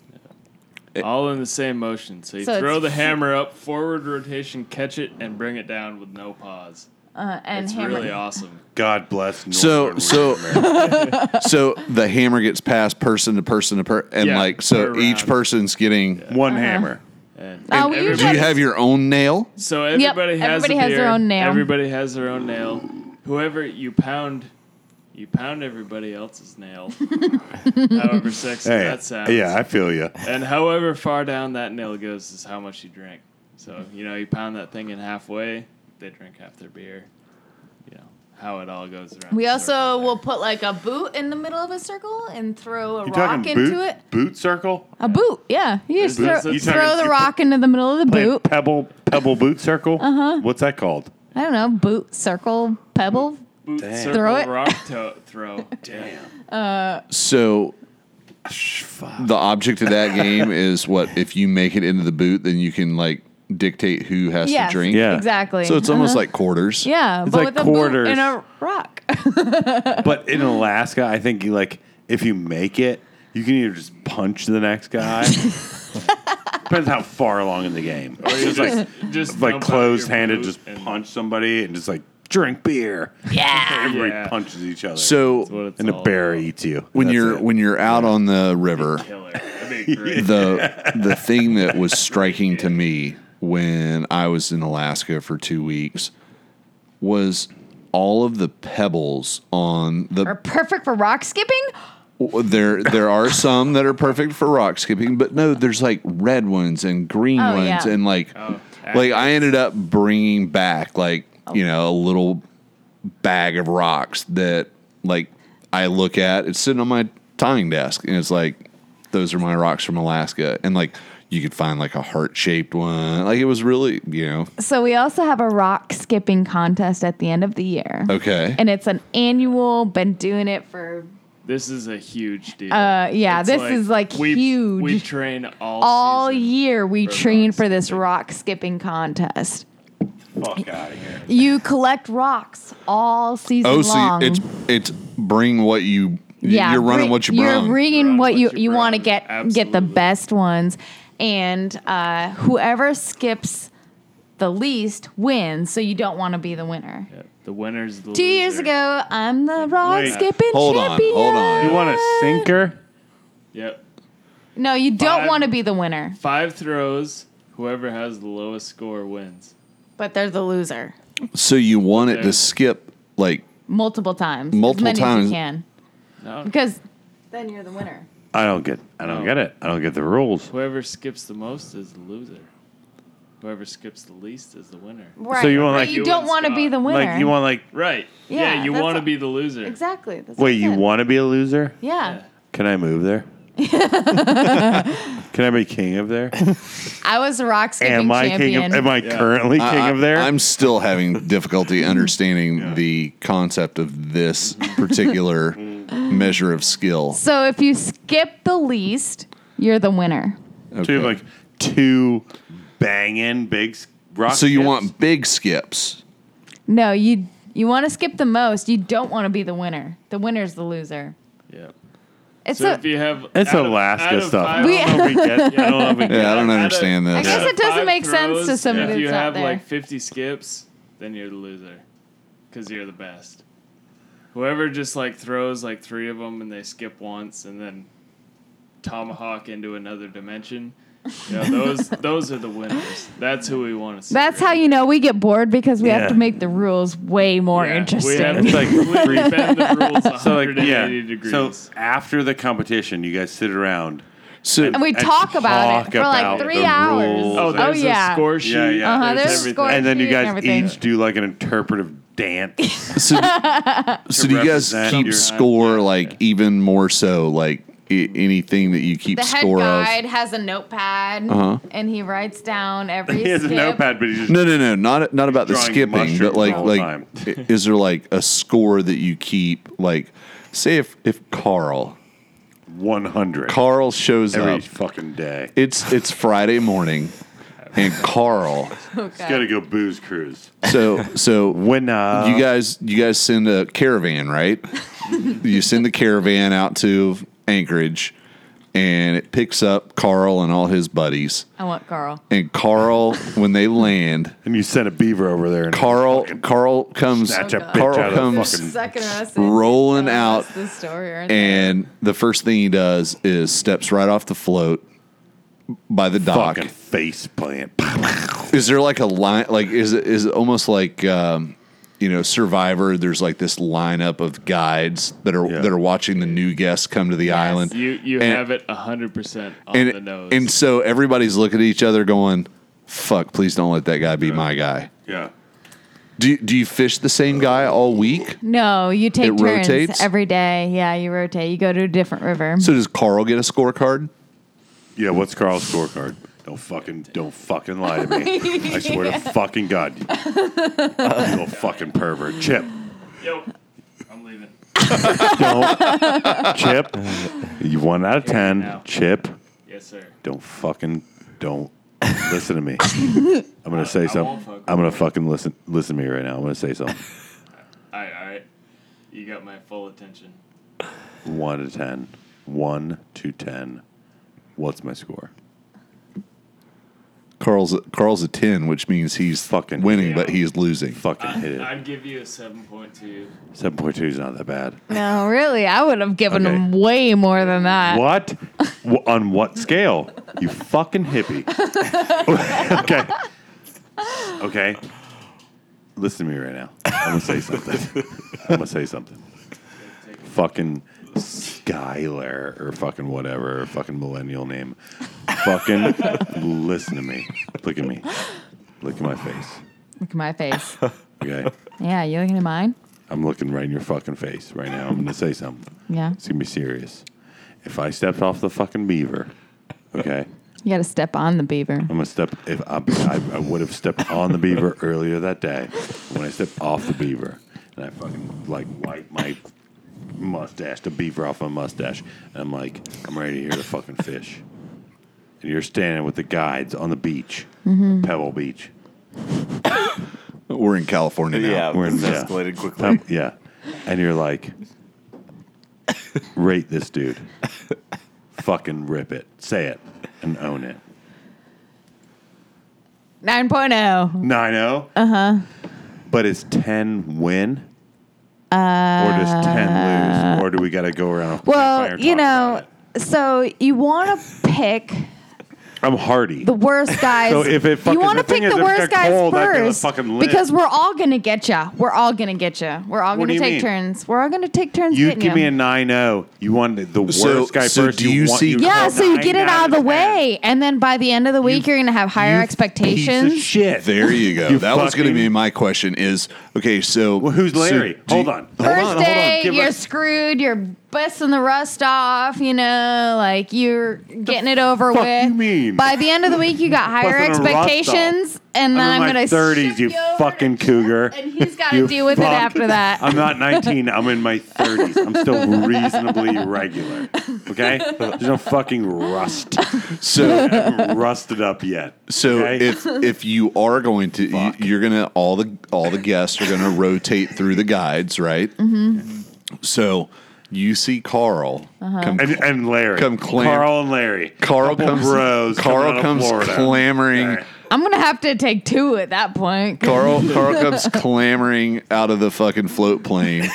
Speaker 6: one. all in the same motion so you
Speaker 5: So
Speaker 6: throw
Speaker 5: it's-
Speaker 6: the hammer up forward rotation catch it and bring it down with no pause
Speaker 5: Uh, and
Speaker 6: it's
Speaker 5: hammer.
Speaker 6: really awesome
Speaker 2: God bless.
Speaker 3: So-
Speaker 2: Northern
Speaker 3: so-
Speaker 2: America.
Speaker 3: so the hammer gets passed person to person to per, and
Speaker 6: Yeah,
Speaker 3: like so
Speaker 6: per
Speaker 3: each
Speaker 6: round.
Speaker 3: person's getting
Speaker 2: one hammer.
Speaker 6: And
Speaker 5: Oh, we
Speaker 6: everybody-
Speaker 5: usually
Speaker 3: Do you have your own nail?
Speaker 6: So everybody has
Speaker 5: everybody
Speaker 6: a
Speaker 5: has their
Speaker 6: beer,
Speaker 5: own nail.
Speaker 6: Everybody has their own nail. Whoever you pound, you pound everybody else's nail. however sexy
Speaker 2: Hey,
Speaker 6: that sounds.
Speaker 2: yeah, I feel you.
Speaker 6: And however far down that nail goes is how much you drink. So you know you pound that thing in halfway, they drink half their beer. You know how it all goes around.
Speaker 5: We
Speaker 6: the
Speaker 5: also
Speaker 6: circle there.
Speaker 5: will put like a boot in the middle of a circle and throw a
Speaker 2: You
Speaker 5: rock
Speaker 2: talking boot,
Speaker 5: into it.
Speaker 2: boot circle?
Speaker 5: A boot, yeah. You just
Speaker 6: Boot
Speaker 5: throw,
Speaker 6: circle? You
Speaker 5: throw
Speaker 2: talking-
Speaker 5: the
Speaker 2: you
Speaker 5: rock into the middle of the
Speaker 2: Plant
Speaker 5: boot.
Speaker 2: Pebble pebble boot circle? Uh-huh. What's that called?
Speaker 5: I don't know, boot, circle, pebble.
Speaker 6: boot
Speaker 2: Damn.
Speaker 6: circle
Speaker 5: Throw it.
Speaker 6: rock to- throw. Damn.
Speaker 3: So the object of that game is what if you make it into the boot, then you can like dictate who has
Speaker 5: Yes,
Speaker 3: to drink.
Speaker 2: Yeah.
Speaker 5: exactly. Uh-huh.
Speaker 3: So it's almost like quarters.
Speaker 5: yeah, but
Speaker 2: like
Speaker 5: with a
Speaker 2: quarters.
Speaker 5: boot and a rock.
Speaker 2: But in Alaska, I think you like if you make it, you can either just punch the next guy. Depends how far along in the game.
Speaker 6: Or you
Speaker 2: Just like
Speaker 6: just
Speaker 2: like
Speaker 6: dump out your
Speaker 2: closed handed,
Speaker 6: boot
Speaker 2: just
Speaker 6: and-
Speaker 2: punch somebody and just like drink beer.
Speaker 5: yeah.
Speaker 2: Everybody
Speaker 6: Yeah.
Speaker 2: punches each other.
Speaker 3: So
Speaker 6: That's what it's
Speaker 2: and a
Speaker 6: all
Speaker 2: bear
Speaker 6: about.
Speaker 2: eats you
Speaker 3: when
Speaker 2: That's
Speaker 3: you're
Speaker 2: it.
Speaker 3: when you're out on the river,
Speaker 6: killer. That'd be great.
Speaker 3: the the thing that was striking to me when I was in Alaska for two weeks was all of the pebbles on
Speaker 5: Are
Speaker 3: the
Speaker 5: perfect for rock skipping?
Speaker 3: there there are some that are perfect for rock skipping but no there's like red ones and green
Speaker 5: Oh,
Speaker 3: ones
Speaker 5: yeah.
Speaker 3: and like
Speaker 6: Oh,
Speaker 3: like I ended up bringing back like
Speaker 5: Oh.
Speaker 3: you know a little bag of rocks that like I look at it's sitting on my tying desk and it's like those are my rocks from Alaska and like you could find like a heart shaped one like it was really you know
Speaker 5: So we also have a rock skipping contest at the end of the year.
Speaker 3: okay
Speaker 5: And it's an annual, been doing it for
Speaker 6: This is a huge deal.
Speaker 5: Uh, yeah,
Speaker 6: It's
Speaker 5: this is like
Speaker 6: we,
Speaker 5: huge.
Speaker 6: We train all
Speaker 5: all
Speaker 6: season.
Speaker 5: year we
Speaker 6: for
Speaker 5: train
Speaker 6: rock
Speaker 5: for this rock skipping contest.
Speaker 2: fuck out of here.
Speaker 5: You collect rocks all season
Speaker 3: oh so
Speaker 5: long.
Speaker 3: it's it's bring what you
Speaker 5: yeah,
Speaker 3: you're running
Speaker 5: bring-
Speaker 3: what you
Speaker 5: You're
Speaker 3: bring
Speaker 5: bringing
Speaker 6: Run
Speaker 5: what
Speaker 6: what
Speaker 5: you
Speaker 6: you
Speaker 5: you want to
Speaker 6: bring.
Speaker 5: get get the
Speaker 6: Absolutely.
Speaker 5: best ones, and uh, whoever skips the least wins. So you don't want to be the winner.
Speaker 6: Yeah, The winners. The
Speaker 5: Two years ago, I'm the rock
Speaker 2: Wait.
Speaker 5: skipping
Speaker 3: Hold on,
Speaker 5: champion.
Speaker 3: hold on.
Speaker 2: You want a sinker?
Speaker 6: Yep.
Speaker 5: No, you don't
Speaker 6: Five-
Speaker 5: want to be the winner,
Speaker 6: Five throws. Whoever has the lowest score wins.
Speaker 5: but they're the loser
Speaker 3: so you want it to
Speaker 6: There's-
Speaker 3: skip like
Speaker 5: multiple times.
Speaker 3: Multiple
Speaker 5: as many as
Speaker 3: times.
Speaker 5: you can.
Speaker 6: No.
Speaker 5: Because then you're the winner.
Speaker 2: I don't get. I don't get it. I don't get the rules.
Speaker 6: Whoever skips the most is the loser. Whoever skips the least is the winner.
Speaker 5: Right.
Speaker 2: you want,
Speaker 5: but
Speaker 2: like-
Speaker 5: you don't want to be the winner.
Speaker 2: Like you want like
Speaker 6: Right.
Speaker 5: Yeah,
Speaker 6: Yeah. you
Speaker 5: that's
Speaker 6: want
Speaker 5: a-
Speaker 6: to be the loser.
Speaker 5: exactly. That's what
Speaker 2: wait.
Speaker 5: I
Speaker 2: You
Speaker 5: said.
Speaker 2: want to be a loser?
Speaker 5: Yeah.
Speaker 6: Yeah.
Speaker 2: Can I move there? Can I be king of there?
Speaker 5: I was a rock skipping
Speaker 2: Am I king
Speaker 5: champion.
Speaker 2: of? Am I
Speaker 6: Yeah.
Speaker 2: currently king
Speaker 3: I-
Speaker 2: of there?
Speaker 3: I'm still having difficulty understanding the concept of this particular measure of skill.
Speaker 5: so if you skip the least, you're the winner.
Speaker 2: two
Speaker 3: Okay.
Speaker 2: like two banging big s- rock.
Speaker 3: so you
Speaker 2: skips?
Speaker 3: want big skips.
Speaker 5: No, you you want to skip the most. You don't want to be the winner. The winner's the loser.
Speaker 6: Yeah.
Speaker 5: It's
Speaker 6: So
Speaker 5: a,
Speaker 6: if you have
Speaker 2: It's
Speaker 6: out of- out
Speaker 2: Alaska
Speaker 6: of
Speaker 2: stuff. I
Speaker 6: five-
Speaker 5: We-
Speaker 2: don't know if we get. I don't know if we get.
Speaker 3: Yeah, I don't understand
Speaker 5: I
Speaker 3: this.
Speaker 5: guess
Speaker 6: Yeah.
Speaker 5: it doesn't
Speaker 6: Five
Speaker 5: make sense to
Speaker 6: throws,
Speaker 5: somebody
Speaker 6: If you
Speaker 5: that's not
Speaker 6: have
Speaker 5: there.
Speaker 6: like 50 skips, then you're the loser because you're the best. Whoever just like throws like three of them and they skip once and then tomahawk into another dimension. You know, those those are the winners. That's who we want to see.
Speaker 5: that's
Speaker 6: right?
Speaker 5: how you know we get bored because we
Speaker 2: Yeah.
Speaker 5: have to make the rules way more
Speaker 6: Yeah,
Speaker 5: interesting.
Speaker 6: We have
Speaker 2: It's like
Speaker 6: to
Speaker 2: three-
Speaker 6: we bend the rules 180
Speaker 2: So oh, like yeah.
Speaker 6: degrees.
Speaker 2: So after the competition, you guys sit around.
Speaker 3: So
Speaker 5: and we
Speaker 2: and
Speaker 5: talk about it
Speaker 2: talk
Speaker 5: for
Speaker 2: about
Speaker 5: like
Speaker 2: the
Speaker 5: three hours.
Speaker 2: rules
Speaker 6: oh,
Speaker 2: Oh,
Speaker 6: there's
Speaker 5: yeah.
Speaker 6: a score sheet.
Speaker 2: Yeah, yeah.
Speaker 5: Uh-huh, there's
Speaker 6: everything.
Speaker 5: score
Speaker 2: and then you
Speaker 5: sheet and
Speaker 2: guys
Speaker 5: everything.
Speaker 2: each do like an interpretive dance.
Speaker 3: so, so do you guys
Speaker 2: represent
Speaker 3: keep
Speaker 2: your-
Speaker 3: score like even more so like I- anything that you keep
Speaker 5: The head
Speaker 3: score
Speaker 5: guide
Speaker 3: of?
Speaker 5: has a notepad,
Speaker 3: Uh-huh.
Speaker 5: and he writes down every.
Speaker 2: he has a
Speaker 5: skip.
Speaker 2: notepad, but he just
Speaker 3: No, no, no, not not about the
Speaker 2: Drawing
Speaker 3: skipping,
Speaker 2: mushrooms
Speaker 3: but like
Speaker 2: the whole
Speaker 3: like
Speaker 2: time.
Speaker 3: i- is there like a score that you keep like say if if Carl
Speaker 2: one hundred
Speaker 3: Carl shows
Speaker 2: every
Speaker 3: up
Speaker 2: fucking day.
Speaker 3: it's it's Friday morning, and Carl.
Speaker 5: Okay.
Speaker 2: Gotta go booze cruise.
Speaker 3: So so
Speaker 2: When uh,
Speaker 3: you guys you guys send a caravan right? you send the caravan out to Anchorage, and it picks up Carl and all his buddies.
Speaker 5: I want Carl.
Speaker 3: And Carl, when they land,
Speaker 2: and you sent a beaver over there, and
Speaker 3: Carl Carl comes
Speaker 2: snatch a bitch out
Speaker 3: Carl
Speaker 2: of the
Speaker 3: comes
Speaker 2: fucking
Speaker 5: Sucking us in.
Speaker 3: rolling
Speaker 5: Telling
Speaker 3: out
Speaker 5: us The story, aren't they?
Speaker 3: And the first thing he does is steps right off the float, by the dock.
Speaker 2: Fucking face plant.
Speaker 3: Is there like a line? Like is it is it almost like um, you know Survivor? There's like this lineup of guides that are
Speaker 2: Yeah.
Speaker 3: that are watching the new guests come to the island.
Speaker 6: You you
Speaker 3: And-
Speaker 6: have it hundred percent on
Speaker 3: and
Speaker 6: the nose.
Speaker 3: and so everybody's looking at each other, going, "Fuck! Please don't let that guy be my guy."
Speaker 2: yeah.
Speaker 3: Do do you fish the same guy all week?
Speaker 5: No, you take
Speaker 3: It
Speaker 5: turns
Speaker 3: rotates?
Speaker 5: every day. Yeah, you rotate. You go to a different river.
Speaker 3: So does Carl get a scorecard?
Speaker 2: Yeah, what's Carl's scorecard? Don't fucking don't fucking lie to me. I swear to fucking God. You little fucking pervert. Chip.
Speaker 6: Yo, I'm leaving.
Speaker 2: Don't Chip. You one out of ten.
Speaker 6: now.
Speaker 2: Chip.
Speaker 6: Yes, sir.
Speaker 2: Don't fucking don't listen to me. I'm gonna say
Speaker 6: won't
Speaker 2: something.
Speaker 6: fuck
Speaker 2: I'm gonna fucking listen listen to me right now. I'm gonna say something.
Speaker 6: All right, all right. You got my full attention.
Speaker 2: One to ten. One to ten. What's my score?
Speaker 3: Carl's Carl's a ten, which means he's
Speaker 2: Fucking
Speaker 3: winning,
Speaker 6: yeah.
Speaker 3: but he's losing.
Speaker 2: Fucking hit it.
Speaker 6: I'd give you a seven point two.
Speaker 2: Seven point two is not that bad.
Speaker 5: No, really, I would have given
Speaker 2: Okay.
Speaker 5: him way more than that.
Speaker 2: What? W- on what scale? You fucking hippie. okay. Okay. Listen to me right now. I'm gonna say something. I'm gonna say something. Fucking Skylar or fucking whatever, fucking millennial name. Fucking listen to me. Look at me. Look at my face.
Speaker 5: Look at my face.
Speaker 2: Okay.
Speaker 5: yeah, you looking at mine?
Speaker 2: I'm looking right in your fucking face right now. I'm gonna say something.
Speaker 5: Yeah,
Speaker 2: It's gonna be serious. If I stepped off the fucking beaver, okay,
Speaker 5: you got to step on the beaver.
Speaker 2: I'm gonna step. If I, I, I would have stepped on the beaver earlier that day, when I stepped off the beaver, and I fucking like wipe my mustache, the beaver off my mustache, and I'm like, I'm ready to hear the fucking fish. And you're standing with the guides on the beach, Pebble Beach.
Speaker 3: We're in California now.
Speaker 4: Yeah,
Speaker 2: We're in
Speaker 4: it's
Speaker 2: there.
Speaker 4: escalated quickly.
Speaker 2: Peb- yeah, and you're like, rate this dude, fucking rip it, say it, and own it.
Speaker 5: 9.0.
Speaker 2: 9 0. Uh huh.
Speaker 5: Uh-huh.
Speaker 2: But is 10 win? Uh, or does 10 lose? Or do we got to go around? a campfire
Speaker 5: Uh, Well,
Speaker 2: and talk
Speaker 5: you
Speaker 2: about
Speaker 5: know,
Speaker 2: it?
Speaker 5: so you want to pick
Speaker 2: I'm hardy.
Speaker 5: the worst guys.
Speaker 2: So if it fucking-
Speaker 5: you want
Speaker 2: the
Speaker 5: to
Speaker 2: thing
Speaker 5: pick
Speaker 2: is, if
Speaker 5: the
Speaker 2: it
Speaker 5: worst
Speaker 2: got
Speaker 5: guys
Speaker 2: cold, I'd be the
Speaker 5: first,
Speaker 2: fucking limp.
Speaker 5: because we're all gonna get ya. We're all gonna get ya. We're all
Speaker 2: What do
Speaker 5: gonna
Speaker 2: you
Speaker 5: take
Speaker 2: mean?
Speaker 5: turns. We're all gonna take turns
Speaker 2: you
Speaker 5: getting
Speaker 2: give
Speaker 5: ya.
Speaker 2: me a 9 0. You wanted the worst
Speaker 3: So-
Speaker 2: guy
Speaker 3: so
Speaker 2: first.
Speaker 3: do you
Speaker 2: want,
Speaker 3: see-
Speaker 5: yeah,
Speaker 2: call
Speaker 5: so you
Speaker 2: nine
Speaker 5: get it out of the
Speaker 2: 10.
Speaker 5: way, and then by the end of the week, you, are gonna have higher
Speaker 2: You Piece
Speaker 5: expectations.
Speaker 2: of shit.
Speaker 3: There you go.
Speaker 2: You
Speaker 3: that was going to
Speaker 2: fucking-
Speaker 3: be my question. Is okay. So
Speaker 2: Well, who's
Speaker 3: so
Speaker 2: Larry?
Speaker 3: do
Speaker 2: hold
Speaker 3: you-
Speaker 2: on. Hold on.
Speaker 5: First
Speaker 2: Hold on.
Speaker 5: day,
Speaker 2: Give
Speaker 5: you're
Speaker 2: us-
Speaker 5: screwed. You're busting the rust off. You know, like you're getting it over
Speaker 2: fuck
Speaker 5: with.
Speaker 2: you mean?
Speaker 5: By the end of the week, you got higher
Speaker 2: Busting the rust
Speaker 5: expectations, and then
Speaker 2: I'm
Speaker 5: I'm,
Speaker 2: in my
Speaker 5: gonna
Speaker 2: 30s,
Speaker 5: ship
Speaker 2: you
Speaker 5: over
Speaker 2: fucking
Speaker 5: to-
Speaker 2: cougar.
Speaker 5: And he's got
Speaker 2: You
Speaker 5: to deal with it
Speaker 2: fuck.
Speaker 5: after that.
Speaker 2: I'm not 19. I'm in my 30s. I'm still reasonably regular. Okay? There's no fucking rust.
Speaker 3: So
Speaker 2: I haven't rusted up yet.
Speaker 3: so
Speaker 2: okay?
Speaker 3: if if you are going to you,
Speaker 2: Fuck.
Speaker 3: you're gonna all the all the guests are gonna rotate through the guides, right? Mm-hmm. So you see Carl
Speaker 5: Uh-huh.
Speaker 3: come
Speaker 2: and, and Larry,
Speaker 3: Come clam-
Speaker 2: Carl and Larry,
Speaker 3: Carl
Speaker 2: Couple
Speaker 3: comes
Speaker 2: bros coming out
Speaker 3: Carl
Speaker 2: of
Speaker 3: comes
Speaker 2: Florida.
Speaker 3: clamoring.
Speaker 2: Okay.
Speaker 5: I'm gonna have to take two at that point.
Speaker 3: Carl Carl comes clamoring out of the fucking float plane,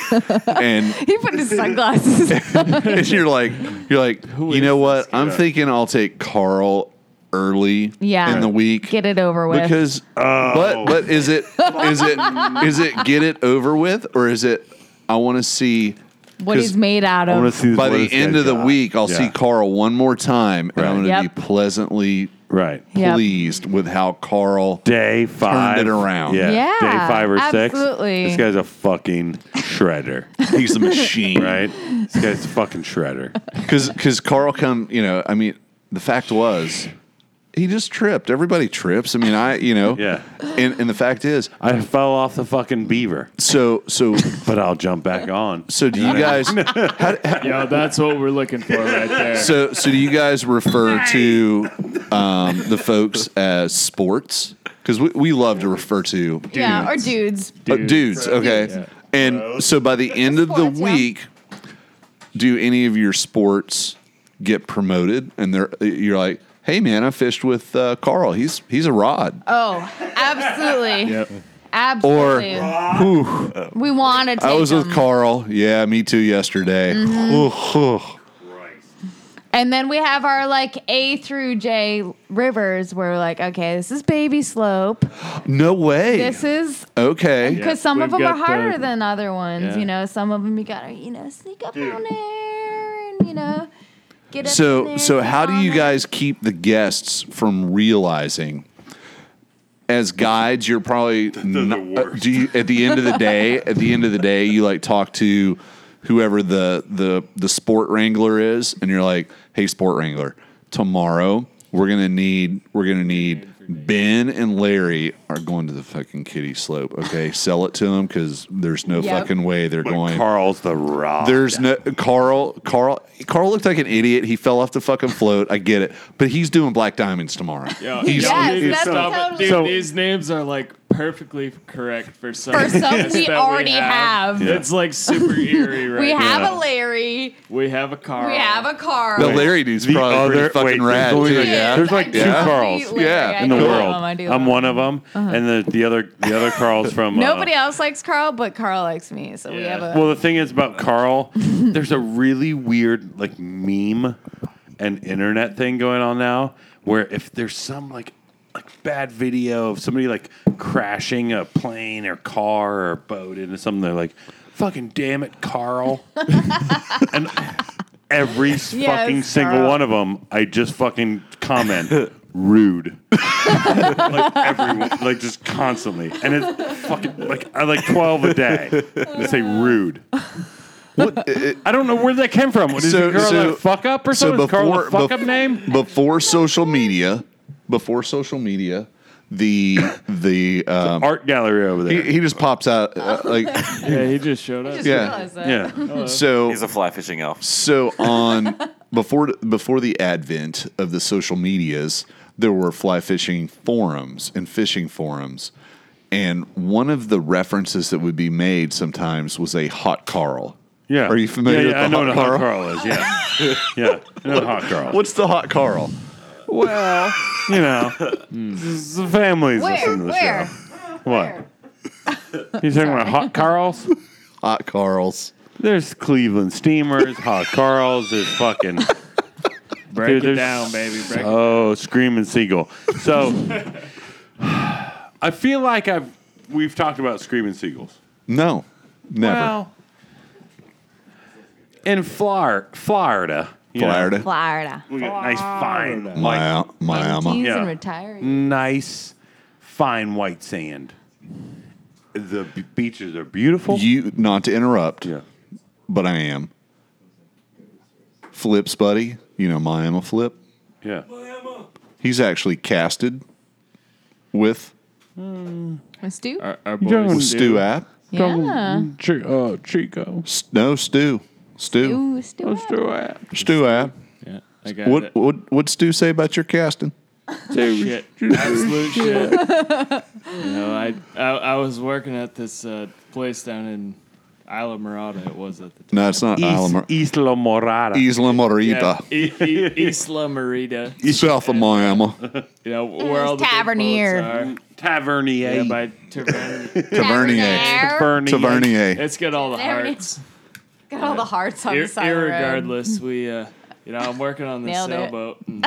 Speaker 3: and
Speaker 5: He put his sunglasses. on.
Speaker 3: and you're like you're like you know what? I'm
Speaker 2: guy?
Speaker 3: thinking I'll take Carl early
Speaker 5: Yeah.
Speaker 3: in the week.
Speaker 5: Get it over with.
Speaker 3: because
Speaker 2: Oh,
Speaker 3: but but is it is it is it get it over with or is it I want to see
Speaker 5: what
Speaker 3: 'cause
Speaker 5: he's made out
Speaker 2: I want
Speaker 5: of.
Speaker 2: to see
Speaker 3: by the
Speaker 2: worst
Speaker 3: end
Speaker 2: guy
Speaker 3: of the
Speaker 2: got.
Speaker 3: week I'll see
Speaker 2: Yeah.
Speaker 3: Carl one more time and I'm
Speaker 2: Right.
Speaker 3: going to
Speaker 5: Yep.
Speaker 3: be pleasantly
Speaker 2: Right.
Speaker 5: Yep.
Speaker 3: pleased with how Carl
Speaker 2: Day five.
Speaker 3: it around.
Speaker 2: Yeah.
Speaker 5: Yeah,
Speaker 2: Day five or six.
Speaker 5: absolutely.
Speaker 2: This guy's a fucking shredder,
Speaker 3: he's a machine
Speaker 2: right? this guy's a fucking shredder.
Speaker 3: cuz cuz Carl come you know I mean the fact was he just tripped everybody trips I mean I you know
Speaker 2: Yeah.
Speaker 3: and and the fact is
Speaker 2: I fell off the fucking beaver,
Speaker 3: so so
Speaker 2: but I'll jump back on.
Speaker 3: so do you guys
Speaker 6: Yo, that's what we're looking for right there.
Speaker 3: So, so do you guys refer to um, the folks as sports? Because we, we love to refer to
Speaker 5: yeah, or dudes.
Speaker 3: uh, dudes. Okay, and so by the end of the
Speaker 5: Sports, yeah.
Speaker 3: week, do any of your sports get promoted? And they're you're like, hey man, I fished with uh, Carl. He's he's a rod.
Speaker 5: Oh, absolutely.
Speaker 6: Yep.
Speaker 5: Absolutely. we want to take
Speaker 3: I was with
Speaker 5: them. Mm-hmm.
Speaker 3: Carl. Yeah, me too. Yesterday. Ooh, ooh.
Speaker 5: And then we have our like A through J rivers where we're like, okay, this is baby slope.
Speaker 3: No way.
Speaker 5: This is
Speaker 3: okay.
Speaker 5: because some of
Speaker 6: we've
Speaker 5: them are
Speaker 6: got
Speaker 5: harder
Speaker 6: the-
Speaker 5: than other ones.
Speaker 6: Yeah.
Speaker 5: You know, some of them you gotta you know sneak up on there and you know get up. in
Speaker 3: So
Speaker 5: there,
Speaker 3: so
Speaker 5: get
Speaker 3: how do
Speaker 5: on
Speaker 3: you
Speaker 5: it.
Speaker 3: guys keep the guests from realizing? As guides, you're probably not- uh, do you at the end of the day. At the end of the day, you like talk to whoever the the the sport wrangler is, and you're like, "Hey, sport wrangler, tomorrow we're gonna need we're gonna need Ben and Larry are going to the fucking kitty slope. Okay, sell it to them because there's no
Speaker 5: Yep.
Speaker 3: fucking way they're going.
Speaker 2: Carl's the rock.
Speaker 3: There's no Carl. Carl. Carl looked like an idiot. He fell off the fucking float. I get it, but he's doing black diamonds tomorrow.
Speaker 6: Yeah,
Speaker 3: He's-
Speaker 5: Yes,
Speaker 6: dude,
Speaker 5: that's
Speaker 6: stop it.
Speaker 5: totally-
Speaker 6: Dude,
Speaker 2: So-
Speaker 6: these names are like perfectly correct for some
Speaker 5: For some
Speaker 6: guests
Speaker 5: we
Speaker 6: that
Speaker 5: already have. Yeah.
Speaker 6: It's like super eerie, right?
Speaker 5: We have
Speaker 2: Yeah.
Speaker 5: a Larry,
Speaker 6: we have a car.
Speaker 5: we have a Carl.
Speaker 3: the Larry dude's
Speaker 2: The
Speaker 3: probably
Speaker 2: other
Speaker 3: pretty fucking
Speaker 2: wait,
Speaker 3: rad.
Speaker 2: there's, only
Speaker 3: too.
Speaker 2: like,
Speaker 5: Yes,
Speaker 2: there's like
Speaker 5: I
Speaker 2: two
Speaker 5: love
Speaker 2: Carls
Speaker 5: Larry.
Speaker 3: Yeah,
Speaker 5: I
Speaker 2: in the
Speaker 5: do love
Speaker 2: world.
Speaker 5: him, I do
Speaker 2: I'm
Speaker 5: love
Speaker 2: one
Speaker 5: him.
Speaker 2: of them, and the the other the other Carl's from uh,
Speaker 5: Nobody else likes Carl, but Carl likes me. So we
Speaker 6: Yeah.
Speaker 5: have a.
Speaker 2: Well, the thing is about Carl, there's a really weird like meme and internet thing going on now where if there's some like like bad video of somebody like crashing a plane or car or boat into something, they're like, "Fucking damn it, Carl!" and every fucking single
Speaker 5: Carl.
Speaker 2: one of them, I just fucking comment. Rude, like everyone, like just constantly, and it's fucking like I like twelve a day. They say rude. I don't know where that came from. What is
Speaker 3: uh, So-
Speaker 2: it, Carl
Speaker 3: so-
Speaker 2: a fuck up or
Speaker 3: so
Speaker 2: something? Is Carl a
Speaker 3: before-
Speaker 2: fuck up
Speaker 3: bef-
Speaker 2: name?
Speaker 3: Before social media, before social media, the the um,
Speaker 2: Art gallery over
Speaker 3: he,
Speaker 2: there.
Speaker 3: he just pops out uh, like
Speaker 6: Yeah, he just showed up.
Speaker 5: I just
Speaker 3: yeah.
Speaker 5: realized that.
Speaker 2: yeah,
Speaker 3: so.
Speaker 4: He's a fly fishing elf.
Speaker 3: So on before before the advent of the social medias, there were fly fishing forums and fishing forums. And one of the references that would be made sometimes was a hot Carl.
Speaker 2: yeah.
Speaker 3: Are you familiar
Speaker 2: Yeah,
Speaker 3: with
Speaker 2: yeah,
Speaker 3: the
Speaker 2: I know
Speaker 3: hot
Speaker 2: what a
Speaker 3: Carl?
Speaker 2: hot Carl is. Yeah, yeah. I know what a hot Carl.
Speaker 3: What's the hot Carl?
Speaker 2: Well, you know,
Speaker 3: Hmm.
Speaker 2: the families listen to the
Speaker 5: Where?
Speaker 2: show. What? You talking about hot Carls?
Speaker 3: Hot Carls.
Speaker 2: There's Cleveland Steamers, hot Carls. There's fucking
Speaker 6: Break
Speaker 2: Dude, there's-
Speaker 6: it down, baby. Break it.
Speaker 2: Oh, screaming seagull. So I feel like I've we've talked about screaming seagulls.
Speaker 3: No, never.
Speaker 2: Well, in Flor- Florida, you know,
Speaker 3: Florida,
Speaker 5: Florida.
Speaker 2: we got nice fine, like,
Speaker 3: Mia- Miami.
Speaker 5: Teens
Speaker 2: Yeah.
Speaker 5: and retirees.
Speaker 2: nice fine white sand. The b- beaches are beautiful.
Speaker 3: You not to interrupt,
Speaker 2: yeah.
Speaker 3: but I am. Flips, buddy. You know Miami Flip.
Speaker 2: Yeah.
Speaker 3: He's actually casted with
Speaker 5: Miss Stu?
Speaker 6: Our, our
Speaker 2: Jones.
Speaker 6: boy
Speaker 3: with Stu App.
Speaker 5: Yeah.
Speaker 2: Chico.
Speaker 3: S- No, Stu. Stu.
Speaker 5: Ooh, Stu. Abbott.
Speaker 3: Stu, app.
Speaker 6: Yeah, I got
Speaker 3: What
Speaker 6: it.
Speaker 3: what what Stu say about your casting?
Speaker 6: shit. Absolute shit. you know, I, I I was working at this uh, place down in Isla Morada. It was at the time.
Speaker 3: No, it's not
Speaker 2: Isla,
Speaker 3: Isla,
Speaker 2: Isla Morada.
Speaker 3: Isla
Speaker 6: Yeah,
Speaker 3: Morita,
Speaker 6: I- I- E, Isla Morada.
Speaker 3: south of Miami.
Speaker 6: You know where all the big
Speaker 5: Mm, Tavernier.
Speaker 6: boats are.
Speaker 2: Tavernier.
Speaker 6: Yeah, by Tavernier.
Speaker 3: Tavernier.
Speaker 2: Bernie.
Speaker 3: Tavernier.
Speaker 6: It's got all the
Speaker 5: Tavernier.
Speaker 6: hearts.
Speaker 5: Got all the hearts on
Speaker 6: Ir-
Speaker 5: the side of the road.
Speaker 6: irregardless, we, uh, you know, I'm working on this
Speaker 5: Nailed it.
Speaker 6: sailboat. And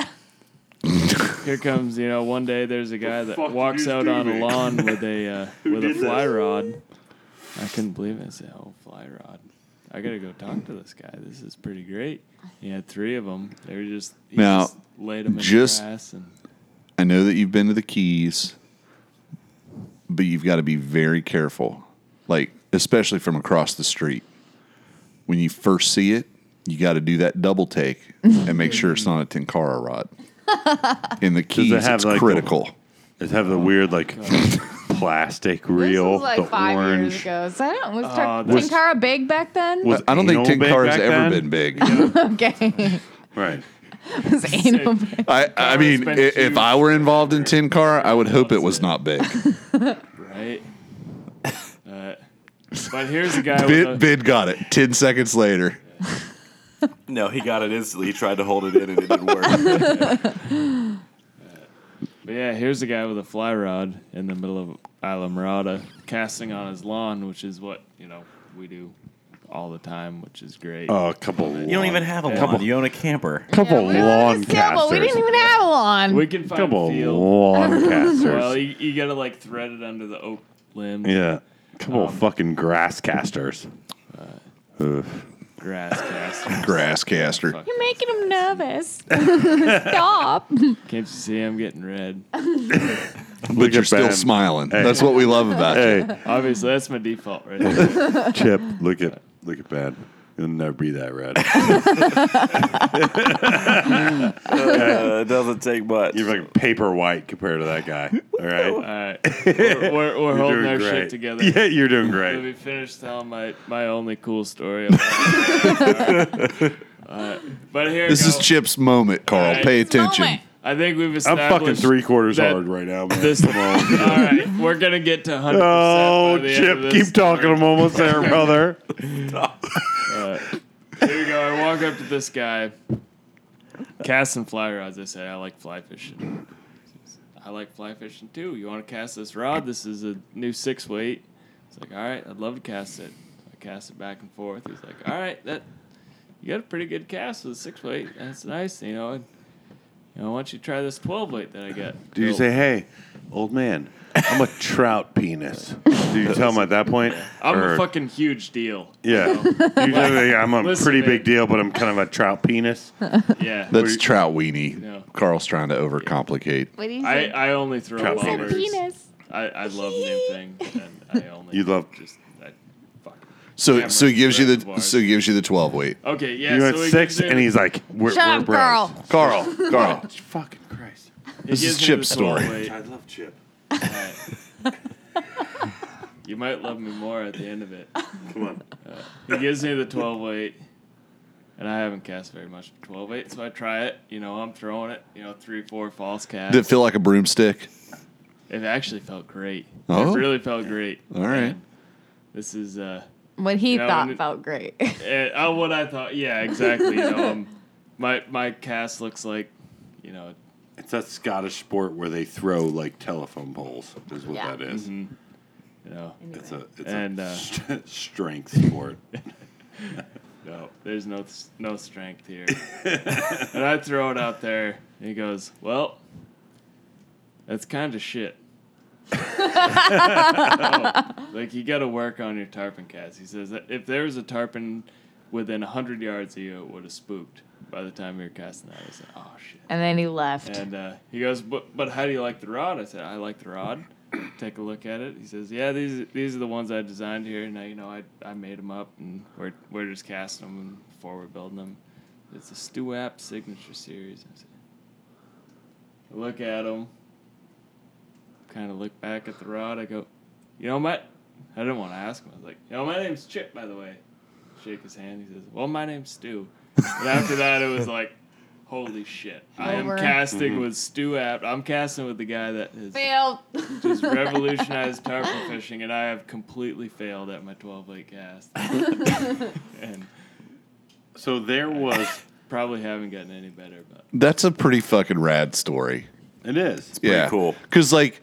Speaker 6: here comes, you know, one day there's a guy that walks out on a lawn with a uh, with a fly rod. I couldn't believe it. I said, "Oh, fly rod! I gotta go talk to this guy. This is pretty great." He had three of them. They were just he
Speaker 3: Now,
Speaker 6: just laid them in
Speaker 3: just-
Speaker 6: the grass and
Speaker 3: I know that you've been to the Keys, but you've got to be very careful. Like, especially from across the street. When you first see it, you got to do that double take and make sure it's not a Tinkara rod. In the Keys,
Speaker 2: have,
Speaker 3: it's
Speaker 2: like, a-
Speaker 3: critical.
Speaker 2: It have the weird like plastic
Speaker 5: This
Speaker 2: reel,
Speaker 5: was like
Speaker 2: the
Speaker 5: five
Speaker 2: orange.
Speaker 5: years ago. So I don't was
Speaker 6: Oh,
Speaker 5: Tar-
Speaker 6: that's-
Speaker 5: Tinkara big back then?
Speaker 2: Was
Speaker 3: I don't think
Speaker 2: anal big
Speaker 3: Tinkara's
Speaker 2: back
Speaker 3: ever
Speaker 2: then?
Speaker 3: been big.
Speaker 5: okay.
Speaker 2: Right.
Speaker 5: was anal big.
Speaker 3: I, I
Speaker 6: Tinkara's
Speaker 3: mean, i-
Speaker 6: been
Speaker 3: if
Speaker 6: huge
Speaker 3: I were involved in Tin Car, I would hope it was not big.
Speaker 6: right. Uh, but here's a guy with a,
Speaker 3: Bid, Bid got it. Ten seconds later,
Speaker 4: No, he got it instantly. He tried to hold it in and it didn't work.
Speaker 6: But yeah, here's a guy with a fly rod in the middle of Isla Morada casting on his lawn, which is what, you know, we do all the time, which is great.
Speaker 2: Oh,
Speaker 3: Uh,
Speaker 2: a couple.
Speaker 4: You don't even have a
Speaker 6: Couple-
Speaker 4: lawn. You own a camper.
Speaker 2: couple
Speaker 5: we were on
Speaker 2: lawn
Speaker 5: this table. We didn't even have one.
Speaker 6: we can find
Speaker 2: couple
Speaker 6: a field.
Speaker 2: lawn
Speaker 6: Well,
Speaker 2: casters.
Speaker 6: you, you gotta like thread it under the oak limbs,
Speaker 2: Yeah, couple
Speaker 6: Um,
Speaker 2: fucking grass casters. Ugh.
Speaker 6: grass cast.
Speaker 3: Grass caster.
Speaker 5: You're making him nervous. Stop.
Speaker 6: Can't you see I'm getting red?
Speaker 3: But you're
Speaker 2: at
Speaker 3: still
Speaker 2: Ben.
Speaker 3: smiling. That's what we love about you.
Speaker 2: Hey,
Speaker 6: Obviously, that's my default right there.
Speaker 2: Chip, look at look at Ben. You'll never be that red.
Speaker 4: Uh, it doesn't take much.
Speaker 2: You're like paper white compared to that guy. All
Speaker 6: All
Speaker 2: right,
Speaker 6: right, we're, we're, we're
Speaker 2: You're
Speaker 6: holding
Speaker 2: doing
Speaker 6: our
Speaker 2: great.
Speaker 6: shit together.
Speaker 2: Yeah, you're doing
Speaker 6: Let me
Speaker 2: great.
Speaker 6: finish telling my, my only cool story. About All right. But here
Speaker 3: This is
Speaker 6: go.
Speaker 3: Chip's moment, Carl.
Speaker 6: Alright.
Speaker 3: Pay attention.
Speaker 5: Moment.
Speaker 6: I think we've
Speaker 2: I'm
Speaker 6: established.
Speaker 2: fucking three quarters
Speaker 6: that
Speaker 2: hard right now, man.
Speaker 6: This, all right, we're gonna get to hundred.
Speaker 2: Oh, Chip, keep talking. I'm almost there, brother.
Speaker 6: Here we go. I walk up to this guy, cast some fly rods. I say, I like fly fishing. I like fly fishing too. You want to cast this rod? This is a new six weight. It's like, all right, I'd love to cast it. I cast it back and forth. He's like, all right, that you got a pretty good cast with a six weight. That's nice, you know. And, you know, why don't you try this twelve weight that I got?
Speaker 2: Do you
Speaker 6: Built."
Speaker 2: say, "Hey, old man, I'm a trout penis"? Do you tell him at that point?
Speaker 6: I'm
Speaker 2: Or-
Speaker 6: a fucking huge deal.
Speaker 2: yeah. You tell him, I'm a
Speaker 6: Listen,
Speaker 2: pretty
Speaker 6: man.
Speaker 2: big deal, but I'm kind of a trout penis.
Speaker 6: Yeah.
Speaker 3: That's trout weenie.
Speaker 6: No.
Speaker 3: Carl's trying to overcomplicate.
Speaker 5: What do you
Speaker 6: I,
Speaker 5: say?
Speaker 6: I only throw
Speaker 2: Trout
Speaker 5: It's a
Speaker 2: bobbers.
Speaker 6: bobbers.
Speaker 5: penis.
Speaker 6: I, I love new things, and I only
Speaker 2: You love-
Speaker 6: just I, fuck.
Speaker 3: So
Speaker 6: Yeah,
Speaker 3: so
Speaker 6: right.
Speaker 3: he gives you the
Speaker 6: Bars.
Speaker 3: so he gives you the twelve weight.
Speaker 6: Okay, yeah.
Speaker 2: You
Speaker 6: so
Speaker 2: went
Speaker 6: he
Speaker 2: six,
Speaker 6: gives me
Speaker 2: and
Speaker 6: the-
Speaker 2: he's like, "We're,
Speaker 5: Shut
Speaker 2: we're
Speaker 5: up,
Speaker 2: bros."
Speaker 5: Carl.
Speaker 3: Carl, Carl.
Speaker 2: Fucking Christ!
Speaker 6: he
Speaker 3: this
Speaker 6: gives
Speaker 3: is
Speaker 6: me
Speaker 3: Chip's
Speaker 6: the twelve
Speaker 3: story.
Speaker 6: weight.
Speaker 2: I love Chip.
Speaker 6: You might love me more at the end of it.
Speaker 2: Come on.
Speaker 6: He gives me the twelve weight, and I haven't cast very much for twelve weight, so I try it. You know, I'm throwing it. You know, three, four false casts.
Speaker 3: Did it feel like a broomstick?
Speaker 6: it actually felt great.
Speaker 3: Oh.
Speaker 6: It really felt great.
Speaker 3: All right.
Speaker 6: And this is uh,
Speaker 5: What he
Speaker 6: know,
Speaker 5: thought
Speaker 6: and it-
Speaker 5: felt great.
Speaker 6: eh, uh, what I thought. Yeah, exactly. You know, um, my my cast looks like, you know,
Speaker 2: It's that Scottish sport where they throw like telephone poles. Is what
Speaker 5: Yeah.
Speaker 2: that is.
Speaker 6: you know.
Speaker 2: It's a it's
Speaker 6: And,
Speaker 2: a
Speaker 6: uh,
Speaker 2: st- strength sport.
Speaker 6: No, there's no no strength here. and I throw it out there, and he goes, "Well, that's kind of shit." Oh, like you got to work on your tarpon cast. He says that if there was a tarpon within hundred yards of you, it would have spooked by the time you were casting that. I said, "Oh shit."
Speaker 5: and then he left.
Speaker 6: And uh, he goes, but, but how do you like the rod? I said, I like the rod. Take a look at it. He says, yeah, these these are the ones I designed here. Now you know I, I made them up, and we're we're just casting them before we're building them. It's a Stuap signature series. I said, I look at them. Kind of look back at the rod. I go, you know, my I didn't want to ask him. I was like, you know, my name's Chip, by the way. Shake his hand. He says, well, my name's Stu. and after that, it was like, holy shit. I am
Speaker 5: Over.
Speaker 6: casting
Speaker 2: Mm-hmm.
Speaker 6: with Stu Apt. I'm casting with the guy that has
Speaker 5: Failed.
Speaker 6: just revolutionized tarpon fishing, and I have completely failed at my 12 weight cast. and
Speaker 2: So there was.
Speaker 6: probably haven't gotten any better, but
Speaker 3: That's a pretty fucking rad story.
Speaker 2: It is.
Speaker 4: pretty cool.
Speaker 3: Because like,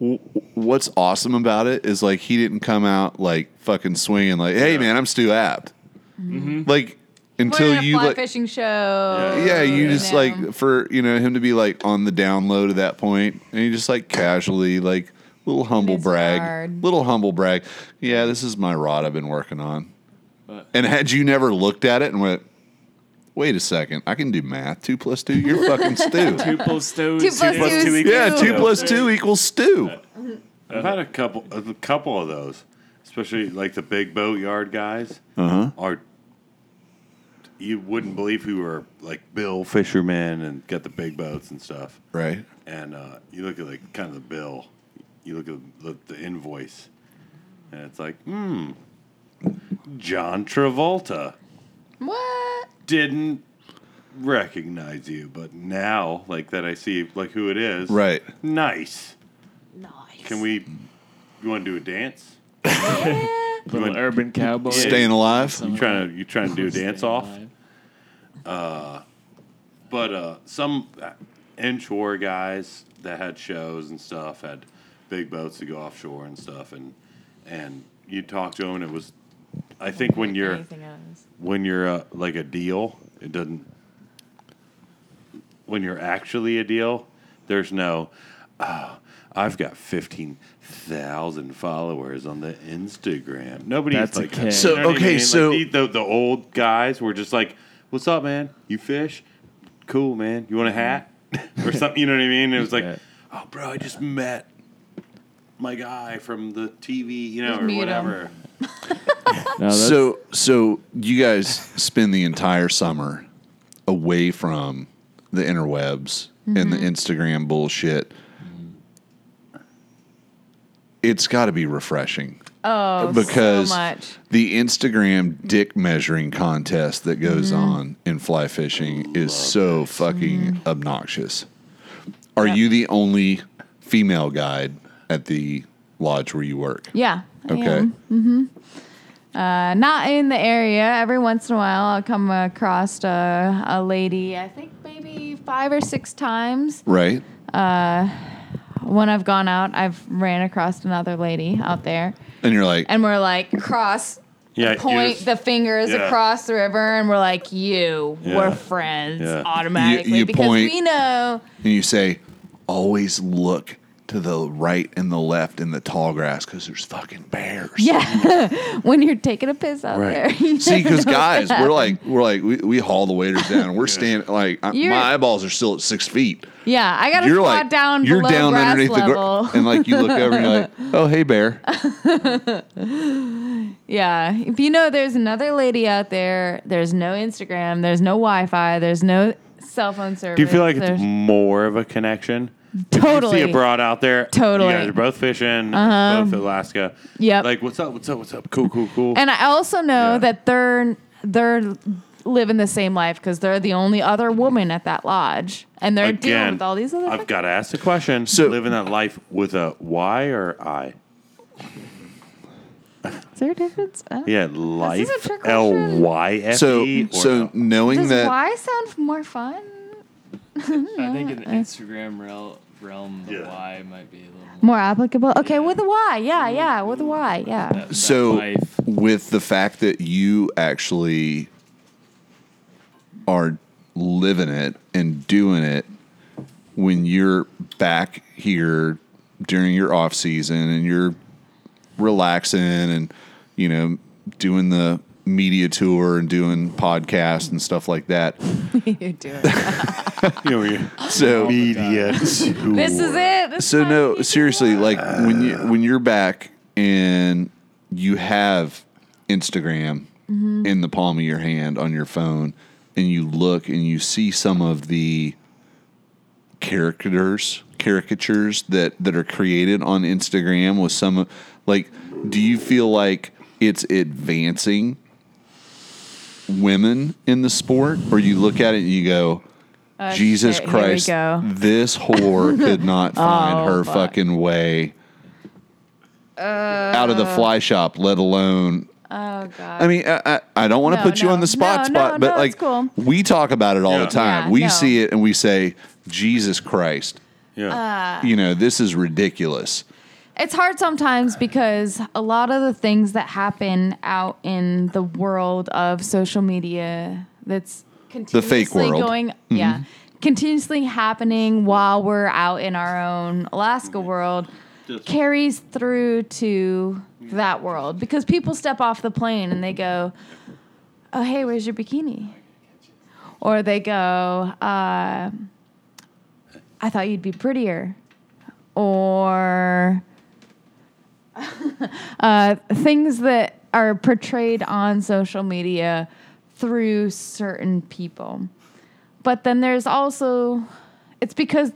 Speaker 3: w- what's awesome about it is like he didn't come out like fucking swinging like, hey man, I'm Stu Apt. Like
Speaker 5: We're
Speaker 3: until
Speaker 5: at a
Speaker 3: you
Speaker 5: fly
Speaker 3: like,
Speaker 5: fishing show.
Speaker 3: yeah, you just
Speaker 5: know.
Speaker 3: like for you know him to be like on the down low to that point, and he just like casually like little humble
Speaker 5: It's
Speaker 3: brag,
Speaker 5: hard.
Speaker 3: little humble brag. Yeah, this is my rod I've been working on.
Speaker 6: But-
Speaker 3: and had you never looked at it and went, wait a second, I can do math. Two plus two, you're fucking stew.
Speaker 6: two plus two,
Speaker 5: Two plus
Speaker 4: plus
Speaker 5: two.
Speaker 4: two
Speaker 5: is
Speaker 4: equals-
Speaker 3: Yeah,
Speaker 5: two.
Speaker 3: two plus two equals stew.
Speaker 2: I've had a couple, a couple of those, especially like the big boatyard guys are. You wouldn't believe who are like bill fishermen and got the big boats and stuff.
Speaker 3: Right.
Speaker 2: And uh, you look at like kind of the bill, you look at the, the invoice, and it's like, hmm, John Travolta
Speaker 5: What?
Speaker 2: didn't recognize you, but now like that I see like who it is,
Speaker 3: Right.
Speaker 2: Nice.
Speaker 5: Nice.
Speaker 2: Can we? You want to do a dance?
Speaker 6: little
Speaker 2: Good.
Speaker 6: urban cowboy.
Speaker 3: Staying alive.
Speaker 2: You trying to you trying to do a
Speaker 6: Staying
Speaker 2: dance off?
Speaker 6: alive.
Speaker 2: But uh, some uh, inshore guys that had shows and stuff had big boats to go offshore and stuff, and and you talk to them and it was I think when you're
Speaker 7: Anything out of this.
Speaker 2: when you're uh, like a deal, it doesn't. When you're actually a deal, there's no. Oh, I've got fifteen thousand followers on the Instagram. Nobody's
Speaker 6: That's a
Speaker 2: like
Speaker 6: kid.
Speaker 2: So
Speaker 6: So,
Speaker 2: okay,
Speaker 3: okay,
Speaker 2: so
Speaker 3: so-
Speaker 2: the, the the old guys were just like, "What's up, man? You fish? Cool, man. You want a hat or something? You know what I mean?" It was like,
Speaker 6: Yeah.
Speaker 2: "Oh, bro, I just met." My guy from the TV, you know,
Speaker 5: Just
Speaker 2: or
Speaker 5: mute 'em.
Speaker 2: whatever.
Speaker 6: No, that's,
Speaker 3: so so you guys spend the entire summer away from the interwebs and
Speaker 5: Mm-hmm.
Speaker 3: the Instagram bullshit. It's got to be refreshing
Speaker 5: Oh,
Speaker 3: because
Speaker 5: so much.
Speaker 3: the Instagram dick measuring contest that goes
Speaker 5: Mm-hmm.
Speaker 3: on in fly fishing is so fucking
Speaker 5: Mm-hmm.
Speaker 3: obnoxious. Are you the only female guide at the lodge where you work?
Speaker 5: Yeah. I
Speaker 3: Okay.
Speaker 5: am. Uh, not in the area. Every once in a while, I'll come across a, a lady. I think maybe five or six times
Speaker 3: Right?
Speaker 5: when I've gone out, I've ran across another lady out there,
Speaker 3: And you're like,
Speaker 5: and we're like cross.
Speaker 2: Yeah, you
Speaker 5: point
Speaker 2: just-
Speaker 5: the fingers
Speaker 2: yeah.
Speaker 5: across the river, and we're like, "You,
Speaker 2: Yeah.
Speaker 5: we're friends
Speaker 2: Yeah. You-
Speaker 5: automatically
Speaker 3: you
Speaker 5: because
Speaker 3: point-
Speaker 5: we know."
Speaker 3: and you say, always look to the right and the left in the tall grass because there's fucking bears.
Speaker 5: Yeah, when you're taking a piss out there,
Speaker 2: Right.
Speaker 5: you
Speaker 3: See,
Speaker 5: never
Speaker 3: because
Speaker 5: know
Speaker 3: guys,
Speaker 5: what
Speaker 3: we're
Speaker 5: happened.
Speaker 3: like, we're like, we, we haul the waders down. We're standing like I,
Speaker 5: You're-
Speaker 3: my eyeballs are still at six feet.
Speaker 5: "Yeah, I gotta
Speaker 3: you're
Speaker 5: squat
Speaker 3: like
Speaker 5: down
Speaker 3: you're
Speaker 5: below
Speaker 3: down
Speaker 5: grass
Speaker 3: underneath
Speaker 5: level."
Speaker 3: the gr- and like you look over and you're like oh hey bear
Speaker 5: Yeah. If you know there's another lady out there, there's no Instagram, there's no Wi Fi, there's no cell phone service.
Speaker 2: Do you feel like it's
Speaker 5: there's-
Speaker 2: more of a connection?
Speaker 5: Totally.
Speaker 2: If you see a broad out there.
Speaker 5: Totally. Uh-huh.
Speaker 2: You guys are both fishing. Both Alaska.
Speaker 5: Yep.
Speaker 2: Like, what's up? What's up? What's up? Cool, cool, cool.
Speaker 5: and I also know
Speaker 2: Yeah.
Speaker 5: that they're they're living the same life because they're the only other woman at that lodge, and they're dealing with all these other.
Speaker 2: I've
Speaker 5: fuck-
Speaker 2: got to ask the question.
Speaker 3: So-
Speaker 2: living that life with a Y or I?
Speaker 5: Is there a difference? Uh,
Speaker 2: Yeah, life.
Speaker 5: trick question.
Speaker 2: L Y F E.
Speaker 3: so so knowing
Speaker 5: Does
Speaker 3: that
Speaker 5: Y sound more fun?
Speaker 6: I think in the Instagram rel- realm, the
Speaker 2: Yeah.
Speaker 6: why might be a little more
Speaker 5: More applicable? Okay, with a Y. Yeah, yeah, with a Y. Yeah.
Speaker 6: that- that
Speaker 3: so
Speaker 6: life.
Speaker 3: with the fact that you actually are living it and doing it when you're back here during your off season and you're relaxing and you know doing the media tour and doing podcasts and stuff like that
Speaker 5: you do it.
Speaker 3: so
Speaker 2: media.
Speaker 5: This is it. This
Speaker 3: so
Speaker 5: is how you do
Speaker 3: no
Speaker 5: it.
Speaker 3: seriously like when you when you're back and you have instagram
Speaker 5: Mm-hmm.
Speaker 3: in the palm of your hand on your phone and you look and you see some of the caricatures caricatures that that are created on instagram with some of like do you feel like it's advancing women in the sport or you look at it and you go Jesus
Speaker 5: Uh, shit, here we
Speaker 3: Christ,
Speaker 5: go.
Speaker 3: this whore could not find
Speaker 5: Oh,
Speaker 3: her
Speaker 5: fuck.
Speaker 3: fucking way out of the fly shop, let alone.
Speaker 5: Uh, Oh, God.
Speaker 3: I mean, I, I, I don't want to
Speaker 5: No,
Speaker 3: put you
Speaker 5: no.
Speaker 3: on the spot,
Speaker 5: No, no,
Speaker 3: spot,
Speaker 5: no,
Speaker 3: but
Speaker 5: it's
Speaker 3: like
Speaker 5: cool.
Speaker 3: we talk about it all
Speaker 2: Yeah.
Speaker 3: the time.
Speaker 5: Yeah,
Speaker 3: we
Speaker 5: no.
Speaker 3: see it and we say, Jesus Christ,
Speaker 5: Uh,
Speaker 2: Yeah.
Speaker 3: you know, this is ridiculous.
Speaker 5: It's hard sometimes because a lot of the things that happen out in the world of social media that's
Speaker 3: fake
Speaker 5: continuously
Speaker 3: world. Mm-hmm.
Speaker 5: going yeah, continuously happening while we're out in our own Alaska world carries through to that world because people step off the plane and they go, "Oh, hey, where's your bikini?" Or they go, uh, "I thought you'd be prettier." Or uh, things that are portrayed on social media through certain people. But then there's also, it's because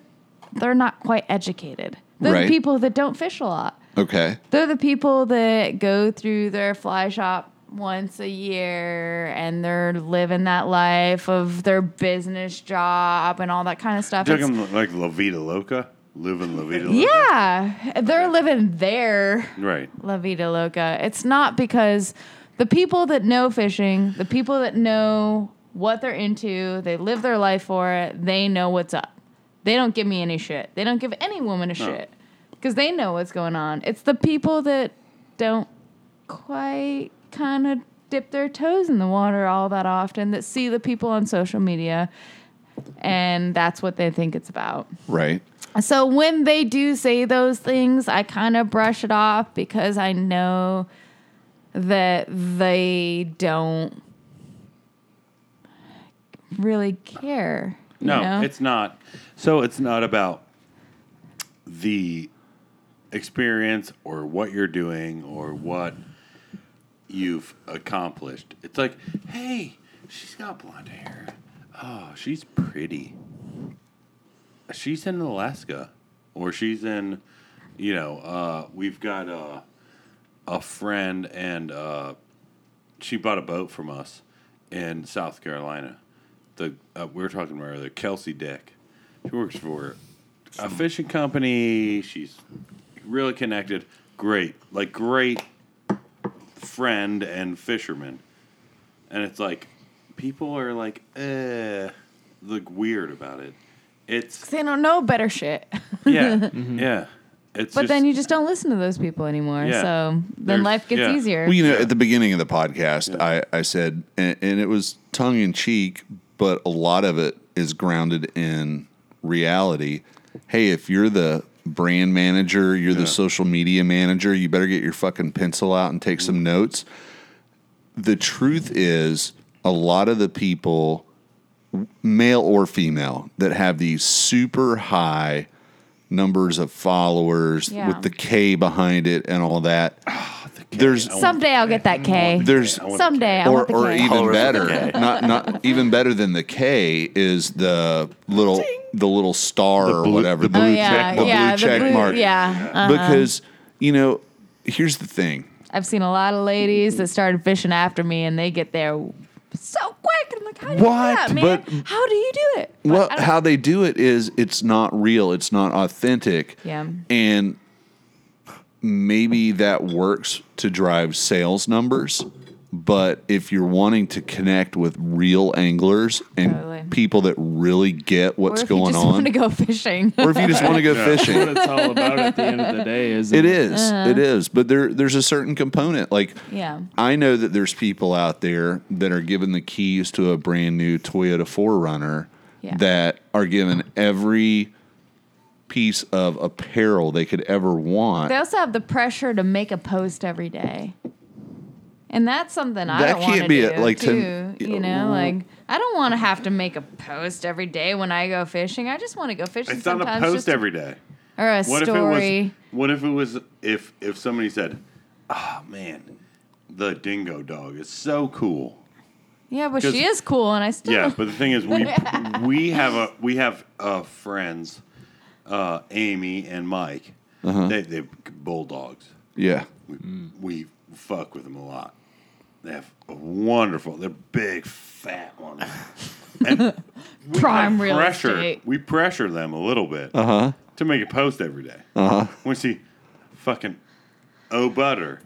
Speaker 5: they're not quite educated. They're
Speaker 3: Right.
Speaker 5: the people that don't fish a lot.
Speaker 3: Okay.
Speaker 5: They're the people that go through their fly shop once a year and they're living that life of their business job and all that kind of stuff.
Speaker 2: Took
Speaker 5: It's-
Speaker 2: him like La Vida Loca. Living La Vida Loca.
Speaker 5: yeah, they're living there.
Speaker 2: Right.
Speaker 5: La Vida Loca. It's not because the people that know fishing, the people that know what they're into, they live their life for it, they know what's up. They don't give me any shit. They don't give any woman a shit because they know what's going on. It's the people that don't quite kind of dip their toes in the water all that often that see the people on social media and that's what they think it's about.
Speaker 3: right?
Speaker 5: So when they do say those things, I kind of brush it off because I know that they don't really care. you
Speaker 2: No,
Speaker 5: know?
Speaker 2: it's not. So it's not about the experience or what you're doing or what you've accomplished. It's like, hey, she's got blonde hair. Oh, she's pretty. She's in Alaska or she's in, you know, uh, we've got a, a friend and uh, she bought a boat from us in South Carolina. The uh, we were talking about earlier, Kelsey Dick. She works for a fishing company. She's really connected. Great, like great friend and fisherman. And it's like people are like, eh, look weird about it. It's
Speaker 5: they don't know better shit.
Speaker 2: yeah, yeah. It's
Speaker 5: But
Speaker 2: just,
Speaker 5: then you just don't listen to those people anymore.
Speaker 2: Yeah.
Speaker 5: So then
Speaker 2: There's-
Speaker 5: life gets
Speaker 2: yeah.
Speaker 5: easier.
Speaker 3: Well, you know, at the beginning of the podcast, I, I said, and, and it was tongue in cheek, but a lot of it is grounded in reality. Hey, if you're the brand manager, you're the social media manager, you better get your fucking pencil out and take some notes. The truth is, a lot of the people, male or female, that have these super high numbers of followers
Speaker 5: Yeah.
Speaker 3: with the K behind it and all that. There's
Speaker 5: Someday I'll get that K.
Speaker 3: there's
Speaker 5: Someday I want
Speaker 3: or,
Speaker 5: the
Speaker 3: or
Speaker 5: K.
Speaker 3: even
Speaker 4: Followers with the
Speaker 3: better, not not even better than the K is the little the little star or
Speaker 2: blue-
Speaker 3: whatever
Speaker 2: the
Speaker 5: oh,
Speaker 2: blue
Speaker 5: yeah,
Speaker 2: check-
Speaker 3: the
Speaker 5: yeah,
Speaker 3: blue check mark
Speaker 5: Yeah. Uh,
Speaker 3: because you know here's the thing
Speaker 5: I've seen a lot of ladies that started fishing after me and they get there so quick. I'm like, how do you
Speaker 3: What?
Speaker 5: do that, man?
Speaker 3: But-
Speaker 5: how do you do it? But
Speaker 3: well
Speaker 5: I don't-
Speaker 3: how they do it is it's not real it's not authentic
Speaker 5: Yeah.
Speaker 3: and maybe that works to drive sales numbers but if you're wanting to connect with real anglers and
Speaker 5: Totally.
Speaker 3: people that really get what's
Speaker 5: or if
Speaker 3: going
Speaker 5: you just
Speaker 3: on
Speaker 5: want to go fishing.
Speaker 3: or if you just want to go fishing
Speaker 6: what it's all about at the end of the day is
Speaker 3: It is. it is. But there there's a certain component. Like
Speaker 5: Uh-huh. Yeah.
Speaker 3: I know that there's people out there that are given the keys to a brand new Toyota 4Runner
Speaker 5: Yeah.
Speaker 3: that are given every piece of apparel they could ever want.
Speaker 5: They also have the pressure to make a post every day. And that's something I
Speaker 3: That
Speaker 5: don't want
Speaker 3: can't
Speaker 5: to
Speaker 3: be
Speaker 5: do.
Speaker 3: it, like,
Speaker 5: too,
Speaker 3: to-
Speaker 5: you know, like I don't want to have to make a post every day when I go fishing. I just want to go fishing
Speaker 2: it's not
Speaker 5: sometimes.
Speaker 2: a post
Speaker 5: just-
Speaker 2: every day.
Speaker 5: or a
Speaker 2: What
Speaker 5: story.
Speaker 2: if it was? What if it was? If if somebody said, "Oh man, the dingo dog is so cool."
Speaker 5: yeah, but
Speaker 2: 'cause-
Speaker 5: she is cool, and I still
Speaker 2: Yeah, but the thing is, we we have a we have uh, friends, uh, Amy and Mike. They they bulldogs.
Speaker 3: yeah.
Speaker 2: We we fuck with them a lot. They have a wonderful. They're big fat ones. And we
Speaker 5: Prime
Speaker 2: kinda
Speaker 5: real
Speaker 2: pressure,
Speaker 5: estate.
Speaker 2: We pressure them a little bit uh-huh. to make a post every day. Uh-huh. When she fucking oh butter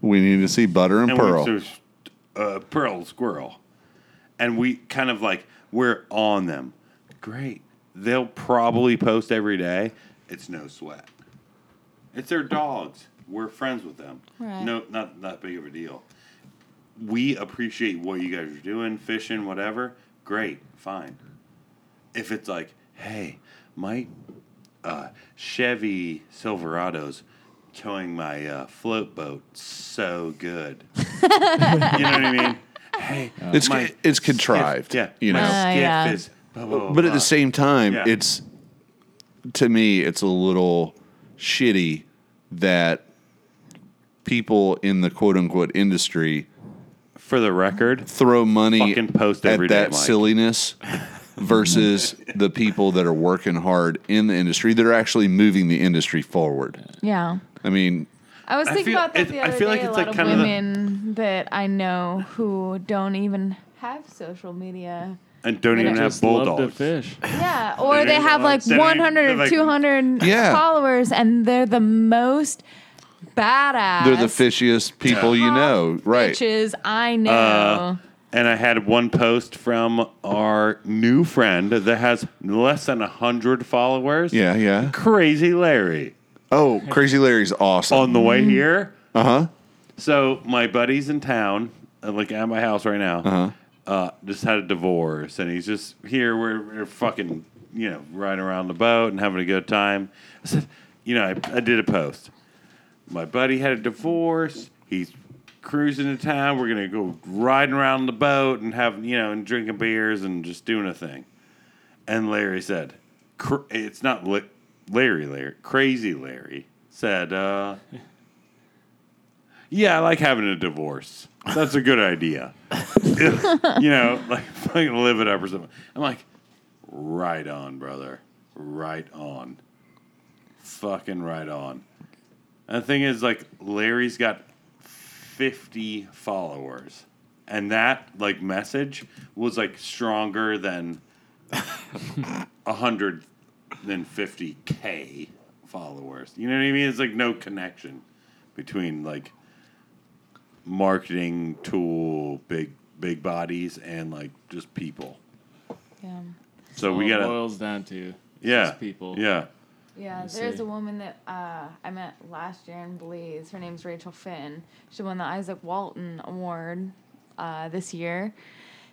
Speaker 3: We need to see butter and,
Speaker 2: and
Speaker 3: pearl.
Speaker 2: we, there's uh, pearl squirrel, and we kind of like we're on them. Great, they'll probably post every day. It's no sweat. It's their dogs. We're friends with them.
Speaker 5: Right.
Speaker 2: No, not that big of a deal. We appreciate what you guys are doing, fishing, whatever. Great, fine. If it's like, hey, my uh, Chevy Silverado's towing my uh, float boat so good. you know what I mean? Hey,
Speaker 3: it's
Speaker 2: my
Speaker 3: it's contrived.
Speaker 2: yeah,
Speaker 3: You know.
Speaker 2: my
Speaker 5: Uh,
Speaker 2: skiff
Speaker 5: yeah.
Speaker 2: is. blah, blah, blah,
Speaker 3: but at
Speaker 2: blah.
Speaker 3: the same time,
Speaker 2: Yeah.
Speaker 3: it's to me, it's a little shitty that people in the quote unquote industry
Speaker 2: for the record,
Speaker 3: throw money
Speaker 2: Fucking post
Speaker 3: at
Speaker 2: every day,
Speaker 3: that
Speaker 2: Mike.
Speaker 3: silliness versus the people that are working hard in the industry that are actually moving the industry forward.
Speaker 5: yeah.
Speaker 3: I mean,
Speaker 5: I was
Speaker 2: I
Speaker 5: thinking
Speaker 2: feel-
Speaker 5: about that
Speaker 2: it-
Speaker 5: the
Speaker 2: I
Speaker 5: other
Speaker 2: feel
Speaker 5: day.
Speaker 2: like
Speaker 5: a
Speaker 2: it's,
Speaker 5: lot
Speaker 2: like,
Speaker 5: of
Speaker 2: kind of the-
Speaker 5: women that I know who don't even have social media.
Speaker 2: and don't even have
Speaker 6: Just love to
Speaker 2: bulldogs.
Speaker 6: fish.
Speaker 5: Yeah, or
Speaker 2: They
Speaker 5: they
Speaker 2: don't
Speaker 5: have
Speaker 2: like
Speaker 5: like
Speaker 2: sending-
Speaker 5: 100 or
Speaker 2: they're like-
Speaker 5: 200
Speaker 3: Yeah.
Speaker 5: followers, and they're the most badass.
Speaker 3: they're the fishiest people you know, right?
Speaker 5: Bitches I know.
Speaker 2: Uh, and I had one post from our new friend that has less than hundred followers.
Speaker 3: Yeah, yeah.
Speaker 2: crazy Larry.
Speaker 3: Oh, Crazy Larry's awesome.
Speaker 2: on the way here.
Speaker 3: Uh huh.
Speaker 2: So my buddy's in town. uh, like at my house right now. uh just had a divorce, and he's just here. We're, we're fucking, you know, riding around the boat and having a good time. I said, you know, I, I did a post. My buddy had a divorce. He's cruising to town. We're gonna go riding around the boat and having, you know, and drinking beers and just doing a thing. And Larry said, cr- "It's not li- Larry. Larry, crazy Larry said." uh yeah, I like having a divorce. That's a good idea. you know, like fucking live it up or something. I'm like, right on, brother. Right on. Fucking right on. And the thing is, like, Larry's got 50 followers. And that, like, message was, like, stronger than 150K followers. You know what I mean? It's, like, no connection between, like, marketing tool, big big bodies, and like just people.
Speaker 5: Yeah.
Speaker 2: So we
Speaker 6: All it
Speaker 2: gotta,
Speaker 6: boils down to
Speaker 2: yeah,
Speaker 6: just people.
Speaker 2: yeah.
Speaker 5: Yeah,
Speaker 6: Let's
Speaker 5: there's
Speaker 6: see.
Speaker 5: a woman that uh, I met last year in Belize. Her name's Rachel Finn. She won the Isaac Walton Award uh, this year.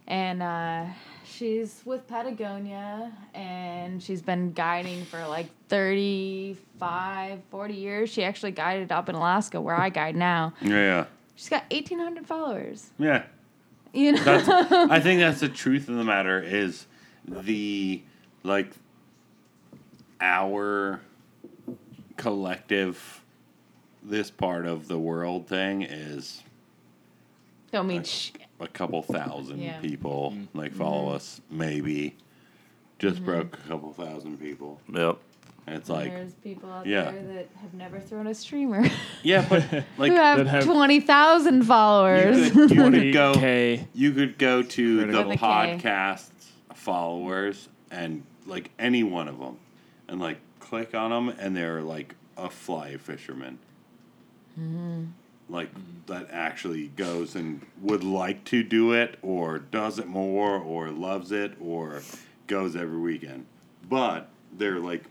Speaker 5: And uh, she's with Patagonia and she's been guiding for like 35, 40 years. She actually guided up in Alaska where I guide now.
Speaker 2: Yeah, yeah,
Speaker 5: She's got 1,800 followers.
Speaker 2: yeah.
Speaker 5: You know?
Speaker 2: That's, I think that's the truth of the matter. Is the like our collective this part of the world thing is
Speaker 5: Don't mean shit.
Speaker 2: a couple thousand
Speaker 5: Yeah. Mm-hmm.
Speaker 2: people
Speaker 6: Mm-hmm.
Speaker 2: like follow us maybe just broke a couple thousand people
Speaker 4: Yep.
Speaker 2: and it's like
Speaker 5: there's people out
Speaker 2: yeah.
Speaker 5: there that have never thrown a streamer
Speaker 2: yeah but like
Speaker 5: who have,
Speaker 6: That have-
Speaker 5: 20,000 followers.
Speaker 2: you could, you could go
Speaker 6: K.
Speaker 2: You could go to the
Speaker 5: With a K.
Speaker 2: podcast followers and like any one of them and like click on them and they're like a fly fisherman.
Speaker 5: Mm-hmm.
Speaker 2: Like that actually goes and would like to do it or does it more or loves it or goes every weekend. But they're like,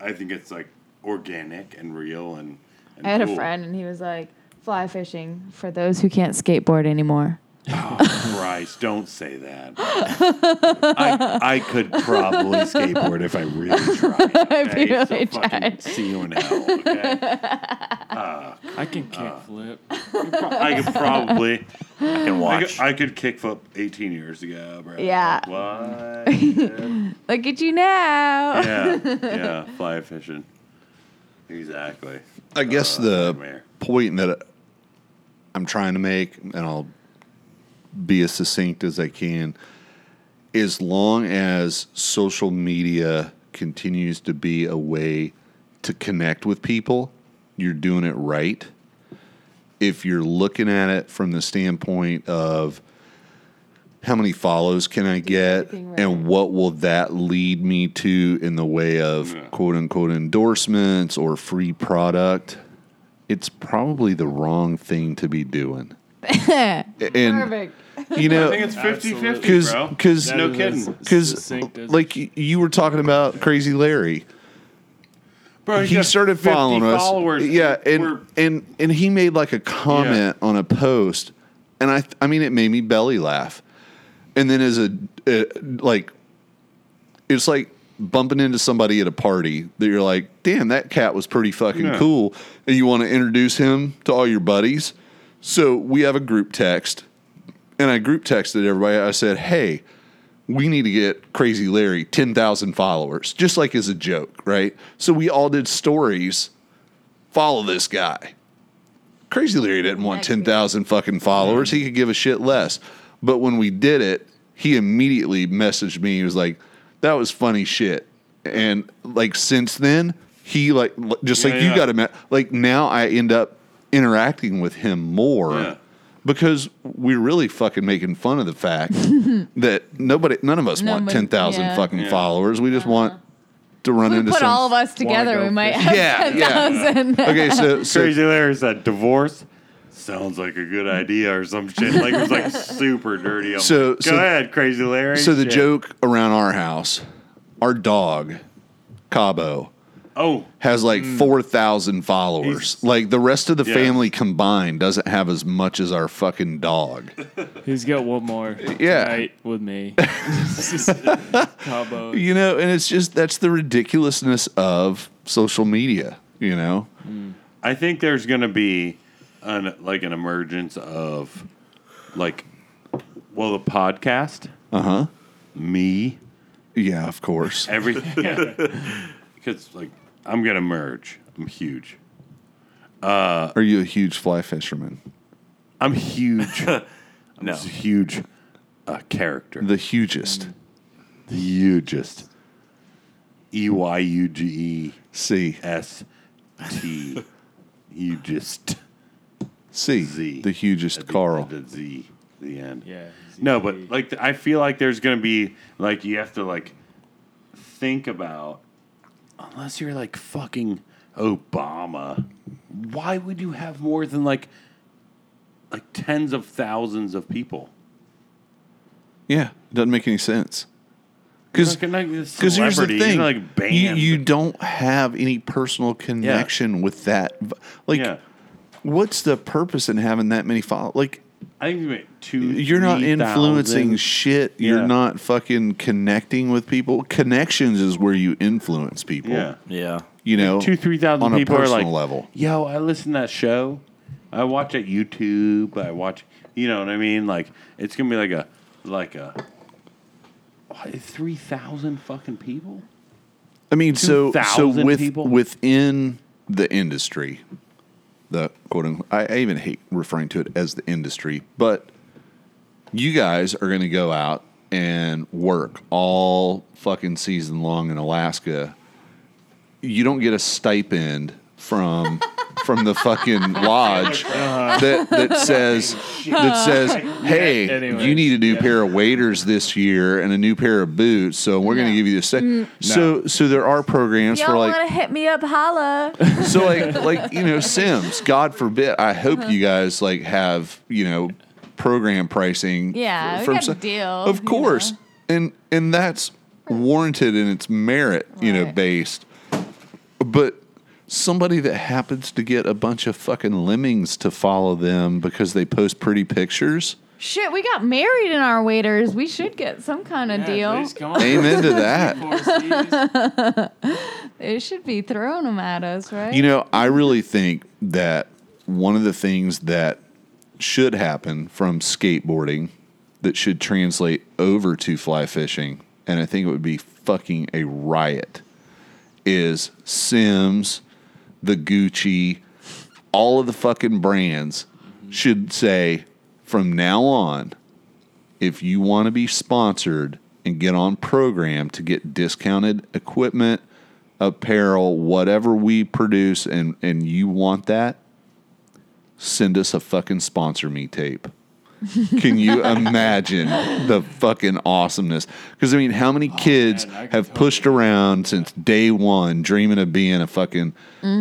Speaker 2: I think it's like organic and real and. and
Speaker 5: I had a
Speaker 2: cool.
Speaker 5: friend and he was like, fly fishing for those who can't skateboard anymore.
Speaker 2: Christ, don't say that. I, I could probably skateboard if I really tried. Okay?
Speaker 5: really
Speaker 2: so fucking
Speaker 5: tried.
Speaker 2: See you in hell. Okay?
Speaker 6: I
Speaker 3: Uh,
Speaker 6: can kickflip.
Speaker 2: I could probably.
Speaker 4: I can
Speaker 2: I
Speaker 4: watch.
Speaker 2: could, I could kickflip 18 years ago, bro.
Speaker 5: Yeah.
Speaker 2: What? yeah.
Speaker 5: Look at you now.
Speaker 2: Yeah. Fly fishing. Exactly.
Speaker 3: I guess
Speaker 2: Uh,
Speaker 3: the
Speaker 2: nightmare.
Speaker 3: point that I'm trying to make, and I'll be as succinct as I can, as long as social media continues to be a way to connect with people, you're doing it right. If you're looking at it from the standpoint of how many follows can I get
Speaker 5: everything right.
Speaker 3: and what will that lead me to in the way of quote unquote endorsements or free product, it's probably the wrong thing to be doing. and
Speaker 5: Perfect.
Speaker 3: you know,
Speaker 2: I think it's 50 50,
Speaker 3: because
Speaker 2: bro.
Speaker 3: because
Speaker 2: No
Speaker 6: That is
Speaker 2: kidding.
Speaker 6: as
Speaker 3: because
Speaker 6: succinct as-
Speaker 3: like y- you were talking about Crazy Larry.
Speaker 2: Bro,
Speaker 3: He
Speaker 2: got
Speaker 3: started
Speaker 2: 50
Speaker 3: following us.
Speaker 2: Followers.
Speaker 3: Yeah,
Speaker 2: We're-
Speaker 3: and and and he made like a comment on a post, and I I mean it made me belly laugh. And then as a uh, like, it's like bumping into somebody at a party that you're like, damn, that cat was pretty fucking
Speaker 2: Yeah.
Speaker 3: cool, and you want to introduce him to all your buddies. So we have a group text, and I group texted everybody. I said, hey we need to get Crazy Larry 10,000 followers, just like as a joke, right? So we all did stories, follow this guy. Crazy Larry didn't want 10,000 fucking followers. He could give a shit less. But when we did it, he immediately messaged me. He was like, that was funny shit. And like since then, he like, l- just
Speaker 2: Yeah,
Speaker 3: like you
Speaker 2: yeah.
Speaker 3: got him, at- like now I end up interacting with him more
Speaker 2: Yeah.
Speaker 3: because we're really fucking making fun of the fact that nobody, none of us
Speaker 5: No,
Speaker 3: want
Speaker 5: but-
Speaker 3: ten thousand
Speaker 5: yeah.
Speaker 3: fucking
Speaker 2: Yeah.
Speaker 3: followers. We just want to run
Speaker 5: If we
Speaker 3: into
Speaker 5: put
Speaker 3: some.
Speaker 5: all of us together,
Speaker 6: go
Speaker 5: we might
Speaker 6: fishing?
Speaker 5: have
Speaker 3: Yeah, yeah.
Speaker 5: 10,000.
Speaker 3: Okay, so, so
Speaker 2: Crazy Larry said divorce sounds like a good idea or some shit. Like it was like super dirty. I'm
Speaker 3: So-
Speaker 2: like, go
Speaker 3: so-
Speaker 2: ahead, Crazy Larry.
Speaker 3: so the
Speaker 2: Shit.
Speaker 3: joke around our house, our dog, Cabo,
Speaker 2: Oh,
Speaker 3: has like 4,000 followers. like the rest of the
Speaker 2: Yeah.
Speaker 3: family combined doesn't have as much as our fucking dog.
Speaker 6: He's got one more
Speaker 3: Yeah.
Speaker 6: night with me. Cabo.
Speaker 3: You know, and it's just that's the ridiculousness of social media, you know?
Speaker 2: I think there's going to be an like an emergence of like well the podcast,
Speaker 3: Uh huh.
Speaker 2: me,
Speaker 3: Yeah, of course.
Speaker 2: everything. Cuz like I'm going to merge. I'm huge.
Speaker 3: Are you a huge fly fisherman?
Speaker 2: I'm huge.
Speaker 4: No.
Speaker 2: It's a huge uh, character.
Speaker 3: The hugest.
Speaker 2: The hugest. E Y U G E
Speaker 3: C.
Speaker 2: S T. You just
Speaker 3: C.
Speaker 2: Z.
Speaker 3: The
Speaker 2: at
Speaker 3: hugest
Speaker 2: the-
Speaker 3: Carl.
Speaker 2: at The Z. The end.
Speaker 6: Yeah.
Speaker 2: No, but like th- I feel like there's gonna be like you have to like think about unless you're like fucking Obama, why would you have more than like like tens of thousands of people?
Speaker 3: Yeah, it doesn't make any sense. Because
Speaker 2: because
Speaker 3: Because here's the thing,
Speaker 2: like
Speaker 3: you,
Speaker 2: banned.
Speaker 3: you don't have any personal connection with that. v- Like,
Speaker 2: yeah,
Speaker 3: what's the purpose in having that many followers? Like,
Speaker 2: I think you meant two.
Speaker 3: you're not
Speaker 2: 3,000.
Speaker 3: influencing shit.
Speaker 2: Yeah.
Speaker 3: You're not fucking connecting with people. Connections is where you influence people.
Speaker 2: yeah,
Speaker 4: Yeah.
Speaker 3: You know,
Speaker 2: two three thousand
Speaker 3: on a
Speaker 2: people are
Speaker 3: personal
Speaker 2: like,
Speaker 3: level.
Speaker 2: yo, I listen to that show. I watch it YouTube. I watch, you know what I mean? Like it's gonna be like a like a three thousand fucking people.
Speaker 3: I mean, so so
Speaker 2: 2,000
Speaker 3: with
Speaker 2: people?
Speaker 3: within the industry, the quote unquote, I, I even hate referring to it as the industry, but you guys are going to go out and work all fucking season long in Alaska. You don't get a stipend from from the fucking lodge that that says that says, "Hey,
Speaker 6: anyway.
Speaker 3: you need a new pair of waders this year and a new pair of boots, so we're going to
Speaker 5: No.
Speaker 3: give you the second." So so there are programs for
Speaker 5: Mm. Y'all
Speaker 3: like
Speaker 5: want to hit me up? Holla.
Speaker 3: so like like you know Sims. God forbid. I hope
Speaker 5: Uh-huh.
Speaker 3: you guys like have you know program pricing.
Speaker 5: Yeah, we got a deal,
Speaker 3: Of
Speaker 5: you
Speaker 3: course, and and that's warranted in its merit. You know,
Speaker 5: Right.
Speaker 3: based. But somebody that happens to get a bunch of fucking lemmings to follow them because they post pretty pictures.
Speaker 5: Shit, we got married in our waiters. We should get some kind of deal.
Speaker 3: Amen to that.
Speaker 5: They should be throwing them at us, right?
Speaker 3: You know, I really think that one of the things that should happen from skateboarding that should translate over to fly fishing, and I think it would be fucking a riot, is Sims, the Gucci, all of the fucking brands should say from now on, if you want to be sponsored and get on program to get discounted equipment, apparel, whatever we produce, and, and you want that, send us a fucking sponsor me tape. Can you imagine the fucking awesomeness? Because I mean, how many kids
Speaker 6: Oh, man, I can
Speaker 3: have pushed around since day one dreaming of being a fucking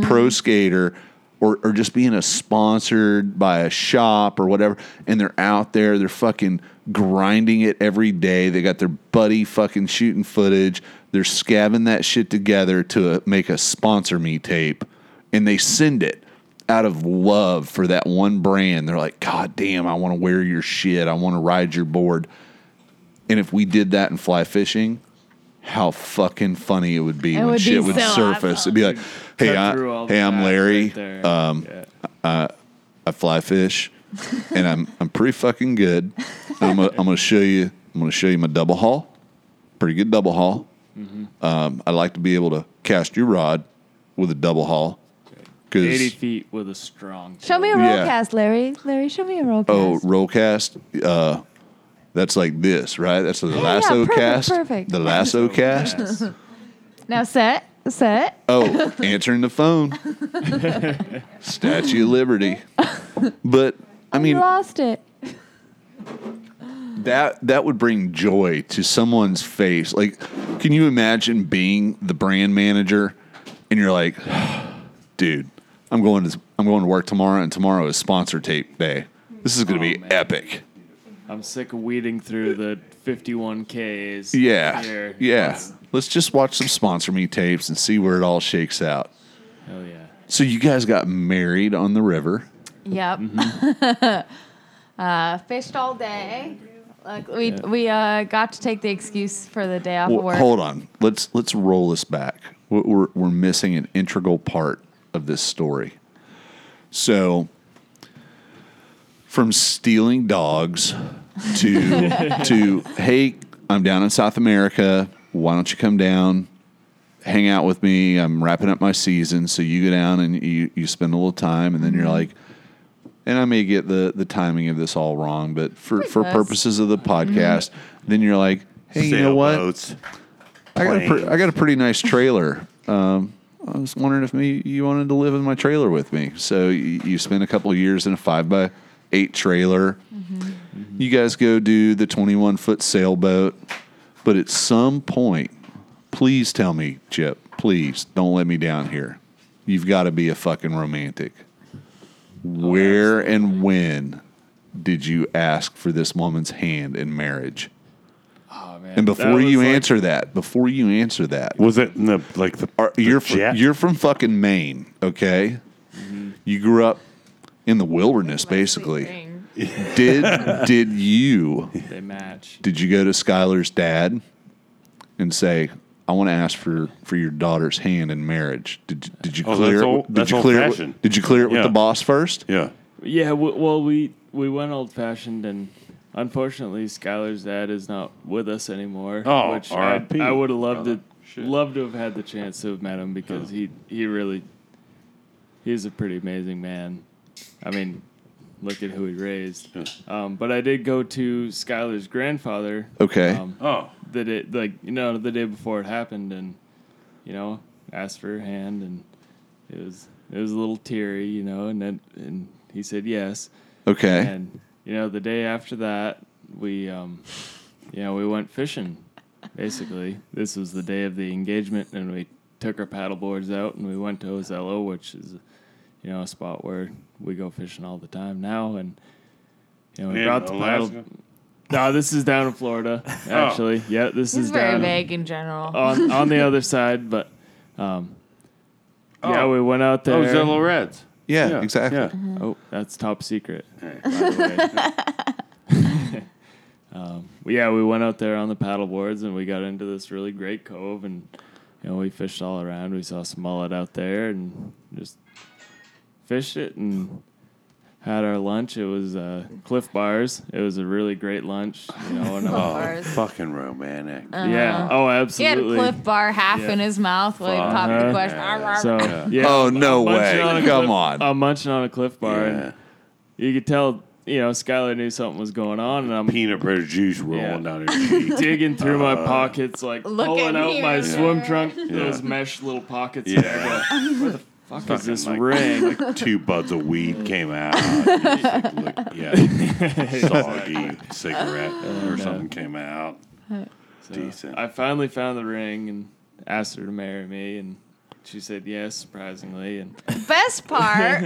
Speaker 3: pro skater or, or just being a sponsored by a shop or whatever? And they're out there, they're fucking grinding it every day. They got their buddy fucking shooting footage. They're scabbing that shit together to uh, make a sponsor me tape and they send it out of love for that one brand. They're like, God damn, I want to wear your shit. I want to ride your board. And if we did that in fly fishing, how fucking funny it would be
Speaker 5: It
Speaker 3: when
Speaker 5: would be
Speaker 3: shit would
Speaker 5: so
Speaker 3: surface. It'd
Speaker 5: awesome.
Speaker 3: be like, hey, I, hey, I'm Larry.
Speaker 6: um,
Speaker 3: I fly fish, and I'm I'm pretty fucking good. And I'm gonna, I'm gonna show you I'm gonna show you my double haul, pretty good double haul. Um, I'd like to be able to cast your rod with a double haul 'cause-
Speaker 6: 80 feet with a strong.
Speaker 5: show me a roll
Speaker 3: Yeah.
Speaker 5: cast, Larry. Larry, show me a roll cast.
Speaker 3: Oh, roll cast. Uh, that's like this, right? That's the lasso
Speaker 5: perfect,
Speaker 3: cast.
Speaker 5: perfect.
Speaker 3: The lasso cast.
Speaker 6: cast.
Speaker 5: now set, set.
Speaker 3: Oh, answering the phone. Statue of Liberty. But I mean,
Speaker 5: you lost it.
Speaker 3: that that would bring joy to someone's face. Like, can you imagine being the brand manager and you're like, dude, I'm going to I'm going to work tomorrow, and tomorrow is sponsor tape day. This is going to be epic.
Speaker 6: I'm sick of weeding through the 51 Ks.
Speaker 3: Yeah.
Speaker 6: here.
Speaker 3: Yeah. Let's just watch some sponsor me tapes and see where it all shakes out.
Speaker 6: Hell Oh, yeah.
Speaker 3: So you guys got married on the river.
Speaker 5: Yep. uh, fished all day. Like we we uh, got to take the excuse for the day off
Speaker 3: Well,
Speaker 5: of work.
Speaker 3: hold on. Let's let's roll this back. We're, we're we're missing an integral part of this story. So from stealing dogs to to hey, I'm down in South America. Why don't you come down? Hang out with me. I'm wrapping up my season. So you go down and you, you spend a little time and then
Speaker 5: Mm-hmm.
Speaker 3: you're like and I may get the, the timing of this all wrong, but for, for
Speaker 5: close. Mm-hmm.
Speaker 3: purposes of the podcast, then you're like, hey, you know what?
Speaker 2: Sailboats.
Speaker 3: I got a
Speaker 2: Planes.
Speaker 3: pre- I got a pretty nice trailer. Um, I was wondering if me you wanted to live in my trailer with me. So you, you spend a couple of years in a five by eight trailer.
Speaker 6: Mm-hmm.
Speaker 3: You guys go do the twenty one foot sailboat, but at some point, please tell me, Chip, please don't let me down here. You've got to be a fucking romantic.
Speaker 6: Oh,
Speaker 3: Where and when did you ask for this woman's hand in marriage?
Speaker 6: Oh, man.
Speaker 3: And
Speaker 6: That
Speaker 3: before you
Speaker 6: was like-
Speaker 3: answer that, before you answer that,
Speaker 2: Was it in the like the,
Speaker 3: are,
Speaker 2: the
Speaker 3: you're fr-
Speaker 2: jet?
Speaker 3: you're from fucking Maine, okay? You grew up in the wilderness, basically. Did did you
Speaker 6: They match.
Speaker 3: did you go to Skylar's dad and say, "I want to ask for for your daughter's hand in marriage"? Did did you
Speaker 2: Oh,
Speaker 3: clear
Speaker 2: that's
Speaker 3: it?
Speaker 2: old-
Speaker 3: did
Speaker 2: that's
Speaker 3: you clear it? with-
Speaker 2: old-fashioned.
Speaker 3: Did you clear it with
Speaker 2: Yeah.
Speaker 3: the boss first?
Speaker 2: yeah.
Speaker 6: Yeah, w- well, we we went old fashioned, and unfortunately, Skylar's dad is not with us anymore.
Speaker 2: Oh,
Speaker 6: which I,
Speaker 2: R.I.P.,
Speaker 6: I would have loved
Speaker 2: brother.
Speaker 6: to loved to have had the chance to have met him because he he really he's a pretty amazing man. I mean, look at who he raised. Um, but I did go to Skylar's grandfather.
Speaker 3: Okay.
Speaker 6: Um,
Speaker 2: Oh,
Speaker 6: the day, like you know, the day before it happened, and you know, asked for her hand, and it was it was a little teary, you know, and then and he said yes,
Speaker 3: Okay.
Speaker 6: and you know, the day after that, we um, you know, we went fishing. Basically, this was the day of the engagement, and we took our paddle boards out and we went to Ozello, which is, you know, a spot where we go fishing all the time now, and you know, we
Speaker 2: In
Speaker 6: brought the
Speaker 2: Alaska? Oh,
Speaker 6: paddle. No, this is down in Florida, actually. Yeah, this
Speaker 5: This
Speaker 6: is
Speaker 5: is very
Speaker 6: down
Speaker 5: vague in general.
Speaker 6: on on the other side, but um, yeah, we went out there.
Speaker 2: oh, Zello Reds.
Speaker 3: yeah, exactly.
Speaker 2: Yeah.
Speaker 6: Oh, that's top secret.
Speaker 2: Hey, by the way.
Speaker 6: Um, Yeah, we went out there on the paddle boards and we got into this really great cove and you know we fished all around. We saw some mullet out there and just fished it and had our lunch. It was uh, Cliff Bars. It was a really great lunch. You know, and, uh,
Speaker 2: Oh,
Speaker 5: Bars.
Speaker 2: fucking romantic.
Speaker 6: yeah. Oh,
Speaker 5: Uh-huh. He had a
Speaker 6: absolutely.
Speaker 5: Cliff Bar half
Speaker 6: Yeah.
Speaker 5: in his mouth while he popped
Speaker 6: Uh-huh.
Speaker 5: the question.
Speaker 6: So yeah.
Speaker 3: Oh no
Speaker 6: Munching
Speaker 3: way!
Speaker 6: on a
Speaker 3: Come
Speaker 6: Clif-
Speaker 3: on.
Speaker 6: I'm munching on a Cliff Bar. and
Speaker 2: Yeah.
Speaker 6: you could tell, you know, Skylar knew something was going on, and I'm
Speaker 2: Peanut butter juice rolling
Speaker 6: Yeah.
Speaker 2: down her cheek.
Speaker 6: digging through my pockets, like
Speaker 5: Look
Speaker 6: pulling
Speaker 5: in
Speaker 6: out my
Speaker 5: here.
Speaker 6: swim
Speaker 5: Yeah.
Speaker 6: trunk, those
Speaker 2: Uh. Yeah.
Speaker 6: mesh little pockets.
Speaker 2: Yeah.
Speaker 6: Where the fuck is
Speaker 2: Fucking,
Speaker 6: this
Speaker 2: like,
Speaker 6: ring?
Speaker 2: like two buds of weed came out. It's like, look, yeah, soggy cigarette
Speaker 6: Oh,
Speaker 2: or something came out.
Speaker 6: So
Speaker 2: Decent.
Speaker 6: I finally found the ring and asked her to marry me, and she said yes, surprisingly. And
Speaker 5: The best part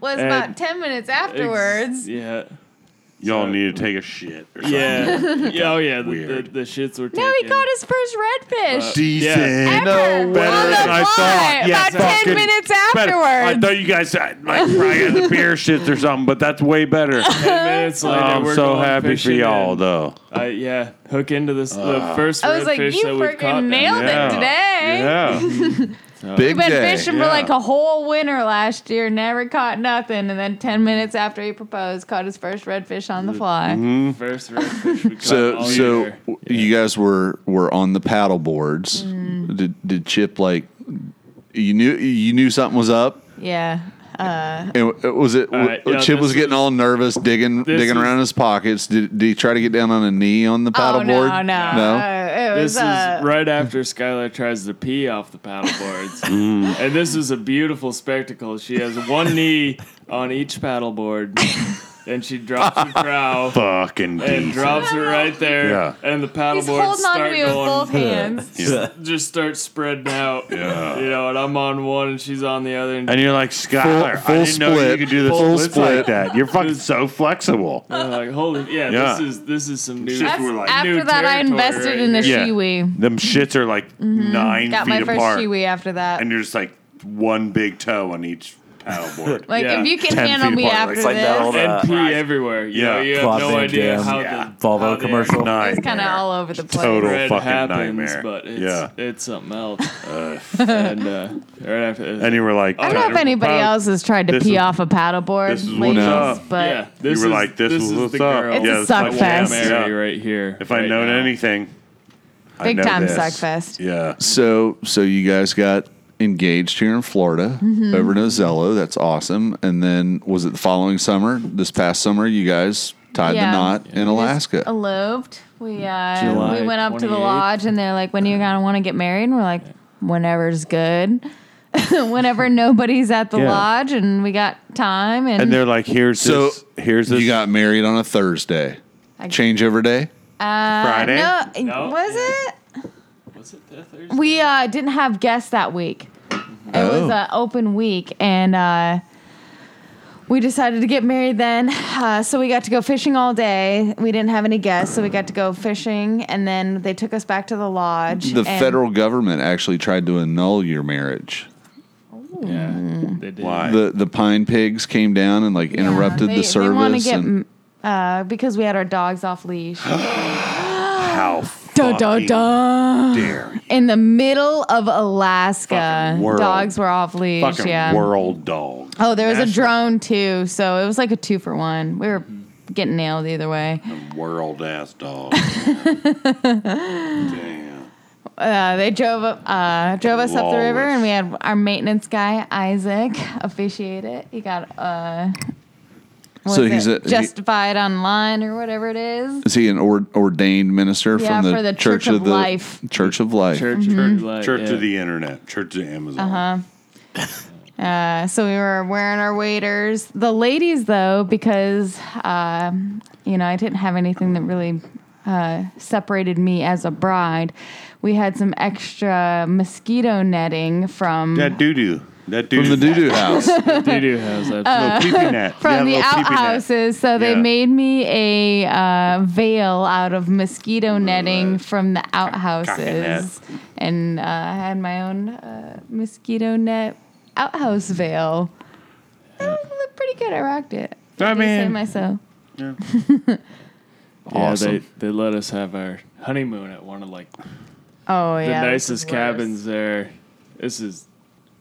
Speaker 5: was
Speaker 6: And-
Speaker 5: about 10 minutes afterwards.
Speaker 6: yeah,
Speaker 2: Y'all
Speaker 6: So-
Speaker 2: need to take a shit or something.
Speaker 6: yeah, yeah, oh yeah. The, the,
Speaker 2: Weird.
Speaker 6: the shits were. Taken.
Speaker 5: Now he caught his first redfish.
Speaker 2: Decent.
Speaker 6: Yeah.
Speaker 5: Ever. on the
Speaker 2: Better than I
Speaker 5: fly,
Speaker 2: thought. Yeah,
Speaker 5: about 10
Speaker 2: fucking
Speaker 5: minutes
Speaker 2: Better. I
Speaker 5: afterwards.
Speaker 2: thought you guys had like probably had the beer shits or something, but that's way better.
Speaker 6: Ten minutes later,
Speaker 2: I'm
Speaker 6: we're
Speaker 2: so
Speaker 6: going
Speaker 2: happy for
Speaker 6: fishing
Speaker 2: y'all
Speaker 6: and
Speaker 2: though.
Speaker 6: I yeah, hook into this the first
Speaker 5: I was
Speaker 6: redfish
Speaker 5: like, you
Speaker 6: that we've caught.
Speaker 5: freaking
Speaker 6: down
Speaker 5: nailed it today.
Speaker 2: Yeah.
Speaker 3: Big
Speaker 5: We've been
Speaker 3: day.
Speaker 5: fishing
Speaker 2: yeah.
Speaker 5: for like a whole winter last year, never caught nothing, and then ten minutes after he proposed, caught his first redfish on
Speaker 2: Mm-hmm.
Speaker 5: the fly.
Speaker 6: there. First redfish we caught
Speaker 3: So
Speaker 6: all
Speaker 3: so
Speaker 6: year.
Speaker 3: w- you guys were were on the paddle boards.
Speaker 5: Mm.
Speaker 3: Did did Chip like you knew you knew something was up?
Speaker 5: Yeah,
Speaker 3: And w- was it w-
Speaker 6: Alright, Uh, yeah,
Speaker 3: Chip was
Speaker 6: this
Speaker 3: getting all nervous digging
Speaker 6: this
Speaker 3: digging
Speaker 6: is-
Speaker 3: around his pockets? Did, did he try to get down on a knee on the paddle
Speaker 5: oh
Speaker 3: board?
Speaker 5: no, no, Uh, it
Speaker 6: This
Speaker 5: was
Speaker 6: is
Speaker 5: uh,
Speaker 6: right after Skylar tries to pee off the paddle boards. and this is a beautiful spectacle. She has one knee on each paddle board and she drops her prow
Speaker 2: Fucking
Speaker 6: and
Speaker 2: decent.
Speaker 6: drops it right there.
Speaker 2: Yeah.
Speaker 6: And the
Speaker 5: He's
Speaker 6: paddleboards
Speaker 5: holding on to
Speaker 6: start
Speaker 5: me with
Speaker 6: going,
Speaker 5: both hands.
Speaker 2: Yeah.
Speaker 6: just start spreading out.
Speaker 2: Yeah.
Speaker 6: You know, and I'm on one and she's on the other. And,
Speaker 2: And you're like, Skylar,
Speaker 3: full
Speaker 2: I didn't know you
Speaker 3: split.
Speaker 2: could do this
Speaker 3: Full
Speaker 2: splits
Speaker 3: split.
Speaker 2: like that. You're fucking so flexible.
Speaker 6: I'm like, holy, yeah,
Speaker 2: Yeah.
Speaker 6: this is this is some new.
Speaker 2: That's-
Speaker 6: new
Speaker 5: After that, I
Speaker 6: territory
Speaker 5: invested
Speaker 6: right
Speaker 5: in a
Speaker 6: here.
Speaker 2: Yeah.
Speaker 5: shiwi.
Speaker 2: Them shits are like
Speaker 6: Mm-hmm.
Speaker 2: nine
Speaker 5: Got my
Speaker 2: feet
Speaker 5: first
Speaker 2: apart.
Speaker 5: shiwi after that.
Speaker 2: And you're just like one big toe on each paddleboard.
Speaker 5: Like
Speaker 6: Yeah.
Speaker 5: if you can
Speaker 2: 10 feet
Speaker 5: handle me
Speaker 2: apart.
Speaker 5: after
Speaker 2: It's
Speaker 4: like that
Speaker 5: this,
Speaker 4: old-
Speaker 6: and
Speaker 4: Uh,
Speaker 6: pee everywhere. You
Speaker 2: Yeah.
Speaker 6: know, you have
Speaker 4: Claude
Speaker 6: no
Speaker 4: Van
Speaker 6: idea
Speaker 4: Damme.
Speaker 6: how
Speaker 2: Yeah.
Speaker 6: the
Speaker 4: Volvo
Speaker 6: how the
Speaker 4: commercial.
Speaker 6: actual
Speaker 2: Nightmare.
Speaker 5: it's kind of all over the place.
Speaker 2: Total.
Speaker 6: thread
Speaker 2: fucking
Speaker 6: happens,
Speaker 2: nightmare.
Speaker 6: but it's,
Speaker 2: Yeah.
Speaker 6: it's something else. and uh, right after,
Speaker 2: And you were like,
Speaker 5: I don't know if anybody else has tried to
Speaker 2: This
Speaker 5: pee
Speaker 2: is-
Speaker 5: off a paddleboard,
Speaker 2: this is what's
Speaker 5: ladies,
Speaker 2: up.
Speaker 5: but
Speaker 6: yeah, this
Speaker 2: were
Speaker 6: is,
Speaker 2: like, this
Speaker 6: this
Speaker 2: was
Speaker 6: is
Speaker 2: what's
Speaker 6: the
Speaker 2: up.
Speaker 6: girl.
Speaker 5: It's a
Speaker 2: Yeah,
Speaker 6: It's
Speaker 2: it's like
Speaker 5: suck
Speaker 6: like
Speaker 5: fest.
Speaker 6: Mary
Speaker 2: Yeah.
Speaker 6: right here.
Speaker 2: If I
Speaker 6: right
Speaker 2: known
Speaker 6: now.
Speaker 2: anything, I
Speaker 5: big
Speaker 2: know
Speaker 5: time
Speaker 2: this.
Speaker 5: suck fest.
Speaker 2: Yeah.
Speaker 3: So, so you guys got engaged here in Florida
Speaker 5: Mm-hmm.
Speaker 3: over in Ozello. That's awesome. And then was it the following summer? This past summer, you guys tied
Speaker 5: Yeah.
Speaker 3: the knot in
Speaker 5: We just
Speaker 3: Alaska.
Speaker 5: Eloped. We uh,
Speaker 6: July
Speaker 5: we went up to the
Speaker 6: 28th.
Speaker 5: lodge and they're like, "When are you gonna want to get married?" And we're like, "Whenever's good." Whenever nobody's at the
Speaker 2: Yeah.
Speaker 5: lodge and we got time and,
Speaker 2: And they're like, here's
Speaker 3: so
Speaker 2: this. Here's this.
Speaker 3: You got married on a Thursday.
Speaker 5: I-
Speaker 3: Changeover day.
Speaker 5: uh,
Speaker 2: Friday?
Speaker 5: No,
Speaker 6: No.
Speaker 5: was it?
Speaker 6: Was it the Thursday?
Speaker 5: We uh, didn't have guests that week. It was
Speaker 3: Oh.
Speaker 5: an open week and. Uh, we decided to get married then. Uh, so we got to go fishing all day. We didn't have any guests, so we got to go fishing. And then they took us back to the lodge.
Speaker 3: The
Speaker 5: and-
Speaker 3: federal government actually tried to annul your marriage.
Speaker 5: Mm-hmm.
Speaker 6: Yeah, they did.
Speaker 2: Why?
Speaker 3: The the pine pigs came down and like interrupted
Speaker 5: they,
Speaker 3: the service.
Speaker 5: They want to get
Speaker 3: and-
Speaker 5: m- uh, because we had our dogs off leash.
Speaker 2: how
Speaker 5: Dun, dun,
Speaker 2: fucking
Speaker 5: dun.
Speaker 2: dare.
Speaker 5: In the middle of Alaska,
Speaker 2: Fucking world.
Speaker 5: dogs were off leash.
Speaker 2: Fucking
Speaker 5: yeah.
Speaker 2: world dog.
Speaker 5: Oh, there was a
Speaker 2: National
Speaker 5: drone too, so it was like a two for one. We were getting nailed either way.
Speaker 2: World ass dog. Damn.
Speaker 5: Uh, they drove up, uh, drove us up the river,
Speaker 2: Lawless.
Speaker 5: and we had our maintenance guy Isaac officiate it. He got uh, what
Speaker 3: So
Speaker 5: is
Speaker 3: he's
Speaker 5: it?
Speaker 3: a- he-
Speaker 5: justified online or whatever it is.
Speaker 3: Is he an or, ordained minister
Speaker 5: Yeah,
Speaker 3: from the,
Speaker 5: for the
Speaker 3: Church,
Speaker 5: Church
Speaker 3: of,
Speaker 5: of
Speaker 3: the
Speaker 5: Life.
Speaker 3: Church of Life?
Speaker 6: Church,
Speaker 5: Mm-hmm.
Speaker 6: church, light,
Speaker 2: Church
Speaker 6: yeah.
Speaker 2: of the internet. Church of Amazon.
Speaker 5: Uh-huh. Uh, so we were wearing our waders. The ladies, though, because um, you know I didn't have anything that really uh, separated me as a bride. We had some extra mosquito netting from
Speaker 2: That doo doo. That doo
Speaker 3: From the doo doo house.
Speaker 6: They do have that.
Speaker 2: Little peepee net.
Speaker 5: Uh, from
Speaker 2: yeah, little
Speaker 5: the
Speaker 2: peepee net.
Speaker 5: outhouses. So they
Speaker 2: Yeah.
Speaker 5: made me a uh, veil out of mosquito
Speaker 6: uh,
Speaker 5: netting from the outhouses, and uh, I had my own uh, mosquito net outhouse veil. That looked pretty good. I rocked it.
Speaker 2: I
Speaker 5: do say
Speaker 2: mean-
Speaker 5: myself.
Speaker 6: Yeah,
Speaker 3: awesome.
Speaker 6: they, they let us have our honeymoon at one of like
Speaker 5: Oh
Speaker 6: the
Speaker 5: yeah, this
Speaker 6: nicest
Speaker 5: is worse.
Speaker 6: cabins there. This is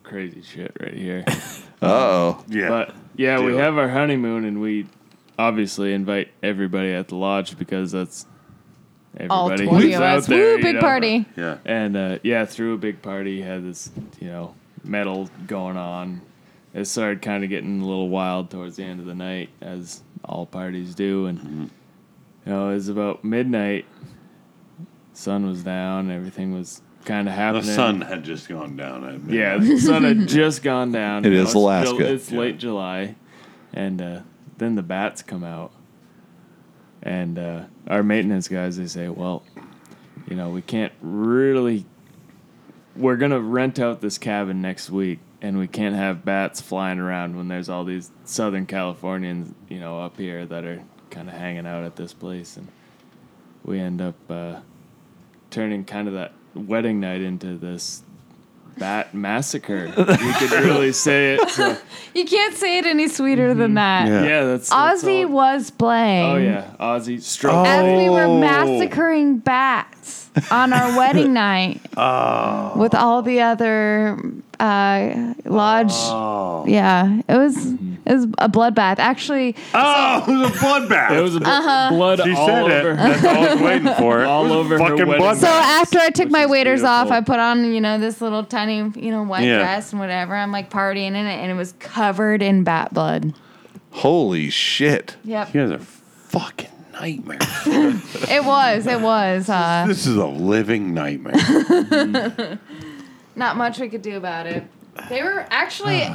Speaker 6: crazy shit right here.
Speaker 3: Uh oh.
Speaker 2: Yeah.
Speaker 6: But yeah,
Speaker 2: Do
Speaker 6: we
Speaker 2: it.
Speaker 6: have our honeymoon, and we obviously invite everybody at the lodge because that's
Speaker 5: All
Speaker 6: everybody
Speaker 5: twenty
Speaker 6: who's
Speaker 5: of
Speaker 6: out
Speaker 5: us.
Speaker 6: there,
Speaker 5: Woo,
Speaker 6: you
Speaker 5: big
Speaker 6: know?
Speaker 5: party.
Speaker 2: yeah.
Speaker 6: And uh, yeah, through a big party, had this you know metal going on. It started kind of getting a little wild towards the end of the night, as all parties do, and
Speaker 3: Mm-hmm.
Speaker 6: you know it was about midnight. Sun was down. Everything was kind of
Speaker 2: The
Speaker 6: happening.
Speaker 2: sun had just gone down. At midnight.
Speaker 6: Yeah, the sun had just gone down.
Speaker 3: It
Speaker 6: You
Speaker 3: is
Speaker 6: it's still-
Speaker 3: Alaska.
Speaker 6: It's late July, and uh, then the bats come out, and uh, our maintenance guys they say, "Well, you know, we can't really. We're gonna rent out this cabin next week, and we can't have bats flying around when there's all these Southern Californians, you know, up here that are kind of hanging out at this place, and we end up." Uh, turning kind of that wedding night into this bat massacre. you could really say it. So,
Speaker 5: You can't say it any sweeter than that.
Speaker 2: Yeah.
Speaker 6: yeah, that's that's
Speaker 5: Ozzy
Speaker 6: all-
Speaker 5: was playing.
Speaker 6: Oh yeah, Ozzy stroke.
Speaker 5: As we were
Speaker 2: Oh.
Speaker 5: massacring bats on our wedding night
Speaker 6: Oh.
Speaker 5: with all the other uh, lodge.
Speaker 6: Oh.
Speaker 5: Yeah, it was it was a bloodbath. Actually,
Speaker 2: Oh, it was a bloodbath.
Speaker 6: There was a bl-
Speaker 5: Uh-huh.
Speaker 6: blood
Speaker 2: she
Speaker 6: all
Speaker 2: said
Speaker 6: over
Speaker 2: it.
Speaker 6: her.
Speaker 2: That's all I was waiting for. It
Speaker 6: All
Speaker 2: was a
Speaker 6: over her
Speaker 2: fucking
Speaker 6: wedding
Speaker 2: bloodbath.
Speaker 5: so
Speaker 6: dress,
Speaker 5: after I took
Speaker 6: which
Speaker 5: my
Speaker 6: is
Speaker 5: waders off,
Speaker 6: beautiful.
Speaker 5: I put on you know this little tiny you know white
Speaker 2: Yeah.
Speaker 5: dress and whatever. I'm like partying in it, and it was covered in bat blood.
Speaker 3: Holy shit.
Speaker 5: Yep,
Speaker 2: You guys are fucking nightmares.
Speaker 5: it was it was. Uh,
Speaker 2: this is a living nightmare.
Speaker 5: not much we could do about it. They were actually,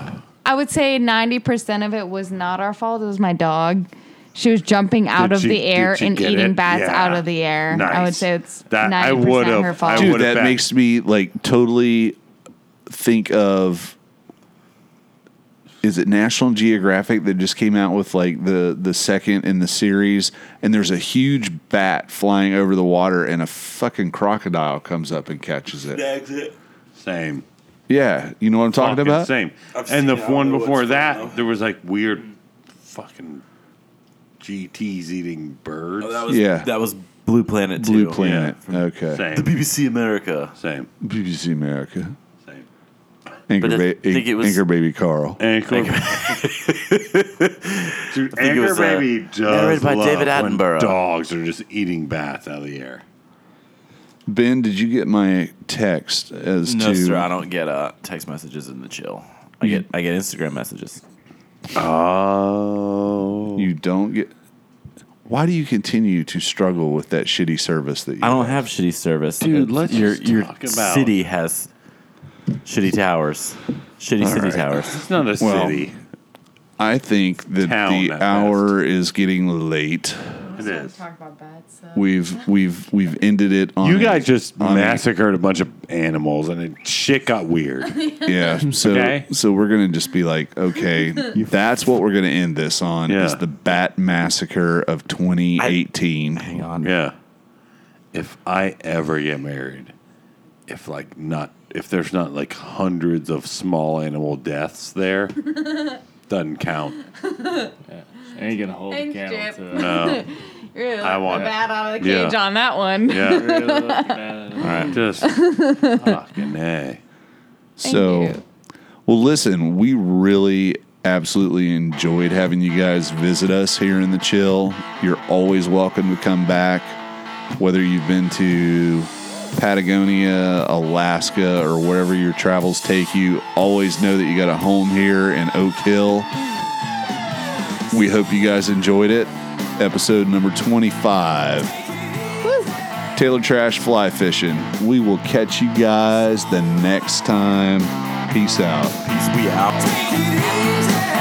Speaker 5: I would say 90% of it was not our fault. It was my dog. She was jumping out
Speaker 2: Did
Speaker 5: of
Speaker 2: you-
Speaker 5: the air
Speaker 2: did you
Speaker 5: and
Speaker 2: get
Speaker 5: eating
Speaker 2: it?
Speaker 5: bats
Speaker 2: Yeah.
Speaker 5: out of the air. I would
Speaker 2: Nice.
Speaker 5: say it's
Speaker 2: That- I
Speaker 5: 90%
Speaker 2: would've-
Speaker 5: her
Speaker 2: I
Speaker 5: fault.
Speaker 2: would've-
Speaker 3: Dude, that
Speaker 2: back.
Speaker 3: makes me like totally think of is it National Geographic that just came out with like the the second in the series and there's a huge bat flying over the water and a fucking crocodile comes up and catches it.
Speaker 2: Same.
Speaker 3: Yeah, you know what I'm talking
Speaker 2: Fucking
Speaker 3: about?
Speaker 2: Same.
Speaker 4: I've
Speaker 2: and the
Speaker 4: seen it. I
Speaker 2: one
Speaker 4: don't know
Speaker 2: before
Speaker 4: what's
Speaker 2: that,
Speaker 4: going on.
Speaker 2: there was like weird fucking GTs eating birds.
Speaker 4: Oh, that was
Speaker 3: Yeah.
Speaker 4: that was Blue Planet too.
Speaker 3: Blue Planet.
Speaker 2: Yeah.
Speaker 3: Okay.
Speaker 2: same.
Speaker 4: The BBC America.
Speaker 2: same.
Speaker 3: BBC America.
Speaker 2: Same.
Speaker 3: Anchor,
Speaker 4: But I
Speaker 3: ba-
Speaker 4: think it was-
Speaker 3: Anchor Baby Carl.
Speaker 2: Anchor, Dude,
Speaker 4: I think it
Speaker 2: Anchor
Speaker 4: was, uh,
Speaker 2: Baby does
Speaker 4: narrated by
Speaker 2: love
Speaker 4: David
Speaker 2: when
Speaker 4: Attenborough.
Speaker 2: dogs are just eating bats out of the air.
Speaker 3: Ben, did you get my text as
Speaker 4: No,
Speaker 3: to
Speaker 4: sir. I don't get uh, text messages in the chill. I get I get Instagram messages.
Speaker 2: Oh.
Speaker 3: You don't get. Why do you continue to struggle with that shitty service that you?
Speaker 4: I don't have shitty service,
Speaker 2: Dude, let's
Speaker 4: your
Speaker 2: just
Speaker 4: your
Speaker 2: talk about-
Speaker 4: city has shitty towers, shitty city
Speaker 3: right.
Speaker 4: towers.
Speaker 2: It's not a
Speaker 3: Well,
Speaker 2: city.
Speaker 3: I think that
Speaker 2: Town
Speaker 3: the
Speaker 2: at
Speaker 3: hour is getting late.
Speaker 2: It is.
Speaker 5: about bats.
Speaker 3: We've we've we've ended it on.
Speaker 2: You
Speaker 3: a-
Speaker 2: guys just
Speaker 3: on a-
Speaker 2: massacred a bunch of animals and it, shit got weird.
Speaker 3: yeah. So
Speaker 2: Okay.
Speaker 3: so we're gonna just be like, okay, that's what we're gonna end this on.
Speaker 2: Yeah.
Speaker 3: Is the Bat Massacre of 2018?
Speaker 4: Hang on.
Speaker 2: Yeah. If I ever get married, if like not if there's not like hundreds of small animal deaths there, doesn't count.
Speaker 6: I ain't gonna hold a
Speaker 5: Thanks,
Speaker 6: candle
Speaker 5: Jip.
Speaker 6: to it.
Speaker 2: No.
Speaker 5: Really
Speaker 2: I want-
Speaker 5: bat out of the
Speaker 2: Yeah.
Speaker 5: cage on that one.
Speaker 2: Yeah.
Speaker 6: Really looking at it.
Speaker 2: Just fucking A.
Speaker 3: So,
Speaker 5: you.
Speaker 3: well, listen, we really absolutely enjoyed having you guys visit us here in the chill. You're always welcome to come back, whether you've been to Patagonia, Alaska, or wherever your travels take you. Always know that you got a home here in Oak Hill. We hope you guys enjoyed it. Episode number 25. Taylor Trash Fly Fishing. We will catch you guys the next time. Peace out.
Speaker 4: Peace be out.
Speaker 7: Take it easy.